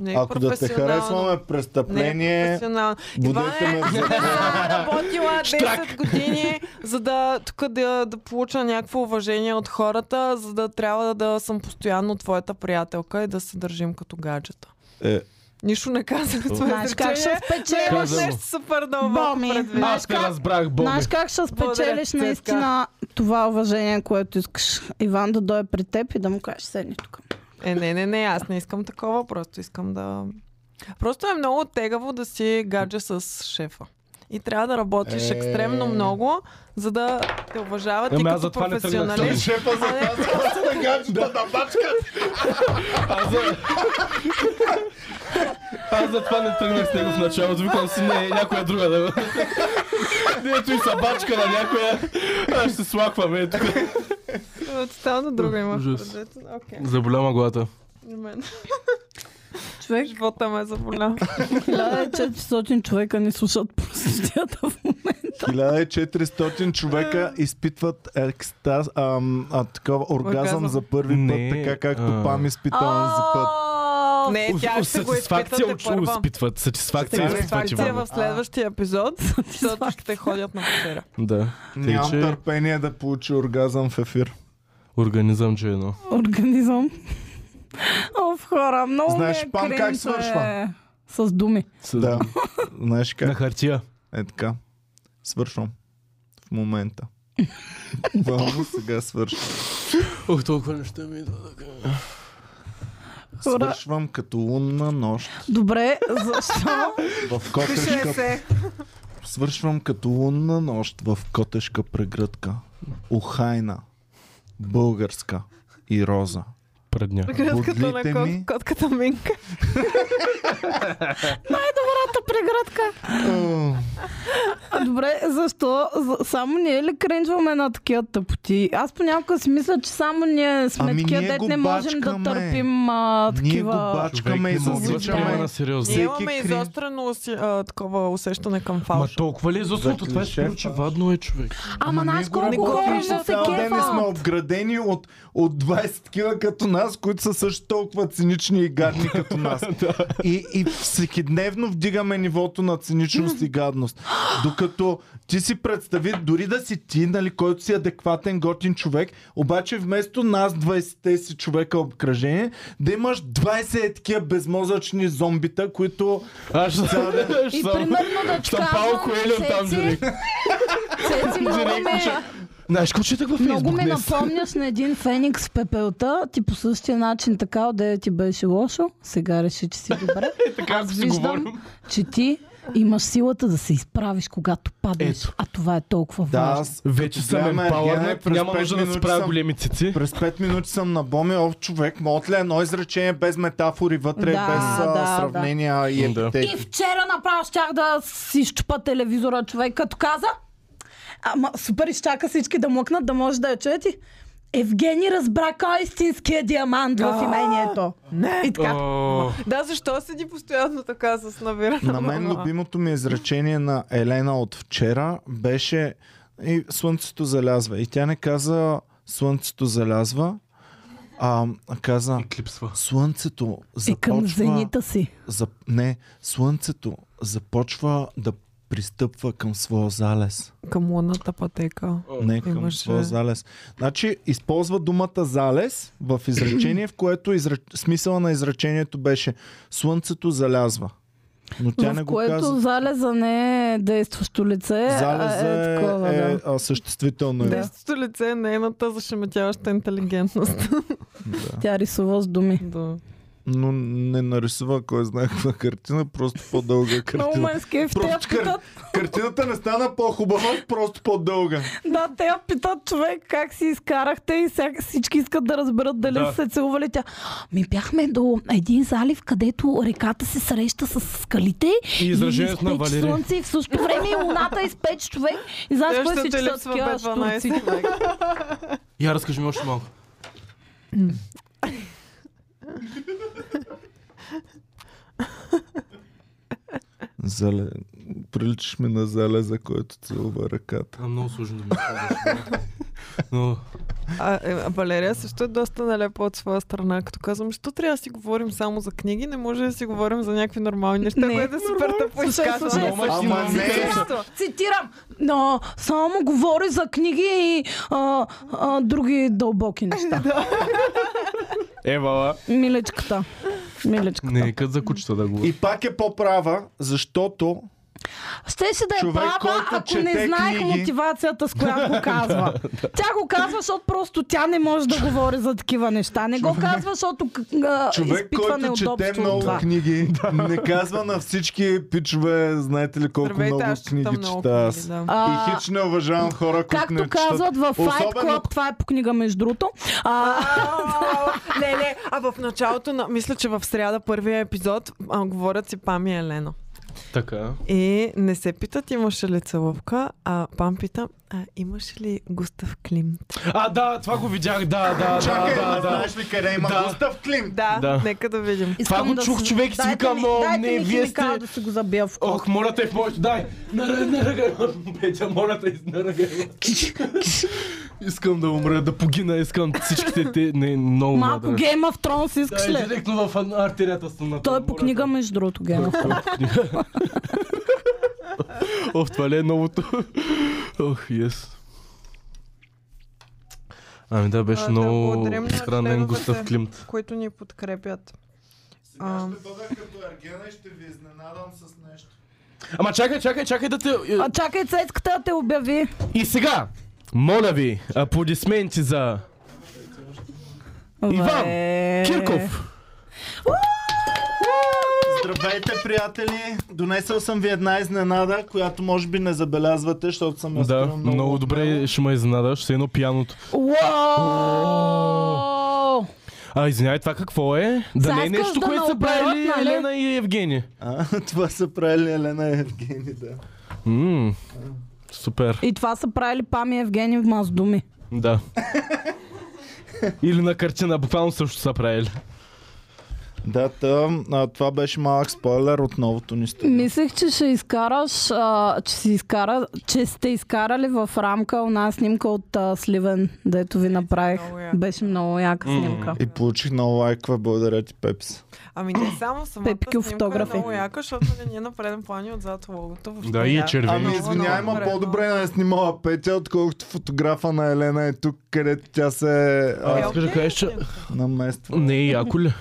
Speaker 3: Не е
Speaker 1: Ако да те
Speaker 3: професионално.
Speaker 1: харесваме
Speaker 3: Не,
Speaker 1: престъпление, е-
Speaker 3: професионално.
Speaker 1: водете ме в
Speaker 3: Иване,
Speaker 1: затвора.
Speaker 3: съм [laughs] работила 10 години, за да тук да, да получа някакво уважение от хората, за да трябва да съм постоянно твоята приятелка и да се държим като гаджета.
Speaker 1: Е,
Speaker 3: Нищо не казах. това
Speaker 2: [laughs] Знаеш как ще
Speaker 3: изречение.
Speaker 2: спечелиш?
Speaker 3: Имаш
Speaker 4: Казано.
Speaker 3: нещо супер дълбоко
Speaker 2: Боми.
Speaker 3: предвид.
Speaker 2: Знаеш
Speaker 4: Аз те
Speaker 2: как-
Speaker 4: разбрах, Боби.
Speaker 2: Знаеш как ще
Speaker 3: Благодаря,
Speaker 2: спечелиш
Speaker 3: Цецка.
Speaker 2: наистина това уважение, което искаш Иван да дойде при теб и да му кажеш седни тук.
Speaker 3: Е, не, не, не, аз не искам такова, просто искам да... Просто е много тегаво да си гадже с шефа. И трябва да работиш
Speaker 1: Е.
Speaker 3: екстремно много, за да те уважават и
Speaker 4: Ами аз
Speaker 3: като
Speaker 4: за това не тръгнах
Speaker 3: професионалист. Е,
Speaker 1: шефа за
Speaker 3: А, не,
Speaker 1: тази гаджета е- да бачкат.
Speaker 4: Аз за... Аз за това не тръгнах с него в началото. Викам си, не, е някоя друга да... [laughs] Дето и сабачка на някоя. Аз ще се слакваме. е, тук.
Speaker 3: Тотално друго има.
Speaker 4: Ужас.
Speaker 3: Окей,
Speaker 4: Заболяма главата.
Speaker 3: на мен.
Speaker 2: Човек,
Speaker 3: Живота ме е заболя.
Speaker 2: 1400 човека ни слушат простотията в момента.
Speaker 1: 1400
Speaker 3: Е.
Speaker 1: човека изпитват екстаз, ам, а, такова оргазъм,
Speaker 3: Оргазъм.
Speaker 1: за първи
Speaker 4: Не,
Speaker 1: път, така както
Speaker 4: а.
Speaker 1: Пам изпита онзи е път.
Speaker 3: Не, тя ще го
Speaker 4: Сатисфакция
Speaker 3: изпитате
Speaker 4: от
Speaker 3: първа.
Speaker 4: изпитват. Сатисфакция изпитват,
Speaker 3: Сатисфакция
Speaker 4: Иван.
Speaker 3: в следващия епизод, защото ще ходят на вечера.
Speaker 4: Да. Тъй,
Speaker 1: Нямам
Speaker 4: че-
Speaker 1: търпение да получи оргазъм в ефир.
Speaker 4: Организъм, че е едно.
Speaker 2: Организъм. Оф, хора, много
Speaker 1: Знаеш,
Speaker 2: ми е
Speaker 1: Пам,
Speaker 2: кринж,
Speaker 1: как
Speaker 2: бе.
Speaker 1: свършва?
Speaker 2: С думи.
Speaker 4: С-
Speaker 1: Да. Знаеш
Speaker 4: На
Speaker 1: как?
Speaker 4: хартия.
Speaker 1: Е така. Свършвам. В момента. Вълно сега свършвам.
Speaker 4: Ох, толкова неща ми идва така.
Speaker 2: Хора,
Speaker 1: Свършвам като лунна нощ
Speaker 2: добре, защо?
Speaker 1: в котешка. Свършвам като лунна нощ в котешка прегръдка. Ухайна. Българска. И роза.
Speaker 4: Предня.
Speaker 3: Гръцката на
Speaker 1: Бодлите ми.
Speaker 3: кот, котката Минка.
Speaker 2: [laughs] Най-добрата преградка. А, добре, защо? За- Само ние ли кринжваме на такива тъпоти? Аз понякога си мисля, че само ние сме
Speaker 1: Ами
Speaker 2: такива,
Speaker 1: ние
Speaker 2: дет
Speaker 1: го
Speaker 2: не можем да
Speaker 1: бачкаме.
Speaker 2: търпим а,
Speaker 1: Ние го
Speaker 2: такива...
Speaker 1: бачкаме и
Speaker 2: бачкаме.
Speaker 1: засичаме.
Speaker 4: на сериозно.
Speaker 3: Ние имаме
Speaker 1: крин-
Speaker 3: изострено уси- а, такова усещане към
Speaker 4: Ма
Speaker 3: фалш.
Speaker 4: толкова ли е изосното?
Speaker 1: За
Speaker 4: Това е
Speaker 1: клише,
Speaker 4: спорно, че
Speaker 1: фалш.
Speaker 4: вадно е човек.
Speaker 2: Ама знаеш колко хора
Speaker 1: готвим
Speaker 2: ще
Speaker 1: за
Speaker 2: се
Speaker 1: цял ден и сме
Speaker 2: кефат.
Speaker 1: обградени от, от 20 такива като нас, които са също толкова цинични и гадни като нас. и, и всекидневно вдигаме нивото на циничност и гадност. Докато ти си представи, дори да си ти, нали, който си адекватен, готин човек, обаче вместо нас 20-те си човека обкръжение, да имаш 20 е такива безмозъчни зомбита, които
Speaker 4: Аз ще
Speaker 2: И примерно да ти
Speaker 4: Съм Пао Коелев там
Speaker 2: кажа,
Speaker 4: директ.
Speaker 2: Цеци, е много
Speaker 4: Директно
Speaker 2: ме,
Speaker 4: Знаеш, какво четах във
Speaker 2: много
Speaker 4: Фейсбук
Speaker 2: ме
Speaker 4: днес?
Speaker 2: напомняш на един феникс в пепелта. Ти по същия начин така, отдея ти беше лошо, сега реши, че си добре. Аз виждам, че ти имаш силата да се изправиш, когато паднеш.
Speaker 4: Ето.
Speaker 2: А това е толкова
Speaker 1: да,
Speaker 2: важно.
Speaker 1: аз
Speaker 4: Вече
Speaker 1: като
Speaker 4: съм
Speaker 1: гледам Ергена,
Speaker 4: емпауърнат,
Speaker 1: през
Speaker 4: няма
Speaker 1: пет
Speaker 4: нужда да си
Speaker 1: минути
Speaker 4: правя
Speaker 1: съм-
Speaker 4: големи цици.
Speaker 1: През 5 минути съм на боми, ох човек, мога ли едно изречение без метафори вътре,
Speaker 2: Да,
Speaker 1: без
Speaker 2: да,
Speaker 1: да,
Speaker 2: да.
Speaker 1: сравнения да. и
Speaker 4: Да.
Speaker 2: И
Speaker 1: епитети?
Speaker 2: вчера направо щях да си щупа телевизора човек, като каза. Ама супер, изчака всички да мъкнат, да може да я чуете. Евгений разбра кой е истинския диамант в
Speaker 3: А,
Speaker 2: имението.
Speaker 3: Не.
Speaker 2: И така.
Speaker 4: О,
Speaker 3: Да, защо седи постоянно така с навирана
Speaker 1: На мен
Speaker 3: глава?
Speaker 1: любимото ми изречение на Елена от вчера беше и слънцето залязва. И тя не каза слънцето залязва, а каза
Speaker 4: Клипсва.
Speaker 1: слънцето
Speaker 2: И към
Speaker 1: започва...
Speaker 2: зенита си.
Speaker 1: За... Не, слънцето започва да пристъпва към своя залез.
Speaker 3: Към лунната пътека.
Speaker 1: Не към
Speaker 3: Имаше-
Speaker 1: своя залез. Значи, използва думата залез в изречение, в което изра... смисъла на изречението беше Слънцето залязва. Но тя не
Speaker 2: в
Speaker 1: го
Speaker 2: което
Speaker 1: казва.
Speaker 2: залеза не е действащо лице,
Speaker 1: Залеза
Speaker 2: а е такова,
Speaker 1: е,
Speaker 2: да.
Speaker 1: а, съществително. Да.
Speaker 3: Десетото лице е нейната зашеметяваща интелигентност.
Speaker 1: Да.
Speaker 2: Тя рисува с думи.
Speaker 3: да.
Speaker 1: Но не нарисува кой знае каква картина, просто по-дълга
Speaker 2: Много
Speaker 1: картина.
Speaker 2: ме е скеф. Те я
Speaker 1: Просто кар...
Speaker 2: питат,
Speaker 1: картината не стана по-хубава, просто по-дълга.
Speaker 2: да, те я питат човек как си изкарахте и сега всички искат да разберат дали
Speaker 4: Да.
Speaker 2: са се целували тя. Ми бяхме до един залив, където реката се среща с скалите
Speaker 4: И изражението
Speaker 2: изпече
Speaker 4: на Валери.
Speaker 2: слънце и в същото време и луната изпече човек. И знаеш кое
Speaker 3: Следващата
Speaker 2: си
Speaker 3: те
Speaker 2: чета
Speaker 3: липсва бе
Speaker 2: такива
Speaker 3: 12
Speaker 2: штурци.
Speaker 3: човек.
Speaker 4: Я разкажи ми още малко.
Speaker 1: Зале... Приличаш ми на залеза, който целува ръката.
Speaker 4: Това е много сложно да ми кажеш. Но
Speaker 3: А, е, а Валерия също е доста нелепа от своя страна, като казвам, що трябва да си говорим само за книги, не може да си говорим за някакви нормални неща,
Speaker 2: Не.
Speaker 3: което е супер тъпо
Speaker 2: Слушай, слушай,
Speaker 3: изказване.
Speaker 1: Ама
Speaker 6: Ама
Speaker 1: не.
Speaker 6: не.
Speaker 3: Просто.
Speaker 2: Цитирам. Но само говори за книги и а, а, други дълбоки неща.
Speaker 4: Евала.
Speaker 2: Милечката. Милечката.
Speaker 4: Не, кът за кучета да го.
Speaker 1: И пак е по-права, защото
Speaker 2: Щеше да е
Speaker 1: Човек,
Speaker 2: права,
Speaker 1: който
Speaker 2: ако не
Speaker 1: чете
Speaker 2: знаех
Speaker 1: книги.
Speaker 2: мотивацията, с която го
Speaker 1: [laughs]
Speaker 2: казва. Тя го казва, защото просто тя не може да говори за такива неща. Не го казва, защото к- а,
Speaker 1: човек,
Speaker 2: изпитва
Speaker 1: който
Speaker 2: неудобство
Speaker 1: чете
Speaker 2: от
Speaker 1: много
Speaker 2: това.
Speaker 1: книги, не казва на всички пичове, знаете ли колко
Speaker 3: Здравейте,
Speaker 1: много
Speaker 3: аз
Speaker 1: книги
Speaker 3: четам много
Speaker 1: чета аз.
Speaker 3: книги, да.
Speaker 2: А,
Speaker 1: И хич не уважавам хора, които не
Speaker 2: Както
Speaker 1: четат.
Speaker 2: казват в Fight
Speaker 1: Особено-
Speaker 2: Club, това е по книга между другото. А,
Speaker 3: Ау, Не, не, а в началото, на, мисля, че в сряда първия епизод а, говорят си Пами и Елена.
Speaker 4: Така.
Speaker 3: И не се питат имаше ли целувка, а Пам пита, а имаше ли Густав Климт?
Speaker 4: А, да, това го видях, да, да,
Speaker 1: Чакай,
Speaker 4: да, да,
Speaker 1: да,
Speaker 4: да.
Speaker 1: знаеш ли къде има
Speaker 4: Да.
Speaker 1: Густав Клим?
Speaker 3: Да,
Speaker 4: Да.
Speaker 3: нека да видим.
Speaker 2: искам
Speaker 4: Това го чух,
Speaker 2: си-
Speaker 4: човек, си
Speaker 2: дайте
Speaker 4: викам,
Speaker 2: ми-
Speaker 4: но
Speaker 2: дайте
Speaker 4: не,
Speaker 2: ми
Speaker 4: вие
Speaker 2: химикал
Speaker 4: сте-
Speaker 2: да се го забия в
Speaker 4: Ох, моля те в моето, дай! Наръгай, наръгай, Петя, моля те, наръгай. Искам да умра, да погина, искам всичките те, не, много ме
Speaker 2: Малко
Speaker 4: дразни.
Speaker 2: Game of Thrones искаш
Speaker 4: Дай,
Speaker 2: ли?
Speaker 4: директно в ан- артерията стана.
Speaker 2: Той е по книга между другото, Game of Thrones.
Speaker 4: Ох, това ли е новото? Ох, ес. Ами да,
Speaker 3: А,
Speaker 4: беше
Speaker 3: да,
Speaker 4: много
Speaker 3: благодарим на
Speaker 4: странен
Speaker 3: членовете.
Speaker 4: Густав Климт.
Speaker 3: Които ни подкрепят. А,
Speaker 1: бъда като Ергена и ще ви изненадам с нещо.
Speaker 4: Ама чакай, чакай, чакай да те... е,
Speaker 2: А чакай, цецката да те обяви.
Speaker 4: И сега, моля ви, аплодисменти за Иван
Speaker 2: Ве.
Speaker 4: Кирков.
Speaker 1: Здравейте, приятели! Донесъл съм ви една изненада, която може би не забелязвате, защото съм я
Speaker 4: Да,
Speaker 1: скрил
Speaker 4: много добре ще ме изненадаш, все едно пияното.
Speaker 2: Уау!
Speaker 4: А, извинявай, това какво е? Да
Speaker 2: Сега
Speaker 4: не е
Speaker 2: искаш
Speaker 4: нещо,
Speaker 2: да
Speaker 4: което са
Speaker 2: наоберат,
Speaker 4: правили
Speaker 2: нали?
Speaker 4: Елена и Евгения.
Speaker 1: А, [laughs] това са правили Елена и Евгений, да.
Speaker 4: Ммм, супер,
Speaker 2: И това са правили Пами и Евгений в Маздуми.
Speaker 4: да. Или на картина, буквално също са правили.
Speaker 1: Да, тъм, а, това беше малък спойлер от новото ни студио.
Speaker 2: Мислех, че ще изкараш, а, че, си изкара, че сте изкарали в рамка една снимка от а, Сливен, дето ви направих.
Speaker 3: Много яка.
Speaker 2: Беше много яка снимка.
Speaker 1: И получих много лайкове, благодаря ти, Пепс.
Speaker 3: ами не само самата
Speaker 2: Пепки
Speaker 3: снимка
Speaker 2: фотографи.
Speaker 3: е много яка, защото не ни е на преден план и отзад логото. Въобще
Speaker 4: Да, и е
Speaker 3: няма.
Speaker 4: червено.
Speaker 1: Ами
Speaker 3: Много,
Speaker 1: извинявай,
Speaker 3: много
Speaker 1: ма
Speaker 3: добре,
Speaker 1: по-добре да не е снимала Петя, отколкото фотографа на Елена е тук, където тя се
Speaker 4: А,
Speaker 1: а,
Speaker 3: Е,
Speaker 4: искаш да
Speaker 3: окей,
Speaker 4: кажеш, че-
Speaker 1: намества.
Speaker 4: Не, яко ли?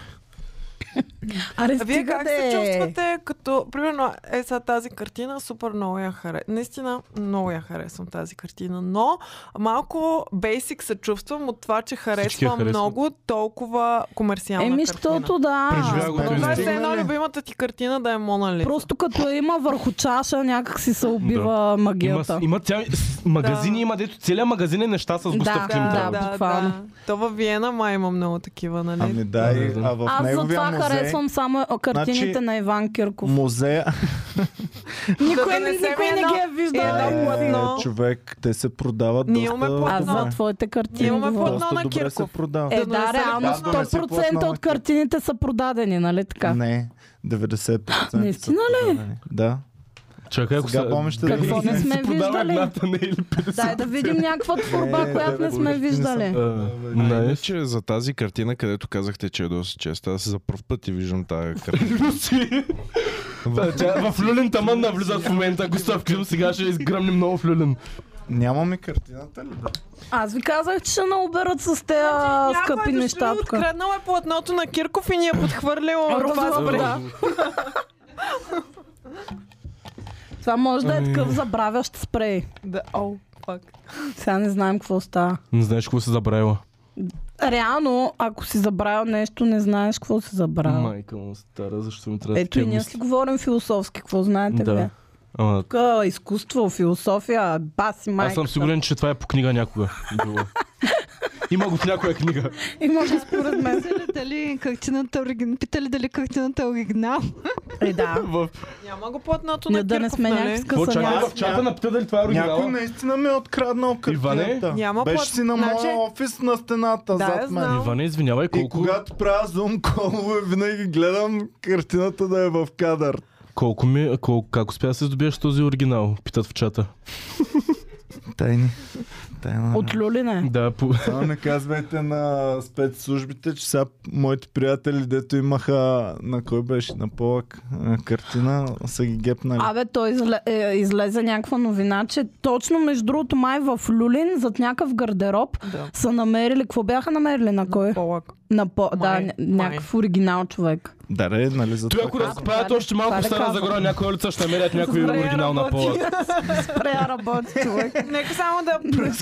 Speaker 2: Аре,
Speaker 3: А вие
Speaker 2: стига
Speaker 3: как
Speaker 2: де.
Speaker 3: се чувствате, като, примерно, е сега тази картина, супер много я харесвам. Наистина, много я харесвам тази картина, но малко бейсик се чувствам от това, че
Speaker 4: Всички я
Speaker 3: харесвам
Speaker 4: харесват.
Speaker 3: много толкова комерциална
Speaker 2: Еми,
Speaker 3: картина.
Speaker 2: защото да.
Speaker 4: Преживя го
Speaker 3: Това е
Speaker 4: Стигна
Speaker 3: все едно
Speaker 1: ли?
Speaker 3: любимата ти картина да е Мона Лиза.
Speaker 2: Просто като я има върху чаша, някак си се убива
Speaker 4: Има,
Speaker 2: магията.
Speaker 4: има цял, с- магазини, има дето целият магазин е неща с Густав
Speaker 2: Да,
Speaker 4: Климт.
Speaker 2: да,
Speaker 4: работи.
Speaker 2: буквално.
Speaker 3: То във Виена май има много такива, нали?
Speaker 1: Ами да, и, а в
Speaker 2: Аз
Speaker 1: неговия
Speaker 2: затова
Speaker 1: музей...
Speaker 2: харесвам само а, картините
Speaker 1: Значи-
Speaker 2: на Иван Кирков.
Speaker 1: Музея...
Speaker 2: Никой,
Speaker 3: Да не се
Speaker 2: никой
Speaker 3: ми
Speaker 2: не
Speaker 3: едно-
Speaker 2: ги е виждал.
Speaker 3: едно платно.
Speaker 1: Е, човек, те се продават
Speaker 3: Ние
Speaker 1: доста...
Speaker 3: имаме
Speaker 2: А
Speaker 1: добре.
Speaker 3: платно.
Speaker 2: за твоите картини.
Speaker 3: Ние имаме
Speaker 2: говоря.
Speaker 3: е платно.
Speaker 1: Доста
Speaker 3: на
Speaker 1: добре се
Speaker 3: Кирков.
Speaker 1: продават.
Speaker 2: Е,
Speaker 3: Да, но
Speaker 2: да,
Speaker 3: не са
Speaker 2: реално
Speaker 1: реклама, не си
Speaker 2: 100%
Speaker 1: платна
Speaker 2: от
Speaker 1: на
Speaker 2: картините са продадени, нали така?
Speaker 1: Не, 90%.
Speaker 2: Наистина
Speaker 1: ли? Да.
Speaker 4: Чакай, ако
Speaker 1: Сега
Speaker 4: са-
Speaker 1: помниш ли да
Speaker 2: Какво
Speaker 1: си-
Speaker 2: не сме
Speaker 4: Продава
Speaker 2: виждали?
Speaker 4: едната, не е или
Speaker 2: Дай да видим някаква творба,
Speaker 1: Не,
Speaker 2: която не
Speaker 1: Е, да,
Speaker 2: сме
Speaker 1: не съм.
Speaker 2: виждали.
Speaker 5: А
Speaker 4: Не,
Speaker 5: иначе за тази картина, където казахте, че е доста честа, аз за първ път и виждам тази картина.
Speaker 4: Люси. Та, тя В люлин таман навлизат в момента. Густав Клим сега ще изгръмне много в люлин.
Speaker 1: Нямаме картината ли? бе?
Speaker 2: Аз ви казах, че ще наоберат с
Speaker 3: Значи,
Speaker 2: тези скъпи
Speaker 3: е
Speaker 2: неща тук.
Speaker 3: Откраднал е платното на Кирков и ни е подхвърлил от
Speaker 2: Розова
Speaker 3: вас.
Speaker 2: вода. Това може да е такъв
Speaker 1: Ами.
Speaker 2: забравящ спрей.
Speaker 3: Да, оу, фак.
Speaker 2: Сега не знаем какво става.
Speaker 4: Не знаеш какво се забравила.
Speaker 2: Реално, ако си забравил нещо, не знаеш какво си забравил.
Speaker 4: Майка му стара, защо ми трябва
Speaker 2: Ето и
Speaker 4: такива
Speaker 2: ние
Speaker 4: мисли?
Speaker 2: си говорим философски, какво знаете
Speaker 4: Да.
Speaker 2: да.
Speaker 4: Ама,
Speaker 2: Тук изкуство, философия, баси, майка.
Speaker 4: аз съм сигурен, че това е по книга някога. било. [laughs] Има го в някоя
Speaker 2: [laughs]
Speaker 4: книга.
Speaker 2: И може според мен.
Speaker 7: Питали дали картината е оригин... Питали дали картината е оригинал.
Speaker 2: Е, да.
Speaker 4: В-
Speaker 3: Няма го платното
Speaker 2: Не,
Speaker 3: на
Speaker 2: да не
Speaker 3: Кирков,
Speaker 2: сме някакви
Speaker 3: нали?
Speaker 4: Какво чакай
Speaker 2: скъсани.
Speaker 4: в чата на пита дали това е
Speaker 1: Някой
Speaker 4: оригинал?
Speaker 1: наистина ми е откраднал картината.
Speaker 4: Иване?
Speaker 3: Няма
Speaker 1: Беше
Speaker 3: плат-
Speaker 1: си на моя
Speaker 3: Значи-
Speaker 1: офис на стената
Speaker 3: Да, я
Speaker 1: зад мен.
Speaker 3: знам.
Speaker 4: Иване, извинявай,
Speaker 1: И
Speaker 4: колко,
Speaker 1: когато правя зум колове, винаги гледам картината да е в кадър.
Speaker 4: колко ми, колко, как успя да се здобиеш този оригинал? Питат в чата.
Speaker 1: Тайни. Тайна.
Speaker 2: От Люлине.
Speaker 4: Да, по...
Speaker 1: Само не казвайте на спецслужбите, че сега моите приятели, дето имаха на кой беше на полък а, картина, са ги гепнали.
Speaker 2: Абе, той изле, е, излезе някаква новина, че точно между другото май в Люлин, зад някакъв гардероб,
Speaker 3: Да.
Speaker 2: са намерили, какво бяха намерили на кой?
Speaker 3: Полък.
Speaker 2: На по... да,
Speaker 3: Май,
Speaker 2: ня-
Speaker 3: май.
Speaker 2: някакъв оригинал човек.
Speaker 1: Да, ре, нали за
Speaker 4: Той
Speaker 1: това
Speaker 4: ако
Speaker 1: казвам.
Speaker 4: разправят
Speaker 2: това
Speaker 4: още
Speaker 2: не- това
Speaker 4: малко в
Speaker 2: не
Speaker 4: Стара
Speaker 2: казвам. е
Speaker 4: Загора, някоя улица ще намерят някой
Speaker 3: Добре,
Speaker 4: оригинал на
Speaker 3: работи.
Speaker 4: пола.
Speaker 2: Спря работи
Speaker 3: [laughs]
Speaker 2: човек.
Speaker 3: Нека само
Speaker 2: [laughs]
Speaker 3: да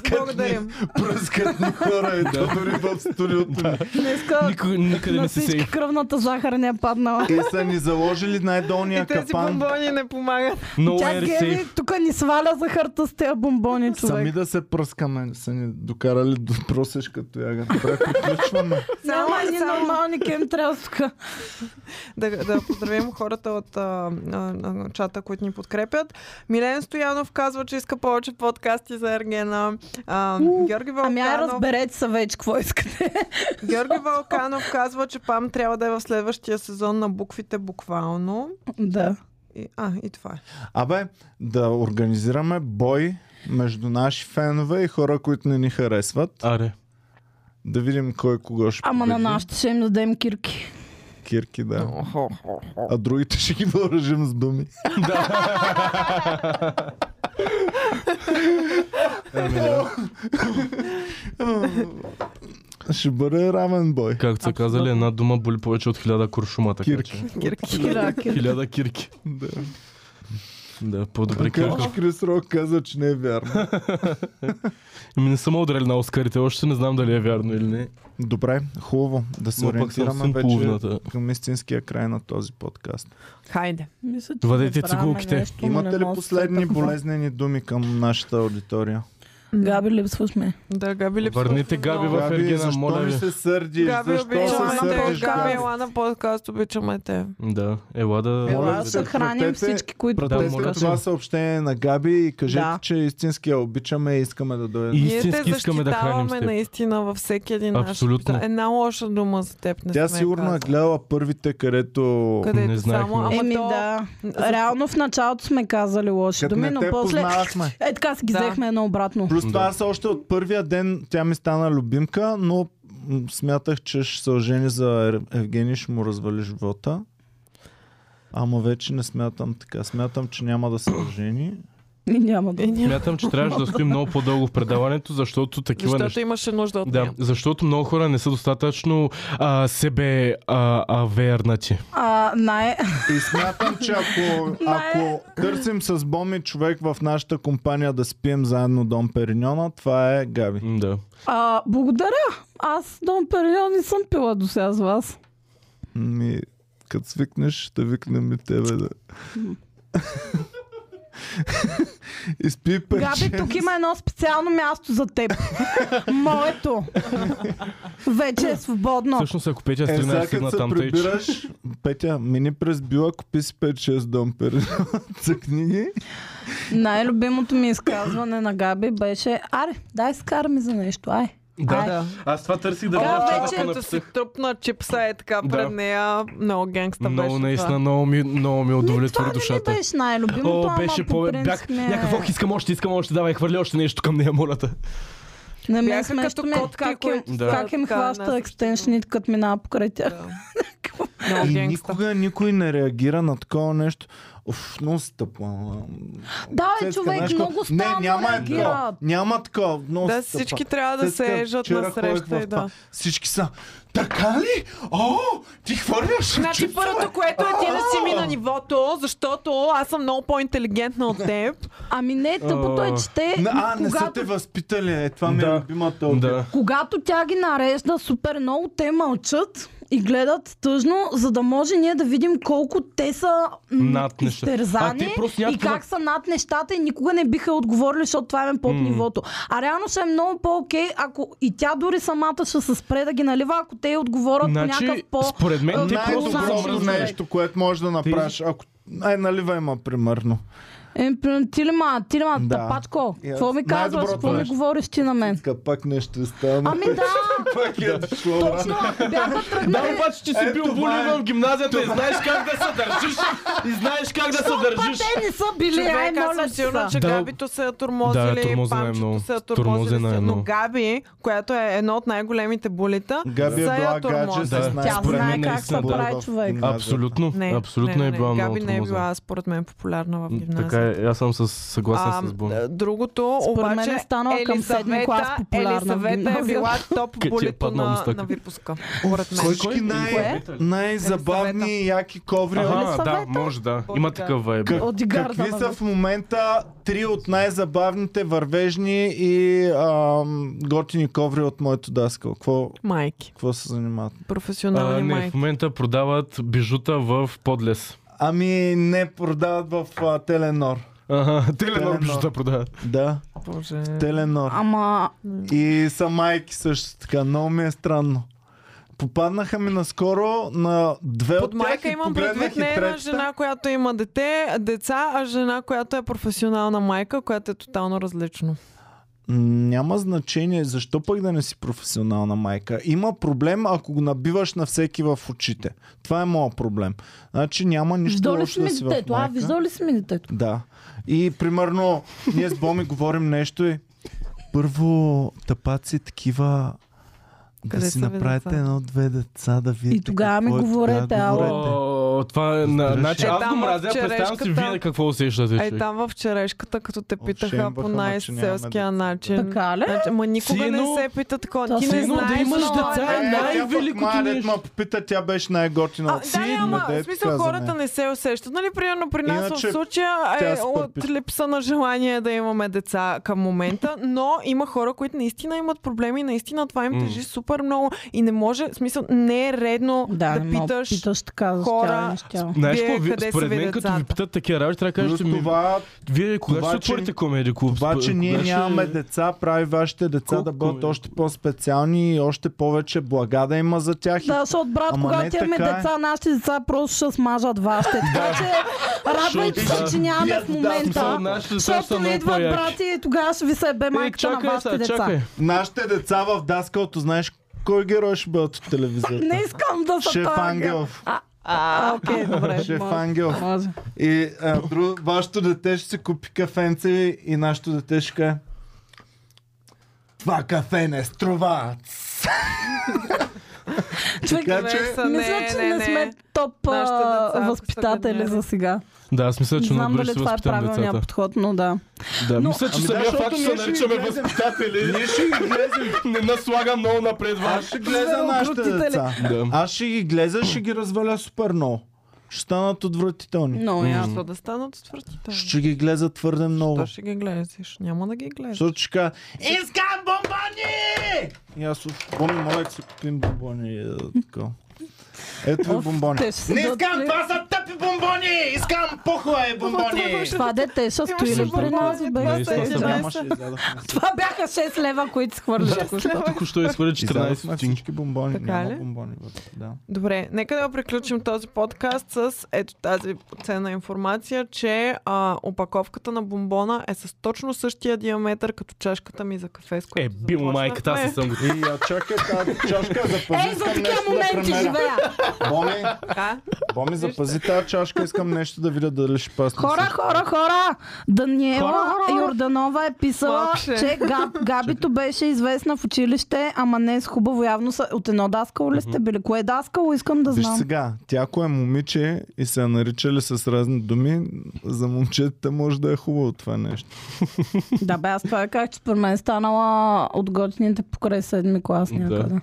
Speaker 3: благодарим.
Speaker 1: Пръскат ни хора [laughs] и то дори в студиото. ми.
Speaker 2: Днеска
Speaker 4: Никога, никъде
Speaker 2: на
Speaker 4: не се
Speaker 2: всички
Speaker 4: сейф.
Speaker 2: кръвната захар не е паднала.
Speaker 1: Те са ни заложили най-долния
Speaker 3: И тези
Speaker 1: капан.
Speaker 3: бомбони не помагат.
Speaker 4: Много
Speaker 2: Тя
Speaker 4: е
Speaker 2: Гели
Speaker 4: сейф.
Speaker 2: тук ами, ни сваля захарта с тези бомбони
Speaker 1: Сами
Speaker 2: човек.
Speaker 1: да се пръскаме, са ни докарали до просешка тояга. Добре, приключваме.
Speaker 2: Няма ни нормални кемтрелска.
Speaker 3: да, да поздравим хората от а, а, а, чата, които ни подкрепят. Милен Стоянов казва, че иска повече подкасти за Ергена. А, Георги,
Speaker 2: Ами ай
Speaker 3: Вълканов,
Speaker 2: разберете се вече какво искате.
Speaker 3: Георги Вълканов казва, че Пам трябва да е в следващия сезон на буквите буквално.
Speaker 2: да.
Speaker 3: И, а, и това е.
Speaker 1: Абе, да организираме бой между наши фенове и хора, които не ни харесват.
Speaker 4: Аре.
Speaker 1: Да видим кой кого ще
Speaker 2: Ама на
Speaker 1: победи.
Speaker 2: нашите ще им дадем кирки.
Speaker 1: Кирки, да. А другите ще ги въоръжим с думи. Ще бъде равен бой.
Speaker 4: Както са казали, една дума боли повече от хиляда куршума, така
Speaker 1: Кирки.
Speaker 4: че.
Speaker 2: Кира, кирки.
Speaker 4: Хиляда кирки.
Speaker 1: Да.
Speaker 4: Да, по-добре
Speaker 1: Макар,
Speaker 4: кирка.
Speaker 1: че Крис Рок каза, че не е вярно.
Speaker 4: Ми Ами не съм удрали на Оскарите, още не знам дали е вярно или не.
Speaker 1: Добре, хубаво. Да се
Speaker 4: Но пък съм
Speaker 1: ориентираме
Speaker 4: съм
Speaker 1: вече
Speaker 4: половината.
Speaker 1: към истинския край на този подкаст.
Speaker 3: Хайде.
Speaker 2: Мисля, че
Speaker 4: Вадете
Speaker 2: не правим
Speaker 4: цигулките.
Speaker 2: нещо, но не
Speaker 1: Имате ли
Speaker 2: мога да се
Speaker 1: последни
Speaker 2: сета какво.
Speaker 1: болезнени думи към нашата аудитория?
Speaker 2: Габи, липсваш ме.
Speaker 3: Да, Габи липсва.
Speaker 4: Върнете Габи в
Speaker 1: Габи,
Speaker 4: Ергена,
Speaker 1: защо
Speaker 4: моля
Speaker 1: ми
Speaker 4: ви.
Speaker 1: се сърдиш?
Speaker 3: Габи,
Speaker 1: защо се
Speaker 3: обичаме те.
Speaker 1: сърдиш?
Speaker 3: Габи, ела на подкаст, обичаме те.
Speaker 4: Да, ела да...
Speaker 1: Ела
Speaker 2: Ела,
Speaker 1: да
Speaker 2: ще
Speaker 1: се
Speaker 2: храним
Speaker 1: пратете-
Speaker 2: всички, които
Speaker 1: Пратете
Speaker 4: Да, моля те.
Speaker 1: това съобщение на Габи и кажете,
Speaker 3: Да.
Speaker 1: че е истинския обичаме и искаме да дойде.
Speaker 4: И-
Speaker 3: Ние
Speaker 4: Истински
Speaker 3: те
Speaker 4: искаме да храним с
Speaker 3: защитаваме
Speaker 4: теб.
Speaker 3: наистина във всеки един
Speaker 4: Абсолютно.
Speaker 3: наш... Една лоша дума за теб не
Speaker 1: Тя
Speaker 3: сме
Speaker 1: сигурно е
Speaker 3: казали.
Speaker 1: гледала първите, където...
Speaker 3: Където
Speaker 4: Не знаехме.
Speaker 3: само, ама
Speaker 2: Еми
Speaker 3: то...
Speaker 2: да.
Speaker 3: за-
Speaker 2: Реално в началото сме казали лоши
Speaker 1: Като
Speaker 2: думи,
Speaker 1: не
Speaker 2: но
Speaker 1: те
Speaker 2: после...
Speaker 1: познавахме.
Speaker 2: Е, така си ги
Speaker 3: Да.
Speaker 2: взехме едно обратно.
Speaker 1: Плюс това
Speaker 4: Да.
Speaker 1: аз още от първия ден тя ми стана любимка, но м, смятах, че ще се ожени за Ер- Евгений, ще му развали живота. Ама вече не смятам така. Смятам, че няма да се ожени.
Speaker 2: И няма да.
Speaker 3: Е, няма.
Speaker 4: Смятам, че трябваше да стоим много по-дълго в предаването, защото такива
Speaker 3: Защото
Speaker 4: неща...
Speaker 3: имаше нужда от
Speaker 4: Да,
Speaker 3: нея.
Speaker 4: защото много хора не са достатъчно а, себе а, авернати.
Speaker 2: А, най...
Speaker 1: И смятам, че
Speaker 2: [laughs]
Speaker 1: ако, ако търсим с Боми човек в нашата компания да спием заедно Дом Периньона, това е Габи.
Speaker 4: М, Да.
Speaker 2: А, благодаря. Аз Дон Перион не съм пила до сега с вас.
Speaker 1: Ми, като свикнеш, ще викнем и тебе да. [laughs] Изпи пече.
Speaker 2: Габи, тук има едно специално място за
Speaker 1: [laughs]
Speaker 2: теб. Моето. Вече е свободно.
Speaker 4: Всъщност, ако Петя
Speaker 1: Е,
Speaker 4: стигна,
Speaker 1: сега като
Speaker 4: стигна
Speaker 1: се
Speaker 4: там, тъй че...
Speaker 1: прибираш, Петя, мини през била, купи си 5-6 дом [laughs] за книги.
Speaker 2: Най-любимото ми изказване на Габи беше Аре, дай скара ми за нещо, ай. Ай.
Speaker 4: Аз това търсих да
Speaker 2: Да,
Speaker 4: чата,
Speaker 2: вече е
Speaker 4: пък
Speaker 3: Като си тръпна чипса е така
Speaker 4: Да.
Speaker 3: пред нея, много гангста
Speaker 4: Много,
Speaker 3: беше
Speaker 4: наистина,
Speaker 3: това.
Speaker 4: много ми, много ми удовлетвори
Speaker 2: Е, Това не
Speaker 4: душата.
Speaker 2: ми беше най-любимото,
Speaker 4: О,
Speaker 2: ама
Speaker 4: беше
Speaker 2: по
Speaker 4: по...
Speaker 2: принцип
Speaker 4: Бях
Speaker 2: ми е-
Speaker 4: някакъв, ох, искам още, искам още, давай, хвърли още нещо към нея, моля те.
Speaker 2: Не ме
Speaker 3: Бяха
Speaker 2: смешно
Speaker 3: като
Speaker 2: ме
Speaker 3: котки,
Speaker 2: как им,
Speaker 3: които
Speaker 4: Да.
Speaker 2: е как им
Speaker 3: така
Speaker 2: хваща
Speaker 3: насочено.
Speaker 2: екстеншните, като минава покрай тях. [laughs]
Speaker 3: Много
Speaker 1: И
Speaker 3: гангста.
Speaker 1: никога никой не реагира на такова нещо. Оф, много стъпа. ама.
Speaker 2: Да, бе,
Speaker 1: Цецка,
Speaker 2: човек,
Speaker 1: знаеш
Speaker 2: много
Speaker 1: какво? Не,
Speaker 2: странно
Speaker 1: няма е
Speaker 2: реагират.
Speaker 1: такова. Няма такова. Много
Speaker 3: Да,
Speaker 1: стъпа.
Speaker 3: всички трябва да
Speaker 1: Цецка,
Speaker 3: се ежат
Speaker 1: вчера
Speaker 3: на среща
Speaker 1: ходих
Speaker 3: и
Speaker 1: в това.
Speaker 3: да.
Speaker 1: Всички са. Така ли? О, ти хвърляш.
Speaker 3: Значи
Speaker 1: чипсове?
Speaker 3: първото, което е ти да си ми на нивото, защото аз съм много по-интелигентна от
Speaker 2: [laughs]
Speaker 3: теб.
Speaker 2: Ами не, тъпото е, че те,
Speaker 1: На- А, не са
Speaker 2: когато,
Speaker 1: те възпитали. Е, това ми е
Speaker 4: Да.
Speaker 1: любимата.
Speaker 4: Да.
Speaker 2: когато тя ги нарежда супер много, те мълчат и гледат тъжно, за да може ние да видим колко те са
Speaker 4: Над
Speaker 2: над
Speaker 4: неща. А
Speaker 2: изтерзани
Speaker 4: те просто
Speaker 2: и
Speaker 4: нямат
Speaker 2: как са над нещата и никога не биха отговорили, защото това им е под
Speaker 4: М.
Speaker 2: нивото. А реално ще е много по-окей, ако и тя дори самата ще се спре да ги налива, ако те й отговорят по
Speaker 4: Значи,
Speaker 2: някакъв по...
Speaker 4: според мен, те
Speaker 2: Най-добро
Speaker 4: просто
Speaker 2: знам,
Speaker 1: Най-доброто
Speaker 2: че
Speaker 4: замръзнаха.
Speaker 2: го
Speaker 1: нещо, което можеш да направиш, ако... Ай, налива има, примерно.
Speaker 2: Е, примерно, Тилима, Тилима,
Speaker 1: Да.
Speaker 2: тапачко.
Speaker 1: Yes.
Speaker 2: Какво ми казваш?
Speaker 1: Най-доброто
Speaker 2: Какво ми
Speaker 1: нещо.
Speaker 2: говориш ти на мен?
Speaker 1: Така пак нещо стана. [laughs]
Speaker 2: Ами да,
Speaker 1: Пак е дошло.
Speaker 2: точно. Бяха
Speaker 4: Да,
Speaker 2: тръгнали.
Speaker 4: обаче ти си
Speaker 1: Е,
Speaker 4: бил
Speaker 1: това
Speaker 4: булин
Speaker 1: е.
Speaker 4: в гимназията и знаеш как да се държиш. И знаеш как да се
Speaker 2: Па
Speaker 4: държиш.
Speaker 2: те не са били, ай,
Speaker 3: Човек, аз
Speaker 2: моля
Speaker 3: съм
Speaker 2: ти
Speaker 3: сигурна,
Speaker 2: се.
Speaker 3: че
Speaker 4: Да.
Speaker 3: Габито са
Speaker 4: Да,
Speaker 3: турмозили,
Speaker 4: тормозена е
Speaker 3: памчето
Speaker 4: много.
Speaker 3: са
Speaker 4: Тормозена
Speaker 3: турмозили.
Speaker 4: е
Speaker 3: Е но
Speaker 4: много.
Speaker 3: Габи, която е едно от най-големите булита,
Speaker 1: Габи е
Speaker 3: са
Speaker 1: била
Speaker 3: я
Speaker 1: гадже
Speaker 4: Да.
Speaker 1: с
Speaker 4: Тя
Speaker 2: Тя
Speaker 4: Според
Speaker 2: знае
Speaker 4: мен
Speaker 2: как се
Speaker 4: наистина, да.
Speaker 2: прави човек.
Speaker 4: Абсолютно.
Speaker 3: Не,
Speaker 4: Абсолютно
Speaker 3: не,
Speaker 4: е
Speaker 3: не,
Speaker 4: била
Speaker 3: не.
Speaker 4: много
Speaker 3: Габи не е
Speaker 4: тормозена.
Speaker 3: била, според мен, популярна в гимназията.
Speaker 4: Така е, аз съм с- съгласен с Боми.
Speaker 3: А, Другото,
Speaker 2: Според
Speaker 3: обаче,
Speaker 2: мен е станала към седми
Speaker 3: Елисавета-
Speaker 2: клас популярна в
Speaker 3: Елисавета е
Speaker 2: гимназията.
Speaker 3: била топ
Speaker 4: Къде ти е
Speaker 3: булито
Speaker 4: паднал
Speaker 3: на,
Speaker 4: мустака?
Speaker 3: на випуска. Според мен.
Speaker 1: Всички най-
Speaker 2: Кое?
Speaker 1: най-забавни и яки коври.
Speaker 2: Ага.
Speaker 4: Аха, да,
Speaker 2: Елисавета?
Speaker 4: може да.
Speaker 3: Боми,
Speaker 4: Има
Speaker 3: е. да.
Speaker 4: такъв вайб.
Speaker 1: Как-
Speaker 2: От Дигарда,
Speaker 1: Какви са
Speaker 2: нали?
Speaker 1: в момента три от най-забавните, вървежни и ам, готини коври от моето даскал? Какво,
Speaker 3: Майки.
Speaker 1: какво се занимават?
Speaker 4: А,
Speaker 3: Професионални
Speaker 4: не, в
Speaker 3: майки.
Speaker 4: момента продават бижута в подлес.
Speaker 1: Ами не продават в а, Теленор.
Speaker 4: Ага,
Speaker 1: Теленор.
Speaker 4: теленор бижута продават.
Speaker 1: Да,
Speaker 3: Боже.
Speaker 1: Теленор.
Speaker 2: Ама,
Speaker 1: И са майки също така. Много ми е странно. Попаднаха ми наскоро на две
Speaker 3: Под
Speaker 1: от тях
Speaker 3: майка
Speaker 1: и
Speaker 3: имам
Speaker 1: погледнах
Speaker 3: предвид не е
Speaker 1: и
Speaker 3: една
Speaker 1: третата.
Speaker 3: жена, която има дете, деца, а жена, която е професионална майка, която е тотално различно.
Speaker 1: М, Няма значение защо пък да не си професионална майка. Има проблем, ако го набиваш на всеки в очите. Това е моят проблем. Значи няма нищо
Speaker 2: виждал ли си
Speaker 1: лошо
Speaker 2: ми
Speaker 1: да си в
Speaker 2: детето? А,
Speaker 1: майка.
Speaker 2: виждал ли си ми детето?
Speaker 1: Да. И примерно, ние с Боми говорим нещо и първо тапаци такива
Speaker 3: Къде
Speaker 1: да си
Speaker 3: са ви
Speaker 1: направите
Speaker 3: деца?
Speaker 1: едно-две деца да видите.
Speaker 2: тогава ми
Speaker 1: какво е.
Speaker 2: говорете,
Speaker 1: Да,
Speaker 2: ало.
Speaker 1: говорете.
Speaker 4: О, това е... на-
Speaker 1: Разбираш
Speaker 4: Значи
Speaker 1: ли?
Speaker 4: аз
Speaker 3: Е,
Speaker 4: го
Speaker 3: там
Speaker 4: мразя,
Speaker 3: в
Speaker 4: представям си
Speaker 3: черешката-
Speaker 4: вие какво усещате. човек.
Speaker 3: Е, там в черешката, като те питаха
Speaker 1: Отшембаха,
Speaker 3: по
Speaker 1: ма, че нямаме
Speaker 3: най-селския
Speaker 1: деца.
Speaker 3: начин.
Speaker 2: Така ли?
Speaker 3: Значи, ма никога
Speaker 4: Сино,
Speaker 3: не се пита
Speaker 2: то
Speaker 3: такова. Ти не
Speaker 2: сино, да
Speaker 3: знаеш,
Speaker 2: имаш
Speaker 3: но
Speaker 4: деца,
Speaker 3: е
Speaker 1: Е,
Speaker 3: най-
Speaker 4: най-великото
Speaker 1: тя пък, ма, дет
Speaker 4: нещо.
Speaker 1: ма попита, тя беше най-готина
Speaker 3: А,
Speaker 1: от
Speaker 3: да,
Speaker 1: всички.
Speaker 3: няма,
Speaker 1: дете,
Speaker 3: в смисъл
Speaker 1: каза, не.
Speaker 3: хората не се усещат. Нали, примерно при нас
Speaker 1: Иначе
Speaker 3: в случая
Speaker 1: тя
Speaker 3: е
Speaker 1: се
Speaker 3: от
Speaker 1: пърпи.
Speaker 3: липса на желание да имаме деца към момента, но има хора, които наистина имат проблеми, наистина това им
Speaker 4: М.
Speaker 3: тежи супер много и не може, в смисъл, не е редно
Speaker 2: Да,
Speaker 3: да
Speaker 2: не мога
Speaker 3: питаш.
Speaker 2: питаш така за
Speaker 3: хора-
Speaker 2: щяло, не щяло.
Speaker 4: Знаеш
Speaker 3: Вие
Speaker 4: какво, ви-
Speaker 3: къде са
Speaker 4: според
Speaker 3: ви
Speaker 4: мен като ви
Speaker 3: децата?
Speaker 4: питат такива работи, трябва да
Speaker 1: Плюс
Speaker 4: кажете ми,
Speaker 1: това,
Speaker 4: вие кога
Speaker 1: това,
Speaker 4: ще
Speaker 1: че-
Speaker 4: отворите комеди клуб?
Speaker 1: това, че
Speaker 4: Спо-
Speaker 1: ние
Speaker 4: кога ще-
Speaker 1: нямаме деца, прави вашите деца
Speaker 4: Колко
Speaker 1: да бъдат
Speaker 4: е?
Speaker 1: още по-специални и още повече блага да има за тях. и
Speaker 2: Да, защото брат,
Speaker 1: Ама не
Speaker 2: когато имаме
Speaker 1: така е.
Speaker 2: деца, нашите деца просто ще смажат вашите. Така че радвайте се,
Speaker 4: Защото-
Speaker 2: че нямаме в
Speaker 4: Да,
Speaker 2: момента.
Speaker 4: нашите деца са
Speaker 2: Защото
Speaker 4: много
Speaker 2: идват
Speaker 4: по-яки.
Speaker 2: брати и тогава ще ви се бе
Speaker 4: Ей,
Speaker 2: майката на
Speaker 4: чакай
Speaker 2: вашите
Speaker 4: сега,
Speaker 2: деца.
Speaker 4: чакай.
Speaker 1: Нашите деца в даскалото, знаеш кой герой ще бъдат от телевизията?
Speaker 2: Не искам да са
Speaker 1: Шеф
Speaker 2: този гъл.
Speaker 1: Ангел.
Speaker 2: А, окей, добре.
Speaker 1: Шеф
Speaker 2: може.
Speaker 1: Ангел.
Speaker 2: Може.
Speaker 1: И а, друг, вашето дете ще си купи кафенце и нашето дете ще каже това кафе не е струва.
Speaker 2: Човек,
Speaker 1: Така че
Speaker 3: Човек, са, не,
Speaker 2: мисля, че
Speaker 3: не,
Speaker 2: не
Speaker 3: не.
Speaker 2: сме топ а,
Speaker 3: Нашите деца, ако са
Speaker 2: възпитатели
Speaker 3: гадняри.
Speaker 2: за сега.
Speaker 4: Да, аз мисля,
Speaker 2: Не
Speaker 4: че много
Speaker 2: знам
Speaker 4: добре ще си
Speaker 2: дали това е
Speaker 4: възпитам
Speaker 2: правилният
Speaker 4: децата.
Speaker 2: подход, но да.
Speaker 4: Да,
Speaker 2: Но-
Speaker 4: мисля, че
Speaker 1: Ами да,
Speaker 4: самия
Speaker 1: защото
Speaker 4: факт, че
Speaker 1: ние
Speaker 4: се
Speaker 1: ще
Speaker 4: наричаме
Speaker 1: ги гледаме.
Speaker 4: възпитатели,
Speaker 1: Ние ще ги глезем.
Speaker 4: не наслага много напред
Speaker 1: Аз
Speaker 4: вас.
Speaker 1: ще глеза нашите
Speaker 2: Зверокрутители.
Speaker 1: деца.
Speaker 4: Да.
Speaker 1: Аз ще ги глеза, ще ги разваля супер много. Ще станат отвратителни.
Speaker 2: Но я.
Speaker 3: Защо да станат отвратителни?
Speaker 1: Ще ги глеза твърде много.
Speaker 3: Защо ще ги гледаш? Няма да ги гледаш.
Speaker 1: Защото ще кажа, искам бомбони! И аз уф, бомби, моля, да си купим бомбони. е, така. Ето ви
Speaker 2: Оф,
Speaker 1: бомбони.
Speaker 2: те ще се
Speaker 1: Не искам,
Speaker 2: дадат- нали?
Speaker 1: това са тъпи бомбони! Искам похуе бомбони!
Speaker 2: Това дете ще стои
Speaker 3: Имаше
Speaker 2: ли пред нас. бе?
Speaker 3: бомбони,
Speaker 4: Не,
Speaker 3: това са
Speaker 4: това са
Speaker 1: Нямаше,
Speaker 3: 11.
Speaker 1: изядохме. се.
Speaker 2: Това бяха 6 лева, които схвърли.
Speaker 4: Тук що изхвърля 14
Speaker 1: Изядохме
Speaker 4: стотинки.
Speaker 1: всички бомбони.
Speaker 3: Така
Speaker 1: Няма
Speaker 3: ли?
Speaker 1: бомбони вътре. Да.
Speaker 3: Добре, нека да приключим този подкаст с ето тази ценна информация, че а, опаковката на бомбона е с точно същия диаметър като чашката ми за кафе, с
Speaker 4: Е,
Speaker 3: която
Speaker 4: би му майката, аз не съм го...
Speaker 1: И а, чакай тази чашка, запази.
Speaker 2: Ей, за
Speaker 1: искам
Speaker 2: такива
Speaker 1: нещо да
Speaker 2: моменти
Speaker 1: премеря.
Speaker 2: живея.
Speaker 1: Боми,
Speaker 3: Така?
Speaker 1: Боми, запази тази чашка, искам нещо да видя дали ще пасне.
Speaker 2: Хора,
Speaker 1: всичко.
Speaker 2: хора, хора! Даниела
Speaker 4: Хора, хора!
Speaker 2: Йорданова е писала,
Speaker 3: Малко ще.
Speaker 2: че Габ, Габито беше известна в училище, ама не е с хубаво. Явно са, от едно даскало ли сте били? Кое е даскало? Искам да
Speaker 1: Виж
Speaker 2: знам.
Speaker 1: сега, тя ако е момиче и се е наричали с разни думи, за момчетата може да е хубаво това нещо.
Speaker 2: Да бе, аз това как, че според мен е станала от готините покрай седми клас
Speaker 4: Да.
Speaker 2: някъде.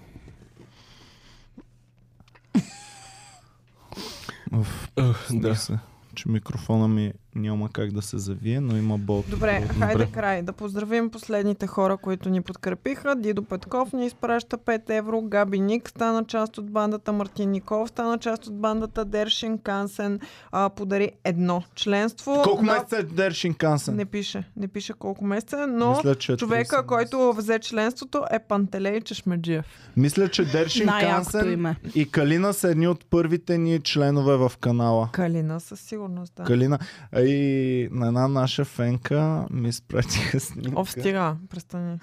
Speaker 1: Уф,
Speaker 4: Ух,
Speaker 1: да.
Speaker 4: Да.
Speaker 1: се, че микрофона ми няма как да се завие, но има бол.
Speaker 3: Добре, хайде
Speaker 4: Добре.
Speaker 3: край. Да поздравим последните хора, които ни подкрепиха. Дидо Петков ни изпраща 5 евро. Габи Ник стана част от бандата. Мартин Ников стана част от бандата. Дершин Кансен а, подари едно членство.
Speaker 1: Колко
Speaker 3: на-
Speaker 1: месеца е Дершин Кансен?
Speaker 3: Не пише. Не пише колко месеца, но...
Speaker 1: Мисля, че е
Speaker 3: Човека,
Speaker 1: 30
Speaker 3: който взе членството е Пантелей Чешмеджиев.
Speaker 1: Мисля, че Дершин
Speaker 2: Най-якото
Speaker 1: Кансен
Speaker 2: име.
Speaker 1: и Калина са едни от първите ни членове в канала.
Speaker 3: Калина със сигурност, да.
Speaker 1: Калина. А И на една наша фенка ми изпратиха снимка.
Speaker 3: Оф, стига, престани.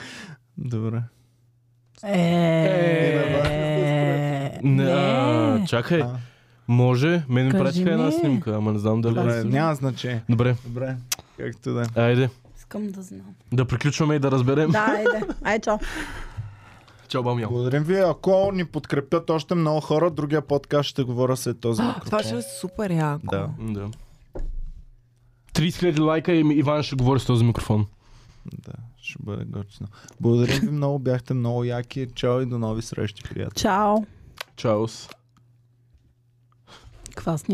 Speaker 1: Добре.
Speaker 2: Е,
Speaker 4: Не, а,
Speaker 2: не.
Speaker 4: чакай.
Speaker 1: А.
Speaker 4: Може, мен ми
Speaker 2: Кажи
Speaker 4: пратиха една
Speaker 2: ми.
Speaker 4: снимка, ама не знам дали.
Speaker 1: Добре, няма значение.
Speaker 4: Добре,
Speaker 1: Добре, както да е.
Speaker 4: айде.
Speaker 2: Искам да знам.
Speaker 4: Да приключваме и да разберем.
Speaker 2: Да, айде. Айде, чао.
Speaker 4: Чао, бамял.
Speaker 1: Благодарим ви. Ако ни подкрепят още много хора, другия подкаст ще говоря след този
Speaker 3: Това ще
Speaker 1: микрофон.
Speaker 3: е супер яко.
Speaker 1: Да,
Speaker 4: Да. 30 000 лайка и Иван ще говори с този микрофон.
Speaker 1: да, ще бъде готино. Благодарим ви много, бяхте много яки. Чао и до нови срещи, приятели.
Speaker 2: Чао.
Speaker 4: Чаос.
Speaker 2: Квас